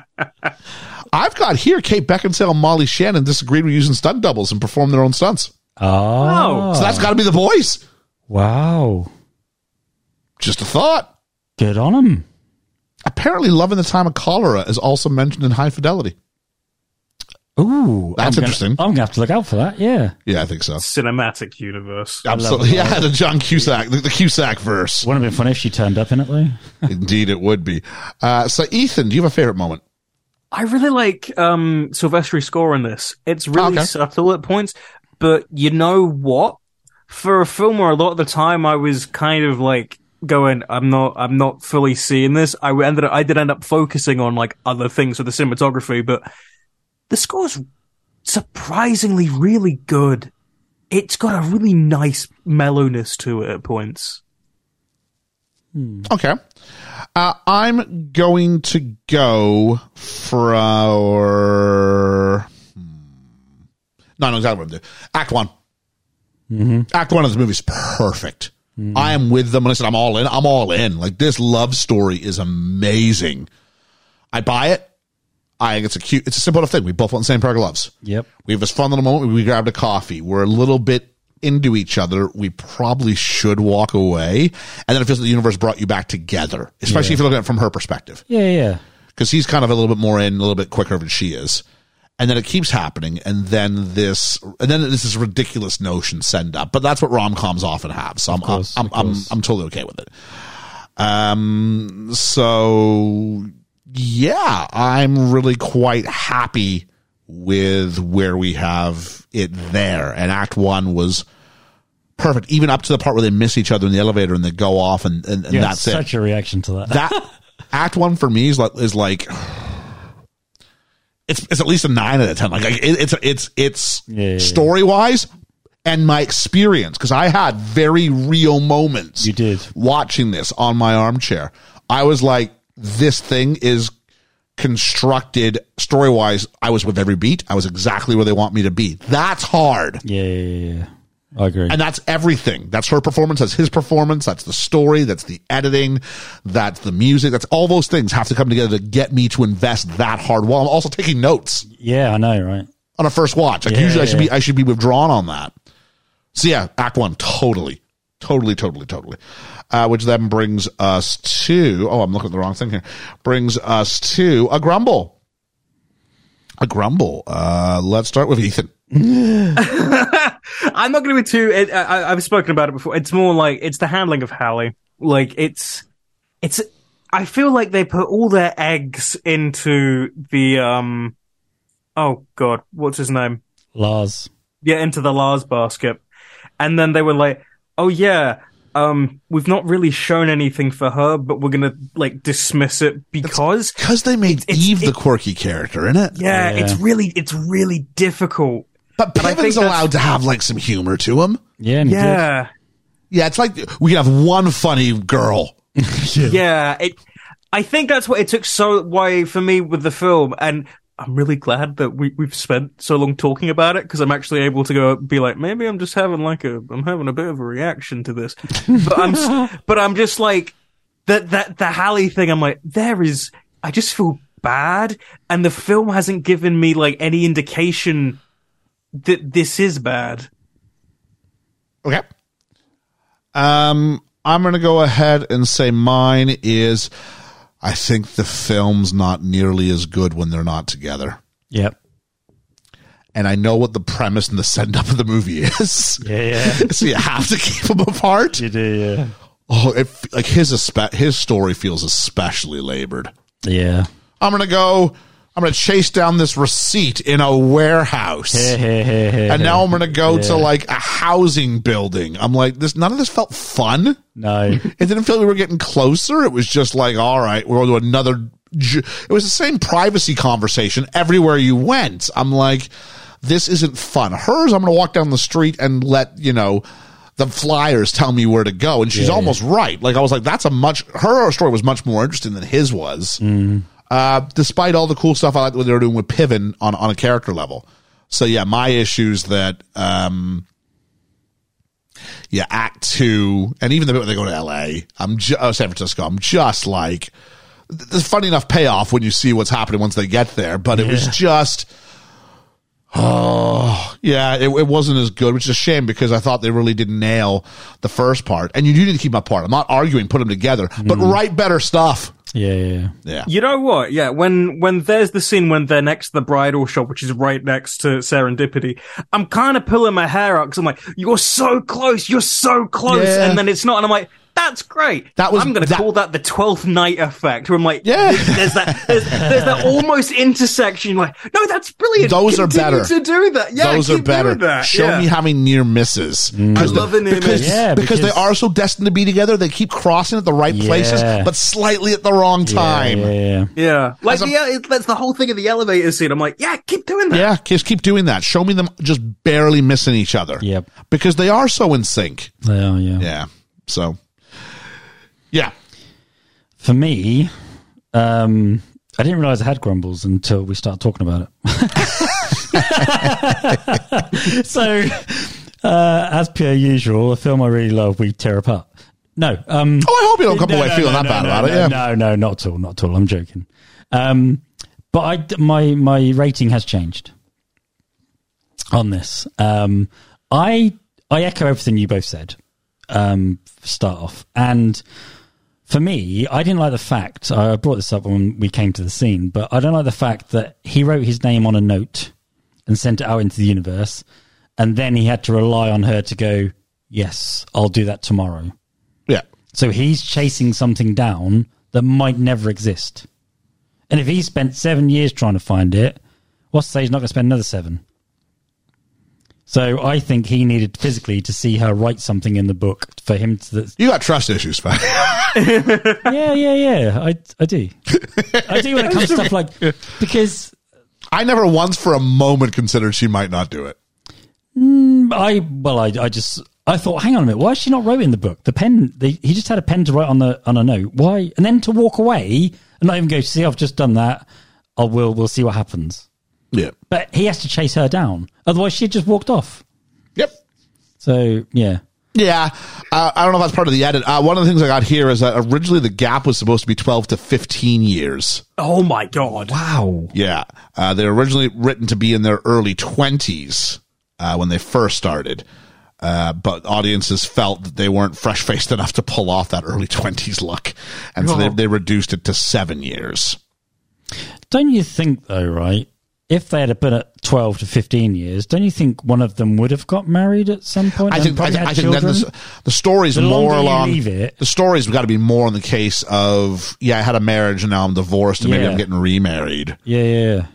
Speaker 3: I've got here Kate Beckinsale and Molly Shannon disagreed with using stunt doubles and performed their own stunts.
Speaker 4: Oh,
Speaker 3: So that's got to be the boys.
Speaker 4: wow.
Speaker 3: Just a thought.
Speaker 4: Good on them.
Speaker 3: Apparently, loving the time of cholera is also mentioned in High Fidelity.
Speaker 4: Ooh,
Speaker 3: That's
Speaker 4: I'm gonna-
Speaker 3: interesting.
Speaker 4: I'm gonna have to look out for that. Yeah,
Speaker 3: Yeah, I think so.
Speaker 5: Cinematic universe.
Speaker 3: Absolutely. Yeah, the John Cusack, the, the Cusack verse.
Speaker 4: wouldn't have been funny if she turned up in it though.
Speaker 3: Indeed, it would be. Uh, so, Ethan, do you have a favorite moment?
Speaker 5: I really like um Sylvester's score in this. It's really
Speaker 3: Okay.
Speaker 5: subtle at points, but you know what? For a film where a lot of the time I was kind of like going, I'm not, I'm not fully seeing this. I ended, up, I did end up focusing on like other things with the cinematography, but the score's surprisingly really good. It's got a really nice mellowness to it at points.
Speaker 3: Okay. Uh, I'm going to go for. Our... hmm. No, I know exactly what I'm doing. Act one. Act one of this movie is perfect. I am with them. Listen, I'm all in. I'm all in. Like, this love story is amazing. I buy it. I think it's a cute, it's a simple enough thing. We both want the same pair of gloves.
Speaker 4: Yep.
Speaker 3: We have this fun little moment. We grabbed a coffee. We're a little bit into each other. We probably should walk away. And then it feels like the universe brought you back together, especially if you're looking at it from her perspective,
Speaker 4: Yeah, yeah.
Speaker 3: because he's kind of a little bit more in, a little bit quicker than she is. And then it keeps happening. And then this, and then this is ridiculous notion send up, but that's what rom coms often have. So I'm,
Speaker 4: course,
Speaker 3: I'm,
Speaker 4: of
Speaker 3: I'm, I'm,
Speaker 4: course.
Speaker 3: I'm totally okay with it. Um, so yeah, I'm really quite happy with where we have it there. And act one was perfect, even up to the part where they miss each other in the elevator and they go off and, and, and
Speaker 4: yeah
Speaker 3: that's it
Speaker 4: such a reaction to that.
Speaker 3: that act one for me is like is like it's it's at least a nine out of ten. Like I- it, it's it's it's
Speaker 4: Yeah, yeah, yeah.
Speaker 3: story wise and my experience because I had very real moments.
Speaker 4: You did.
Speaker 3: watching this on my armchair. I was like, this thing is constructed story wise. I was with every beat. I was exactly where they want me to be. That's hard.
Speaker 4: yeah, yeah, yeah, yeah. I agree.
Speaker 3: And that's everything. That's her performance. That's his performance. That's the story. That's the editing. That's the music. That's all those things have to come together to get me to invest that hard while I'm also taking notes
Speaker 4: yeah, I know, right?
Speaker 3: on a first watch. Like
Speaker 4: Yeah,
Speaker 3: usually I should
Speaker 4: yeah.
Speaker 3: be, I should be withdrawn on that. So yeah, act one. Totally. Totally, totally, totally. Uh, which then brings us to, oh, I'm looking at the wrong thing here. Brings us to a grumble. A grumble. Uh, let's start with Ethan.
Speaker 5: I'm not going to be too. It, I, I- I've spoken about it before. It's more like it's the handling of Hallie. Like it's, it's. I feel like they put all their eggs into the um. Oh God, what's his name?
Speaker 4: Lars.
Speaker 5: Yeah, into the Lars basket, and then they were like, "Oh yeah, um, we've not really shown anything for her, but we're gonna like dismiss it because
Speaker 3: Cause they made
Speaker 5: it's-
Speaker 3: Eve the
Speaker 5: it-
Speaker 3: quirky character, innit?
Speaker 5: yeah,
Speaker 4: Yeah.
Speaker 5: it's really, it's really difficult."
Speaker 3: But
Speaker 5: I
Speaker 3: Piven's
Speaker 5: think that's-
Speaker 3: allowed to have like some humor to him.
Speaker 4: Yeah, and he did.
Speaker 5: Yeah.
Speaker 3: Yeah, it's like we can have one funny girl.
Speaker 5: yeah it i think that's what it took so why for me with the film and i'm really glad that we, we've spent so long talking about it because i'm actually able to go be like maybe i'm just having like a i'm having a bit of a reaction to this but i'm s- but i'm just like that that the Hallie thing i'm like there is i just feel bad and the film hasn't given me like any indication that this is bad
Speaker 3: Okay. Um, I'm going to go ahead and say mine is I think the film's not nearly as good when they're not together.
Speaker 4: Yep.
Speaker 3: And I know what the premise and the send up of the movie is.
Speaker 4: Yeah, yeah.
Speaker 3: so you have to keep them apart.
Speaker 4: You do, yeah.
Speaker 3: Oh, it, like his espe- his story feels especially labored.
Speaker 4: Yeah.
Speaker 3: I'm going to go I'm going to chase down this receipt in a warehouse. and
Speaker 4: and
Speaker 3: now I'm going to go
Speaker 4: Yeah.
Speaker 3: to like a housing building. I'm like this none of this felt fun.
Speaker 4: No.
Speaker 3: It didn't feel like we were getting closer. It was just like, all right, we're going to another. Ju- it was the same privacy conversation everywhere you went. I'm like, this isn't fun. Hers, I'm going to walk down the street and let, you know, the flyers tell me where to go. And she's
Speaker 4: Yeah.
Speaker 3: almost right. Like, I was like, that's a much, her story was much more interesting than his was.
Speaker 4: Mm-hmm.
Speaker 3: Uh, despite all the cool stuff I like what they were doing with Piven on, on a character level. So yeah, my issues that, um, yeah, Act Two, and even the bit where they go to L.A. I'm ju- oh, San Francisco. I'm just like, th- there's funny enough payoff when you see what's happening once they get there, but it was just, oh yeah, it, it wasn't as good, which is a shame because I thought they really did nail the first part, and you do need to keep my part. I'm not arguing, put them together, but write better stuff.
Speaker 4: Yeah, yeah.
Speaker 3: Yeah,
Speaker 5: You know what? Yeah, when when there's the scene when they're next to the bridal shop, which is right next to Serendipity, I'm kind of pulling my hair out because I'm like, "You're so close, you're so close,"
Speaker 3: Yeah.
Speaker 5: and then it's not, and I'm like, "That's great."
Speaker 3: That was-
Speaker 5: I'm going to
Speaker 3: that-
Speaker 5: call that the twelfth night effect. Where I'm like,
Speaker 3: Yeah.
Speaker 5: there's that there's, there's that almost intersection." Like, no, that's brilliant.
Speaker 3: Those are
Speaker 5: Continue
Speaker 3: better.
Speaker 5: to do that. Yeah,
Speaker 3: those are
Speaker 5: keep doing
Speaker 3: better.
Speaker 5: That.
Speaker 3: Show
Speaker 5: yeah.
Speaker 3: me how many near misses.
Speaker 5: I love an image.
Speaker 3: because,
Speaker 4: Mm. Yeah,
Speaker 3: because they
Speaker 4: because-
Speaker 3: are so destined to be together. They keep crossing at the right places,
Speaker 4: Yeah.
Speaker 3: but slightly at the wrong time.
Speaker 4: Yeah,
Speaker 3: Yeah,
Speaker 4: yeah,
Speaker 5: Yeah, like
Speaker 3: As a-
Speaker 5: the, ele- that's the whole thing of the elevator scene. I'm like, yeah, keep doing that.
Speaker 3: just keep doing that. Show me them just barely missing each other.
Speaker 4: Yep.
Speaker 3: Because they are so in sync.
Speaker 4: yeah. They are, yeah.
Speaker 3: Yeah. So, yeah.
Speaker 4: For me, um, I didn't realize I had grumbles until we started talking about it. so, uh, as per usual, a film I really love, we tear apart. No, um,
Speaker 3: Oh, I hope you don't come
Speaker 4: No,
Speaker 3: away
Speaker 4: no,
Speaker 3: feeling
Speaker 4: no,
Speaker 3: that
Speaker 4: no,
Speaker 3: bad
Speaker 4: no,
Speaker 3: about
Speaker 4: no,
Speaker 3: it. Yeah.
Speaker 4: No, no, not at all, not at all. I'm joking. Um, but I, my my rating has changed on this. Um, I I echo everything you both said. Um, for start off, and for me, I didn't like the fact. I brought this up when we came to the scene, but I don't like the fact that he wrote his name on a note and sent it out into the universe, and then he had to rely on her to go. Yes, I'll do that tomorrow.
Speaker 3: Yeah.
Speaker 4: So he's chasing something down that might never exist. And if he spent seven years trying to find it, what's to say he's not going to spend another seven? So I think he needed physically to see her write something in the book for him to.
Speaker 3: You got trust issues, man.
Speaker 4: yeah, yeah, yeah. I, I do. I do when it comes to stuff like. Because
Speaker 3: I never once for a moment considered she might not do it.
Speaker 4: I well, I, I just I thought, hang on a minute, why is she not writing the book? The pen, the, he just had a pen to write on the on a note. Why? And then to walk away and not even go, see, I've just done that. I will. We'll see what happens.
Speaker 3: Yeah.
Speaker 4: But he has to chase her down, otherwise she just walked off.
Speaker 3: Yep.
Speaker 4: So yeah,
Speaker 3: Yeah, uh, I don't know if that's part of the edit. Uh, one of the things I got here is that originally the gap was supposed to be 12 to 15 years.
Speaker 5: Oh my god.
Speaker 4: wow,
Speaker 3: Yeah, uh, they're originally written to be in their early 20s uh, when they first started, uh, but audiences felt that they weren't fresh faced enough to pull off that early 20s look. And so they,
Speaker 4: Oh.
Speaker 3: they reduced it to seven years.
Speaker 4: don't you think though? Right, if they had been at twelve to fifteen years, don't you think one of them would have got married at some point?
Speaker 3: I
Speaker 4: and
Speaker 3: think, I,
Speaker 4: probably
Speaker 3: think-
Speaker 4: had
Speaker 3: I think then
Speaker 4: children?
Speaker 3: the, the story's
Speaker 4: The
Speaker 3: more
Speaker 4: longer you
Speaker 3: along.
Speaker 4: leave it-
Speaker 3: The story's got to be more in the case of, yeah, I had a marriage and now I'm divorced and maybe
Speaker 4: Yeah.
Speaker 3: I'm getting remarried.
Speaker 4: yeah, yeah, yeah.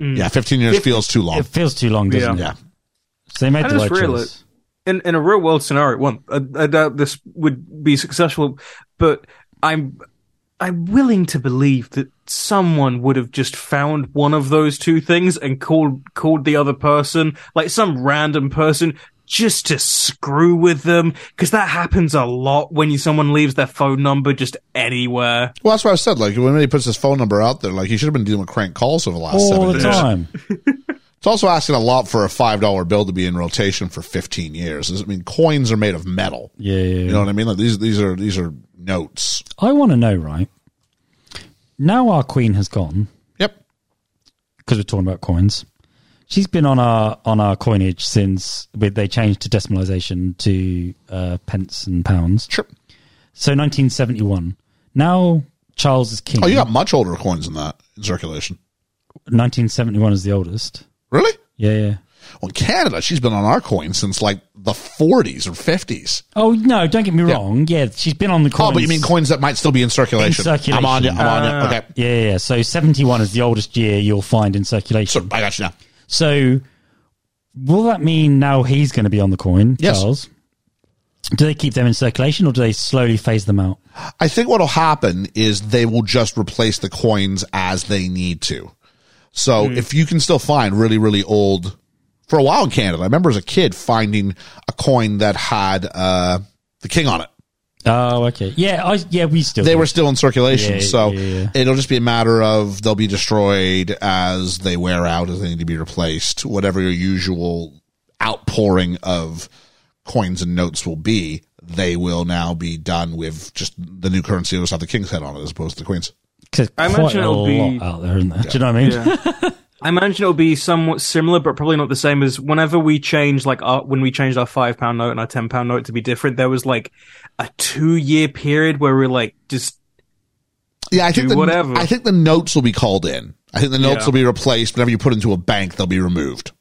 Speaker 4: Hmm.
Speaker 3: Yeah, 15 years feels too long.
Speaker 4: It feels too long, doesn't
Speaker 5: Yeah.
Speaker 4: it?
Speaker 3: yeah.
Speaker 4: So they made
Speaker 5: I
Speaker 4: the right
Speaker 5: just
Speaker 4: choice.
Speaker 5: realised- in in a real world scenario, one I, I doubt this would be successful, but I'm I'm willing to believe that someone would have just found one of those two things and called called the other person, like some random person. Just to screw with them, because that happens a lot when you, someone leaves their phone number just anywhere.
Speaker 3: Well, that's what I said. Like, when he puts his phone number out there, like, he should have been dealing with crank calls over the last seven
Speaker 4: All the
Speaker 3: years.
Speaker 4: time.
Speaker 3: It's also asking a lot for a five dollar bill to be in rotation for fifteen years. I mean, coins are made of metal.
Speaker 4: Yeah, yeah, yeah.
Speaker 3: You know what I mean? Like these, these are these are notes.
Speaker 4: I want to know, right? Now our queen has gone
Speaker 3: Yep.
Speaker 4: because we're talking about coins. She's been on our on our coinage since we- they changed to decimalisation to uh, pence and pounds.
Speaker 3: Sure.
Speaker 4: So 1971. Now Charles is king.
Speaker 3: Oh, you got much older coins than that in circulation.
Speaker 4: 1971 is the oldest.
Speaker 3: Really?
Speaker 4: Yeah, yeah.
Speaker 3: Well, in Canada, she's been on our coin since like the 40s or 50s.
Speaker 4: Oh no, don't get me
Speaker 3: Yeah.
Speaker 4: wrong. Yeah, she's been on the coins.
Speaker 3: Oh, but you mean coins that might still be in circulation?
Speaker 4: circulation. Ah.
Speaker 3: I'm on you. I'm on you. Okay.
Speaker 4: Yeah, yeah, yeah. So 71 is the oldest year you'll find in circulation.
Speaker 3: So I got you now.
Speaker 4: So, will that mean now he's going to be on the coin,
Speaker 3: Yes.
Speaker 4: Charles? Do they keep them in circulation or do they slowly phase them out?
Speaker 3: I think what'll happen is they will just replace the coins as they need to. So if you can still find really, really old, for a while in Canada, I remember as a kid finding a coin that had uh, the king on it.
Speaker 4: Oh, okay. Yeah, I, yeah, we still.
Speaker 3: They
Speaker 4: do.
Speaker 3: were still in circulation,
Speaker 4: Yeah,
Speaker 3: so
Speaker 4: yeah, yeah.
Speaker 3: it'll just be a matter of they'll be destroyed as they wear out, as they need to be replaced. Whatever your usual outpouring of coins and notes will be, they will now be done with just the new currency will just have the king's head on it as opposed to the queen's.
Speaker 4: 'Cause
Speaker 5: I
Speaker 4: quite
Speaker 5: imagine
Speaker 4: a
Speaker 5: it'll be-
Speaker 4: lot out there, isn't there? Do you know what I mean?
Speaker 5: Yeah. I imagine it'll be somewhat similar, but probably not the same as whenever we change, like our, when we changed our five pound note and our ten pound note to be different. There was like a two year period where we are like just
Speaker 3: Yeah, I think
Speaker 5: Do
Speaker 3: the,
Speaker 5: whatever.
Speaker 3: I think the notes will be called in. I think the notes
Speaker 5: Yeah.
Speaker 3: will be replaced. Whenever you put into a bank, they'll be removed.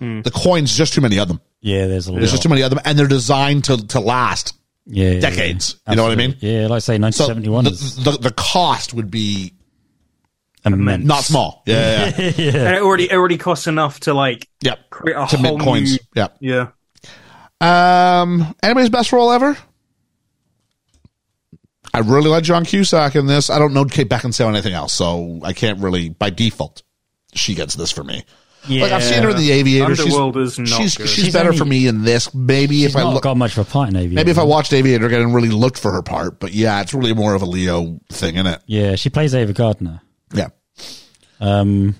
Speaker 5: Hmm.
Speaker 3: The coins, just too many of them.
Speaker 4: Yeah, there's a lot.
Speaker 3: There's just too many of them, and they're designed to to last.
Speaker 4: yeah, yeah,
Speaker 3: decades.
Speaker 4: yeah.
Speaker 3: You know what I mean?
Speaker 4: Absolutely. Yeah, like I say,
Speaker 3: So
Speaker 4: 1971
Speaker 3: the,
Speaker 4: is
Speaker 3: the the cost would be
Speaker 4: immense.
Speaker 3: not small. Yeah, yeah, yeah.
Speaker 5: and it already it already costs enough to like
Speaker 3: Yep.
Speaker 5: create a
Speaker 3: To
Speaker 5: whole
Speaker 3: mint coins.
Speaker 5: new-
Speaker 3: Yeah.
Speaker 5: yeah.
Speaker 3: Um, anybody's best role ever? I really like John Cusack in this. I don't know Kate Beckinsale or anything else, so I can't really by default. She gets this for me.
Speaker 4: Yeah.
Speaker 3: Like I've seen her in The Aviator. She's-
Speaker 5: Underworld is not
Speaker 3: she's,
Speaker 5: good.
Speaker 3: she's
Speaker 4: She's
Speaker 3: better
Speaker 4: only-
Speaker 3: for me in this. Maybe
Speaker 4: She's
Speaker 3: if I
Speaker 4: not
Speaker 3: look,
Speaker 4: got much of a part in Aviator.
Speaker 3: maybe if I watched Aviator again and really looked for her part. But yeah, it's really more of a Leo thing, isn't it?
Speaker 4: Yeah, she plays Ava Gardner.
Speaker 3: Yeah.
Speaker 4: Um,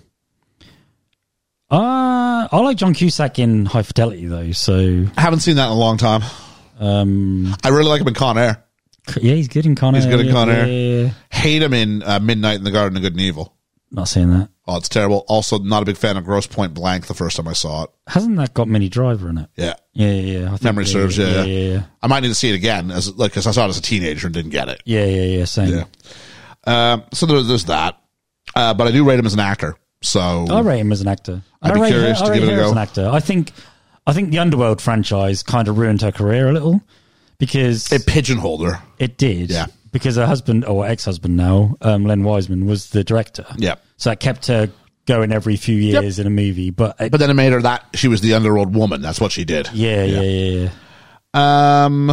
Speaker 4: uh, I like John Cusack in High Fidelity though. So
Speaker 3: I haven't seen that in a long time.
Speaker 4: um,
Speaker 3: I really like him in Con Air.
Speaker 4: c- yeah, he's good in Connor.
Speaker 3: He's good in
Speaker 4: yeah,
Speaker 3: Con Air.
Speaker 4: Yeah, yeah, yeah.
Speaker 3: Hate him in uh, Midnight in the Garden of Good and Evil.
Speaker 4: Not seeing that.
Speaker 3: Oh, it's terrible. Also, not a big fan of Gross Point Blank the first time I saw it.
Speaker 4: Hasn't that got Minnie Driver in it?
Speaker 3: Yeah.
Speaker 4: Yeah, yeah. yeah. I think,
Speaker 3: Memory
Speaker 4: yeah,
Speaker 3: serves, yeah,
Speaker 4: yeah, yeah, yeah.
Speaker 3: I might need to see it again as like because I saw it as a teenager and didn't get it.
Speaker 4: Yeah, yeah, yeah. Same.
Speaker 3: Yeah. Um, so there, there's that. Uh, but I do rate him as an actor. So
Speaker 4: I rate him as an actor.
Speaker 3: I'd
Speaker 4: I
Speaker 3: be
Speaker 4: rate
Speaker 3: curious
Speaker 4: her,
Speaker 3: to
Speaker 4: I
Speaker 3: give
Speaker 4: rate
Speaker 3: it a
Speaker 4: her as
Speaker 3: go.
Speaker 4: an actor. I think, I think the Underworld franchise kind of ruined her career a little because
Speaker 3: it pigeonholed her.
Speaker 4: It did.
Speaker 3: Yeah.
Speaker 4: Because her husband, or ex husband now, um, Len Wiseman, was the director.
Speaker 3: Yeah.
Speaker 4: So that kept her going every few years in a movie. But, it,
Speaker 3: But then it made her that she was the underworld woman. That's what she did.
Speaker 4: yeah, yeah, yeah, yeah.
Speaker 3: Um,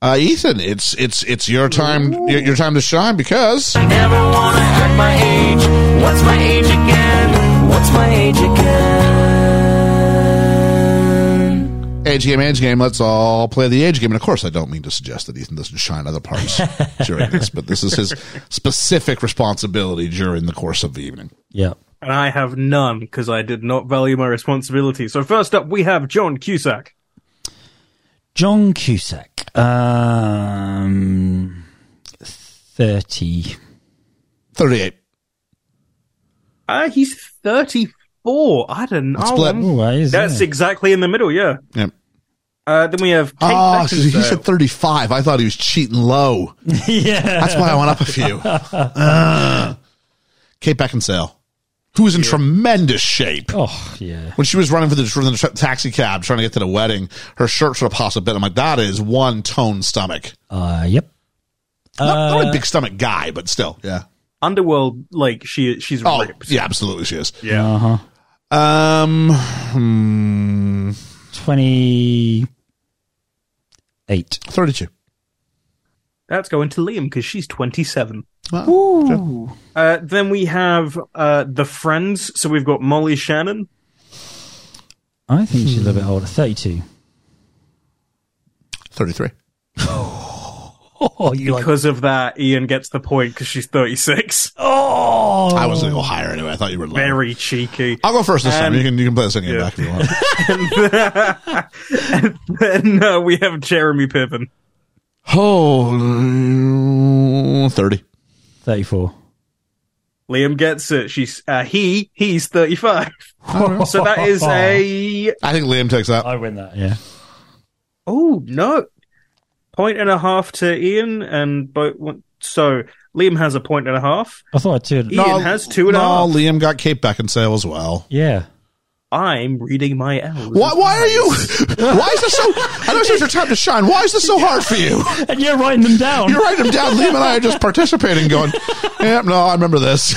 Speaker 3: uh, Ethan, it's it's it's your time your, your time to shine because
Speaker 7: I never wanna act my age. What's my age again? What's my age again?
Speaker 3: age game, age game. Let's all play the age game. And of course, I don't mean to suggest that Ethan doesn't shine other parts during this, but this is his specific responsibility during the course of the evening.
Speaker 4: Yeah.
Speaker 5: And I have none because I did not value my responsibility. So first up, we have John Cusack.
Speaker 4: John Cusack, um, 30.
Speaker 3: Thirty-eight.
Speaker 5: Uh, he's thirty four. I don't know.
Speaker 3: split.
Speaker 4: Oh, that is,
Speaker 5: That's
Speaker 4: yeah.
Speaker 5: exactly in the middle. Yeah.
Speaker 3: Yeah.
Speaker 5: Uh, then we have Kate
Speaker 3: Oh, so he
Speaker 5: Beckinsale.
Speaker 3: said thirty-five. I thought he was cheating low.
Speaker 4: yeah.
Speaker 3: That's why I went up a few. Ugh. Kate Beckinsale, who was in tremendous shape.
Speaker 4: Oh, yeah.
Speaker 3: when she was running for the, for the tra- taxi cab trying to get to the wedding, her shirt sort of pops a bit. I'm like, that is one toned stomach.
Speaker 4: Uh, yep.
Speaker 3: Not, not a big stomach guy, but still, yeah.
Speaker 5: Underworld, like she she's
Speaker 3: Oh,
Speaker 5: ripped.
Speaker 3: yeah, absolutely, she is.
Speaker 5: Yeah.
Speaker 4: Uh huh.
Speaker 3: Um, hmm,
Speaker 4: 28.
Speaker 3: 32.
Speaker 5: That's going to Liam because she's 27.
Speaker 3: Wow.
Speaker 5: Uh, then we have uh, the friends. So we've got Molly Shannon.
Speaker 4: I think she's a little bit older. 32.
Speaker 3: 33.
Speaker 4: Oh, you
Speaker 5: Because of that, Ian gets the point because she's 36.
Speaker 4: Oh!
Speaker 3: I was going to go higher anyway. I thought you were low.
Speaker 5: Very cheeky.
Speaker 3: I'll go first this time.
Speaker 5: Um,
Speaker 3: You can you can play the same game
Speaker 5: yeah.
Speaker 3: back if you want.
Speaker 5: then uh, we have Jeremy Piven.
Speaker 3: oh, 30.
Speaker 4: 34.
Speaker 5: Liam gets it. She's uh, he he's 35.
Speaker 3: Oh.
Speaker 5: So that is a Uh,
Speaker 3: I think Liam takes that.
Speaker 4: I win that, yeah.
Speaker 5: oh no. point and a half to Ian, and both. So Liam has a point and a half.
Speaker 4: I thought I did.
Speaker 5: Ian has two and a
Speaker 3: no,
Speaker 5: half.
Speaker 3: Liam got Kate Beckinsale as well.
Speaker 4: Yeah.
Speaker 5: I'm reading my L's.
Speaker 3: Why, why are you? Why is this so? I know it's your time to shine. Why is this so hard for you?
Speaker 4: And you're writing them down.
Speaker 3: You're writing them down. Liam and I are just participating, going, "Yep, no, I remember this."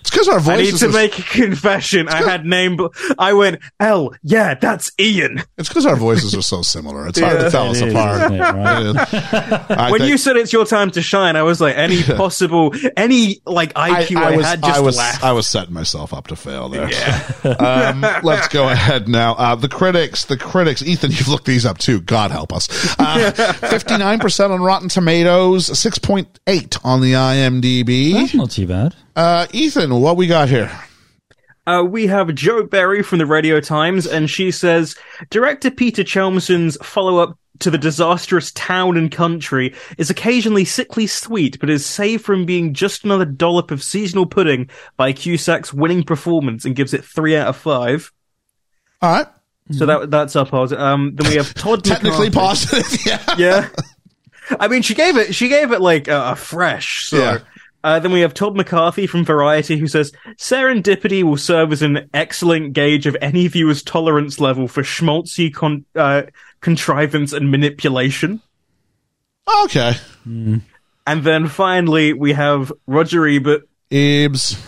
Speaker 3: It's because our
Speaker 5: I need
Speaker 3: voices.
Speaker 5: to
Speaker 3: Are,
Speaker 5: make a confession. I had name. bl- I went L. Yeah, that's Ian.
Speaker 3: it's because our voices are so similar. It's hard
Speaker 5: Yeah.
Speaker 3: to tell
Speaker 4: It
Speaker 3: us
Speaker 4: is,
Speaker 3: apart.
Speaker 4: isn't it, right?
Speaker 3: I
Speaker 5: when
Speaker 3: think-
Speaker 5: you said it's your time to shine, I was like, any possible, any like IQ I, had just
Speaker 3: I was, uh,
Speaker 5: laughed.
Speaker 3: I was setting myself up to fail there. um, let's go ahead now. Uh, the critics, the critics, Ethan, you've looked these up too. God help us. Uh, 59% on Rotten Tomatoes, 6.8 on the
Speaker 4: That's
Speaker 3: IMDb.
Speaker 4: not too bad.
Speaker 3: Uh, Ethan, what we got here?
Speaker 5: Uh, we have Joe Berry from the Radio Times, and she says director Peter Chelmson's follow up to the disastrous Town and Country is occasionally sickly sweet, but is saved from being just another dollop of seasonal pudding by Cusack's winning performance, and gives it three out of five.
Speaker 3: All right.
Speaker 5: So that that's our pause. Um, then we have Todd.
Speaker 3: Technically
Speaker 5: McCarthy.
Speaker 3: positive. yeah.
Speaker 5: yeah. I mean, she gave it. She gave it like a a fresh. So.
Speaker 3: Yeah.
Speaker 5: Uh, then we have Todd McCarthy from Variety who says serendipity will serve as an excellent gauge of any viewer's tolerance level for schmaltzy con- uh, contrivance and manipulation.
Speaker 3: Okay.
Speaker 5: And then finally we have Roger Ebert
Speaker 3: Ibs.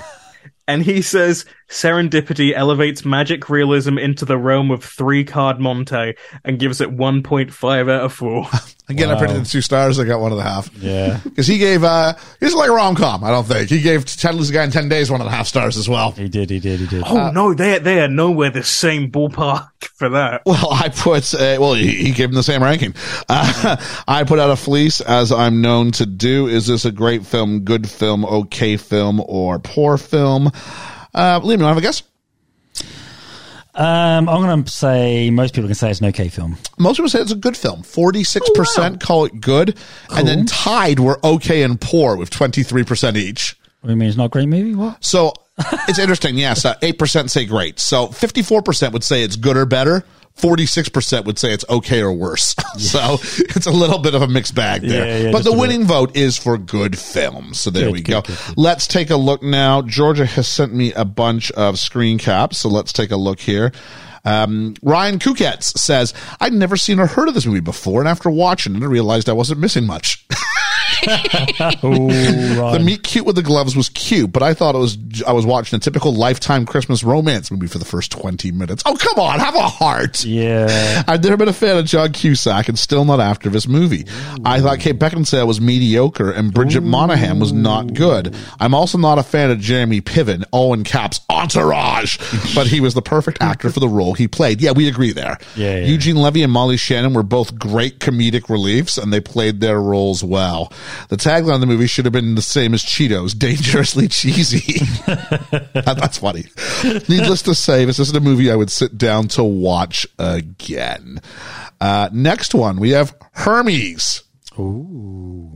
Speaker 5: and he says serendipity elevates magic realism into the realm of three card Monte and gives it 1.5 out of 4.
Speaker 3: Again, I
Speaker 4: Wow.
Speaker 3: printed the two stars. I got one and a half.
Speaker 4: Yeah.
Speaker 3: Because he gave, uh, he's like a rom com, I don't think. He gave Ted Lose a Guy in 10 Days one and a half stars as well.
Speaker 4: He did, he did, he did.
Speaker 5: oh no, they they are nowhere the same ballpark for that.
Speaker 3: Well, I put uh, well, he he gave him the same ranking. Uh, I put out a fleece as I'm known to do. Is this a great film, good film, okay film, or poor film? Uh, Liam, you want to have a guess?
Speaker 4: Um, I'm going to say most people can say it's an okay film.
Speaker 3: Most people say it's a good film. Forty six percent call it good, and then tied were okay and poor with twenty three percent each.
Speaker 4: What do you mean it's not a great movie? What?
Speaker 3: So it's interesting. Yes, uh, eight percent say great. So fifty four percent would say it's good or better. Forty six percent would say it's okay or worse. so it's a little bit of a mixed bag there.
Speaker 4: Yeah, yeah,
Speaker 3: but
Speaker 4: just
Speaker 3: the
Speaker 4: a bit.
Speaker 3: winning vote is for good film. So there
Speaker 4: Good,
Speaker 3: we
Speaker 4: good,
Speaker 3: go.
Speaker 4: good, good.
Speaker 3: Let's take a look now. Georgia has sent me a bunch of screen caps. So let's take a look here. Um, Ryan Kuketz says, I'd never seen or heard of this movie before, and after watching it, I realized I wasn't missing much.
Speaker 4: Oh,
Speaker 3: The
Speaker 4: right.
Speaker 3: meet cute with the gloves was cute, but I thought it was I was watching a typical lifetime Christmas romance movie for the first twenty minutes. Oh come on, have a heart.
Speaker 4: yeah.
Speaker 3: I've never been a fan of John Cusack and still not after this movie. I thought Kate Beckinsale was mediocre and Bridget Monahan was not good. I'm also not a fan of Jeremy Piven, Owen Cap's entourage, but he was the perfect actor for the role he played. Yeah, we agree there.
Speaker 4: Yeah, yeah.
Speaker 3: Eugene Levy and Molly Shannon were both great comedic reliefs and they played their roles well. The tagline of the movie should have been the same as Cheetos, dangerously cheesy. That- That's funny. Needless to say, this isn't a movie I would sit down to watch again. Uh, next one, we have Hermes. Ooh.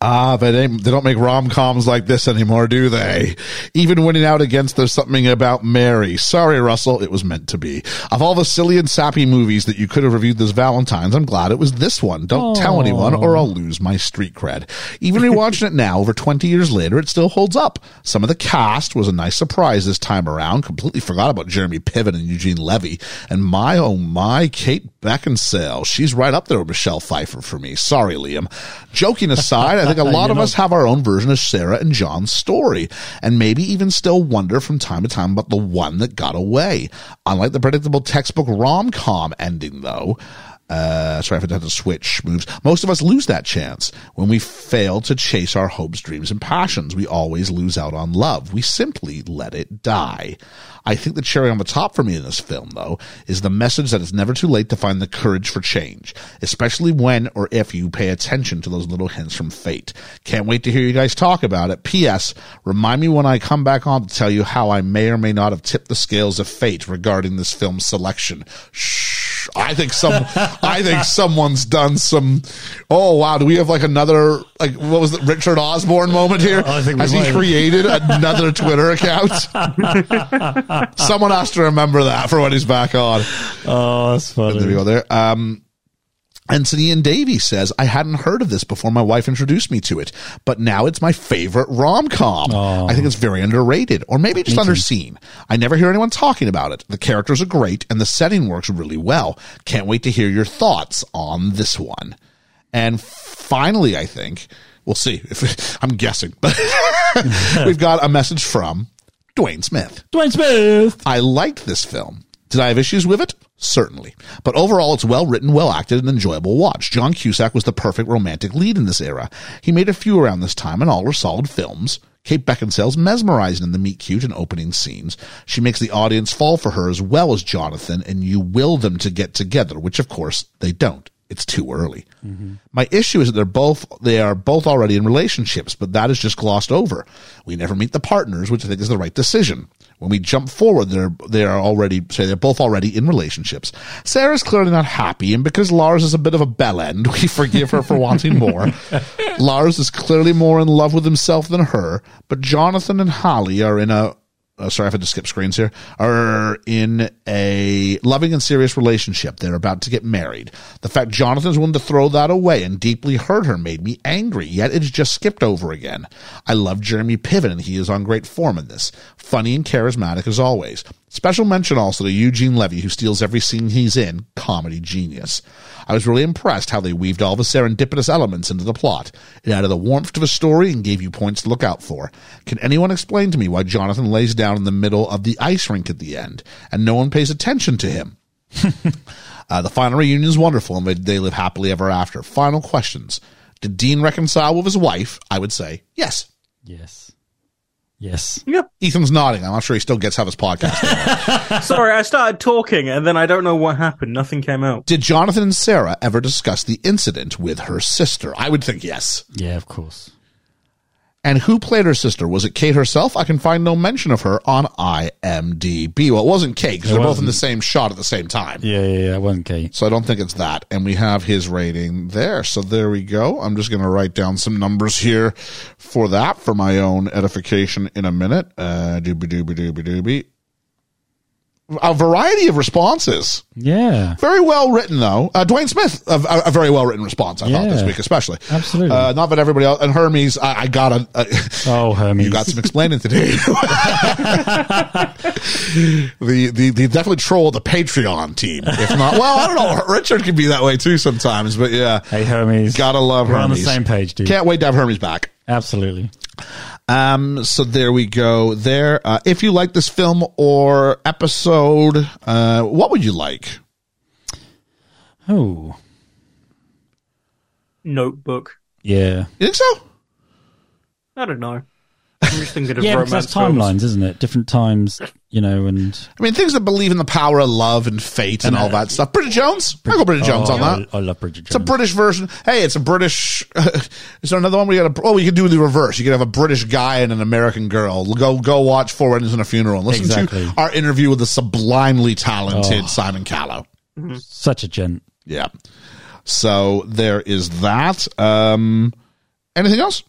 Speaker 3: Ah, but they, they don't make rom coms like this anymore, do they? Even winning out against There's Something About Mary. Sorry, Russell, it was meant to be. Of all the silly and sappy movies that you could have reviewed this Valentine's, I'm glad it was this one. Don't tell anyone or I'll lose my street cred. Even rewatching it now, over 20 years later, it still holds up. Some of the cast was a nice surprise this time around. Completely forgot about Jeremy Piven and Eugene Levy. And my, oh my, Kate Beckinsale. She's right up there with Michelle Pfeiffer for me. Sorry, Liam. Joking aside, I think a lot of us have our own version of Sarah and John's story. And maybe even still wonder from time to time about the one that got away. Unlike the predictable textbook rom-com ending, though, uh, sorry if I had to switch moves. Most of us lose that chance when we fail to chase our hopes, dreams, and passions. We always lose out on love. We simply let it die. I think the cherry on the top for me in this film, though, is the message that it's never too late to find the courage for change, especially when or if you pay attention to those little hints from fate. Can't wait to hear you guys talk about it. P.S. Remind me when I come back on to tell you how I may or may not have tipped the scales of fate regarding this film selection. Shh. I think some. I think someone's done some. Oh wow! Do we have like another like what was the Richard Osborne moment here?
Speaker 4: I think we
Speaker 3: Has he
Speaker 4: might.
Speaker 3: created another Twitter account? Someone has to remember that for when he's back on.
Speaker 4: Oh, that's
Speaker 3: There we
Speaker 4: funny.
Speaker 3: go. There. Um, Anthony and Davey says, I hadn't heard of this before my wife introduced me to it, but now it's my favorite rom com. I think it's very underrated, or maybe just underseen. I never hear anyone talking about it. The characters are great, and the setting works really well. Can't wait to hear your thoughts on this one. And finally, I think we'll see. If I'm guessing, but we've got a message from Dwayne Smith.
Speaker 4: Dwayne Smith.
Speaker 3: I liked this film. Did I have issues with it? Certainly. But overall, it's well written, well acted, and enjoyable watch. John Cusack was the perfect romantic lead in this era. He made a few around this time, and all were solid films. Kate Beckinsale's mesmerizing in the meet cute and opening scenes. She makes the audience fall for her as well as Jonathan, and you will them to get together, which of course they don't. It's too early. My issue is that they're both they are both already in relationships, but that is just glossed over. We never meet the partners, which I think is the right decision. When we jump forward, they're they are already say they're both already in relationships. Sarah's clearly not happy, and because Lars is a bit of a bell end, we forgive her for wanting more. Lars is clearly more in love with himself than her, but Jonathan and Holly are in a uh, sorry, I had to skip screens here, are in a loving and serious relationship. They're about to get married. The fact Jonathan's willing to throw that away and deeply hurt her made me angry, yet it's just skipped over again. I love Jeremy Piven, and he is on great form in this. Funny and charismatic as always. Special mention also to Eugene Levy, who steals every scene he's in, comedy genius. I was really impressed how they weaved all the serendipitous elements into the plot. It added the warmth to the story and gave you points to look out for. Can anyone explain to me why Jonathan lays down in the middle of the ice rink at the end and no one pays attention to him? Uh, the final reunion is wonderful and they- they live happily ever after. Final questions. Did Dean reconcile with his wife? I would say yes.
Speaker 4: Yes. Yes.
Speaker 5: Yep.
Speaker 3: Ethan's nodding. I'm not sure he still gets how this podcast works.
Speaker 5: Sorry, I started talking and then I don't know what happened. Nothing came out.
Speaker 3: Did Jonathan and Sarah ever discuss the incident with her sister? I would think yes.
Speaker 4: Yeah, of course.
Speaker 3: And who played her sister? Was it Kate herself? I can find no mention of her on IMDb. Well, it wasn't Kate because
Speaker 4: It
Speaker 3: they're both in
Speaker 4: wasn't.
Speaker 3: the same shot at the same time.
Speaker 4: Yeah, yeah, yeah. It wasn't Kate.
Speaker 3: So I don't think it's that. And we have his rating there. So there we go. I'm just going to write down some numbers here for that for my own edification in a minute. Uh, doobie doobie doobie doobie. A variety of responses.
Speaker 4: Yeah.
Speaker 3: Very well written, though. Uh, Dwayne Smith, a, a- a very well written response, I thought, this
Speaker 4: Yeah.
Speaker 3: week, especially.
Speaker 4: Absolutely.
Speaker 3: Uh, not that everybody else. And Hermes, I, I got a. a
Speaker 4: Oh, Hermes.
Speaker 3: You got some explaining to do. the, the the definitely troll the Patreon team. If not, well, I don't know. Richard can be that way too sometimes, but yeah,
Speaker 4: Hey, Hermes.
Speaker 3: gotta love
Speaker 4: We're on the
Speaker 3: Hermes.
Speaker 4: same page, dude.
Speaker 3: Can't wait to have Hermes back.
Speaker 4: Absolutely.
Speaker 3: Um, so there we go. There. Uh, if you like this film or episode, uh, what would you like?
Speaker 4: Oh.
Speaker 5: Notebook.
Speaker 4: Yeah.
Speaker 3: You think so?
Speaker 5: I don't know. I'm just thinking of
Speaker 4: Yeah, because
Speaker 5: romance
Speaker 4: that's timelines,
Speaker 5: films.
Speaker 4: isn't it? Different times, you know, and
Speaker 3: I mean, things that believe in the power of love and fate and,
Speaker 4: And,
Speaker 3: all
Speaker 4: uh,
Speaker 3: that stuff. Bridget Jones. I go Bridget Jones
Speaker 4: Oh,
Speaker 3: on that.
Speaker 4: I, I love Bridget
Speaker 3: It's
Speaker 4: Jones.
Speaker 3: a British version. Hey, it's a British. is there another one? We got a. Oh, you could do the reverse. You could have a British guy and an American girl. Go go watch Four Weddings and a Funeral. and Listen
Speaker 4: Exactly.
Speaker 3: to our interview with the sublimely talented Simon Callow.
Speaker 4: Such a gent.
Speaker 3: Yeah. So there is that. Um, anything else?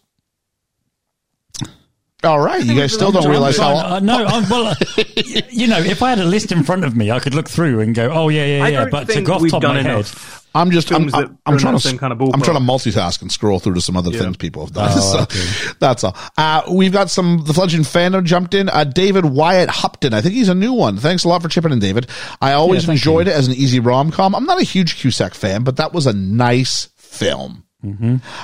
Speaker 3: All right, you guys still don't realize how.
Speaker 4: Uh, no, I'm, well, uh, y- you know, if I had a list in front of me, I could look through and go, "Oh yeah, yeah,
Speaker 5: I
Speaker 4: yeah."
Speaker 5: don't
Speaker 4: But to
Speaker 5: think
Speaker 4: go off
Speaker 5: we've
Speaker 4: top of
Speaker 5: done
Speaker 4: my head,
Speaker 5: enough.
Speaker 3: I'm just I'm,
Speaker 5: films that
Speaker 3: I'm, I'm
Speaker 5: are in
Speaker 3: trying
Speaker 5: that
Speaker 3: to
Speaker 5: same kind of ballpark. Oh,
Speaker 3: I'm trying to multitask and scroll through to some other things people have done. so that's all. Uh, we've got some the fledgling fandom jumped in. Uh, David Wyatt Hupton, I think he's a new one. Thanks a lot for chipping in, David. I always
Speaker 4: thank
Speaker 3: enjoyed it as an easy rom com. I'm not a huge Cusack fan, but that was a nice film.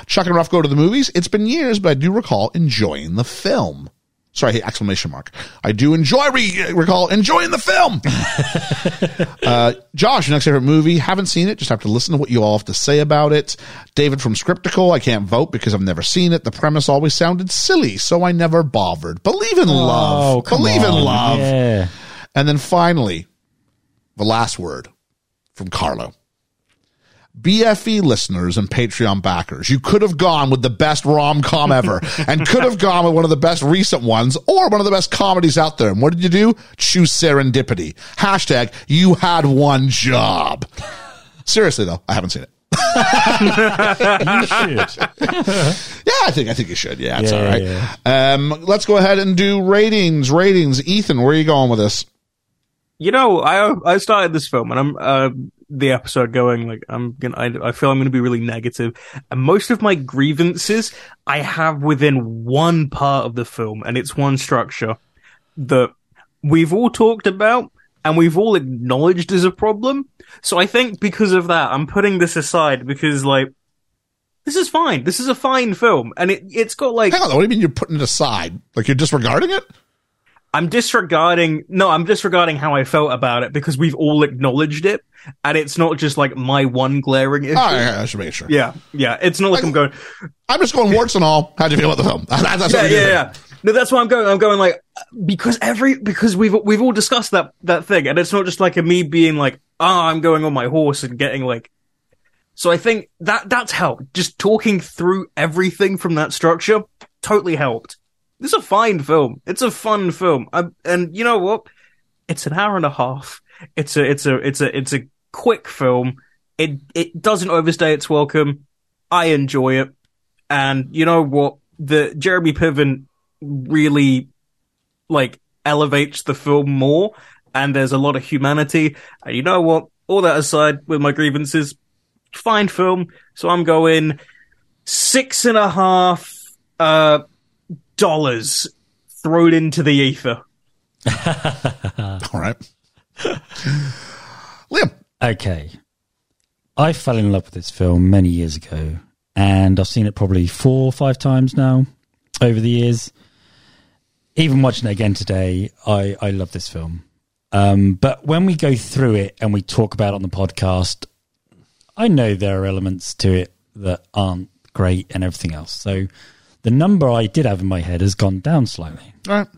Speaker 3: Chuck and Ruff go to the movies. It's been years, but I do recall enjoying the film. Sorry, hey, exclamation mark. I do enjoy, re- recall enjoying the film. Josh, your next favorite movie. Haven't seen it. Just have to listen to what you all have to say about it. David from Scriptical. I can't vote because I've never seen it. The premise always sounded silly, so I never bothered. Believe in
Speaker 4: oh,
Speaker 3: love.
Speaker 4: come
Speaker 3: Believe in
Speaker 4: on.
Speaker 3: love.
Speaker 4: Yeah.
Speaker 3: And then finally, the last word from Carlo. BFE listeners and Patreon backers, you could have gone with the best rom com ever and could have gone with one of the best recent ones or one of the best comedies out there. And what did you do? Choose serendipity. Hashtag you had one job. Seriously though, I haven't seen it.
Speaker 4: You should.
Speaker 3: Yeah, I think I think you should. Yeah, it's
Speaker 4: Yeah,
Speaker 3: all right.
Speaker 4: yeah,
Speaker 3: Um, let's go ahead and do ratings. Ratings. Ethan, where are you going with this?
Speaker 5: You know, I I started this film and I'm uh, the episode going like i'm gonna I, I feel i'm gonna be really negative and most of my grievances i have within one part of the film and it's one structure that we've all talked about and we've all acknowledged as a problem so i think because of that i'm putting this aside because like this is fine this is a fine film and it, it's got like
Speaker 3: Hang on, what do you mean you're putting it aside? Like you're disregarding it?
Speaker 5: I'm disregarding no, I'm disregarding how I felt about it because we've all acknowledged it, and it's not just like my one glaring issue.
Speaker 3: All right, all right, I should make sure.
Speaker 5: Yeah, yeah, it's not like I'm going.
Speaker 3: I'm just going warts and all. How'd you feel about the film? That's what
Speaker 5: Yeah,
Speaker 3: we do
Speaker 5: yeah,
Speaker 3: here.
Speaker 5: yeah. No, that's why I'm going. I'm going like because every because we've we've all discussed that that thing, and it's not just like a me being like, ah, I'm going on my horse and getting like. So I think that that's helped. Just talking through everything from that structure totally helped. This is a fine film. It's a fun film. I, and you know what? It's an hour and a half. It's a it's a it's a it's a quick film. It it doesn't overstay its welcome. I enjoy it. And you know what? The Jeremy Piven really like elevates the film more and there's a lot of humanity. And you know what? All that aside with my grievances, fine film. So I'm going six and a half uh dollars thrown into the ether.
Speaker 3: All right. Liam,
Speaker 4: Okay. I fell in love with this film many years ago, and I've seen it probably four or five times now over the years. Even watching it again today, I, I love this film. Um, but when we go through it and we talk about it on the podcast, I know there are elements to it that aren't great and everything else. So the number I did have in my head has gone down slightly.
Speaker 3: all right.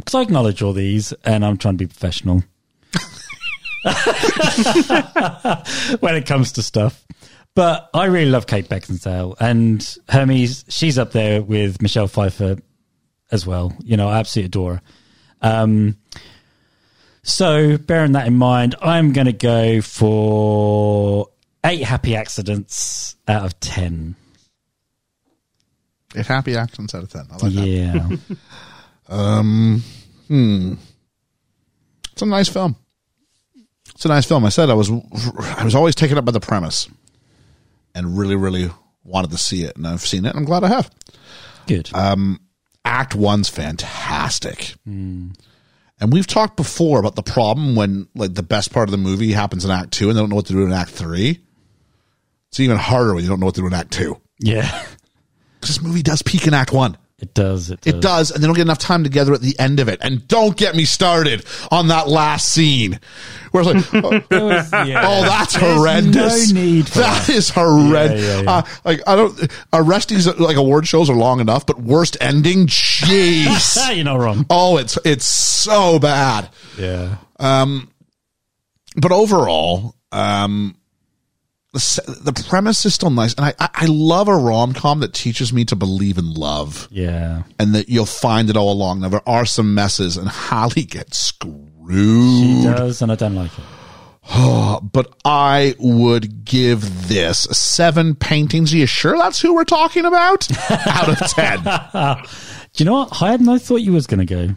Speaker 4: Because I acknowledge all these and I'm trying to be professional when it comes to stuff. But I really love Kate Beckinsale and Hermes. She's up there with Michelle Pfeiffer as well. You know, I absolutely adore her. Um, so, bearing that in mind, I'm going to go for eight happy accidents out of 10.
Speaker 3: If happy accidents out of ten, I like that.
Speaker 4: Yeah.
Speaker 3: It's a nice film. It's a nice film. I said I was I was always taken up by the premise, and really, really wanted to see it, and I've seen it, and I'm glad I have.
Speaker 4: Good.
Speaker 3: Um, Act One's fantastic. And we've talked before about the problem when like the best part of the movie happens in Act Two, and they don't know what to do in Act Three. It's even harder when you don't know what to do in Act Two
Speaker 4: yeah.
Speaker 3: because this movie does peak in Act One.
Speaker 4: It does. It does.
Speaker 3: It does, and they don't get enough time together at the end of it. And don't get me started on that last scene where it's like, oh,
Speaker 4: It was- yeah.
Speaker 3: oh, that's
Speaker 4: There's
Speaker 3: horrendous.
Speaker 4: No need for that.
Speaker 3: that is horrendous.
Speaker 4: Yeah, yeah, yeah.
Speaker 3: Uh, like I don't arrestings like award shows are long enough, but worst ending, jeez.
Speaker 4: You're not wrong.
Speaker 3: oh, it's it's so bad.
Speaker 4: Yeah.
Speaker 3: But overall, um, the s- the premise is still nice, and I I, I love a rom com that teaches me to believe in love.
Speaker 4: Yeah.
Speaker 3: and that you'll find it all along. Now there are some messes, and Holly gets
Speaker 4: She
Speaker 3: screwed.
Speaker 4: does, and I don't like it.
Speaker 3: But I would give this seven paintings. Are you sure that's who we're talking about? Out of ten. No,
Speaker 4: Do you know what? Higher than I thought you was going to go.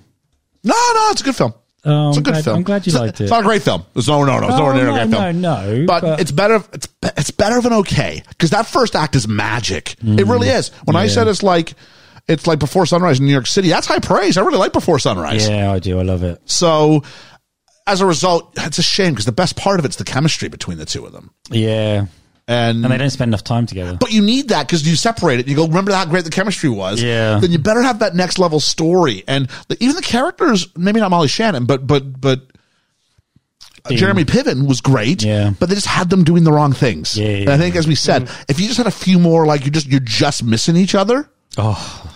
Speaker 3: no, it's a good film.
Speaker 4: Oh,
Speaker 3: it's a
Speaker 4: I'm
Speaker 3: good
Speaker 4: glad-
Speaker 3: film.
Speaker 4: I'm glad you
Speaker 3: it's
Speaker 4: liked
Speaker 3: a,
Speaker 4: it.
Speaker 3: It's not a great film. It's no, no, no. It's
Speaker 4: Oh,
Speaker 3: not an
Speaker 4: no,
Speaker 3: okay
Speaker 4: no,
Speaker 3: film.
Speaker 4: no,
Speaker 3: But,
Speaker 4: but-
Speaker 3: it's better. It's be- it's better than okay because that first act is magic. It really is. When I
Speaker 4: Mm. Yeah.
Speaker 3: said it's like it's like Before Sunrise in New York City, that's high praise. I really like Before Sunrise.
Speaker 4: Yeah, I do. I love it.
Speaker 3: So as a result, it's a shame because the best part of it's the chemistry between the two of them.
Speaker 4: Yeah.
Speaker 3: And,
Speaker 4: And they don't spend enough time together.
Speaker 3: but you need that because you separate it. You go, remember how great the chemistry was.
Speaker 4: Yeah.
Speaker 3: Then you better have that next level story. And the, even the characters, maybe not Molly Shannon, but but but uh,
Speaker 4: Dean.
Speaker 3: Jeremy Piven was great.
Speaker 4: Yeah.
Speaker 3: But they just had them doing the wrong things.
Speaker 4: Yeah, yeah,
Speaker 3: and I think, as we said, if you just had a few more, like you just you're just missing each other.
Speaker 4: Oh,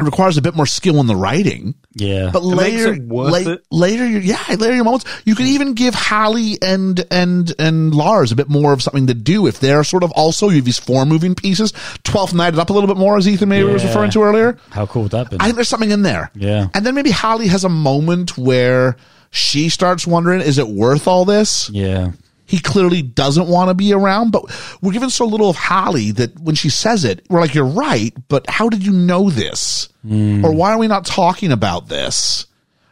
Speaker 3: It requires a bit more skill in the writing.
Speaker 4: yeah.
Speaker 3: But
Speaker 5: It makes
Speaker 3: later,
Speaker 5: it worth
Speaker 3: la-
Speaker 5: it.
Speaker 3: later, your yeah, later your moments. You can even give Hallie and and and Lars a bit more of something to do if they're sort of also you have these four moving pieces. Twelfth nighted up a little bit more, as Ethan maybe was
Speaker 4: Yeah.
Speaker 3: referring to earlier.
Speaker 4: How cool would that be?
Speaker 3: I think there's something in there.
Speaker 4: Yeah.
Speaker 3: and then maybe Hallie has a moment where she starts wondering, is it worth all this?
Speaker 4: yeah.
Speaker 3: He clearly doesn't want to be around, but we're given so little of Holly that when she says it, we're like, you're right, but how did you know this?
Speaker 4: Hmm.
Speaker 3: Or why are we not talking about this?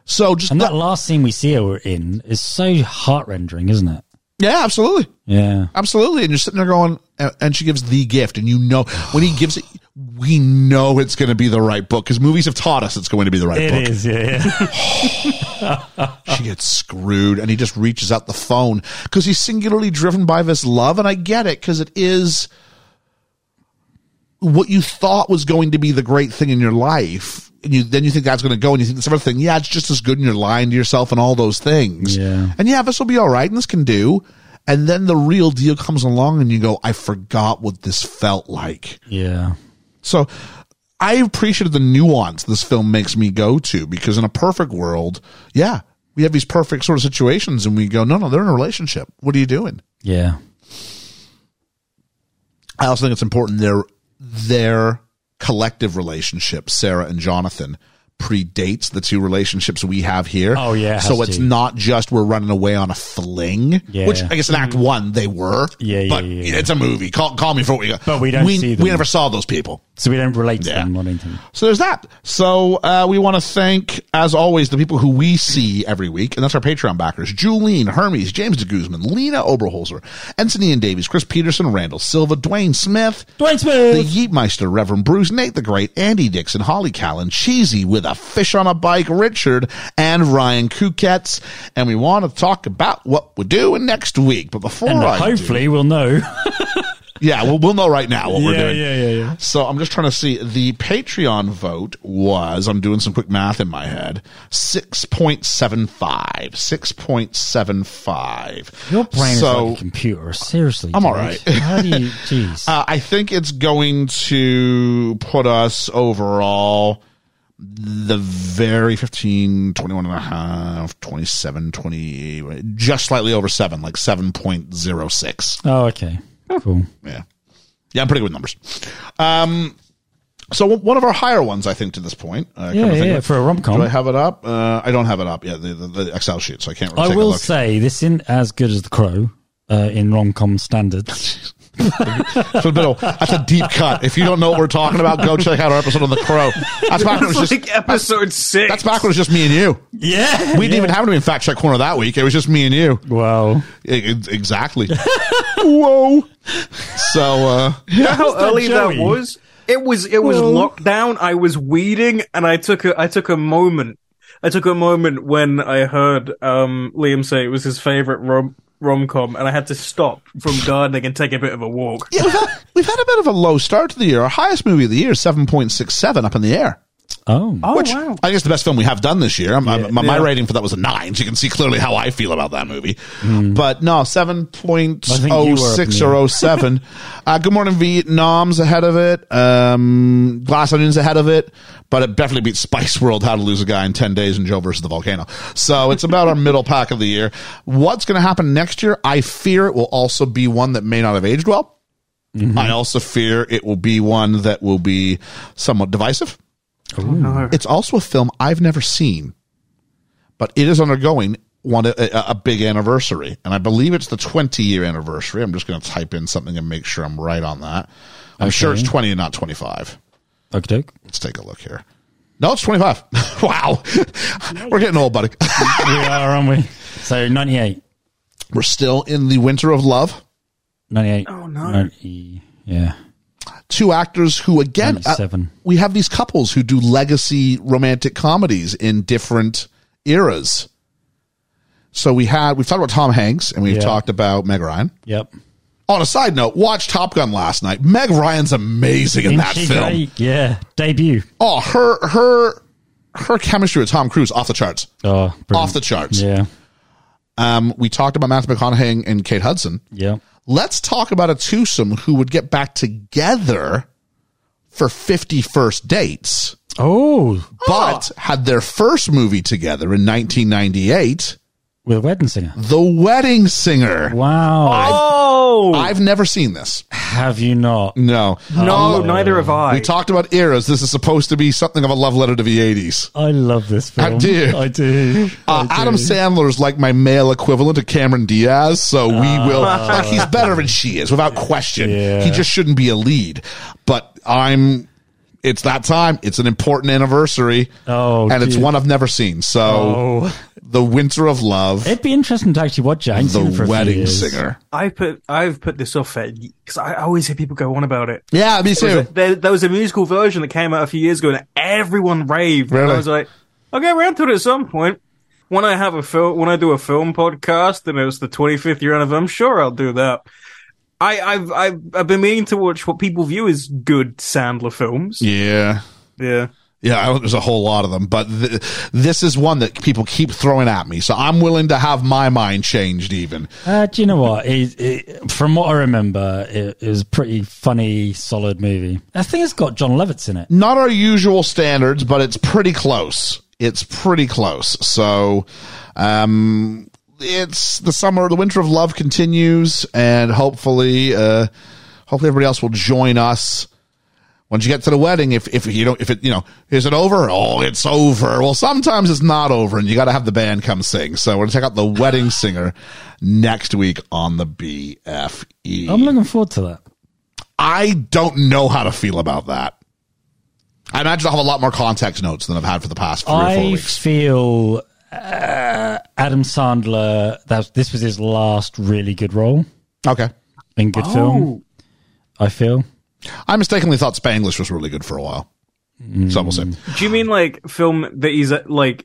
Speaker 3: So just
Speaker 4: And that
Speaker 3: that-
Speaker 4: last scene we see her in is so heart rendering, isn't it?
Speaker 3: Yeah, absolutely.
Speaker 4: Yeah.
Speaker 3: Absolutely. And you're sitting there going, and and she gives the gift. And you know, when he gives it, we know it's going to be the right book because movies have taught us it's going to be the right book.
Speaker 4: It is, yeah, yeah.
Speaker 3: She gets screwed. And he just reaches out the phone because he's singularly driven by this love. And I get it because it is what you thought was going to be the great thing in your life. And you, then you think that's going to go and you think this other thing. Yeah, it's just as good. And you're lying to yourself and all those things.
Speaker 4: Yeah.
Speaker 3: And yeah, this will be all right. And this can do. And then the real deal comes along and you go, I forgot what this felt like.
Speaker 4: yeah.
Speaker 3: So I appreciated the nuance this film makes me go to because in a perfect world, yeah, we have these perfect sort of situations and we go, no, no, they're in a relationship. What are you doing?
Speaker 4: Yeah.
Speaker 3: I also think it's important their their collective relationship, Sarah and Jonathan, predates the two relationships we have here.
Speaker 4: Oh, yeah, it
Speaker 3: so
Speaker 4: has
Speaker 3: it's
Speaker 4: to.
Speaker 3: not just we're running away on a fling,
Speaker 4: Yeah. Mm-hmm.
Speaker 3: which I guess in Act One they were.
Speaker 4: Yeah, yeah,
Speaker 3: but
Speaker 4: yeah, yeah.
Speaker 3: it's a movie. Call, call me for what you got.
Speaker 4: But we don't
Speaker 3: we,
Speaker 4: see them.
Speaker 3: we never saw those people.
Speaker 4: So we don't relate to
Speaker 3: Yeah.
Speaker 4: them or anything.
Speaker 3: So there's that. So uh, we want to thank, as always, the people who we see every week, and that's our Patreon backers: Julene, Hermes, James de Guzman, Lena Oberholzer, Ensignian Davies, Chris Peterson, Randall Silva, Dwayne Smith,
Speaker 4: Dwayne
Speaker 3: the
Speaker 4: Smith.
Speaker 3: Yeetmeister, Reverend Bruce, Nate the Great, Andy Dixon, Holly Callan, Cheesy with a fish on a bike, Richard, and Ryan Kuketz. And we want to talk about what we're doing next week. But before
Speaker 4: and
Speaker 3: I do-
Speaker 4: hopefully we'll know.
Speaker 3: yeah, we'll, we'll know right now what we're
Speaker 4: Yeah,
Speaker 3: doing.
Speaker 4: yeah, yeah, yeah.
Speaker 3: So I'm just trying to see. The Patreon vote was, I'm doing some quick math in my head, 6.75. 6.75.
Speaker 4: Your brain
Speaker 3: so,
Speaker 4: is like a computer. Seriously.
Speaker 3: I'm all
Speaker 4: dude.
Speaker 3: right.
Speaker 4: How do you, jeez.
Speaker 3: Uh, I think it's going to put us overall the very 15, 21 and a half, 27, 28, just slightly over 7, like 7.06.
Speaker 4: oh, okay. Cool.
Speaker 3: Yeah. Yeah, I'm pretty good with numbers. Um, so one- one of our higher ones, I think, to this point. Uh, come to
Speaker 4: Yeah,
Speaker 3: think of
Speaker 4: yeah,
Speaker 3: it.
Speaker 4: for a rom
Speaker 3: Do I
Speaker 4: com.
Speaker 3: have it up? Uh, I don't have it up yet. The, the, the Excel sheet, so I can't. Really
Speaker 4: I
Speaker 3: take a
Speaker 4: will
Speaker 3: look.
Speaker 4: say this isn't as good as The Crow uh, in rom com standards.
Speaker 3: It's a bit of- that's a deep cut. If you don't know what we're talking about, go check out our episode on the Crow. That's back when it
Speaker 5: It's
Speaker 3: was
Speaker 5: like
Speaker 3: just
Speaker 5: episode six.
Speaker 3: that's back when it was just me and you.
Speaker 4: yeah.
Speaker 3: We didn't even have to be in fact check corner that week. It was just me and you.
Speaker 4: Wow.
Speaker 3: I- I- exactly. Whoa. So uh, yeah,
Speaker 5: how early
Speaker 4: Joey?
Speaker 5: that was? It was it was lockdown. I was weeding, and I took a I took a moment. I took a moment when I heard um, Liam say it was his favorite rom rom com, and I had to stop from gardening and take a bit of a walk.
Speaker 3: yeah we've, had, we've had a bit of a low start to the year. Our highest movie of the year, seven point six seven, up in the air.
Speaker 4: Oh.
Speaker 5: Oh
Speaker 3: Which
Speaker 5: wow!
Speaker 3: I guess the best film we have done this year. I'm, I'm- my, my
Speaker 5: yeah.
Speaker 3: rating for that was a nine, so you can see clearly how I feel about that movie. But no, seven point
Speaker 4: Hmm. I think you
Speaker 3: oh
Speaker 4: were
Speaker 3: six
Speaker 4: up in
Speaker 3: or
Speaker 4: the
Speaker 3: oh seven. uh, Good Morning Vietnam's ahead of it. Um, Glass Onion's ahead of it, but it definitely beats Spice World: How to Lose a Guy in Ten Days and Joe versus the Volcano. So it's about our middle pack of the year. What's going to happen next year? I fear it will also be one that may not have aged well.
Speaker 4: Mm-hmm.
Speaker 3: I also fear it will be one that will be somewhat divisive. It's also a film I've never seen, but it is undergoing one a, a a big anniversary, and I believe it's the 20 year anniversary. I'm just going to type in something and make sure I'm right on that. I'm sure it's 20 and not 25.
Speaker 4: Okie doke.
Speaker 3: Let's take a look here. No, it's 25. wow, we're getting old, buddy.
Speaker 4: we are, aren't we? So 98.
Speaker 3: we're still in the winter of love.
Speaker 4: 98.
Speaker 5: Oh, no.
Speaker 4: 90, yeah.
Speaker 3: two actors who again uh,
Speaker 4: 97.
Speaker 3: we have these couples who do legacy romantic comedies in different eras so we had we've talked about tom hanks and we've
Speaker 4: Yeah.
Speaker 3: talked about meg ryan
Speaker 4: Yep.
Speaker 3: on a side note watched top gun last night meg ryan's amazing in
Speaker 4: Isn't
Speaker 3: that
Speaker 4: she
Speaker 3: film
Speaker 4: great? Yeah. Debut.
Speaker 3: oh her her her chemistry with tom cruise off the charts
Speaker 4: Oh, brilliant.
Speaker 3: off the charts
Speaker 4: Yeah.
Speaker 3: um, we talked about matthew mcconaughey and kate hudson
Speaker 4: Yep.
Speaker 3: let's talk about a twosome who would get back together for 51st dates
Speaker 4: Oh.
Speaker 3: but had their first movie together in 1998,
Speaker 4: With a wedding singer.
Speaker 3: The Wedding Singer.
Speaker 4: Wow.
Speaker 5: Oh
Speaker 3: I've never seen this.
Speaker 4: Have you not?
Speaker 3: No. Um,
Speaker 5: no, neither have I.
Speaker 3: Oh. We talked about eras. This is supposed to be something of a love letter to the 80s.
Speaker 4: I love this film.
Speaker 3: I do.
Speaker 4: I do.
Speaker 3: Uh,
Speaker 4: I do.
Speaker 3: Adam Sandler is like my male equivalent of Cameron Diaz, so we will. Like, he's better than she is, without question.
Speaker 4: Yeah.
Speaker 3: He just shouldn't be a lead. But I'm. it's that time. It's an important anniversary.
Speaker 4: Oh,
Speaker 3: and it's
Speaker 4: dear.
Speaker 3: one I've never seen. So
Speaker 4: Oh.
Speaker 3: the Winter of Love,
Speaker 4: It'd be interesting to actually watch it. I ain't seen it for
Speaker 3: the
Speaker 4: a few
Speaker 3: Wedding
Speaker 4: years.
Speaker 3: Singer.
Speaker 5: I put I've put this off because I always hear people go on about it.
Speaker 3: Yeah, me too.
Speaker 5: There, there was a musical version that came out a few years ago, and everyone raved. And
Speaker 3: Really?
Speaker 5: I was like, I'll get around to it at some point. When I have a film, when I do a film podcast, and it's the 25th year anniversary, I'm sure I'll do that. I, I've, I've, I've been meaning to watch what people view as good Sandler films.
Speaker 3: Yeah.
Speaker 5: Yeah.
Speaker 3: Yeah, I don't- there's a whole lot of them, but th- this is one that people keep throwing at me. So I'm willing to have my mind changed even.
Speaker 4: Uh, do you know what? It, it, from what I remember, it, it was a pretty funny, solid movie. I think it's got John Lovitz in it.
Speaker 3: Not our usual standards, but it's pretty close. It's pretty close. So um it's the summer the winter of love continues and hopefully uh hopefully everybody else will join us once you get to the wedding if if you don't if it you know is it over oh it's over well sometimes it's not over and you got to have the band come sing so we're gonna check out the wedding singer next week on the E. bfe
Speaker 4: I'm looking forward to that.
Speaker 3: I don't know how to feel about that. I imagine I'll have a lot more context notes than I've had for the past three or four
Speaker 4: I
Speaker 3: weeks.
Speaker 4: feel uh, Adam Sandler. That was, this was his last really good role
Speaker 3: Okay.
Speaker 4: in
Speaker 5: Oh.
Speaker 4: good film. I feel.
Speaker 3: I mistakenly thought Spanglish was really good for a while. So we'll see.
Speaker 5: Oh. Do you mean like film that he's uh, like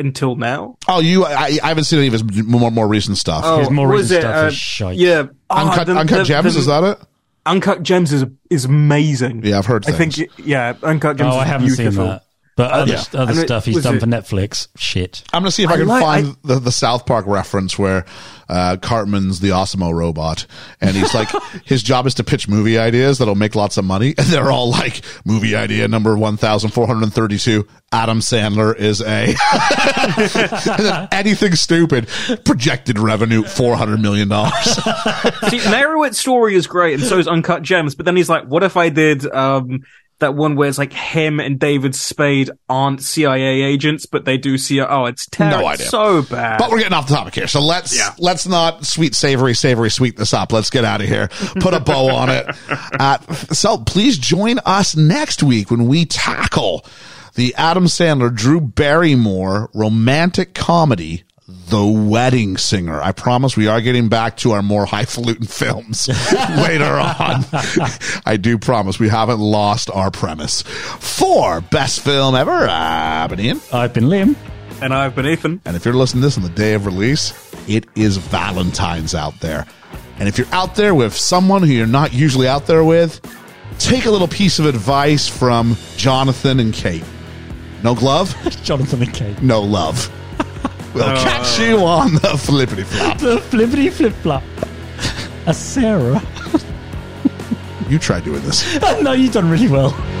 Speaker 5: until now?
Speaker 3: Oh, you, I, I haven't seen any of his m- more, more recent stuff.
Speaker 4: His more
Speaker 5: what is
Speaker 4: recent
Speaker 5: it?
Speaker 4: stuff
Speaker 5: Uh,
Speaker 4: is shite.
Speaker 5: Yeah, Ah,
Speaker 3: Uncut,
Speaker 5: the-
Speaker 3: Uncut
Speaker 5: the-
Speaker 3: Gems,
Speaker 5: the-
Speaker 3: is that it?
Speaker 5: Uncut Gems is is amazing.
Speaker 3: Yeah, I've heard
Speaker 5: I think
Speaker 3: things.
Speaker 5: it- yeah, Uncut Gems.
Speaker 4: Oh, I
Speaker 5: is
Speaker 4: haven't seen
Speaker 5: beautiful.
Speaker 4: that. But other,
Speaker 3: yeah.
Speaker 4: other
Speaker 5: And it-
Speaker 4: stuff he's
Speaker 5: was
Speaker 4: done
Speaker 5: it-
Speaker 4: for Netflix, shit.
Speaker 3: I'm going to see if I,
Speaker 5: I
Speaker 3: can
Speaker 5: like-
Speaker 3: find
Speaker 5: I-
Speaker 3: the, the South Park reference where uh, Cartman's the Osmo robot. And he's like, his job is to pitch movie ideas that'll make lots of money. And they're all like, movie idea number 1,432, Adam Sandler is a. And then anything stupid, projected revenue $400 million.
Speaker 5: See, Narrowit's story is great, and so is Uncut Gems. But then he's like, "What if I did um, that one where it's like him and David Spade aren't CIA agents, but they do CIA? Oh, it's terrible,
Speaker 3: No idea.
Speaker 5: so bad."
Speaker 3: But we're getting off the topic here, so let's let's not sweet savory savory sweet this up. Let's get out of here. Put a bow on it. Uh, so please join us next week when we tackle the Adam Sandler Drew Barrymore romantic comedy. The Wedding Singer. I promise we are getting back to our more highfalutin films later on. I do promise we haven't lost our premise. For best film ever, I've been Ian.
Speaker 4: I've been Liam.
Speaker 5: and I've been Ethan.
Speaker 3: And if you're listening to this on the day of release, it is Valentine's out there. And if you're out there with someone who you're not usually out there with, take a little piece of advice from Jonathan and Kate. No glove,
Speaker 4: Jonathan and Kate.
Speaker 3: no love. We'll catch you on the flippity flop.
Speaker 4: The flippity flip flop. A Sarah.
Speaker 3: You try doing this.
Speaker 4: no, you've done really well.